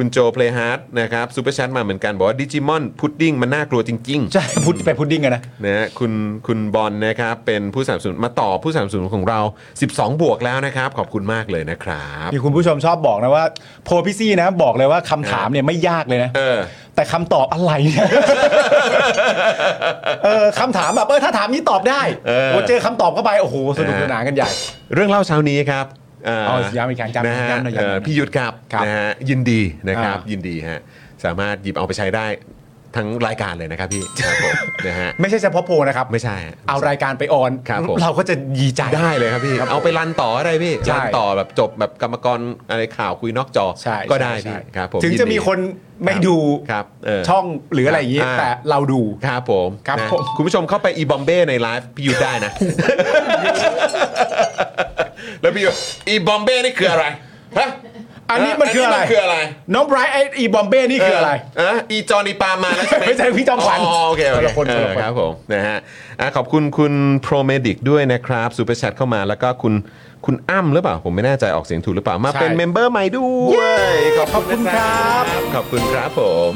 Speaker 1: คุณโจเพลฮาร์ดนะครับซูเปอร์แชทมาเหมือนกัน บอกว่าดิจิมอนพุดดิ้งมันน่ากลัวจริง
Speaker 5: ใช่พุดไปพุดดิ้งกันนะ
Speaker 1: ๆนะฮะคุณคุณบอลนะครับ เป็นผู้สนับสนุนมาต่อผู้สนับสนุนของเรา 12 บวกแล้วนะครับ ขอบคุณมากเลยนะครับ
Speaker 5: มีคุณผู้ชมชอบบอกนะว่าโพลพี่ซี่นะ บอกเลยว่าคำถามเนี่ยไม่ยากเลยนะ
Speaker 1: เออ
Speaker 5: แต่คำตอบอะไรเนี่ย เออคำถามแบบเออถ้าถามนี้ตอบได้
Speaker 1: เออ
Speaker 5: โอ้เจอคำตอบเข้าไปโอ้โหสนุกสนานกันใหญ่
Speaker 1: เรื่องเล่าเช้านี้ครับเอ่อ
Speaker 5: เอาย้ำอีกครั้งย้ำ
Speaker 1: นะฮะ
Speaker 5: ย้ำหน่อยย้ำหน่อย
Speaker 1: เอ่อพี่ยุทธครับ
Speaker 5: ครับ
Speaker 1: นะฮะยินดีนะครับ
Speaker 5: อ่ายิ
Speaker 1: ยินดีฮะสามารถหยิบเอาไปใช้ได้ทั้งรายการเลย
Speaker 5: [LAUGHS]
Speaker 1: นะครับพี่ ครับผมนะฮะ
Speaker 5: ไม่ใช่เฉพาะโพลนะครับ
Speaker 1: ไม่ใช่ฮะ
Speaker 5: เอารายการไปออน
Speaker 1: ครับผม
Speaker 5: เราก็จะดีใจ
Speaker 1: ได้เลยครับพี่ เอาไปรันต่อก็ได้พี่
Speaker 5: ใช่
Speaker 1: รันต่อแบบจบแบบกรรมกรอะไรข่าวคุยนอกจอ
Speaker 5: ใช่
Speaker 1: ก็ได้
Speaker 5: ใช่
Speaker 1: พี่
Speaker 5: ใช่
Speaker 1: ครับผม
Speaker 5: ถึงจะมี
Speaker 1: ยิดี
Speaker 5: คนไม่ดู
Speaker 1: ครับเ
Speaker 5: ช่องหรืออะไรอย่างนี้
Speaker 1: า
Speaker 5: แต่เราดู
Speaker 1: ครับผม
Speaker 5: ครับ
Speaker 1: นะ
Speaker 5: ผม
Speaker 1: คุณผู้ชมเข้าไปอีบอมเบ้ในไลฟ์พี่ยุทธได้นะ
Speaker 5: [LAUGHS]
Speaker 1: แล้วพี่ยุทธอีบอมเบ้นี่คืออะไรฮะ
Speaker 5: อันนี้มันคืออะ
Speaker 1: น
Speaker 5: ไร
Speaker 1: นี้คืออะไร
Speaker 5: น้องไบรท์ไออีบอมเบ้นี่คืออะไร
Speaker 1: เอ่ะอีจอร์นีปามาแล้วใช่ไหม
Speaker 5: ไม่ใช่พี่จอมขวัญ
Speaker 1: อ๋อโอเคโอ
Speaker 5: คนละคน
Speaker 1: เอ
Speaker 5: คน
Speaker 1: อ
Speaker 5: ละคน
Speaker 1: ครับผมนะฮะ อ่ะขอบคุณคุณโปรเมดิกด้วยนะครับซูเปอร์แชทเข้ามาแล้วก็คุณคุณอ้ำหรือเปล่า ผมไม่แน่ใจออกเสียงถูกหรือเปล่ามาเป็น
Speaker 5: ใช่
Speaker 1: เมมเบอร์ใหม่ด้วยขอบคุณนะครับ ขอบคุณครับผม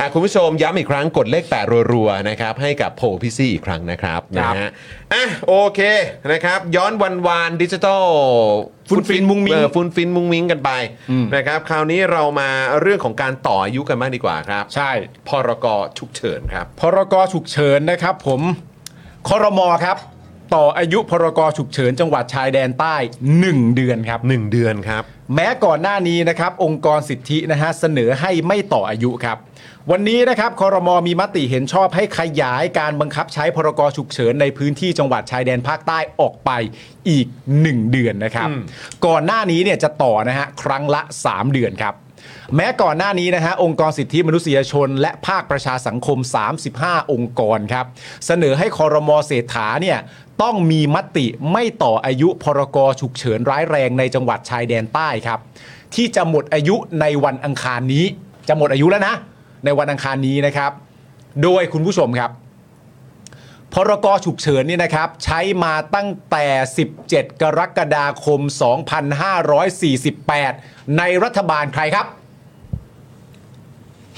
Speaker 1: อ่ะคุณผู้ชมย้ำอีกครั้งกดเลขแปดรัวๆนะครับให้กับโพลพี่ซี่อีกครั้งนะครับนะฮะอ่ะโอเคนะครับ ย้อนวันวานดิจิตอล
Speaker 5: ฟุ้นฟินมุ้งมิ้ง
Speaker 1: เออฟุนฟินมุงมิงกันไปนะครับคราวนี้เรามาเรื่องของการต่ออายุกันบ้างดีกว่าครับ
Speaker 5: ใช่
Speaker 1: พรกฉุกเฉินครับ
Speaker 5: พรกฉุกเฉินนะครับผมคอรมอครับ ต่ออายุพรกฉุกเฉินจังหวัดชายแดนใต้ 1 เดือนครับ
Speaker 1: 1 เดือนครับ
Speaker 5: แม้ก่อนหน้านี้นะครับ องค์กรสิทธินะฮะเสนอให้ไม่ต่ออายุครับ วันนี้นะครับคอรมอมีมติเห็นชอบให้ขยายการบังคับใช้พรกฉุกเฉินในพื้นที่จังหวัดชายแดนภาคใต้ออกไปอีก 1 เดือนนะครับ ก่อนหน้านี้เนี่ยจะต่อนะฮะครั้งละ 3 เดือนครับ แม้ก่อนหน้านี้นะฮะองค์กรสิทธิมนุษยชน และภาคประชาสังคม 35 องค์กรครับ เสนอให้คอรมอเศรษฐาเนี่ยต้องมีมติไม่ต่ออายุพรกฉุกเฉินร้ายแรงในจังหวัดชายแดนใต้ครับ ที่จะหมดอายุในวันอังคารนี้ จะหมดอายุแล้วนะ ในวันอังคารนี้นะครับ โดยคุณผู้ชมครับ พรกฉุกเฉินเนี่ยนะครับ ใช้มาตั้งแต่ 17 กรกฎาคม 2548 ในรัฐบาลใครครับ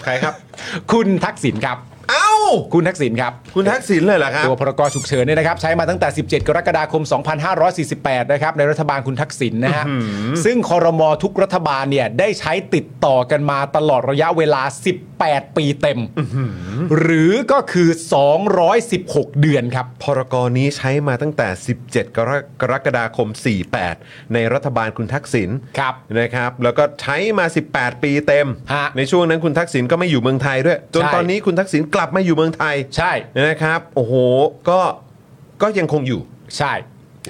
Speaker 1: ใครครับ [LAUGHS]
Speaker 5: คุณทักษิณครับ
Speaker 1: เอ้า
Speaker 5: คุณทักษิณครับ
Speaker 1: คุณทักษิณเลยเหรอครับ
Speaker 5: ตัวพรกฉุกเฉินเนี่ยนะครับใช้มาตั้งแต่ 17 กรกฎาคม 2548 นะครับในรัฐบาลคุณทักษิณนะฮะซึ่งคอรมอทุกรัฐบาลเนี่ยได้ใช้ติดต่อกันมาตลอดระยะเวลา 18 ปีเต็ม หรือก็คือ 216 เดือนครับ
Speaker 1: พรกรนี้ใช้มาตั้งแต่ 17 กรกรกฎาคม 48 ในรัฐบาลคุณทักษิณ
Speaker 5: ครับ
Speaker 1: นะครับ แล้วก็ใช้มา 18 ปีเต็ม
Speaker 5: ฮะ
Speaker 1: ในช่วงนั้นคุณทักษิณก็ไม่อยู่เมืองไทยด้วย จน
Speaker 5: ใช่
Speaker 1: ตอนนี้คุณทักษิณกลับมาอยู่เมืองไทย
Speaker 5: ใช่
Speaker 1: นะครับ โอ้โห ก็ก็ยังคงอยู่
Speaker 5: ใช่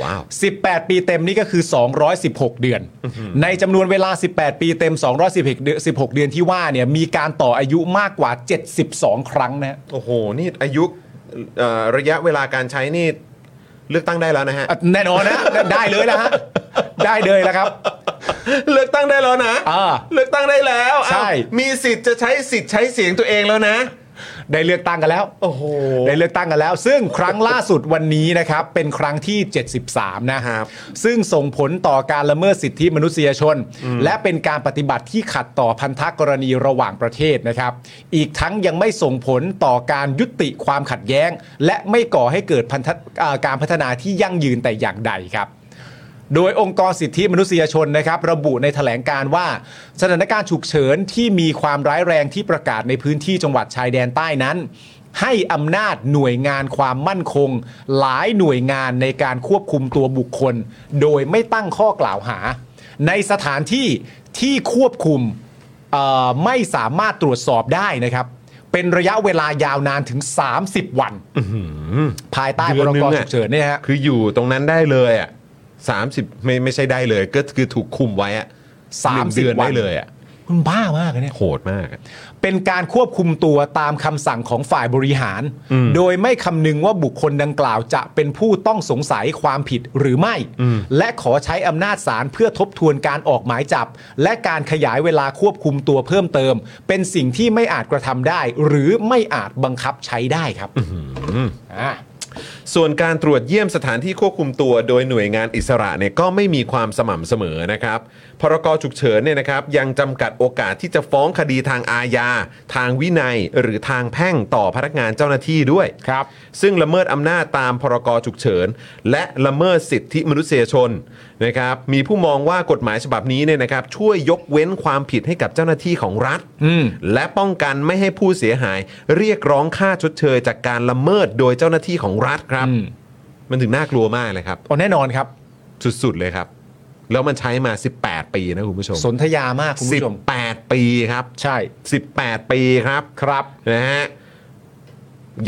Speaker 1: ว้าว
Speaker 5: 18 ปีเต็มนี่ก็คือ 216 เดือน ในจำนวนเวลา 18 ปีเต็ม 216เดือน16 เดือนที่ว่าเนี่ยมีการต่ออายุมากกว่า 72 ครั้งนะฮะ
Speaker 1: โอ้โห นี่อายุเอ่อระยะเวลาการใช้นี่เลือกตั้งได้แล้วนะฮะ
Speaker 5: อ่ะแน่นอนนะ ได้เลยแล้วฮะได้เลยแล้วครับ
Speaker 1: เลือกตั้งได้แล้วนะ
Speaker 5: อ่า
Speaker 1: เลือกตั้งได้แล้วอ้าว
Speaker 5: ใช่
Speaker 1: มีสิทธิ์จะใช้สิทธิ์ใช้เสียงตัวเองแล้วนะ
Speaker 5: ได้เลือกตั้งกันแล้ว
Speaker 1: โอ้โห
Speaker 5: ได้เลือกตั้งกันแล้ว ซึ่งครั้งล่าสุดวันนี้นะครับ เป็นครั้งที่ 73 นะครับ ซึ่งส่งผลต่อการละเมิดสิทธิมนุษยชน และเป็นการปฏิบัติที่ขัดต่อพันธกรณีระหว่างประเทศนะครับ อีกทั้งยังไม่ส่งผลต่อการยุติความขัดแย้ง และไม่ก่อให้เกิดพันธเอ่อการพัฒนาที่ยั่งยืนแต่อย่างใดครับ โดยองค์กรสิทธิมนุษยชนนะครับ ระบุในแถลงการว่า สถานการณ์ฉุกเฉินที่มีความร้ายแรงที่ประกาศในพื้นที่จังหวัดชายแดนใต้นั้น ให้อำนาจหน่วยงานความมั่นคง หลายหน่วยงานในการควบคุมตัวบุคคล โดยไม่ตั้งข้อกล่าวหา ในสถานที่ที่ควบคุมเอ่อไม่สามารถตรวจสอบได้นะครับ เป็นระยะเวลายาวนานถึง 30 วันภายใต้พรก
Speaker 1: ดือหง
Speaker 5: ฉุกเฉินเนี่ยฮะ
Speaker 1: คืออยู่ตรงนั้นได้เลยอ่ะสามสิบไม่ไม่ใช่ได้เลยก็คือถูกคุมไว้อ่ะ
Speaker 5: สามสิบ
Speaker 1: หนึ่งเดือน
Speaker 5: วัน
Speaker 1: ได้เลยอ่ะ
Speaker 5: คุณบ้ามากเลยเนี่ย
Speaker 1: โหดมากอะ
Speaker 5: เป็นการควบคุมตัวตามคำสั่งของฝ่ายบริหาร โดยไม่คำนึงว่าบุคคลดังกล่าวจะเป็นผู้ต้องสงสัยความผิดหรือไม่ และขอใช้อำนาจศาลเพื่อทบทวนการออกหมายจับ และการขยายเวลาควบคุมตัวเพิ่มเติม เป็นสิ่งที่ไม่อาจกระทำได้ หรือไม่อาจบังคับใช้ได้ครับอ่ะ
Speaker 1: ส่วนการตรวจเยี่ยมสถานที่ควบคุมตัวโดยหน่วยงานอิสระเนี่ยก็ไม่มีความสม่ำเสมอนะครับ พรกฉุกเฉินเนี่ยนะครับยังจำกัดโอกาสที่จะฟ้องคดีทางอาญา ทางวินัย หรือทางแพ่งต่อพนักงานเจ้าหน้าที่ด้วย
Speaker 5: ครับ
Speaker 1: ซึ่งละเมิดอำนาจตามพรกฉุกเฉิน และละเมิดสิทธิมนุษยชนนะครับมีผู้มองว่ากฎหมายฉบับนี้เนี่ยนะครับช่วยยกเว้นความผิดให้กับเจ้าหน้าที่ของรัฐ
Speaker 5: อืม
Speaker 1: และป้องกันไม่ให้ผู้เสียหาย เรียกร้องค่าชดเชยจากการละเมิดโดยเจ้าหน้าที่ของรัฐครับ
Speaker 5: อืม
Speaker 1: มันถึงน่ากลัวมากเลยครับ
Speaker 5: เอาแน่นอนครับ
Speaker 1: สุดๆเลยครับ แล้วมันใช้มา 18 ปีนะคุณผู้ชม
Speaker 5: สนธยามากคุณผู้ชม
Speaker 1: 18 ปีครับ
Speaker 5: ใช่
Speaker 1: 18 ปีครับ
Speaker 5: ครับ
Speaker 1: นะฮะ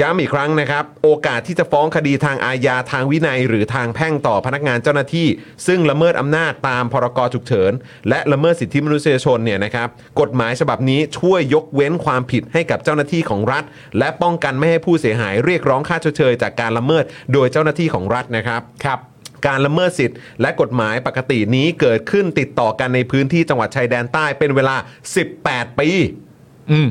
Speaker 1: ย้ำอีกครั้งนะครับ โอกาสที่จะฟ้องคดีทางอาญาทางวินัย หรือทางแพ่งต่อพนักงานเจ้าหน้าที่ ซึ่งละเมิดอำนาจตามพรกฉุกเฉิน และละเมิดสิทธิมนุษยชนเนี่ยนะครับ กฎหมายฉบับนี้ช่วยยกเว้นความผิดให้กับเจ้าหน้าที่ของรัฐ และป้องกันไม่ให้ผู้เสียหายเรียกร้องค่าชดเชยจากการละเมิดโดยเจ้าหน้าที่ของรัฐนะครับ
Speaker 5: ครับ
Speaker 1: การละเมิดสิทธิ์และกฎหมายปกตินี้เกิดขึ้นติดต่อกันในพื้นที่จังหวัดชายแดนใต้เป็นเวลา 18 ปี
Speaker 5: อืม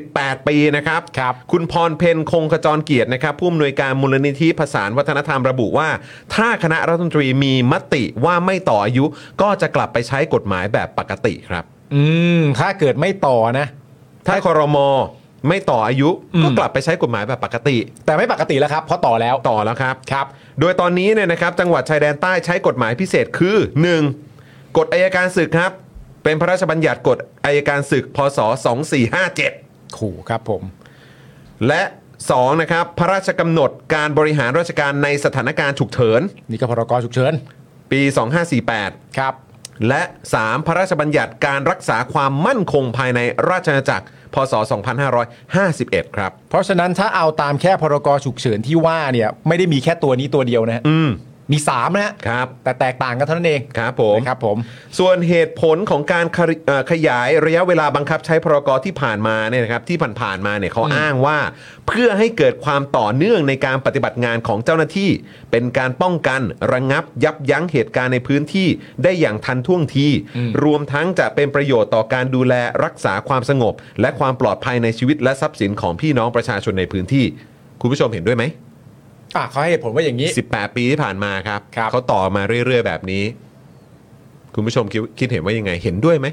Speaker 1: 18 ปีนะครับครับคุณพรเพนคงขจรเกียรตินะครับผู้อำนวยการมูลนิธิผสานวัฒนธรรมระบุว่า ถ้าคณะรัฐมนตรีมีมติว่าไม่ต่ออายุก็จะกลับไปใช้กฎหมายแบบปกติครับ
Speaker 5: อืม ถ้าเกิดไม่ต่อนะ
Speaker 1: ถ้าครมไม่ต่ออายุก็กลับไปใช้กฎหมายแบบปกติ
Speaker 5: แต่ไม่ปกติแล้วครับเพราะต่อแล้ว
Speaker 1: ต่อแล้วครับ ครับ โดยตอนนี้เนี่ยนะครับจังหวัดชายแดนใต้ใช้กฎหมายพิเศษคือ 1. กฎอายการศึกครับ เป็นพระราชบัญญัติกฎอายการศึก พศ 2457
Speaker 5: ขู่ครับผม
Speaker 1: และ 2. นะครับพระราชกำหนดการบริหารราชการในสถานการณ์ฉุกเฉิน
Speaker 5: นี่ก็พรกฉุกเฉิน
Speaker 1: ปี 2548
Speaker 5: ครับ
Speaker 1: และ 3. พระราชบัญญัติการรักษาความมั่นคงภายในราชอาณาจักร พศ 2551 ครับ
Speaker 5: เพราะฉะนั้นถ้าเอาตามแค่พรกฉุกเฉินที่ว่าเนี่ยไม่ได้มีแค่ตัวนี้ตัวเดียวนะฮะ
Speaker 1: อืม
Speaker 5: มีสามนะฮะ
Speaker 1: ครับ
Speaker 5: แต่แตกต่างกันเท่านั้นเอง
Speaker 1: ครับผม
Speaker 5: นะครับผม
Speaker 1: ส่วนเหตุผลของการขริเอ่อขยายระยะเวลาบังคับใช้พรกที่ผ่านมาเนี่ยนะครับที่ผ่านๆมาเนี่ยเขาอ้างว่า เพื่อให้เกิดความต่อเนื่องในการปฏิบัติงานของเจ้าหน้าที่ เป็นการป้องกันระงับยับยั้งเหตุการณ์ในพื้นที่ได้อย่างทันท่วงที รวมทั้งจะเป็นประโยชน์ต่อการดูแลรักษาความสงบ และความปลอดภัยในชีวิตและทรัพย์สินของพี่น้องประชาชนในพื้นที่ คุณผู้ชมเห็นด้วยไหม
Speaker 5: อ่ะเขาให้เหตุผลว่าอย่างนี้
Speaker 1: 18 ปีที่ผ่านมาครับเขาต่อมาเรื่อย ๆ แบบนี้ คุณผู้ชมคิดคิดเห็นว่ายังไงเห็นด้วยไหม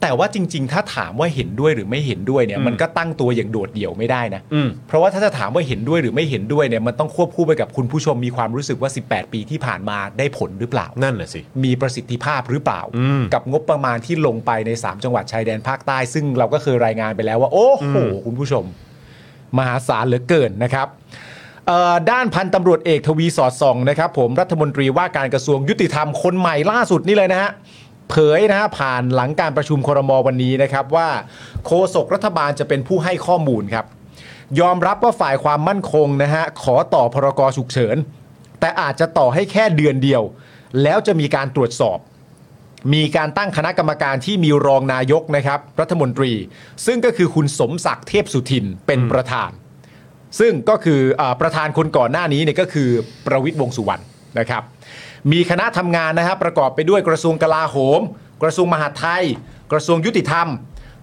Speaker 5: แต่ว่าจริง ๆ ถ้าถามว่าเห็นด้วยหรือไม่เห็นด้วยเนี่ย
Speaker 1: อืม
Speaker 5: มันก็ตั้งตัวอย่างโดดเดี่ยวไม่ได้นะ
Speaker 1: อืม
Speaker 5: เพราะว่าถ้าจะถามว่าเห็นด้วยหรือไม่เห็นด้วยเนี่ยมันต้องควบคู่ไปกับคุณผู้ชมมีความรู้สึกว่า 18 ปีที่ผ่านมาได้ผลหรือเปล่า
Speaker 1: นั่นแหละสิ
Speaker 5: มีประสิทธิภาพหรือเปล่า
Speaker 1: อืม
Speaker 5: กับงบประมาณที่ลงไปใน 3 จังหวัดชายแดนภาคใต้ ซึ่งเราก็เคยรายงานไปแล้วว่า โอ้โห
Speaker 1: อืม
Speaker 5: คุณผู้ชม มหาศาลเหลือเกินนะครับเอ่อด้านพันตำรวจเอกทวีสอดส่องนะครับผมรัฐมนตรีว่าการกระทรวงยุติธรรมคนใหม่ล่าสุดนี่เลยนะฮะเผยนะฮะผ่านหลังการประชุมครมวันนี้นะครับว่าโฆษกรัฐบาลจะเป็นผู้ให้ข้อมูลครับ ยอมรับว่าฝ่ายความมั่นคงนะฮะขอต่อพรกฉุกเฉิน แต่อาจจะต่อให้แค่เดือนเดียว แล้วจะมีการตรวจสอบ มีการตั้งคณะกรรมการที่มีรองนายกนะครับ รัฐมนตรี ซึ่งก็คือคุณสมศักดิ์เทพสุทินเป็นประธาน ซึ่งก็คืออาประธานคนก่อนหน้านี้เนี่ยก็คือประวิทย์วงษ์สุวรรณนะครับ มีคณะทำงานนะครับประกอบไปด้วยกระทรวงกลาโหม กระทรวงมหาดไทย กระทรวงยุติธรรม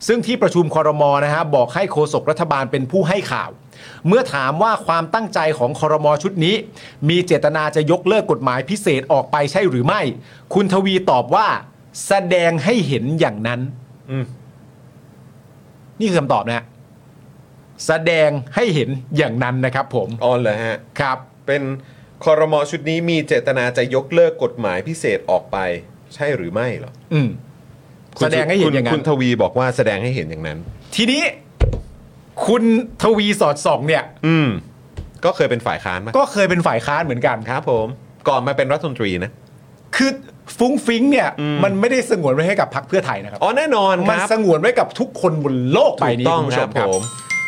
Speaker 5: ซึ่งที่ประชุมคอรมอนะฮะบอกให้โฆษกรัฐบาลเป็นผู้ให้ข่าว เมื่อถามว่าความตั้งใจของคอรมอชุดนี้ มีเจตนาจะยกเลิกกฎหมายพิเศษออกไปใช่หรือไม่ คุณทวีตอบว่า แสดงให้เห็นอย่างนั้น
Speaker 1: อืม
Speaker 5: นี่คือคำตอบนะฮะแสดงให้เห็นอย่างนั้นนะครับผม
Speaker 1: อ๋อเหรอฮะ
Speaker 5: ครับ
Speaker 1: เป็นคอรมอชุดนี้มีเจตนาจะยกเลิกกฎหมายพิเศษออกไป ใช่หรือไม่เหรอ
Speaker 5: อืม
Speaker 1: คุณ
Speaker 5: แสดงให้เห็น
Speaker 1: คุณ
Speaker 5: อย่างนั้
Speaker 1: คุณ
Speaker 5: น
Speaker 1: ทวีบอกว่าแสดงให้เห็นอย่างนั้น
Speaker 5: ทีนี้ คุณทวีสอดส่องเนี่ย
Speaker 1: อืม ก็เคยเป็นฝ่ายค้านมา
Speaker 5: ก็เคยเป็นฝ่ายค้านเหมือนกัน
Speaker 1: ครับ ผม ก่อนมาเป็นรัฐมนตรีนะ
Speaker 5: คือฟุ้งฟิ้งเนี่ย
Speaker 1: อืม
Speaker 5: มันไม่ได้สงวนไว้ให้กับพรรคเพื่อไทยนะครับ
Speaker 1: อ๋อแน่นอนค
Speaker 5: มัน
Speaker 1: รับ
Speaker 5: สงวนไว้กับทุกคนบนโลกใบนี้
Speaker 1: ถูกต้อง
Speaker 5: ณผู้ชม
Speaker 1: ครับผม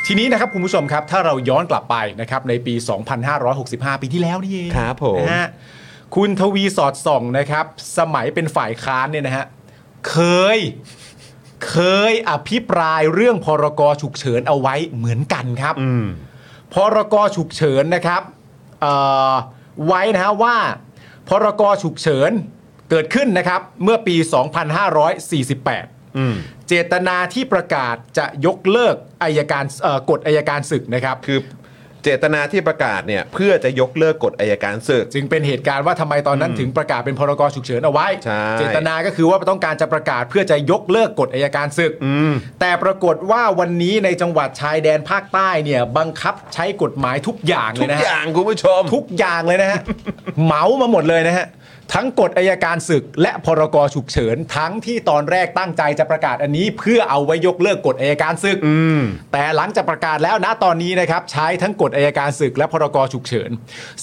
Speaker 5: ทีนี้นะครับคุณผู้ชมครับ ถ้าเราย้อนกลับไปนะครับในปี 2565 ปีที่แล้วนี่เอง
Speaker 1: ครับผม
Speaker 5: นะฮะคุณทวีสอดส่องนะครับ สมัยเป็นฝ่ายค้านเนี่ยนะฮะเคย เคยอภิปรายเรื่องพรกฉุกเฉินเอาไว้เหมือนกันครับ
Speaker 1: อืม
Speaker 5: พรกฉุกเฉินนะครับเอ่อไว้นะฮะว่าพรกฉุกเฉินเกิดขึ้นนะครับเมื่อปี 2548
Speaker 1: อืม
Speaker 5: เจตนาที่ประกาศจะยกเลิกอายการเอ่อกฎอายการศึกนะครับ
Speaker 1: คือเจตนาที่ประกาศเนี่ย เพื่อจะยกเลิกกฎอายการศึก
Speaker 5: จึงเป็นเหตุการณ์ว่าทำไมตอนนั้นถึงประกาศเป็นพรกฉุกเฉินเอาไว้
Speaker 1: ใช่
Speaker 5: เจตนาก็คือว่าต้องการจะประกาศเพื่อจะยกเลิกกฎอายการศึก
Speaker 1: อืม
Speaker 5: แต่ปรากฏว่าวันนี้ในจังหวัดชายแดนภาคใต้เนี่ยบังคับใช้กฎหมายทุกอย่างเล
Speaker 1: ทุ
Speaker 5: ย
Speaker 1: ก
Speaker 5: นะฮะ
Speaker 1: อย่างคุณผู้ชม
Speaker 5: [LAUGHS] ทุกอย่างเลยนะฮะ เหมามาหมดเลยนะฮะ ทั้งกฎอายการศึกและพรกฉุกเฉิน ทั้งที่ตอนแรกตั้งใจจะประกาศอันนี้ เพื่อเอาไว้ยกเลิกกฎอายการศึกแต่หลังจากประกาศแล้วนะตอนนี้นะครับ ใช้ทั้งกฎอายการศึกและพรกฉุกเฉิน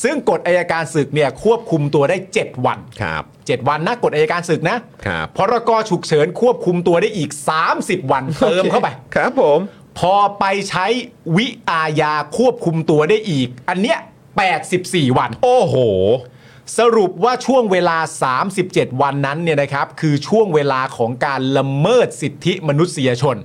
Speaker 5: ซึ่งกฎอายการศึกเนี่ยควบคุมตัวได้ 7 วัน
Speaker 1: ครับ
Speaker 5: 7 วันนะกฎอายการศึกนะครับ พรกฉุกเฉินควบคุมตัวได้อีก 30 วันเติมเข้าไป
Speaker 1: ครับผม
Speaker 5: พอไปใช้วิอาญาควบคุมตัวได้อีก อันเนี้ย 84 วัน
Speaker 1: โอ้โห
Speaker 5: สรุปว่าช่วงเวลา 37 วันนั้นเนี่ยนะครับ คือช่วงเวลาของการละเมิดสิทธิมนุษยชน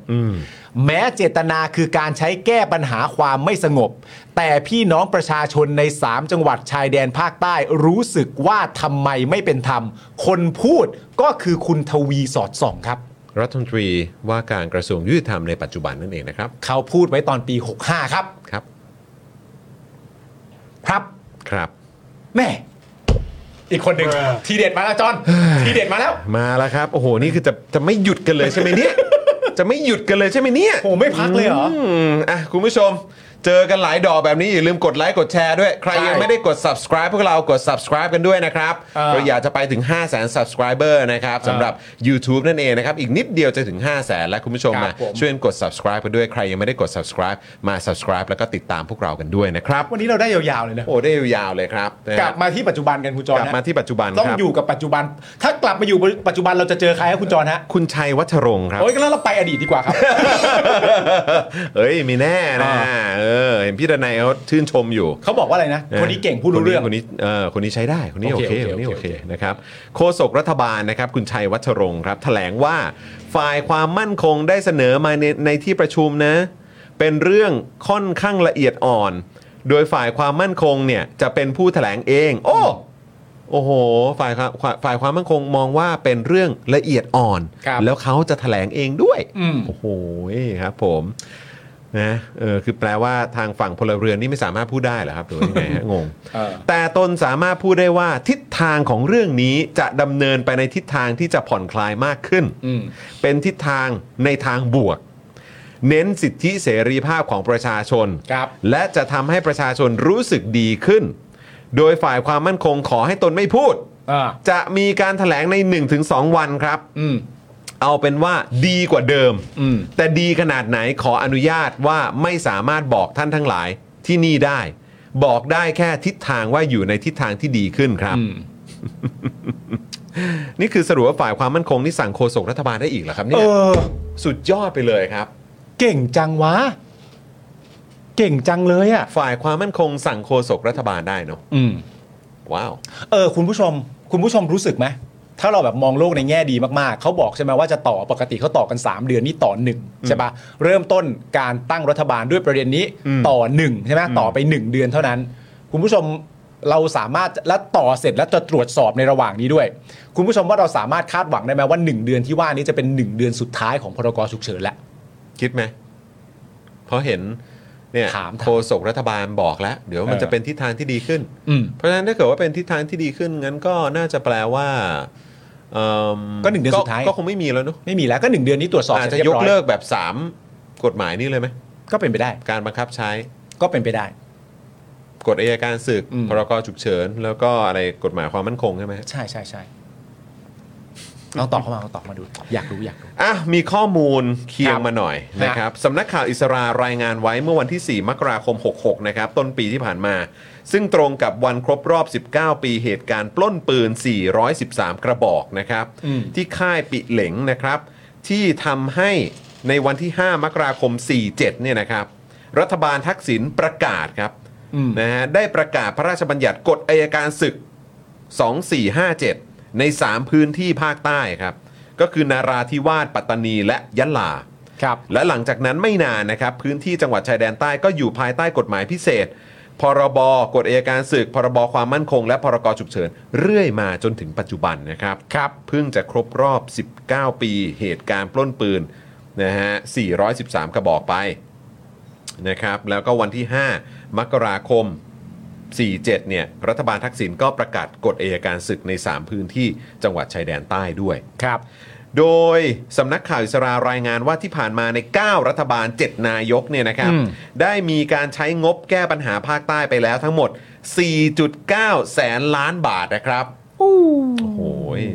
Speaker 5: แม้เจตนาคือการใช้แก้ปัญหาความไม่สงบ แต่พี่น้องประชาชนใน 3 จังหวัดชายแดนภาคใต้รู้สึกว่าทำไมไม่เป็นธรรม คนพูดก็คือคุณทวีสอดส่องครับ
Speaker 1: รัฐมนตรีว่าการกระทรวงยุติธรรมในปัจจุบันนั่นเองนะครับ
Speaker 5: เขาพูดไว้ตอนปี 65 ครับ
Speaker 1: ครับ
Speaker 5: ครับ
Speaker 1: ครับ
Speaker 5: แม่อีกคนหนึ่งทีเด็ดมาแล้ว
Speaker 1: [SIGHS]
Speaker 5: จอนทีเด็ดมาแล้ว
Speaker 1: มาแล้วครับ โอ้โห นี่คือจะจะไม่หยุดกันเลยใช่ไหม [LAUGHS] เนี่ย จะไม่หยุดกันเลยใช่ไหมเนี่ย
Speaker 5: โอ้ไม่พักเลยเหรอ
Speaker 1: มอ่ะคุณผู้ชม เจอกันหลายดอกแบบนี้อย่าลืมกดไลค์กดแชร์ด้วย ใครยัง
Speaker 5: ใช่
Speaker 1: ไม่ได้กด subscribe พวกเรากด subscribe กันด้วยนะครับ
Speaker 5: เออ
Speaker 1: เราอยากจะไปถึง 5 0 0 0 0 subscriber นะครับสำหรับ YouTube นั่นเองนะครับ อีกนิดเดียวจะถึง 5 0 0 0 0 0และคุณผู้ชม
Speaker 5: ครับ
Speaker 1: มา
Speaker 5: ผม
Speaker 1: ช่วยกันกด subscribe กันด้วยใครยังไม่ได้กด subscribe มา subscribe แล้วก็ติดตามพวกเรากันด้วยนะครับ
Speaker 5: วันนี้เราได้ยาวๆเลยนะ
Speaker 1: โอ้ได้ยาวๆเลยครับนะฮะ
Speaker 5: กลับมาที่ปัจจุบันกันคุณจอน
Speaker 1: กลับ
Speaker 5: นะ
Speaker 1: มาที่ปัจจุบัน
Speaker 5: ต้อง
Speaker 1: ครับ
Speaker 5: อยู่กับปัจจุบัน ถ้ากลับมาอยู่ปัจจุบันเราจะเจอใครครับคุณจอนฮะ
Speaker 1: คุณชัยวัชรงค์ครับ
Speaker 5: โอ้ยก็แล้วเราไปอดีตดีกว่าครับ
Speaker 1: เอ้ยมีแน่นะเออเห็นพี่ดนัยเขาชื่นชมอยู่
Speaker 5: เขาบอกว่าอะไรนะ คนนี้เก่งพูดรู้เรื่อง
Speaker 1: คนนี้คนนี้เออคนนี้ใช้ได้ คนนี้โอ
Speaker 5: โอ
Speaker 1: เค
Speaker 5: เค
Speaker 1: คนนี้โอ
Speaker 5: โอ
Speaker 1: เค
Speaker 5: เค
Speaker 1: นะครับโฆษกรัฐบาลนะครับ คุณชัยวัชรงค์ครับ แถลงว่าฝ่ายความมั่นคงได้เสนอมาในในที่ประชุมนะ เป็นเรื่องค่อนข้างละเอียดอ่อน โดยฝ่ายความมั่นคงเนี่ยจะเป็นผู้แถลงเอง โอ้ โอ้โห ฝ่ายความฝ่ายความมั่นคงมองว่าเป็นเรื่องละเอียดอ่อน
Speaker 5: ครับ
Speaker 1: แล้วเขาจะแถลงเองด้วย
Speaker 5: อืม
Speaker 1: โอ้โหครับผมนะเออคือแปลว่าทางฝั่งพลเรือนนี่ไม่สามารถพูดได้เหรอครับหรือว่ายังไงฮะ งง
Speaker 5: เออ
Speaker 1: แต่ตนสามารถพูดได้ว่าทิศทางของเรื่องนี้จะดำเนินไปในทิศทางที่จะผ่อนคลายมากขึ้น
Speaker 5: อืม
Speaker 1: เป็นทิศทางในทางบวก เน้นสิทธิเสรีภาพของประชาชน
Speaker 5: ครับ
Speaker 1: และจะทำให้ประชาชนรู้สึกดีขึ้น โดยฝ่ายความมั่นคงขอให้ตนไม่พูด
Speaker 5: อ่า
Speaker 1: จะมีการแถลงใน 1-2 วันครับ
Speaker 5: อืม
Speaker 1: เอาเป็นว่าดีกว่าเดิม
Speaker 5: อืม
Speaker 1: แต่ดีขนาดไหนขออนุญาตว่าไม่สามารถบอกท่านทั้งหลายที่นี่ได้ บอกได้แค่ทิศทางว่าอยู่ในทิศทางที่ดีขึ้นครับ
Speaker 5: อืม
Speaker 1: นี่คือสรุปว่าฝ่ายความมั่นคงนี่สั่งโฆษกรัฐบาลได้อีกเหรอครับเนี่
Speaker 5: เอยอ
Speaker 1: สุดยอดไปเลยครับ
Speaker 5: เก่งจังวะ เก่งจังเลยอ่ะ
Speaker 1: ฝ่ายความมั่นคงสั่งโฆษกรัฐบาลได้เนาะ
Speaker 5: อืม
Speaker 1: ว้าว
Speaker 5: เออคุณผู้ชม คุณผู้ชมรู้สึกไหมถ้าเราแบบมองโลกในแง่ดีมากๆ เขาบอกใช่ไหมว่าจะต่อปกติเขาต่อกัน 3 เดือนนี่ต่อหนึ่งใช่ปะเริ่มต้นการตั้งรัฐบาลด้วยประเด็นนี้ต่อหนึ่งใช่ไหมต่อไป 1 เดือนเท่านั้น คุณผู้ชมเราสามารถและต่อเสร็จแล้วจะตรวจสอบในระหว่างนี้ด้วย คุณผู้ชมว่าเราสามารถคาดหวังได้ไหมว่า 1 เดือนที่ว่านี้จะเป็น 1 เดือนสุดท้ายของพรกฉุกเฉินแล้ว
Speaker 1: คิดไหมเพราะเห็นเนี่ย
Speaker 5: ถาม
Speaker 1: โฆษกรัฐบาลบอกแล้ว เดี๋ยวมัน
Speaker 5: เออ
Speaker 1: จะเป็นทิศทางที่ดีขึ้น
Speaker 5: อืม
Speaker 1: เพราะฉะนั้นถ้าเกิดว่าเป็นทิศทางที่ดีขึ้นงั้นก็น่าจะแปลว่าเอิ่ม
Speaker 5: ก็หนึ่งเดือนสุดท้าย
Speaker 1: ก็คงไม่มีแล้วเนอะ
Speaker 5: ไม่มีแล้วก็ 1 เดือนนี้ตรวจสอบ
Speaker 1: อาจ
Speaker 5: เสร็
Speaker 1: จะ
Speaker 5: จเรีย
Speaker 1: ยก
Speaker 5: บร้อย
Speaker 1: เลิกแบบ 3 กฎหมายนี้เลยไหม
Speaker 5: ก็เป็นไปได้
Speaker 1: การบังคับใช้
Speaker 5: ก็เป็นไปได้
Speaker 1: กฎอัยการศึก
Speaker 5: อืม
Speaker 1: พรกฉุกเฉิน แล้วก็อะไรกฎหมายความมั่นคงใช่ไหมฮะ
Speaker 5: ใช่ใช่ใช่เอาตอบเข้ามาเอาตอบมาดู อยากรู้อยากรู้
Speaker 1: อ่ะมีข้อมูลเคียงมาหน่อย
Speaker 5: ครับ
Speaker 1: นะครับสำนักข่าวอิสารารายงานไว้เมื่อวันที่ 4 มกราคม 66 นะครับ ต้นปีที่ผ่านมา ซึ่งตรงกับวันครบรอบ 19 ปีเหตุการณ์ปล้นปืน 413 กระบอกนะครับ ที่ค่ายปิเหลงนะครับ ที่ทำให้ในวันที่ 5 มกราคม 47 เนี่ยนะครับ รัฐบาลทักษิณประกาศครับ
Speaker 5: อืม
Speaker 1: นะฮะได้ประกาศพระราชบัญญัติกฎอายการศึก 2457 ใน 3 พื้นที่ภาคใต้ครับ ก็คือนาราธิวาสปัตตานีและยะลา
Speaker 5: ครับ
Speaker 1: และหลังจากนั้นไม่นานนะครับ พื้นที่จังหวัดชายแดนใต้ก็อยู่ภายใต้กฎหมายพิเศษ พรบกฎอัยการศึก พรบความมั่นคง และพรกฉุกเฉิน เรื่อยมาจนถึงปัจจุบันนะครับ
Speaker 5: ครับ
Speaker 1: เพิ่งจะครบรอบ 19 ปีเหตุการณ์ปล้นปืนนะฮะ 413 กระบอกไปนะครับ แล้วก็วันที่ 5 มกราคม 47 เนี่ย รัฐบาลทักษิณก็ประกาศกฎอัยการศึกใน 3 พื้นที่จังหวัดชายแดนใต้ด้วย
Speaker 5: ครับ
Speaker 1: โดยสำนักข่าวอิสรารายงานว่าที่ผ่านมาใน 9 รัฐบาล 7 นายกเนี่ยนะครับ
Speaker 5: อืม
Speaker 1: ได้มีการใช้งบแก้ปัญหาภาคใต้ไปแล้วทั้งหมด 4.9 แสนล้านบาทนะครับ โอ้โห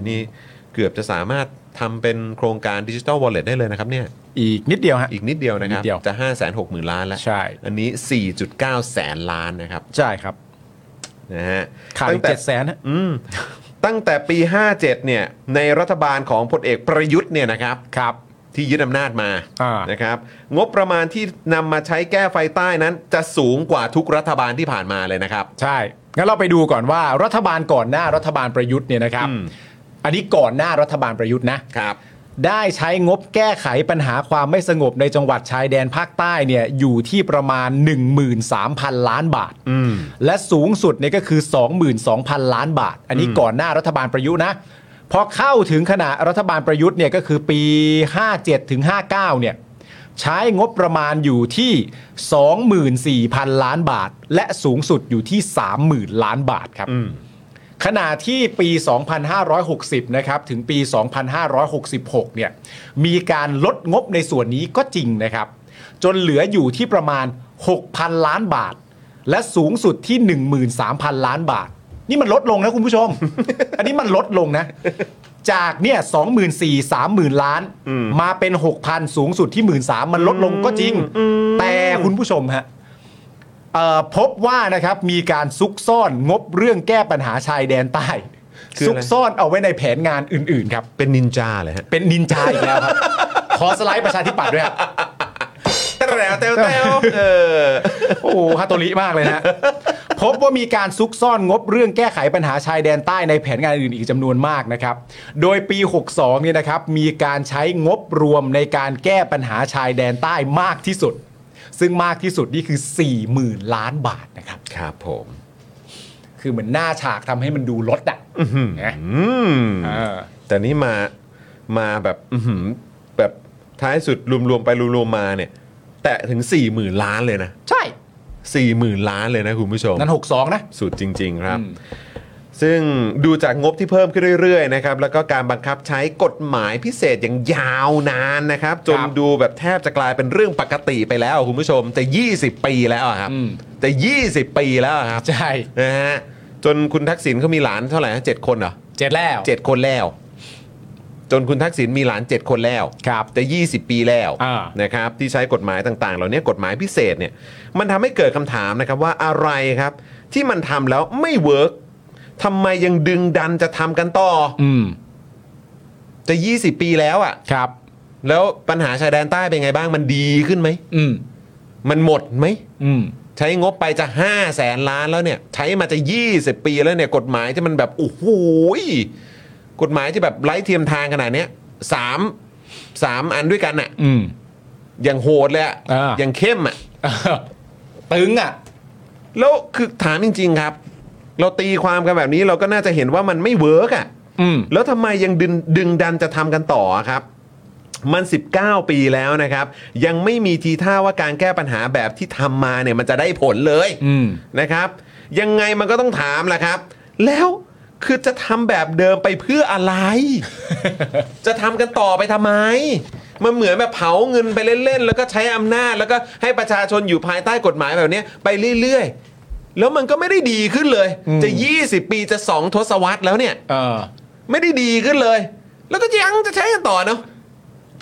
Speaker 1: นี่เกือบจะสามารถทำเป็นโครงการดิจิ t a ลวอลเล็ตได้เลยนะครับเนี่ย
Speaker 5: อีกนิดเดียวฮะ
Speaker 1: อีกนิดเดียวนะครับ
Speaker 5: นิดเดียว
Speaker 1: จะ 5 6 0 0 0 0 ล้านแล้ว
Speaker 5: ใช่
Speaker 1: อันนี้ 4.9 แสนล้านนะครับ
Speaker 5: ใช่ครับ
Speaker 1: นะฮะ
Speaker 5: ขาดอีกเจ็ดแสนฮะ
Speaker 1: อืมตั้งแต่ปี 57 เนี่ย ในรัฐบาลของพลเอกประยุทธ์เนี่ยนะครับครับ ที่ยึดอำนาจมา
Speaker 5: อ่า
Speaker 1: นะครับ งบประมาณที่นำมาใช้แก้ไฟใต้นั้น จะสูงกว่าทุกรัฐบาลที่ผ่านมาเลยนะครับ
Speaker 5: ใช่ งั้นเราไปดูก่อนว่ารัฐบาลก่อนหน้ารัฐบาลประยุทธ์เนี่ยนะครับ
Speaker 1: อืม
Speaker 5: อันนี้ก่อนหน้ารัฐบาลประยุทธ์นะ
Speaker 1: ครับ
Speaker 5: ได้ใช้งบแก้ไขปัญหาความไม่สงบในจังหวัดชายแดนภาคใต้เนี่ยอยู่ที่ประมาณ 13,000 ล้านบาท
Speaker 1: อืม
Speaker 5: และสูงสุดเนี่ยก็คือ 22,000 ล้านบาท อันนี้ก่อนหน้ารัฐบาลประยุทธ์นะ พอเข้าถึงขณะรัฐบาลประยุทธ์เนี่ยก็คือปี 57ถึง59เนี่ยใช้งบประมาณอยู่ที่ 24,000 ล้านบาท และสูงสุดอยู่ที่ 30,000 ล้านบาทครับ ขณะที่ปี 2560 นะครับ ถึงปี 2566 เนี่ย มีการลดงบในส่วนนี้ก็จริงนะครับ จนเหลืออยู่ที่ประมาณ 6,000 ล้านบาท และสูงสุดที่ 13,000 ล้านบาท นี่มันลดลงนะคุณผู้ชม [LAUGHS] อันนี้มันลดลงนะ จากเนี่ยสองหมื่นสี่สามหมื่นล้าน มาเป็น 6,000 สูงสุดที่หมื่นสามมันลดลงก็จริง แต่คุณผู้ชมฮะ เอ่อพบว่านะครับมีการซุกซ่อนงบเรื่องแก้ปัญหาชายแดนใต้
Speaker 1: คืออะไร
Speaker 5: ซุกซ่อนเอาไว้ในแผนงานอื่น ๆ ครับ
Speaker 1: เป็นนินจาเลยฮะ
Speaker 5: เป็นนินจาอีกแล้วครับ [LAUGHS] ขอสไลด์ประชาธิปัตย์ด้วยครับ
Speaker 1: เต้วเต้วเต้วเออ
Speaker 5: โอ้โหฮาโตริมากเลยนะ [LAUGHS] พบว่ามีการซุกซ่อนงบเรื่องแก้ไขปัญหาชายแดนใต้ในแผนงานอื่นอีกจำนวนมากนะครับ โดยปี 62เนี่ยนะครับ มีการใช้งบรวมในการแก้ปัญหาชายแดนใต้มากที่สุด ซึ่งมากที่สุดนี่คือ 40,000 ล้านบาทนะครับ
Speaker 1: ครับผม
Speaker 5: คือเหมือนหน้าฉากทำให้มันดูลดอ่ะ นะ
Speaker 1: อืมแต่นี่มามาแบบอื้อหือแบบท้ายสุดรวมๆไปรวมๆมาเนี่ย แตะถึง 4 0,000 ล้านเลยนะ
Speaker 5: ใช่
Speaker 1: 4 0,000 ล้านเลยนะคุณผู้ชม
Speaker 5: นั้น 62 นะ
Speaker 1: สุดจริง ๆ ครับ ซึ่งดูจากงบที่เพิ่มขึ้นเรื่อย ๆ นะครับ แล้วก็การบังคับใช้กฎหมายพิเศษอย่างยาวนานนะครับ จน
Speaker 5: ครับ
Speaker 1: ดูแบบแทบจะกลายเป็นเรื่องปกติไปแล้วคุณผู้ชมจะ20 ปีแล้วอะครับ
Speaker 5: อืม
Speaker 1: จะ20 ปีแล้วอะครับ
Speaker 5: ใช่
Speaker 1: นะฮะจนคุณทักษิณเขามีหลานเท่าไหร่นะเจ็ดคนเหรอ
Speaker 5: เจ็ดแล้ว
Speaker 1: เจ็ดคนแล้ว จนคุณทักษิณมีหลาน 7 คนแล้ว
Speaker 5: ครับ
Speaker 1: แต่ 20 ปีแล้ว
Speaker 5: อ่า
Speaker 1: นะครับที่ใช้กฎหมายต่างๆ เหล่านี้กฎหมายพิเศษเนี่ยมันทำให้เกิดคำถามนะครับว่าอะไรครับ ที่มันทำแล้วไม่เวิร์กทำไมยังดึงดันจะทำกันต่ออ
Speaker 5: อืม
Speaker 1: จะ 20 ปีแล้วอะ่ะ
Speaker 5: ครับ
Speaker 1: แล้วปัญหาชายแดนใต้เป็นไงบ้างมันดีขึ้นไหม
Speaker 5: อืม
Speaker 1: มันหมดไหม
Speaker 5: อืม
Speaker 1: ใช้งบไปจะ 5 0 0แสนล้านแล้วเนี่ย ใช้มาจะ 20 ปีแล้วเนี่ย กฎหมายที่มันแบบโอ้โหยกฎหมายที่แบบไร้เทียมทางขนาดเนี้ยสามสามอันด้วยกันน่ะ
Speaker 5: อืม
Speaker 1: อย่างโหดเลยอะ
Speaker 5: อ่า
Speaker 1: อย่างเข้มอ่ะ
Speaker 5: ตึงอ่ะ
Speaker 1: แล้วคือถามจริง ๆครับ เราตีความกันแบบนี้เราก็น่าจะเห็นว่ามันไม่เวิร์กอ่ะ
Speaker 5: อืม
Speaker 1: แล้วทำไมยังดึงดึงดันจะทำกันต่อครับ มัน 19 ปีแล้วนะครับ ยังไม่มีทีท่าว่าการแก้ปัญหาแบบที่ทำมาเนี่ยมันจะได้ผลเลย
Speaker 5: อืม
Speaker 1: นะครับ ยังไงมันก็ต้องถามแหละครับ แล้วคือจะทำแบบเดิมไปเพื่อ
Speaker 5: [LAUGHS]
Speaker 1: อะไร จะทำกันต่อไปทำไม มันเหมือนแบบเผาเงินไปเล่นๆ แล้วก็ใช้อำนาจ แล้วก็ให้ประชาชนอยู่ภายใต้กฎหมายแบบเนี้ยไปเรื่อยๆ แล้วมันก็ไม่ได้ดีขึ้นเลย จะ 20 ปีจะสองทศวรรษแล้วเนี่ย
Speaker 5: เออ
Speaker 1: ไม่ได้ดีขึ้นเลย แล้วก็ยังจะใช้กันต่อเนาะ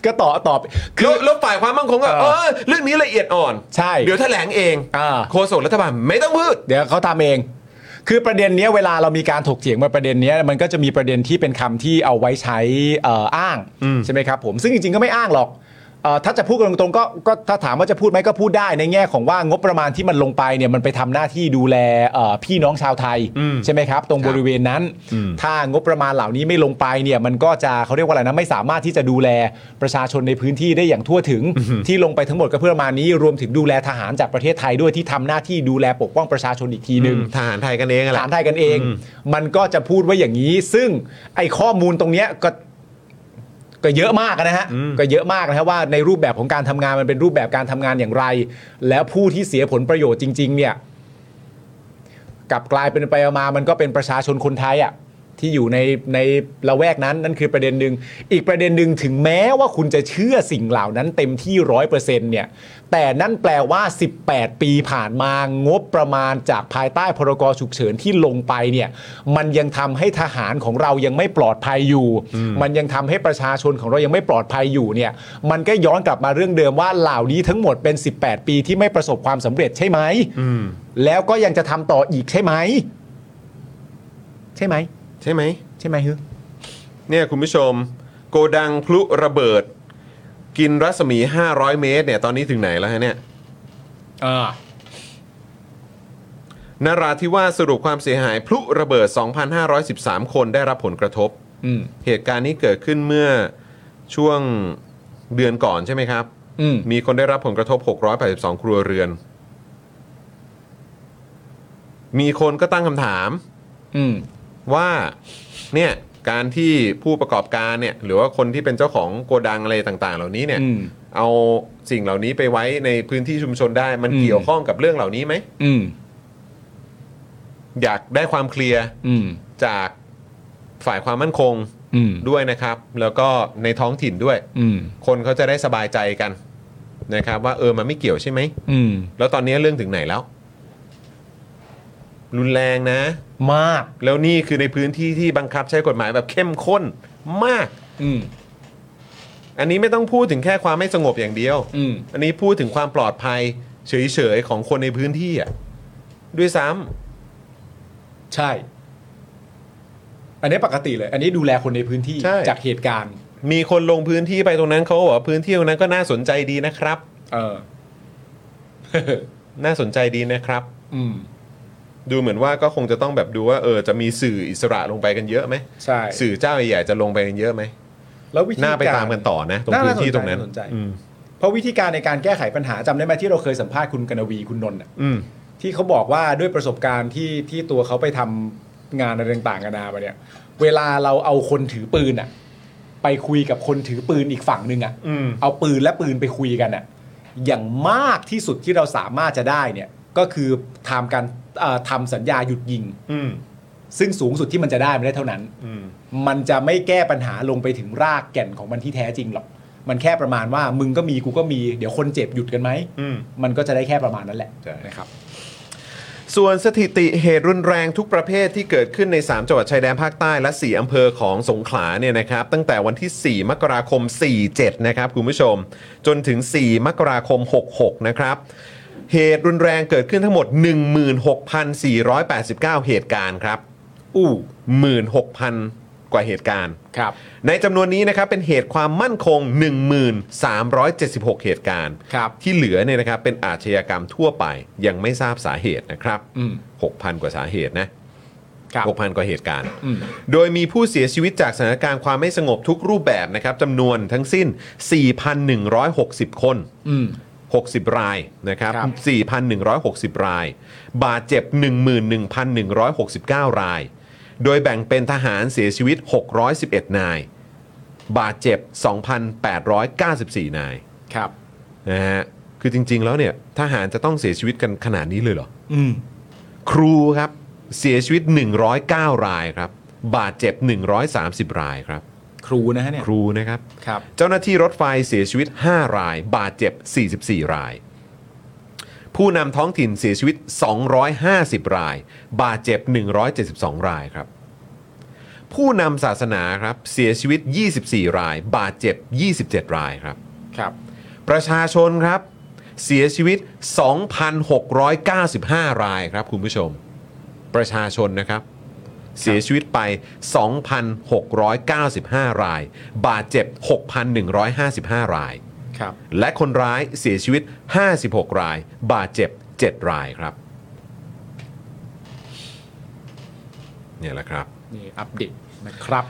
Speaker 5: ก็ต่อตอบ
Speaker 1: แล้วแล้วฝ่ายความมั่นคงก็
Speaker 5: เอ
Speaker 1: เอ
Speaker 5: อ
Speaker 1: อเรื่องนี้ละเอียดอ่อน
Speaker 5: ใช่
Speaker 1: เดี๋ยวแถลงเอง
Speaker 5: อ่า
Speaker 1: โฆษกรัฐบาลไม่ต้องพูด
Speaker 5: เดี๋ยวเขาทำเอง คือประเด็นเนี้ยเวลาเรามีการถกเถียงมาประเด็นเนี้ยมันก็จะมีประเด็นที่เป็นคำที่เอาไว้ใช้เอ่ออ้างใช่ไหมครับผมซึ่งจริงๆก็ไม่อ้างหรอกเอ่อถ้าจะพูดกันตรงๆก็ก็ถ้าถามว่าจะพูดไหมก็พูดได้ในแง่ของว่างบประมาณที่มันลงไปเนี่ยมันไปทำหน้าที่ดูแลเอ่อพี่น้องชาวไทยใช่ไหมครับ ตรงบริเวณนั้น ถ้างบประมาณเหล่านี้ไม่ลงไปเนี่ยมันก็จะเขาเรียกว่าอะไรนะไม่สามารถที่จะดูแลประชาชนในพื้นที่ได้อย่างทั่วถึงที่ลงไปทั้งหมดก็เพื่อประมาณนี้รวมถึงดูแลทหารจากประเทศไทยด้วยที่ทำหน้าที่ดูแลปกป้องประชาชนอีกทีหนึ่ง
Speaker 1: ทหารไทยกันเองอะแห
Speaker 5: ถา
Speaker 1: ละ
Speaker 5: มไทยกันเอง มันก็จะพูดไว่าอย่างนี้ ซึ่งไอ้ข้อมูลตรงเนี้ยก็ก็เยอะมากนะฮะ ก็เยอะมากนะฮะว่าในรูปแบบของการทำงานมันเป็นรูปแบบการทำงานอย่างไร แล้วผู้ที่เสียผลประโยชน์จริง ๆ เนี่ย กลับกลายเป็นไปมา มันก็เป็นประชาชนคนไทยอะที่อยู่ในในละแวกนั้นนั่นคือประเด็นหนึ่งอีกประเด็นหนึ่งถึงแม้ว่าคุณจะเชื่อสิ่งเหล่านั้นเต็มที่ร้อยเปอร์เซ็นต์เนี่ย แต่นั่นแปลว่า 18 ปีผ่านมางบประมาณจากภายใต้พรกฉุกเฉินที่ลงไปเนี่ย มันยังทำให้ทหารของเรายังไม่ปลอดภัยอยู่ มันยังทำให้ประชาชนของเรายังไม่ปลอดภัยอยู่เนี่ย มันก็ย้อนกลับมาเรื่องเดิมว่าเหล่านี้ทั้งหมดเป็น 18 ปีที่ไม่ประสบความสำเร็จใช่ไหม แล้วก็ยังจะทำต่ออีกใช่ไหม ใช่ไหม
Speaker 1: ใช่ไหม
Speaker 5: ใช่ไหมฮึ
Speaker 1: เนี่ยคุณผู้ชม โกดังพลุระเบิด กินรัศมี 500 เมตรเนี่ยตอนนี้ถึงไหนแล้วฮะเนี่ย
Speaker 5: เออ
Speaker 1: นราธิวาสสรุปความเสียหายพลุระเบิด 2,513 คนได้รับผลกระทบ
Speaker 5: อืม
Speaker 1: เหตุการณ์นี้เกิดขึ้นเมื่อช่วงเดือนก่อนใช่ไหมครับ
Speaker 5: อืม
Speaker 1: มีคนได้รับผลกระทบ 682 ครัวเรือน มีคนก็ตั้งคำถาม
Speaker 5: อืม
Speaker 1: ว่าเนี่ย การที่ผู้ประกอบการเนี่ยหรือว่าคนที่เป็นเจ้าของโกดังอะไรต่างๆ เหล่านี้เนี่ยเอาสิ่งเหล่านี้ไปไว้ในพื้นที่ชุมชนได้ มัน
Speaker 5: อืม
Speaker 1: เกี่ยวข้องกับเรื่องเหล่านี้ไหม
Speaker 5: อืม
Speaker 1: อยากได้ความเคลียร์
Speaker 5: อืม
Speaker 1: จากฝ่ายความมั่นคง
Speaker 5: อืม
Speaker 1: ด้วยนะครับ แล้วก็ในท้องถิ่นด้วย
Speaker 5: อืม
Speaker 1: คนเขาจะได้สบายใจกันนะครับ ว่าเออมันไม่เกี่ยวใช่ไหม
Speaker 5: อืม
Speaker 1: แล้วตอนนี้เรื่องถึงไหนแล้ว รุนแรงนะ
Speaker 5: มาก
Speaker 1: แล้วนี่คือในพื้นที่ที่บังคับใช้กฎหมายแบบเข้มข้นมาก
Speaker 5: อืม
Speaker 1: อันนี้ไม่ต้องพูดถึงแค่ความไม่สงบอย่างเดียว
Speaker 5: อืม
Speaker 1: อันนี้พูดถึงความปลอดภัย เฉยๆของคนในพื้นที่อ่ะด้วยซ้
Speaker 5: ใช่ อันนี้ปกติเลย อันนี้ดูแลคนในพื้นที่จากเหตุการณ์
Speaker 1: ำมีคนลงพื้นที่ไปตรงนั้นเขาก็บอกว่าพื้นที่ตรงนั้นก็น่าสนใจดีนะครับ
Speaker 5: เออ [LAUGHS]
Speaker 1: น่าสนใจดีนะครับ
Speaker 5: อืม
Speaker 1: ดูเหมือนว่าก็คงจะต้องแบบดูว่าเออจะมีสื่ออิสระลงไปกันเยอะไหม
Speaker 5: ใช่
Speaker 1: สื่อเจ้าใหญ่ๆจะลงไปกันเยอะไหม
Speaker 5: แล้ววิธี
Speaker 1: น่าไป
Speaker 5: ก
Speaker 1: ตามกันต่อนะ ตรงพื้นที่ตรงนั้น
Speaker 5: าสใจาส
Speaker 1: อืม
Speaker 5: เพราะวิธีการในการแก้ไขปัญหาจำได้ไหมที่เราเคยสัมภาษณ์คุณกนวีคุณนนท์น่ะ
Speaker 1: อืม
Speaker 5: ที่เขาบอกว่าด้วยประสบการณ์ที่ที่ตัวเขาไปทำงานอะไรต่างๆกันานามาเนี่ย เวลาเราเอาคนถือปืนอะไปคุยกับคนถือปืนอีกฝั่งหนึ่งอะ
Speaker 1: อืม
Speaker 5: เอาปืนและปืนไปคุยกันอะอย่างมากที่สุดที่เราสามารถจะได้เนี่ย ก็คือทำการเอ่อทำสัญญาหยุดยิง
Speaker 1: อืม
Speaker 5: ซึ่งสูงสุดที่มันจะได้ไม่ได้เท่านั้น
Speaker 1: อืม
Speaker 5: มันจะไม่แก้ปัญหาลงไปถึงรากแก่นของมันที่แท้จริงหรอก มันแค่ประมาณว่ามึงก็มีกูก็มีเดี๋ยวคนเจ็บหยุดกันไหม
Speaker 1: อืม
Speaker 5: มันก็จะได้แค่ประมาณนั้นแหละนะครับ
Speaker 1: ส่วนสถิติเหตุรุนแรงทุกประเภทที่เกิดขึ้นใน 3 จังหวัดชายแดนภาคใต้และ 4 อำเภอของสงขลาเนี่ยนะครับ ตั้งแต่วันที่ 4 มกราคม 47 นะครับ คุณผู้ชม จนถึง 4 มกราคม 66 นะครับ เหตุรุนแรงเกิดขึ้นทั้งหมด 16,489 เหตุการณ์ครับ อู้16,000 กว่าเหตุการณ์
Speaker 5: ครับ
Speaker 1: ในจำนวนนี้นะครับเป็นเหตุความมั่นคง 1376 เหตุการณ์
Speaker 5: ครับ
Speaker 1: ที่เหลือเนี่ยนะครับเป็นอาชญากรรมทั่วไปยังไม่ทราบสาเหตุนะครับ
Speaker 5: อืม
Speaker 1: 6,000 กว่าสาเหตุนะครับ 6,000 กว่าเหตุการณ์
Speaker 5: อืม
Speaker 1: โดยมีผู้เสียชีวิตจากสถานการณ์ความไม่สงบทุกรูปแบบนะครับจำนวนทั้งสิ้น 4,160 คน
Speaker 5: อืม
Speaker 1: 60 รายนะครับ
Speaker 5: ครับ
Speaker 1: 4,160 ราย บาดเจ็บ 11,169 ราย โดยแบ่งเป็นทหารเสียชีวิต 611 นาย บาดเจ็บ 2,894 นาย
Speaker 5: ครับ
Speaker 1: นะฮะคือจริง ๆ แล้วเนี่ยทหารจะต้องเสียชีวิตกันขนาดนี้เลยเหรอ
Speaker 5: อืม
Speaker 1: ครูครับ เสียชีวิต 109 รายครับ บาดเจ็บ 130 รายครับ
Speaker 5: ครูนะฮะเนี่ย
Speaker 1: ครูนะครับ
Speaker 5: ครับ
Speaker 1: เจ้าหน้าที่รถไฟเสียชีวิต 5 ราย บาดเจ็บ 44 ราย ผู้นำท้องถิ่นเสียชีวิต 250 ราย บาดเจ็บ 172 รายครับ ผู้นำศาสนาครับเสียชีวิต 24 ราย บาดเจ็บ 27 รายครับ
Speaker 5: ครับ
Speaker 1: ประชาชนครับ เสียชีวิต 2,695 รายครับคุณผู้ชม ประชาชนนะครับ เสียชีวิตไป 2,695 ราย บาดเจ็บ 6,155 ราย
Speaker 5: ครับ
Speaker 1: และคนร้ายเสียชีวิต 56 ราย บาดเจ็บ 7 รายครับ เนี่ยแหละครับ
Speaker 5: นี่อัปเดตนะครับ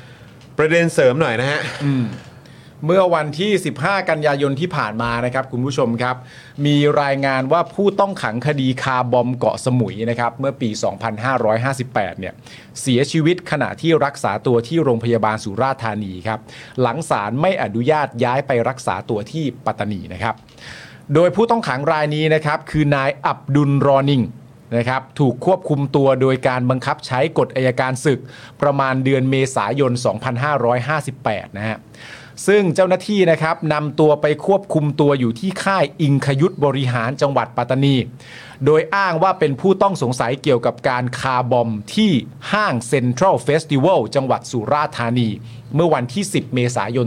Speaker 1: ประเด็นเสริมหน่อยนะฮะ
Speaker 5: อืม เมื่อวันที่ 15 กันยายนที่ผ่านมานะครับ คุณผู้ชมครับ มีรายงานว่าผู้ต้องขังคดีคาร์บอมเกาะสมุยนะครับ เมื่อปี 2558 เนี่ย เสียชีวิตขณะที่รักษาตัวที่โรงพยาบาลสุราษฎร์ธานีครับ หลังศาลไม่อนุญาตย้ายไปรักษาตัวที่ปัตตานีนะครับ โดยผู้ต้องขังรายนี้นะครับ คือนายอับดุลรอนิงนะครับ ถูกควบคุมตัวโดยการบังคับใช้กฎอายการศึก ประมาณเดือนเมษายน 2558 นะฮะซึ่งเจ้าหน้าที่นะครับนำตัวไปควบคุมตัวอยู่ที่ค่ายอิงคยุทธบริหารจังหวัดปัตตานี โดยอ้างว่าเป็นผู้ต้องสงสัยเกี่ยวกับการคาร์บอมที่ห้างเซ็นทรัลเฟสติวัลจังหวัดสุราษฎร์ธานี เมื่อวันที่ 10 เมษายน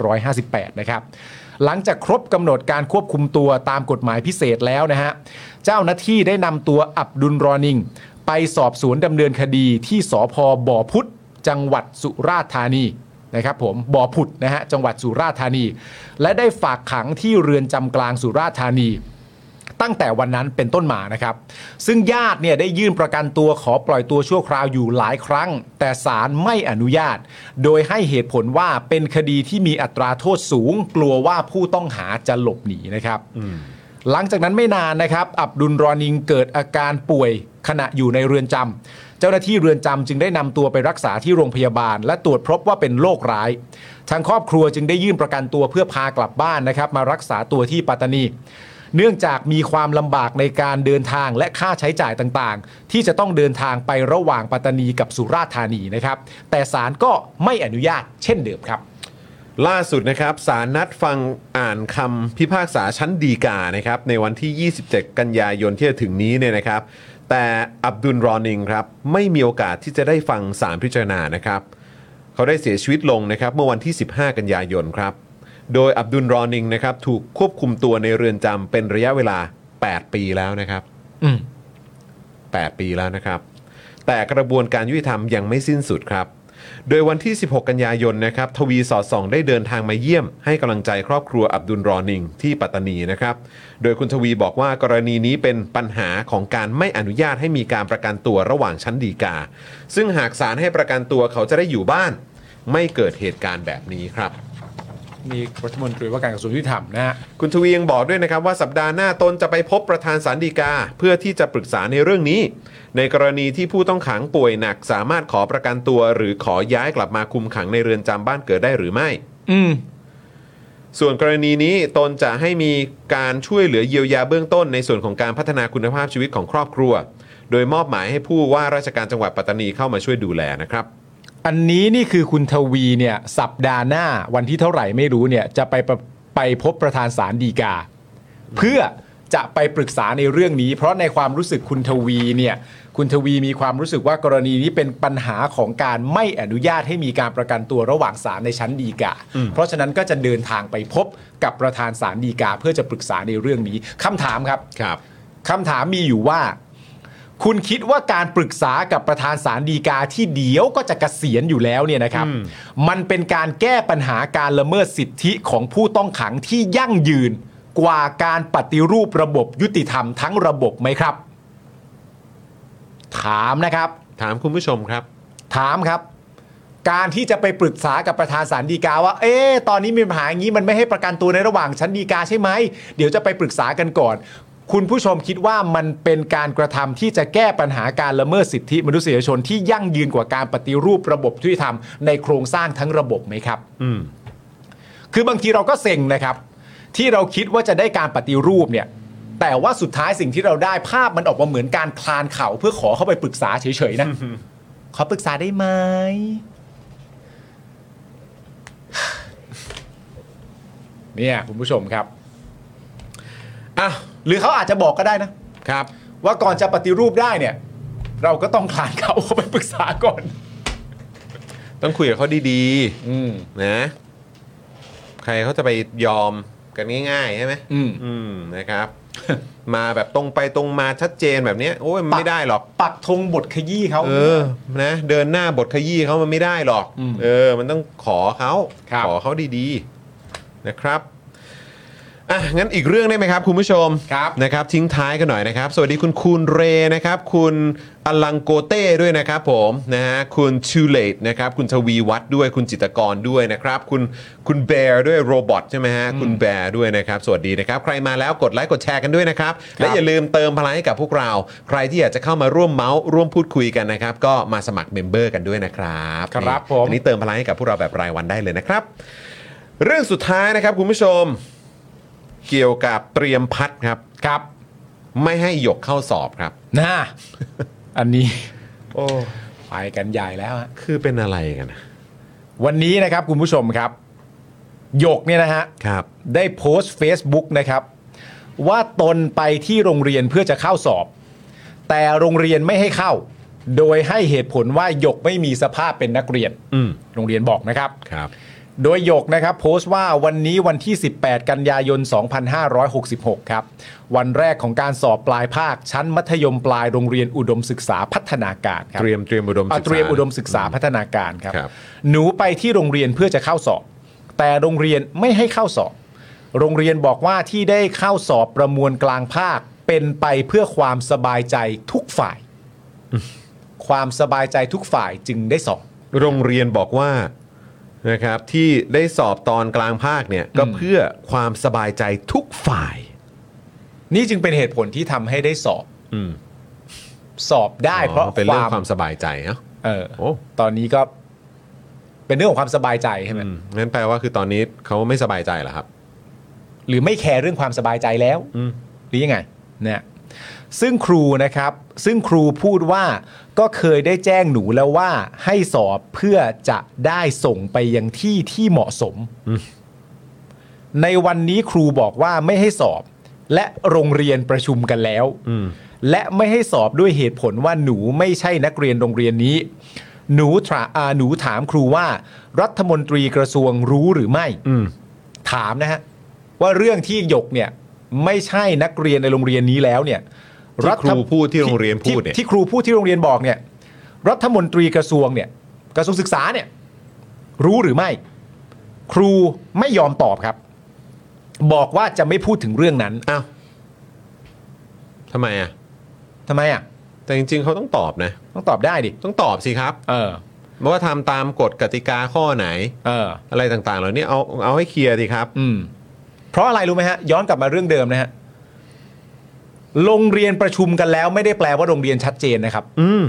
Speaker 5: 2558 นะครับ หลังจากครบกำหนดการควบคุมตัวตามกฎหมายพิเศษแล้วนะฮะ เจ้าหน้าที่ได้นำตัวอับดุลรอนิง ไปสอบสวนดำเนินคดีที่สพบ่อพุธจังหวัดสุราษฎร์ธานีนะครับผมบ่อพุธนะฮะจังหวัดสุราษฎร์ธานี และได้ฝากขังที่เรือนจำกลางสุราษฎร์ธานี ตั้งแต่วันนั้นเป็นต้นมานะครับ ซึ่งญาติเนี่ยได้ยื่นประกันตัวขอปล่อยตัวชั่วคราวอยู่หลายครั้ง แต่ศาลไม่อนุญาต โดยให้เหตุผลว่าเป็นคดีที่มีอัตราโทษสูง กลัวว่าผู้ต้องหาจะหลบหนีนะครับ หลังจากนั้นไม่นานนะครับ อับดุลรอนิงเกิดอาการป่วยขณะอยู่ในเรือนจำ เจ้าหน้าที่เรือนจำจึงได้นำตัวไปรักษาที่โรงพยาบาล และตรวจพบว่าเป็นโรคร้าย ทางครอบครัวจึงได้ยื่นประกันตัวเพื่อพากลับบ้านนะครับ มารักษาตัวที่ปัตตานี เนื่องจากมีความลำบากในการเดินทางและค่าใช้จ่ายต่างๆ ที่จะต้องเดินทางไประหว่างปัตตานีกับสุราษฎร์ธานีนะครับ แต่ศาลก็ไม่อนุญาตเช่นเดิมครับ
Speaker 1: ล่าสุดนะครับสารนัดฟังอ่านคำพิพากษาชั้นดีกานะครับในวันที่ 27 กันยายนที่จะถึงนี้เนี่ยนะครับ แต่อับดุลรอนิงครับไม่มีโอกาสที่จะได้ฟังสารพิจารณานะครับ เขาได้เสียชีวิตลงนะครับเมื่อวันที่ 15 กันยายนครับ โดยอับดุลรอนิงนะครับถูกควบคุมตัวในเรือนจำเป็นระยะเวลา 8 ปีแล้วนะครับ
Speaker 5: อืม
Speaker 1: 8 ปีแล้วนะครับ แต่กระบวนการยุติธรรมยังไม่สิ้นสุดครับ โดยวันที่ 16 กันยายนนะครับ ทวีสอดส่องได้เดินทางมาเยี่ยม ให้กำลังใจครอบครัวอับดุลรอนิงที่ปัตตานีนะครับ โดยคุณทวีบอกว่ากรณีนี้เป็นปัญหาของการไม่อนุญาตให้มีการประกันตัวระหว่างชั้นดีกา ซึ่งหากศาลให้ประกันตัวเขาจะได้อยู่บ้าน ไม่เกิดเหตุการณ์แบบนี้ครับ
Speaker 5: นี่รัฐมนตรีว่าการกระทรวงยุติธรรมนะฮะ
Speaker 1: คุณทวียังบอกด้วยนะครับว่าสัปดาห์หน้าตนจะไปพบประธานสารดีกา เพื่อที่จะปรึกษาในเรื่องนี้ ในกรณีที่ผู้ต้องขังป่วยหนัก สามารถขอประกันตัว หรือขอย้ายกลับมาคุมขังในเรือนจำบ้านเกิดได้หรือไม่
Speaker 5: อืม
Speaker 1: ส่วนกรณีนี้ตนจะให้มีการช่วยเหลือเยียวยาเบื้องต้นในส่วนของการพัฒนาคุณภาพชีวิตของครอบครัว โดยมอบหมายให้ผู้ว่าราชการจังหวัดปัตตานีเข้ามาช่วยดูแลนะครับ
Speaker 5: อันนี้นี่คือคุณทวีเนี่ยสัปดาห์หน้าวันที่เท่าไหร่ไม่รู้เนี่ยจะไปประไปพบประธานศาลฎีกา เพื่อจะไปปรึกษาในเรื่องนี้ เพราะในความรู้สึกคุณทวีเนี่ยคุณทวีมีความรู้สึกว่ากรณีนี้เป็นปัญหาของการไม่อนุญาตให้มีการประกันตัวระหว่างศาลในชั้นฎีกา
Speaker 1: อืม
Speaker 5: เพราะฉะนั้นก็จะเดินทางไปพบกับประธานศาลฎีกา เพื่อจะปรึกษาในเรื่องนี้คำถามครับ
Speaker 1: ครับ
Speaker 5: คำถามมีอยู่ว่า คุณคิดว่าการปรึกษากับประธานสารดีกาที่เดี๋ยวก็จะเกษียณอยู่แล้วเนี่ยนะครับ มันเป็นการแก้ปัญหาการละเมิดสิทธิของผู้ต้องขังที่ยั่งยืน กว่าการปฏิรูประบบยุติธรรมทั้งระบบไหมครับ ถามนะครับ
Speaker 1: ถามคุณผู้ชมครับ
Speaker 5: ถามครับ การที่จะไปปรึกษากับประธานศาลฎีกาว่า เอ๊ะตอนนี้มีปัญหาอย่างนี้มันไม่ให้ประกันตัวในระหว่างชั้นฎีกาใช่ไหม เดี๋ยวจะไปปรึกษากันก่อน คุณผู้ชมคิดว่ามันเป็นการกระทำที่จะแก้ปัญหาการละเมิดสิทธิมนุษยชนที่ยั่งยืนกว่าการปฏิรูประบบยุติธรรมในโครงสร้างทั้งระบบไหมครับ
Speaker 1: อืม
Speaker 5: คือบางทีเราก็เซ็งนะครับ ที่เราคิดว่าจะได้การปฏิรูปเนี่ย แต่ว่าสุดท้ายสิ่งที่เราได้ภาพมันออกมาเหมือนการคลานเข่าเพื่อขอเข้าไปปรึกษาเฉยๆนะ ขอปรึกษาได้ไหม เนี่ยคุณผู้ชมครับอ่ะหรือเขาอาจจะบอกก็ได้นะ
Speaker 1: ครับ
Speaker 5: ว่าก่อนจะปฏิรูปได้เนี่ย เราก็ต้องคลานเขา [LAUGHS] เข้าไปปรึกษาก่อน
Speaker 1: ต้องคุยกับเขาดี
Speaker 5: อืม
Speaker 1: ๆนะ ใครเขาจะไปยอมกันง่ายๆใช่ไหม
Speaker 5: อืม
Speaker 1: อืมนะครับ มาแบบตรงไปตรงมาชัดเจนแบบเนี้ยโอ้ยมัน
Speaker 5: ปัก
Speaker 1: ไม่ได้หรอก
Speaker 5: ปักธงบทขยี้เขา
Speaker 1: เออนะเดินหน้าบทขยี้เขามันไม่ได้หรอก
Speaker 5: อืม
Speaker 1: เออ มันต้องขอเขา
Speaker 5: ครับ
Speaker 1: ขอเขาดีๆนะครับอ่ะงั้นอีกเรื่องได้ไหมครับ คุณผู้ชม
Speaker 5: ครับ
Speaker 1: นะครับทิ้งท้ายกันหน่อยนะครับ สวัสดีคุณคูณเรนะครับ คุณอลังโกเต้ด้วยนะครับผมนะฮะคุณชูเลตนะครับ คุณทวีวัฒน์ด้วยคุณจิตรกรด้วยนะครับ คุณคุณแบร์ด้วยโรบอทใช่ไหมฮะคุณแบร์ด้วยนะครับ สวัสดีนะครับ ใครมาแล้วกดไลค์กดแชร์กันด้วยนะครับ และอย่าลืมเติมพลังให้กับพวกเรา ใครที่อยากจะเข้ามาร่วมเมาส์ร่วมพูดคุยกันนะครับ ก็มาสมัครเมมเบอร์กันด้วยนะครับ
Speaker 5: ครับ
Speaker 1: นี่
Speaker 5: ผม
Speaker 1: อันนี้เติมพลังให้กับพวกเราแบบรายวันได้เลยนะครับ เรื่องสุดท้ายนะครับคุณผู้ชม เกี่ยวกับเตรียมพัดครับ
Speaker 5: ครับ
Speaker 1: ไม่ให้หยกเข้าสอบครับ
Speaker 5: น่า อันนี้
Speaker 1: โอ้
Speaker 5: ไปกันใหญ่แล้วฮะ
Speaker 1: คือเป็นอะไรกันนะ
Speaker 5: วันนี้นะครับคุณผู้ชมครับหยกเนี่ยนะฮะ
Speaker 1: ครับ
Speaker 5: ได้โพสต์ Facebook นะครับ ว่าตนไปที่โรงเรียนเพื่อจะเข้าสอบ แต่โรงเรียนไม่ให้เข้า โดยให้เหตุผลว่าหยกไม่มีสภาพเป็นนักเรียน
Speaker 1: อืม
Speaker 5: โรงเรียนบอกนะครับ
Speaker 1: ครับ
Speaker 5: โดยหยกนะครับโพสต์ว่าวันนี้วันที่ 18 กันยายน 2566 ครับ วันแรกของการสอบปลายภาคชั้นมัธยมปลายโรงเรียนอุดมศึกษาพัฒนาการครับ
Speaker 1: เตรียมเตรียมอุดมศึก
Speaker 5: อ่ะ
Speaker 1: ษา
Speaker 5: เตรียมอุดมศึกษาพัฒนาการครับ
Speaker 1: ครับ
Speaker 5: หนูไปที่โรงเรียนเพื่อจะเข้าสอบ แต่โรงเรียนไม่ให้เข้าสอบ โรงเรียนบอกว่าที่ได้เข้าสอบประมวลกลางภาค เป็นไปเพื่อความสบายใจทุกฝ่าย ความสบายใจทุกฝ่ายจึงได้สอบ
Speaker 1: โรงเรียนบอกว่านะครับ ที่ได้สอบตอนกลางภาคเนี่ยก็เพื่อความสบายใจทุกฝ่าย
Speaker 5: นี่จึงเป็นเหตุผลที่ทำให้ได้สอบ
Speaker 1: อืม
Speaker 5: สอบได้เพราะ
Speaker 1: เป็นเรื่องความสบายใจเนาะ
Speaker 5: เออตอนนี้ก็ เป็นเรื่องของความสบายใจใช่ไหม
Speaker 1: งั้นแปลว่าคือตอนนี้เขาไม่สบายใจเหรอครับ
Speaker 5: หรือไม่แคร์เรื่องความสบายใจแล้วหรือยังไงเนี่ยซึ่งครูนะครับ ซึ่งครูพูดว่าก็เคยได้แจ้งหนูแล้วว่าให้สอบเพื่อจะได้ส่งไปยังที่ที่เหมาะสม ในวันนี้ครูบอกว่าไม่ให้สอบ และโรงเรียนประชุมกันแล้ว และไม่ให้สอบด้วยเหตุผลว่าหนูไม่ใช่นักเรียนโรงเรียนนี้ หนูถาอ่าหนูถามครูว่า รัฐมนตรีกระทรวงรู้หรือไม่ ถามนะฮะว่าเรื่องที่หยกเนี่ย ไม่ใช่นักเรียนในโรงเรียนนี้แล้วเนี่ย
Speaker 1: ที่ครูพูดที่โรงเรียนพูดเนี่ย
Speaker 5: ที่ที่ครูพูดที่โรงเรียนบอกเนี่ย รัฐมนตรีกระทรวงเนี่ย กระทรวงศึกษาเนี่ย รู้หรือไม่ ครูไม่ยอมตอบครับ บอกว่าจะไม่พูดถึงเรื่องนั้น
Speaker 1: อ้าวทำไมอ่ะ
Speaker 5: ทำไมอ่ะ
Speaker 1: แต่จริง ๆเขาต้องตอบนะ
Speaker 5: ต้องตอบได้ดิ
Speaker 1: ต้องตอบสิครับ
Speaker 5: เออ
Speaker 1: ว่าทำตามกฎกติกาข้อไหน
Speaker 5: เออ
Speaker 1: อะไรต่างๆเหล่านี้เอาเอาให้เคลียร์สิครับ
Speaker 5: อืม เพราะอะไรรู้ไหมฮะ ย้อนกลับมาเรื่องเดิมนะฮะโรงเรียนประชุมกันแล้ว ไม่ได้แปลว่าโรงเรียนชัดเจนนะครับ
Speaker 1: อืม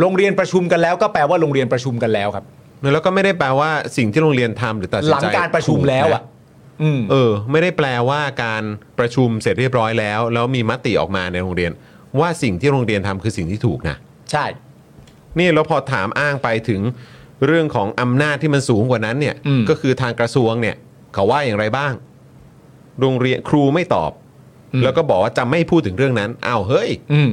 Speaker 5: โรงเรียนประชุมกันแล้วก็แปลว่าโรงเรียนประชุมกันแล้วครับ
Speaker 1: แล้วก็ไม่ได้แปลว่าสิ่งที่โรงเรียนทำหรือตัดสินใจ
Speaker 5: หลังการประชุมแล้วอ่ะ
Speaker 1: ถูกน
Speaker 5: อืม
Speaker 1: เออ ไม่ได้แปลว่าการประชุมเสร็จเรียบร้อยแล้ว แล้วมีมติออกมาในโรงเรียน ว่าสิ่งที่โรงเรียนทำคือสิ่งที่ถูกนะ
Speaker 5: ใช่
Speaker 1: นี่แล้วพอถามอ้างไปถึงเรื่องของอำนาจที่มันสูงกว่านั้นเนี่ย
Speaker 5: อืม
Speaker 1: ก็คือทางกระทรวงเนี่ย เขาว่าอย่างไรบ้าง โรงเรียนครูไม่ตอบ แล้วก็บอกว่าจะไม่พูดถึงเรื่องนั้นอ้าวเฮ้ย
Speaker 5: อืม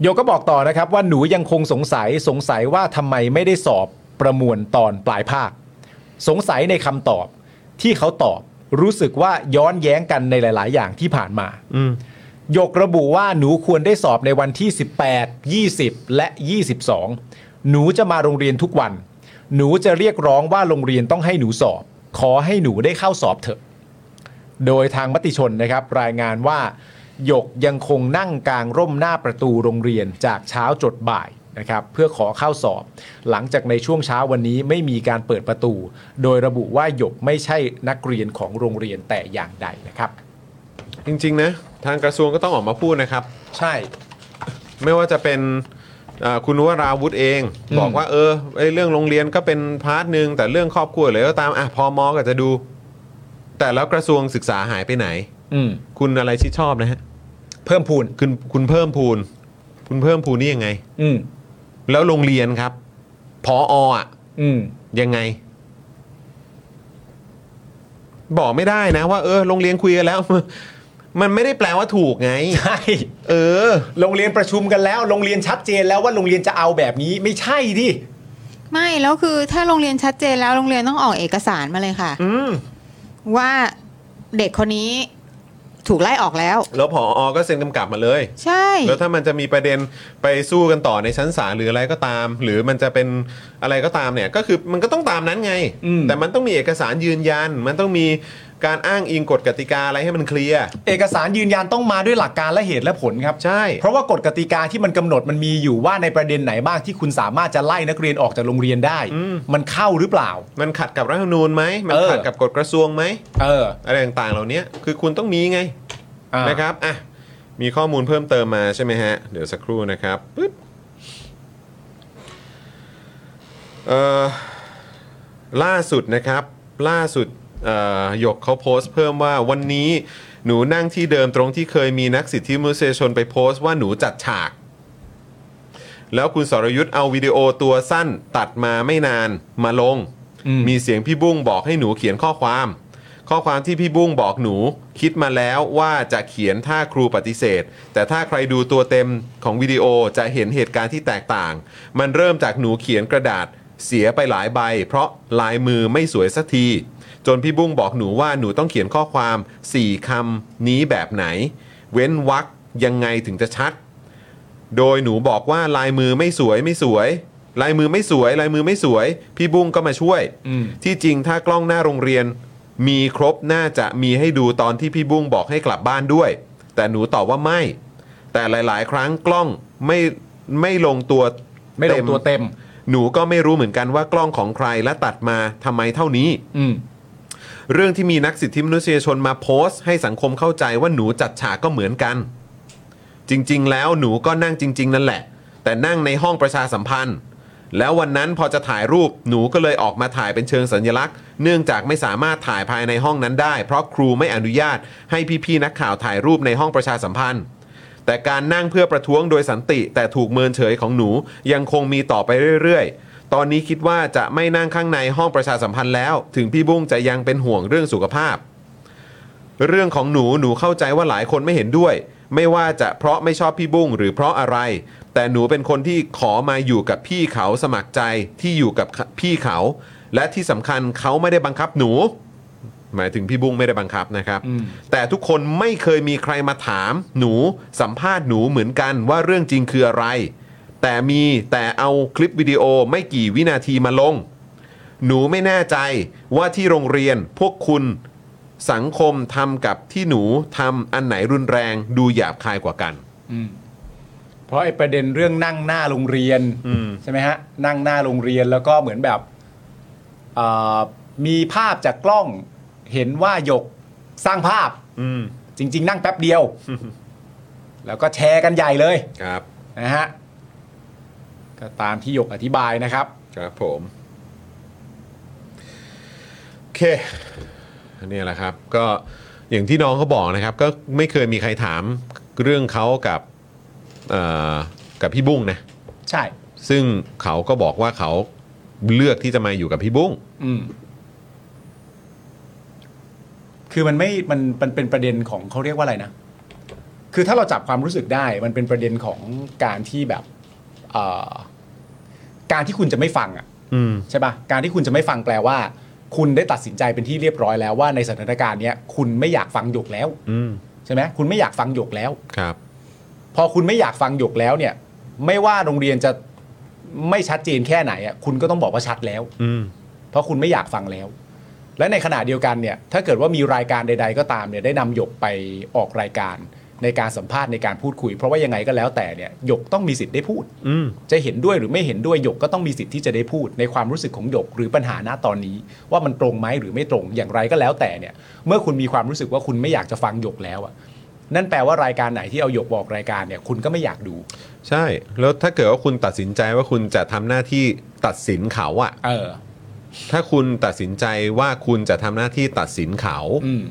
Speaker 5: โยก็บอกต่อนะครับ ว่าหนูยังคงสงสัยสงสัยว่าทำไมไม่ได้สอบประมวลตอนปลายภาค สงสัยในคำตอบที่เขาตอบรู้สึกว่าย้อนแย้งกันในหลาย ๆ อย่างที่ผ่านมาหยกระบุว่าหนูควรได้สอบในวันที่ 18 20 และ 22 หนูจะมาโรงเรียนทุกวัน หนูจะเรียกร้องว่าโรงเรียนต้องให้หนูสอบ ขอให้หนูได้เข้าสอบเถอะ โดยทางมติชนนะครับ รายงานว่าหยกยังคงนั่งกลางร่มหน้าประตูโรงเรียนจากเช้าจดบ่ายนะครับ เพื่อขอเข้าสอบ หลังจากในช่วงเช้าวันนี้ไม่มีการเปิดประตู โดยระบุว่าหยกไม่ใช่นักเรียนของโรงเรียนแต่อย่างใดนะครับ
Speaker 1: จริง ๆ นะ ทางกระทรวงก็ต้องออกมาพูดนะครับ
Speaker 5: ใช่
Speaker 1: ไม่ว่าจะเป็นเอ่อคุณวราวุธเอง บอกว่าเออไอ้เรื่องโรงเรียนก็เป็นพาร์ทหนึ่งแต่เรื่องครอบครัวเลยก็ตามอ่ะพอมอก็จะดู แต่แล้วกระทรวงศึกษาหายไปไหน
Speaker 5: อืม
Speaker 1: คุณอะไรชิดชอบนะฮะ
Speaker 5: เพิ่มพูน
Speaker 1: คุณคุณเพิ่มพูน คุณเพิ่มพูนนี่ยังไง
Speaker 5: อืม
Speaker 1: แล้วโรงเรียนครับพออ่ะ
Speaker 5: อืม
Speaker 1: ยังไง บอกไม่ได้นะว่า เออโรงเรียนคุยกันแล้ว [LAUGHS] มันไม่ได้แปลว่าถูกไง
Speaker 5: ใช่
Speaker 1: เออ
Speaker 5: โรงเรียนประชุมกันแล้ว โรงเรียนชัดเจนแล้วว่าโรงเรียนจะเอาแบบนี้ไม่ใช่ดิ
Speaker 4: ไม่แล้วคือถ้าโรงเรียนชัดเจนแล้วโรงเรียนต้องออกเอกสารมาเลยค่ะ
Speaker 1: อืม
Speaker 4: ว่าเด็กคนนี้ถูกไล่ออกแล้ว
Speaker 1: แล้วผออก็เซ็นกำกับมาเลย
Speaker 4: ใช่
Speaker 1: แล้วถ้ามันจะมีประเด็นไปสู้กันต่อในชั้นศาลหรืออะไรก็ตาม หรือมันจะเป็นอะไรก็ตามเนี่ย ก็คือมันก็ต้องตามนั้นไง แต่มันต้องมีเอกสารยืนยัน มันต้องมีการอ้างอิงกฎกติกาอะไรให้มันเคลียร์
Speaker 5: เอกสารยืนยันต้องมาด้วยหลักการและเหตุและผลครับ
Speaker 1: ใช่
Speaker 5: เพราะว่ากฎกติกาที่มันกำหนดมันมีอยู่ว่าในประเด็นไหนบ้างที่คุณสามารถจะไล่นักเรียนออกจากโรงเรียนได้
Speaker 1: อืม
Speaker 5: มันเข้าหรือเปล่า
Speaker 1: มันขัดกับรัฐธรรมนูญไหมมัน
Speaker 5: เออ
Speaker 1: ขัดกับกฎกระทรวงไหม
Speaker 5: เออ
Speaker 1: อะไรต่างๆ เหล่านี้คือคุณต้องมีไง
Speaker 5: อ่า
Speaker 1: นะครับอ่ะมีข้อมูลเพิ่มเติมมาใช่ไหมฮะเดี๋ยวสักครู่นะครับปึ๊บเอ่อ ล่าสุดนะครับล่าสุดเอ่อหยกเขาโพสต์เพิ่มว่าวันนี้หนูนั่งที่เดิมตรงที่เคยมีนักสิทธิมนุษยชนไปโพสต์ว่าหนูจัดฉาก แล้วคุณสรยุทธ์เอาวิดีโอตัวสั้นตัดมาไม่นานมาลง มีเสียงพี่บุ้งบอกให้หนูเขียนข้อความ ข้อความที่พี่บุ้งบอกหนูคิดมาแล้วว่าจะเขียนถ้าครูปฏิเสธ แต่ถ้าใครดูตัวเต็มของวิดีโอจะเห็นเหตุการณ์ที่แตกต่าง มันเริ่มจากหนูเขียนกระดาษ เสียไปหลายใบ เพราะลายมือไม่สวยสักที จนพี่บุ้งบอกหนูว่าหนูต้องเขียนข้อความ 4คำนี้แบบไหน เว้นวรรคยังไงถึงจะชัด โดยหนูบอกว่าลายมือไม่สวยไม่สวย ลายมือไม่สวย ลายมือไม่สวย พี่บุ้งก็มาช่วย ที่จริงถ้ากล้องหน้าโรงเรียน มีครบน่าจะมีให้ดูตอนที่พี่บุ้งบอกให้กลับบ้านด้วย แต่หนูตอบว่าไม่ แต่หลาย ๆ ครั้งกล้องไม่ไม่ลงตัว
Speaker 5: ไม่ลงตัวเต็ม
Speaker 1: หนูก็ไม่รู้เหมือนกันว่ากล้องของใครและตัดมาทำไมเท่านี้
Speaker 5: อืม
Speaker 1: เรื่องที่มีนักสิทธิมนุษยชนมาโพสต์ให้สังคมเข้าใจว่าหนูจัดฉากก็เหมือนกัน จริง ๆ แล้วหนูก็นั่งจริง ๆ นั่นแหละ แต่นั่งในห้องประชาสัมพันธ์ แล้ววันนั้นพอจะถ่ายรูปหนูก็เลยออกมาถ่ายเป็นเชิงสัญลักษณ์ เนื่องจากไม่สามารถถ่ายภายในห้องนั้นได้ เพราะครูไม่อนุญาตให้พี่ๆนักข่าวถ่ายรูปในห้องประชาสัมพันธ์ แต่การนั่งเพื่อประท้วงโดยสันติ แต่ถูกเมินเฉยของหนูยังคงมีต่อไปเรื่อยๆ ตอนนี้คิดว่าจะไม่นั่งข้างในห้องประชาสัมพันธ์แล้ว ถึงพี่บุ้งจะยังเป็นห่วงเรื่องสุขภาพ เรื่องของหนูหนูเข้าใจว่าหลายคนไม่เห็นด้วย ไม่ว่าจะเพราะไม่ชอบพี่บุ้งหรือเพราะอะไร แต่หนูเป็นคนที่ขอมาอยู่กับพี่เขาสมัครใจที่อยู่กับพี่เขา และที่สำคัญเขาไม่ได้บังคับหนู หมายถึงพี่บุ้งไม่ได้บังคับนะครับ แต่ทุกคนไม่เคยมีใครมาถาม หนูสัมภาษณ์หนูเหมือนกันว่าเรื่องจริงคืออะไร แต่มีแต่เอาคลิปวิดีโอไม่กี่วินาทีมาลง หนูไม่แน่ใจว่าที่โรงเรียนพวกคุณสังคมทำกับที่หนูทำอันไหนรุนแรงดูหยาบคายกว่ากัน
Speaker 5: เพราะไอ้ประเด็นเรื่องนั่งหน้าโรงเรียนใช่ไหมฮะนั่งหน้าโรงเรียนแล้วก็เหมือนแบบเอ่อมีภาพจากกล้องเห็นว่าหยกสร้างภาพจริง ๆ นั่งแป๊บเดียว แล้วก็แชร์กันใหญ่เลย
Speaker 1: ครับ
Speaker 5: นะฮะก็ตามที่หยกอธิบายนะครับ
Speaker 1: ครับผม โอเคนี่แหละครับ ก็อย่างที่น้องเขาบอกนะครับ ก็ไม่เคยมีใครถามเรื่องเขากับเอ่อกับพี่บุ้งนะ
Speaker 5: ใช่
Speaker 1: ซึ่งเขาก็บอกว่าเขาเลือกที่จะมาอยู่กับพี่บุ้ง
Speaker 5: อืมคือมันไม่มันมันเป็นประเด็นของเขาเรียกว่าอะไรนะ คือถ้าเราจับความรู้สึกได้ มันเป็นประเด็นของการที่แบบเอ่อการที่คุณจะไม่ฟังอ่ะ
Speaker 1: อืม
Speaker 5: ใช่ปะการที่คุณจะไม่ฟังแปลว่า คุณได้ตัดสินใจเป็นที่เรียบร้อยแล้วว่าในสถานการณ์เนี้ยคุณไม่อยากฟังหยกแล้ว
Speaker 1: อืม
Speaker 5: ใช่ไหมคุณไม่อยากฟังหยกแล้ว
Speaker 1: ครับ
Speaker 5: พอคุณไม่อยากฟังหยกแล้วเนี่ย ไม่ว่าโรงเรียนจะไม่ชัดเจนแค่ไหนอ่ะคุณก็ต้องบอกว่าชัดแล้ว
Speaker 1: อืม
Speaker 5: เพราะคุณไม่อยากฟังแล้ว และในขณะเดียวกันเนี่ย ถ้าเกิดว่ามีรายการใด ๆ ก็ตามเนี่ยได้นำหยกไปออกรายการในการสัมภาษณ์ในการพูดคุย เพราะว่ายังไงก็แล้วแต่เนี่ยหยกต้องมีสิทธิ์ได้พูด
Speaker 1: อืม
Speaker 5: จะเห็นด้วยหรือไม่เห็นด้วยหยกก็ต้องมีสิทธิ์ที่จะได้พูดในความรู้สึกของหยกหรือปัญหาหน้าตอนนี้ ว่ามันตรงไหมหรือไม่ตรงอย่างไรก็แล้วแต่เนี่ย เมื่อคุณมีความรู้สึกว่าคุณไม่อยากจะฟังหยกแล้วอะนั่นแปลว่ารายการไหนที่เอาหยกบอกรายการเนี่ย คุณก็ไม่อยากดู
Speaker 1: ใช่ แล้วถ้าเกิดว่าคุณตัดสินใจว่าคุณจะทำหน้าที่ตัดสินเขาอะ
Speaker 5: เออ
Speaker 1: ถ้าคุณตัดสินใจว่าคุณจะทำหน้าที่ตัดสินเขา
Speaker 5: อืม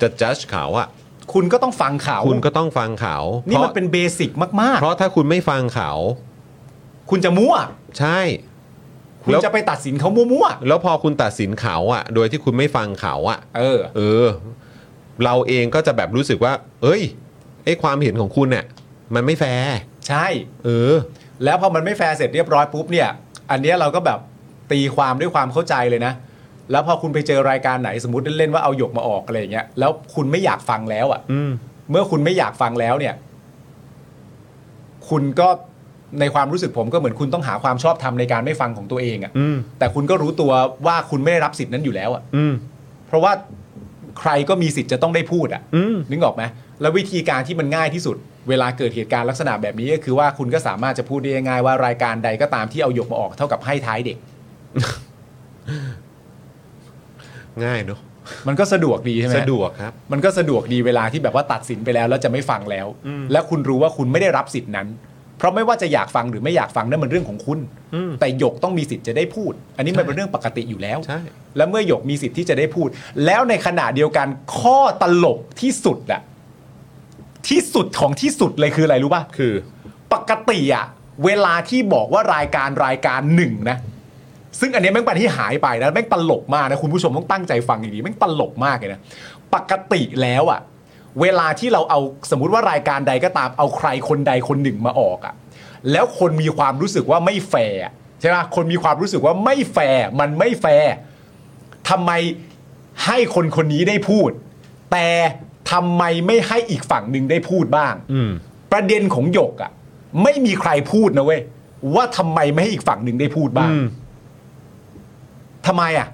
Speaker 1: จะ judge เขาอะ
Speaker 5: คุณก็ต้องฟังข่าว
Speaker 1: คุณก็ต้องฟังเขาน
Speaker 5: นี่มันเป็นเบสิกมาก
Speaker 1: เพราะถ้าคุณไม่ฟังเขา
Speaker 5: ๆ คุณจะมั่ว
Speaker 1: ใช่
Speaker 5: คุณ
Speaker 1: แล้ว
Speaker 5: จะไปตัดสินเขามั่ว
Speaker 1: แล้วพอคุณตัดสินเขาอะโดยที่คุณไม่ฟังเขาอะ
Speaker 5: ๆเออ
Speaker 1: เออ เราเองก็จะแบบรู้สึกว่า เอ้ยไอ้ความเห็นของคุณเนี่ยมันไม่แฟร์
Speaker 5: ใช่
Speaker 1: เออ
Speaker 5: แล้วพอมันไม่แฟร์เสร็จเรียบร้อยปุ๊บเนี่ย อันเนี้ยเราก็แบบตีความด้วยความเข้าใจเลยนะ แล้วพอคุณไปเจอรายการไหนสมมติเล่นๆว่าเอาหยกมาออกอะไรอย่างเงี้ย แล้วคุณไม่อยากฟังแล้วอะ่ะ
Speaker 1: อืม
Speaker 5: เมื่อคุณไม่อยากฟังแล้วเนี่ย คุณก็ในความรู้สึกผมก็เหมือนคุณต้องหาความชอบธรรมในการไม่ฟังของตัวเองอะ่ะ
Speaker 1: อืม
Speaker 5: แต่คุณก็รู้ตัวว่าคุณไม่ได้รับสิทธิ์นั้นอยู่แล้วอะ่ะ
Speaker 1: อืม
Speaker 5: เพราะว่าใครก็มีสิทธิ์จะต้องได้พูดอ่ะ
Speaker 1: อืม
Speaker 5: [LAUGHS] นึกออกไหมแล้ววิธีการที่มันง่ายที่สุด เวลาเกิดเหตุการณ์ลักษณะแบบนี้ก็คือว่าคุณก็สามารถจะพูดได้ง่ายๆว่ารายการใดก็ตามที่เอาหยกมาออกเท่ากับให้ท้ายเด็ก
Speaker 1: ง่ายเนอะ
Speaker 5: มันก็สะดวกดีใช่ไหม
Speaker 1: สะดวกครับ
Speaker 5: มันก็สะดวกดีเวลาที่แบบว่าตัดสินไปแล้วแล้วจะไม่ฟังแล้ว
Speaker 1: อืม
Speaker 5: และคุณรู้ว่าคุณไม่ได้รับสิทธินั้น เพราะไม่ว่าจะอยากฟังหรือไม่อยากฟังนั่นมันเรื่องของคุณ
Speaker 1: อืม
Speaker 5: แต่หยกต้องมีสิทธิ์จะได้พูด อันนี้มันเป็นเรื่องปกติอยู่แล้ว
Speaker 1: ใช่
Speaker 5: และเมื่อหยกมีสิทธิ์ที่จะได้พูด แล้วในขณะเดียวกันข้อตลกที่สุดอะที่สุดของที่สุดเลยคืออะไรรู้ป่ะ
Speaker 1: คือ
Speaker 5: ปกติอะเวลาที่บอกว่ารายการรายการหนึ่งนะ ซึ่งอันเนี้ยแม่งไปนที่หายไปนะแม่งตลกมากนะคุณผู้ชมต้องตั้งใจฟังดีๆแม่งตลกมากเลยนะปกติแล้วอะเวลาที่เราเอาสมมติว่ารายการใดก็ตามเอาใครคนใดคนหนึ่งมาออกอะแล้วคนมีความรู้สึกว่าไม่แฟร์อะใช่ปะคนมีความรู้สึกว่าไม่แฟร์มันไม่แฟร์ทำไมให้คนคนนี้ได้พูด แต่ทำไมไม่ให้อีกฝั่งหนึ่งได้พูดบ้าง
Speaker 1: อืม
Speaker 5: ประเด็นของหยกอะไม่มีใครพูดนะเว้ย ว่าทำไมไม่ให้อีกฝั่งหนึ่งได้พูดบ้าง
Speaker 1: อืม
Speaker 5: ทำไมอะ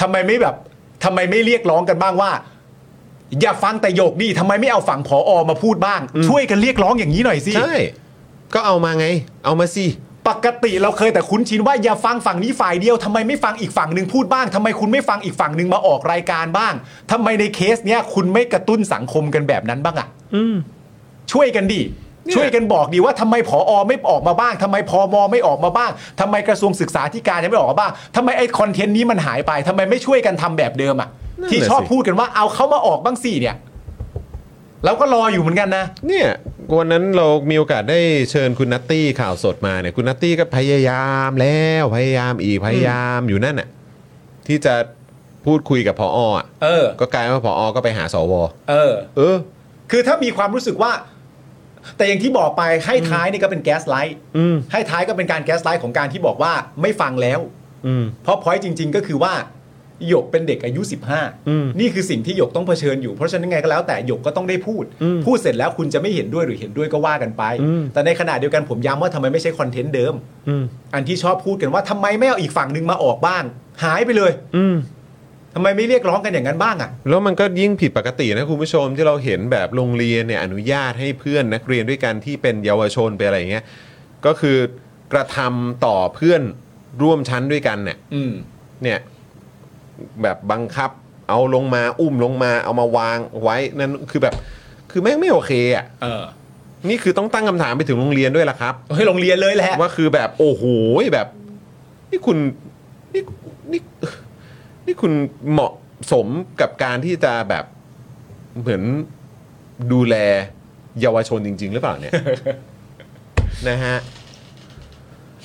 Speaker 5: ทำไมไม่แบบทำไมไม่เรียกร้องกันบ้างว่า อย่าฟังแต่หยกดิทำไมไม่เอาฝั่งผออมาพูดบ้าง ช่วยกันเรียกร้องอย่างนี้หน่อยสิ
Speaker 1: ใช่ ก็เอามาไง เอามาสิ
Speaker 5: ปกติเราเคยแต่คุ้นชินว่าอย่าฟังฝั่งนี้ฝ่ายเดียวทำไมไม่ฟังอีกฝั่งหนึ่งพูดบ้างทำไมคุณไม่ฟังอีกฝั่งหนึ่งมาออกรายการบ้างทำไมในเคสเนี้ยคุณไม่กระตุ้นสังคมกันแบบนั้นบ้างอะ
Speaker 1: อืม
Speaker 5: ช่วยกันดิช่วยกันบอกดีว่าทำไมผออไม่ออกมาบ้างทำไมพอมไม่ออกมาบ้างทำไมกระทรวงศึกษาธิการยังไม่ออกมาบ้างทำไมไอ้คอนเทนต์นี้มันหายไปทำไมไม่ช่วยกันทำแบบเดิมอ่ะ
Speaker 1: นั่น
Speaker 5: ที่
Speaker 1: น่ะ
Speaker 5: ชอบ
Speaker 1: สิ
Speaker 5: พูดกันว่าเอาเขามาออกบ้างสิเนี่ยเราก็รออยู่เหมือนกันนะ
Speaker 1: เนี่ยวันนั้นเรามีโอกาสได้เชิญคุณนัตตี้ข่าวสดมาเนี่ยคุณนัตตี้ก็พยายามแล้วพยายามอีกพยายามอยู่นั่นน่ะที่จะพูดคุยกับพออ่ะ
Speaker 5: เออ
Speaker 1: ก็กลายว่าพออก็ไปหาสว
Speaker 5: เออ
Speaker 1: เออ
Speaker 5: คือถ้ามีความรู้สึกว่า แต่อย่างที่บอกไปให้ท้ายนี่ก็เป็นแก๊สไลท์ให้ท้ายก็เป็นการแก๊สไลท์ของการที่บอกว่าไม่ฟังแล้ว
Speaker 1: อืม
Speaker 5: เพราะพอยจริง ๆ ก็คือว่าหยกเป็นเด็กอายุ
Speaker 1: อืม
Speaker 5: 15 นี่คือสิ่งที่หยกต้องเผชิญอยู่เพราะฉะนั้นไงก็แล้วแต่หยกก็ต้องได้พูด
Speaker 1: อืม
Speaker 5: พูดเสร็จแล้วคุณจะไม่เห็นด้วยหรือเห็นด้วยก็ว่ากันไป
Speaker 1: อืม
Speaker 5: แต่ในขณะเดียวกันผมย้ำว่าทำไมไม่ใช่คอนเทนต์เดิม
Speaker 1: อืม
Speaker 5: อันที่ชอบพูดกันว่าทำไมไม่เอาอีกฝั่งหนึ่งมาออกบ้าง หายไปเลย
Speaker 1: อืม
Speaker 5: ทำไมไม่เรียกร้องกันอย่างนั้นบ้างอ่ะ
Speaker 1: แล้วมันก็ยิ่งผิดปกตินะคุณผู้ชมที่เราเห็นแบบโรงเรียนเนี่ยอนุญาตให้เพื่อนนักเรียนด้วยกันที่เป็นเยาวชนเป็นอะไรอย่างเงี้ยก็คือกระทำต่อเพื่อนร่วมชั้นด้วยกันเนี่ย
Speaker 5: อืม
Speaker 1: เนี่ยแบบบังคับ เอาลงมาอุ้มลงมาเอามาวางไว้นั่นคือแบบคือแม่งไม่โอเคอ่ะ
Speaker 5: เออ
Speaker 1: นี่คือต้องตั้งคำถามไปถึงโรงเรียนด้วยล่ะครับ
Speaker 5: ให้ยโรงเรียนเลยแหละ
Speaker 1: ว่าคือแบบโอ้โหแบบ นี่คุณนี่นี่นี่คุณเหมาะสมกับการที่จะแบบเหมือนดูแลเยาวชนจริง ๆ หรือเป
Speaker 5: [LAUGHS]
Speaker 1: ล่าเนี่ย นะฮะ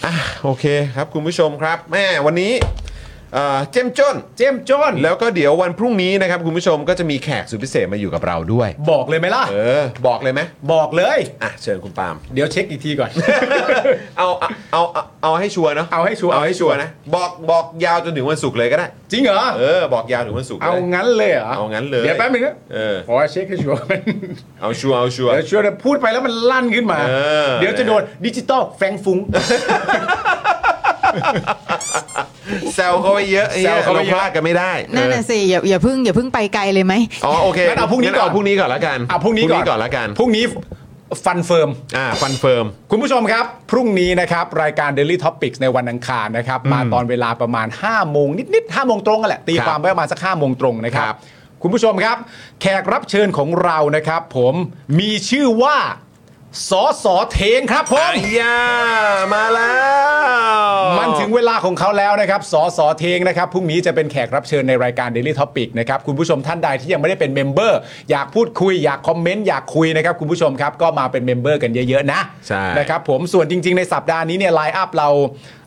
Speaker 1: อ่ะโอเคครับ คุณผู้ชมครับแม่วันนี้เอ่อเจ้มจน
Speaker 5: เจมจน
Speaker 1: แล้วก็เดี๋ยววันพรุ่งนี้นะครับ คุณผู้ชมก็จะมีแขกสุดพิเศษมาอยู่กับเราด้วย
Speaker 5: บอกเลยไหมล่ะ
Speaker 1: เออ บอกเลยไหม
Speaker 5: บอกเลย
Speaker 1: อ่ะเชิญคุณปาล์ม
Speaker 5: เดี๋ยวเช็คอีกทีก่อน
Speaker 1: เอาเอาเอาเอาเอาให้ชัวร์เนาะ
Speaker 5: [LAUGHS] เอาให้ชัวร์
Speaker 1: เอาให้ชัวร์นะบอกบอกยาวจนถึงวันศุกร์เลยก็ได้
Speaker 5: จริงเหรอ
Speaker 1: เออ บอกยาวถึงวันศุกร์
Speaker 5: เอา
Speaker 1: เลย
Speaker 5: งั้นเลยเหรอ
Speaker 1: เอางั้นเลย
Speaker 5: เดี๋ยวแป๊บนึงนะ
Speaker 1: เออ
Speaker 5: ขอเช็คให้ชัวร์ [LAUGHS]
Speaker 1: เอาชัวร์เอาชัวร์
Speaker 5: เดี๋ยวชัวร์เดี๋ยวพูดไปแล้วมันลั่นขึ้นมา
Speaker 1: เออ
Speaker 5: เดี๋ยวจะโดนดิจิตอลแฟงฟุ้ง
Speaker 1: แซวเขาไปเยอะ
Speaker 5: แซวเขาไป
Speaker 1: เรา
Speaker 5: เยอะ
Speaker 1: พลาดกันไม่ได้
Speaker 4: นั่นน่ะสิอย่าอย่าเพึ่งอย่าเพึ่งไปไกลเลยไหม
Speaker 1: เอออ๋อโอเค
Speaker 5: งั้นเอาพรุ่งนี้ก่อน
Speaker 1: พรุ่งนี้ก่อนละกัน
Speaker 5: อ่ะพรุ่งนี้ก่อน
Speaker 1: ก่อนละกัน
Speaker 5: พรุ่งนี้ฟันเฟิร์ม
Speaker 1: อ่าฟันเฟิร์ม
Speaker 5: คุณผู้ชมครับ พรุ่งนี้นะครับ รายการ Daily Topics ในวันอังคารนะครับ มาตอนเวลาประมาณ 5 โมงนิดๆ5โมงตรงกันแหละ ตี
Speaker 1: ครับ
Speaker 5: ความไว้ประมาณสัก5โมงตรงนะครั
Speaker 1: ครับ บ
Speaker 5: คุณผู้ชมครับ แขกรับเชิญของเรานะครับ ผมมีชื่อว่าสอสอเทงครับผม
Speaker 1: ย่ามาแล้ว
Speaker 5: มันถึงเวลาของเขาแล้วนะครับสอสอเทงนะครับ พรุ่งนี้จะเป็นแขกรับเชิญในรายการ Daily Topic นะครับ คุณผู้ชมท่านใดที่ยังไม่ได้เป็นเมมเบอร์ อยากพูดคุย อยากคอมเมนต์ อยากคุยนะครับ คุณผู้ชมครับ ก็มาเป็นเมมเบอร์กันเยอะๆนะ
Speaker 1: ใช่
Speaker 5: นะครับผม ส่วนจริง ๆ ในสัปดาห์นี้เนี่ยไลน์อัพเรา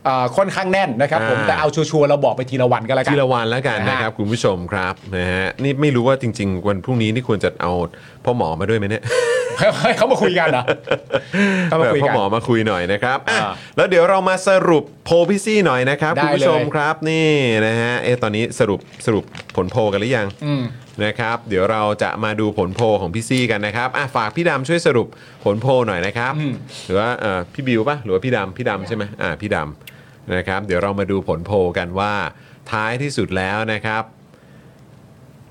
Speaker 5: เอ่อค่อนข้างแน่นนะครับผม
Speaker 1: อ่า
Speaker 5: แต่เอาชัวร์ๆเราบอกไปทีละวันก็แล้วกัน
Speaker 1: ทีละวันแล้วกัน
Speaker 5: นะฮะ
Speaker 1: นะครับคุณผู้ชมครับนะฮะนี่ไม่รู้ว่าจริง ๆ วันพรุ่งนี้นี่ควรจะเอาพ่อหมอมาด้วยไหมเนี่ย
Speaker 5: ให้เขามาคุยกันเหรอ
Speaker 1: แบ
Speaker 5: เอามา
Speaker 1: บ
Speaker 5: คุยกั
Speaker 1: พ่
Speaker 5: น
Speaker 1: อหมอมาคุยหน่อยนะครับอ่ะ
Speaker 5: อ่า
Speaker 1: แล้วเดี๋ยวเรามาสรุปโพลพี่ซี่หน่อยนะครับ
Speaker 5: ได้
Speaker 1: คุณผู้ชม
Speaker 5: เลย
Speaker 1: ครับนี่นะฮะเอะตอนนี้สรุปสรุปผลโพลกันหรือยัง
Speaker 5: อืม
Speaker 1: นะครับ เดี๋ยวเราจะมาดูผลโพลของพี่ซี่กันนะครับอ่ะฝากพี่ดำช่วยสรุปผลโพลหน่อยนะครับหรือว่าเอ่อพี่บิวปะหรือว่าพี่ดำพี่ดำใช่ไหมอ่าพี่ดำนะครับ เดี๋ยวเรามาดูผลโพลกันว่าท้ายที่สุดแล้วนะครับ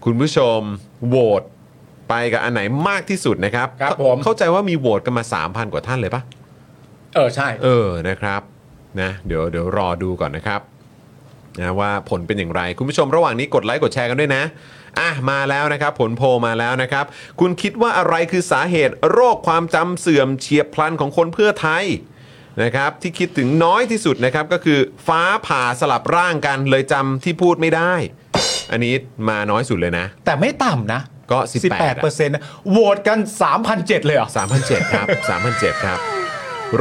Speaker 1: คุณผู้ชมโหวตไปกับอันไหนมากที่สุดนะครับ
Speaker 5: ครับผม
Speaker 1: เข้าใจว่ามีโหวตกันมา 3,000 กว่าท่านเลยปะ
Speaker 5: เออใช่
Speaker 1: เออ นะครับ นะ เดี๋ยว เดี๋ยวรอดูก่อนนะครับ นะว่าผลเป็นอย่างไร คุณผู้ชมระหว่างนี้กดไลค์กดแชร์กันด้วยนะ อ่ะ มาแล้วนะครับ ผลโพลมาแล้วนะครับ คุณคิดว่าอะไรคือสาเหตุโรคความจำเสื่อมเฉียบพลันของคนเพื่อไทยนะครับ ที่คิดถึงน้อยที่สุดนะครับ ก็คือฟ้าผ่าสลับร่างกันเลยจำที่พูดไม่ได้ อันนี้มาน้อยสุดเลยนะ
Speaker 5: แต่ไม่ต่ำนะ
Speaker 1: ก็
Speaker 5: 18เปอร์เซ็นต์โหวตกัน3,007เลยเหรอ
Speaker 1: 3,007ครับ3,007ครับ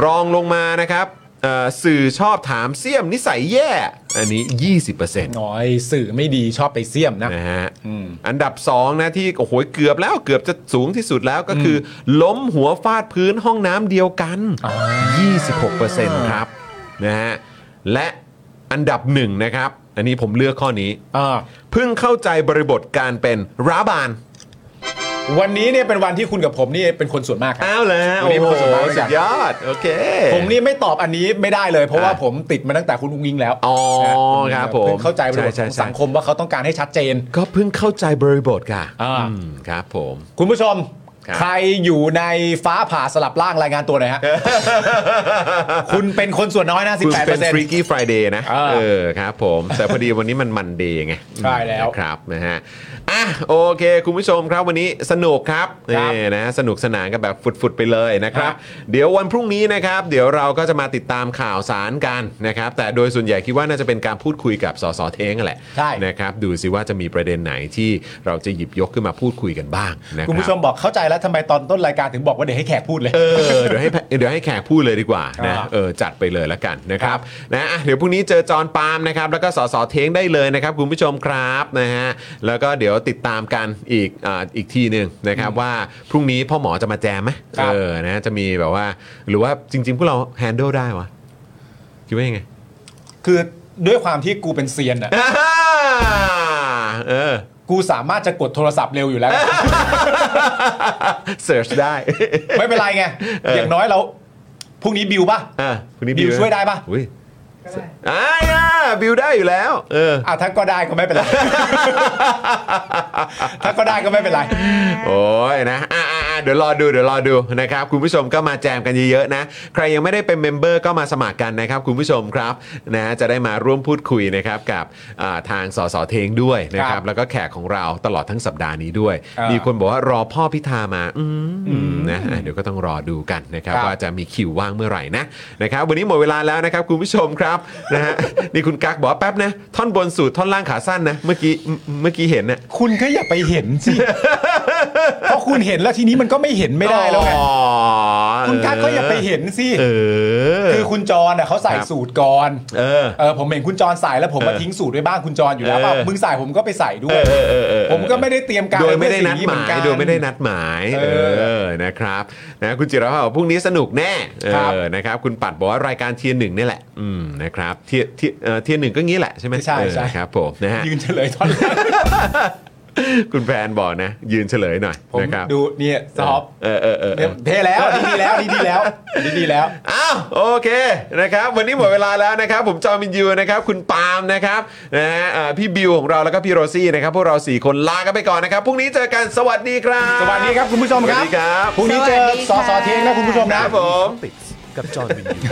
Speaker 1: รองลงมานะครับเอ่อสื่อชอบถามเสี่ยมนิสัยแย่ อันนี้ 20%
Speaker 5: น้อยสื่อไม่ดีชอบไปเสี่ยมนะ
Speaker 1: นะฮะอันดับ 2 นะที่โอ้โหเกือบแล้วเกือบจะสูงที่สุดแล้วก็คือ ล้มหัวฟาดพื้นห้องน้ำเดียวกัน 26%ครับนะฮะและอันดับ 1 นะครับ อันนี้ผมเลือกข้อนี้
Speaker 5: อ่า
Speaker 1: เพิ่งเข้าใจบริบทการเป็นร้าบาน
Speaker 5: วันนี้เนี่ยเป็นวันที่คุณกับผมนี่เป็นคนส่วนมากครับ
Speaker 1: อ้าวแล้ว
Speaker 5: วันนี้ผมส่งมาแล้วกัน
Speaker 1: สุดยอด โอเค
Speaker 5: ผมนี่ไม่ตอบอันนี้ไม่ได้เลย เพราะว่า
Speaker 1: อ่ะ
Speaker 5: ผมติดมาตั้งแต่คุณอุ้งยิงแล้ว
Speaker 1: อ๋อ
Speaker 5: นะครับ
Speaker 1: ผม
Speaker 5: เพิ่งเข้าใจระบบ
Speaker 1: ใช่
Speaker 5: ของ
Speaker 1: ใช่
Speaker 5: สังคมว่าเขาต้องการให้ชัดเจน
Speaker 1: ก็เพิ่งเข้าใจบริบทค่ะ
Speaker 5: อ่า
Speaker 1: มครับผม
Speaker 5: คุณผู้ชม
Speaker 1: ครับ
Speaker 5: ใครอยู่ในฟ้าผ่าสลับล่างรายงานตัว
Speaker 1: [LAUGHS]
Speaker 5: หน่อยฮะ คุณเป็นคนส่วนน้อยนะ
Speaker 1: คุณ
Speaker 5: 18เป
Speaker 1: เป็
Speaker 5: อน ร์เซ็นต์
Speaker 1: Freaky Friday นะ
Speaker 5: อ่า [LAUGHS]
Speaker 1: เออครับผมแต่พอดีวันนี้มันมันเดย์ไง
Speaker 5: ใช่แล้ว
Speaker 1: นะครับนะฮะ อ่ะโอเค คุณผู้ชมครับวันนี้สนุกครับนี่นะสนุกสนานกันแบบฟุดๆไปเลยนะครับ เดี๋ยววันพรุ่งนี้นะครับ เดี๋ยวเราก็จะมาติดตามข่าวสารกันนะครับ แต่โดยส่วนใหญ่คิดว่าน่าจะเป็นการพูดคุยกับสสเท้งนั่นแหละ
Speaker 5: ใช่
Speaker 1: นะครับดูสิว่าจะมีประเด็นไหนที่เราจะหยิบยกขึ้นมาพูดคุยกันบ้างนะ
Speaker 5: คุณ
Speaker 1: ค
Speaker 5: ผู้
Speaker 1: รับ
Speaker 5: ชมบอกเข้าใจแล้วทำไมตอนต้นรายการถึงบอกว่าเดี๋ยวให้แขกพูดเลย
Speaker 1: เออเดี๋ยวให้แพเดี๋ยวให้แขกพูดเลยดีกว่านะ
Speaker 5: อ่า
Speaker 1: เออจัดไปเลยละกันนะครับนะอ่ะเดี๋ยวพรุ่งนี้เจอจอห์นปาล์มนะครับแล้วก็สสเท้งได้เลยนะครับคุณผู้ชมครับนะฮะแล้วก็เดี๋ยวติดตามกันอีกอ่าอีกทีหนึ่งนะครับว่าพรุ่งนี้พ่อหมอจะมาแจมไหม
Speaker 5: ครับ
Speaker 1: เออนะจะมีแบบว่าหรือว่าจริง ๆ พวกเราแฮนด์ลได้วะคิดว่ายังไง [LAUGHS]
Speaker 5: คือด้วยความที่กูเป็นเซียนอะ
Speaker 1: เออ
Speaker 5: กูสามารถจะกดโทรศัพท์เร็วอยู่แล้ว
Speaker 1: เสิร์ชได้ [LAUGHS]
Speaker 5: ไม่เป็นไรไง
Speaker 1: เออ
Speaker 5: อ
Speaker 1: อ
Speaker 5: ย่างน้อยเราพรุ่งนี้บิวป่ะ
Speaker 1: อ่ะคุณนี้
Speaker 5: บิวช่วยได้ปะ
Speaker 1: อุ้ยอ่าอ่าบิวได้อยู่แล้ว เออ
Speaker 5: อ่ะถ้าก็ได้ก็ไม่เป็นไร [LAUGHS] ถ้าก็ได้ก็ไม่เป็นไร
Speaker 1: โอ้ยนะอ่ะอ่ะอ่ะเดี๋ยวรอดูเดี๋ยวรอดูนะครับคุณผู้ชมก็มาแจมกันเยอะๆนะ ใครยังไม่ได้เป็นเมมเบอร์ก็มาสมัครกันนะครับคุณผู้ชมครับนะจะได้มาร่วมพูดคุยนะครับกับอ่าทางสสเทงด้วยนะค
Speaker 5: ครั
Speaker 1: รับบ แล้วก็แขกของเราตลอดทั้งสัปดาห์นี้ด้วย
Speaker 5: อ่ามี
Speaker 1: มีคนบอกว่ารอพ่อพิธามาอืมอืมนะอ่ะเดี๋ยวก็ต้องรอดูกันนะครับ
Speaker 5: ครับ
Speaker 1: ว่าจะมีคิวว่างเมื่อไหร่นะนะครับวันนี้หมดเวลาแล้วนะครับคุณผู้ชมครับนะฮะนี่คุณกั๊กบอกว่าแป๊บนะท่อนบนสูตรท่อนล่างขาสั้นนะเมื่อกี้เมื่อกี้เห็นนะ
Speaker 5: คุณก็อย่าไปเห็นสิ เพราะคุณเห็นแล้วทีนี้มันก็ไม่เห็นไม่ได้แล้วไง
Speaker 1: อ๋อ
Speaker 5: คุณกั๊กก็อย่าไปเห็นสิ
Speaker 1: เออ
Speaker 5: คือคุณจรน่ะเขาใส่
Speaker 1: ครับ
Speaker 5: สูตรก่อน
Speaker 1: เออ
Speaker 5: เออผมเห็นคุณจรใส่แล้วผมมา
Speaker 1: เออ
Speaker 5: ทิ้งสูตรไว้บ้างคุณจรอยู่แล้วเปล่า
Speaker 1: เออ
Speaker 5: มึงใส่ผมก็ไปใส่ด้วย
Speaker 1: เออเออเออ
Speaker 5: ผมก็ไม่ได้เตรียมการ
Speaker 1: โดยไม่ได้นัดหมาย
Speaker 5: เพื่อสิ่งนี้เอนกัน
Speaker 1: โดยไม่ได้นัดหมาย เอ
Speaker 5: เออ
Speaker 1: อ นะครับนะคุณจิรภาบอกพรุ่งนี้สนุกแน่ เอ
Speaker 5: ครับ
Speaker 1: อ นะครับ คุณปัดบอกว่ารายการเทียร์หนึ่งนี่แหละ อืม นะครับ เทียร์เทียร์เอ่อเทียร์หนึ่งก็งี้แหละใช่ไหม
Speaker 5: ใช่ใช่
Speaker 1: เออครับผมนะฮะ
Speaker 5: ยืนเฉลยตอนแรก
Speaker 1: คุณแพนบอกนะ ยืนเฉลยหน่อย
Speaker 5: ผม
Speaker 1: นะครับ
Speaker 5: ดูเนี่ยซอฟต์
Speaker 1: เออเออเออเออ
Speaker 5: เทแล้วดีดีแล้วดีดีแล้วดีดีแล้ว
Speaker 1: อ้าวโอเคนะครับวันนี้หมดเวลาแล้วนะครับ ผมจอมินยูนะครับคุณปาล์มนะครับนะฮะเอ่อพี่บิวของเราแล้วก็พี่โรซี่นะครับพวกเรา 4 คนลากันไปก่อนนะครับพรุ่งนี้เจอกันสวัสดีครับ
Speaker 5: สวัสดีครับคุณผู้ชม
Speaker 1: สวั
Speaker 5: ค
Speaker 1: ส
Speaker 5: รับ
Speaker 1: ดีครับ
Speaker 5: พรุ่งนี้เจอสอสอเทงนะคุณผู้ชม
Speaker 1: ค
Speaker 5: นะ
Speaker 1: รับผม
Speaker 13: กับจอห์นวินยู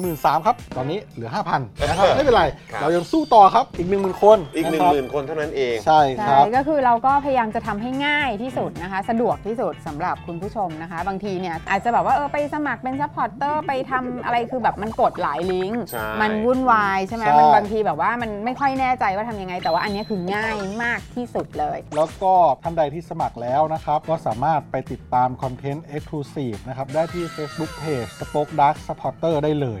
Speaker 14: 1 3ื่นครับ ตอนนี้เหลือ 5,000นะครับไม่เป็นไร
Speaker 1: ครับ
Speaker 14: เรายังสู้ต่อครับอีก 1 0,000 คน
Speaker 1: อีก1
Speaker 14: ะครับ
Speaker 1: 0,000คนเท่านั้นเอง
Speaker 14: ใช่ค
Speaker 4: ใช่
Speaker 14: รับ
Speaker 4: ก็คือเราก็พยายามจะทำให้ง่ายที่สุดนะคะ สะดวกที่สุดสำหรับคุณผู้ชมนะคะ บางทีเนี่ยอาจจะแบบว่าเออไปสมัครเป็นซัพพอร์ตเตอร์ไปทำอะไรคือแบบมันกดหลายลิงก์
Speaker 1: ใช่
Speaker 4: มันวุ่นวายใช่ไหม
Speaker 14: ใช่
Speaker 4: มันบางทีแบบว่ามันไม่ค่อยแน่ใจว่าทำยังไง แต่ว่าอันเนี้ยคือง่ายมากที่สุดเลย
Speaker 14: แล้วก็ท่านใดที่สมัครแล้วนะครับ ก็สามารถไปติดตามคอนเทนต์ Exclusive นะครับ ได้ที่ Facebook Page Spoke Dark Supporter ได้เลย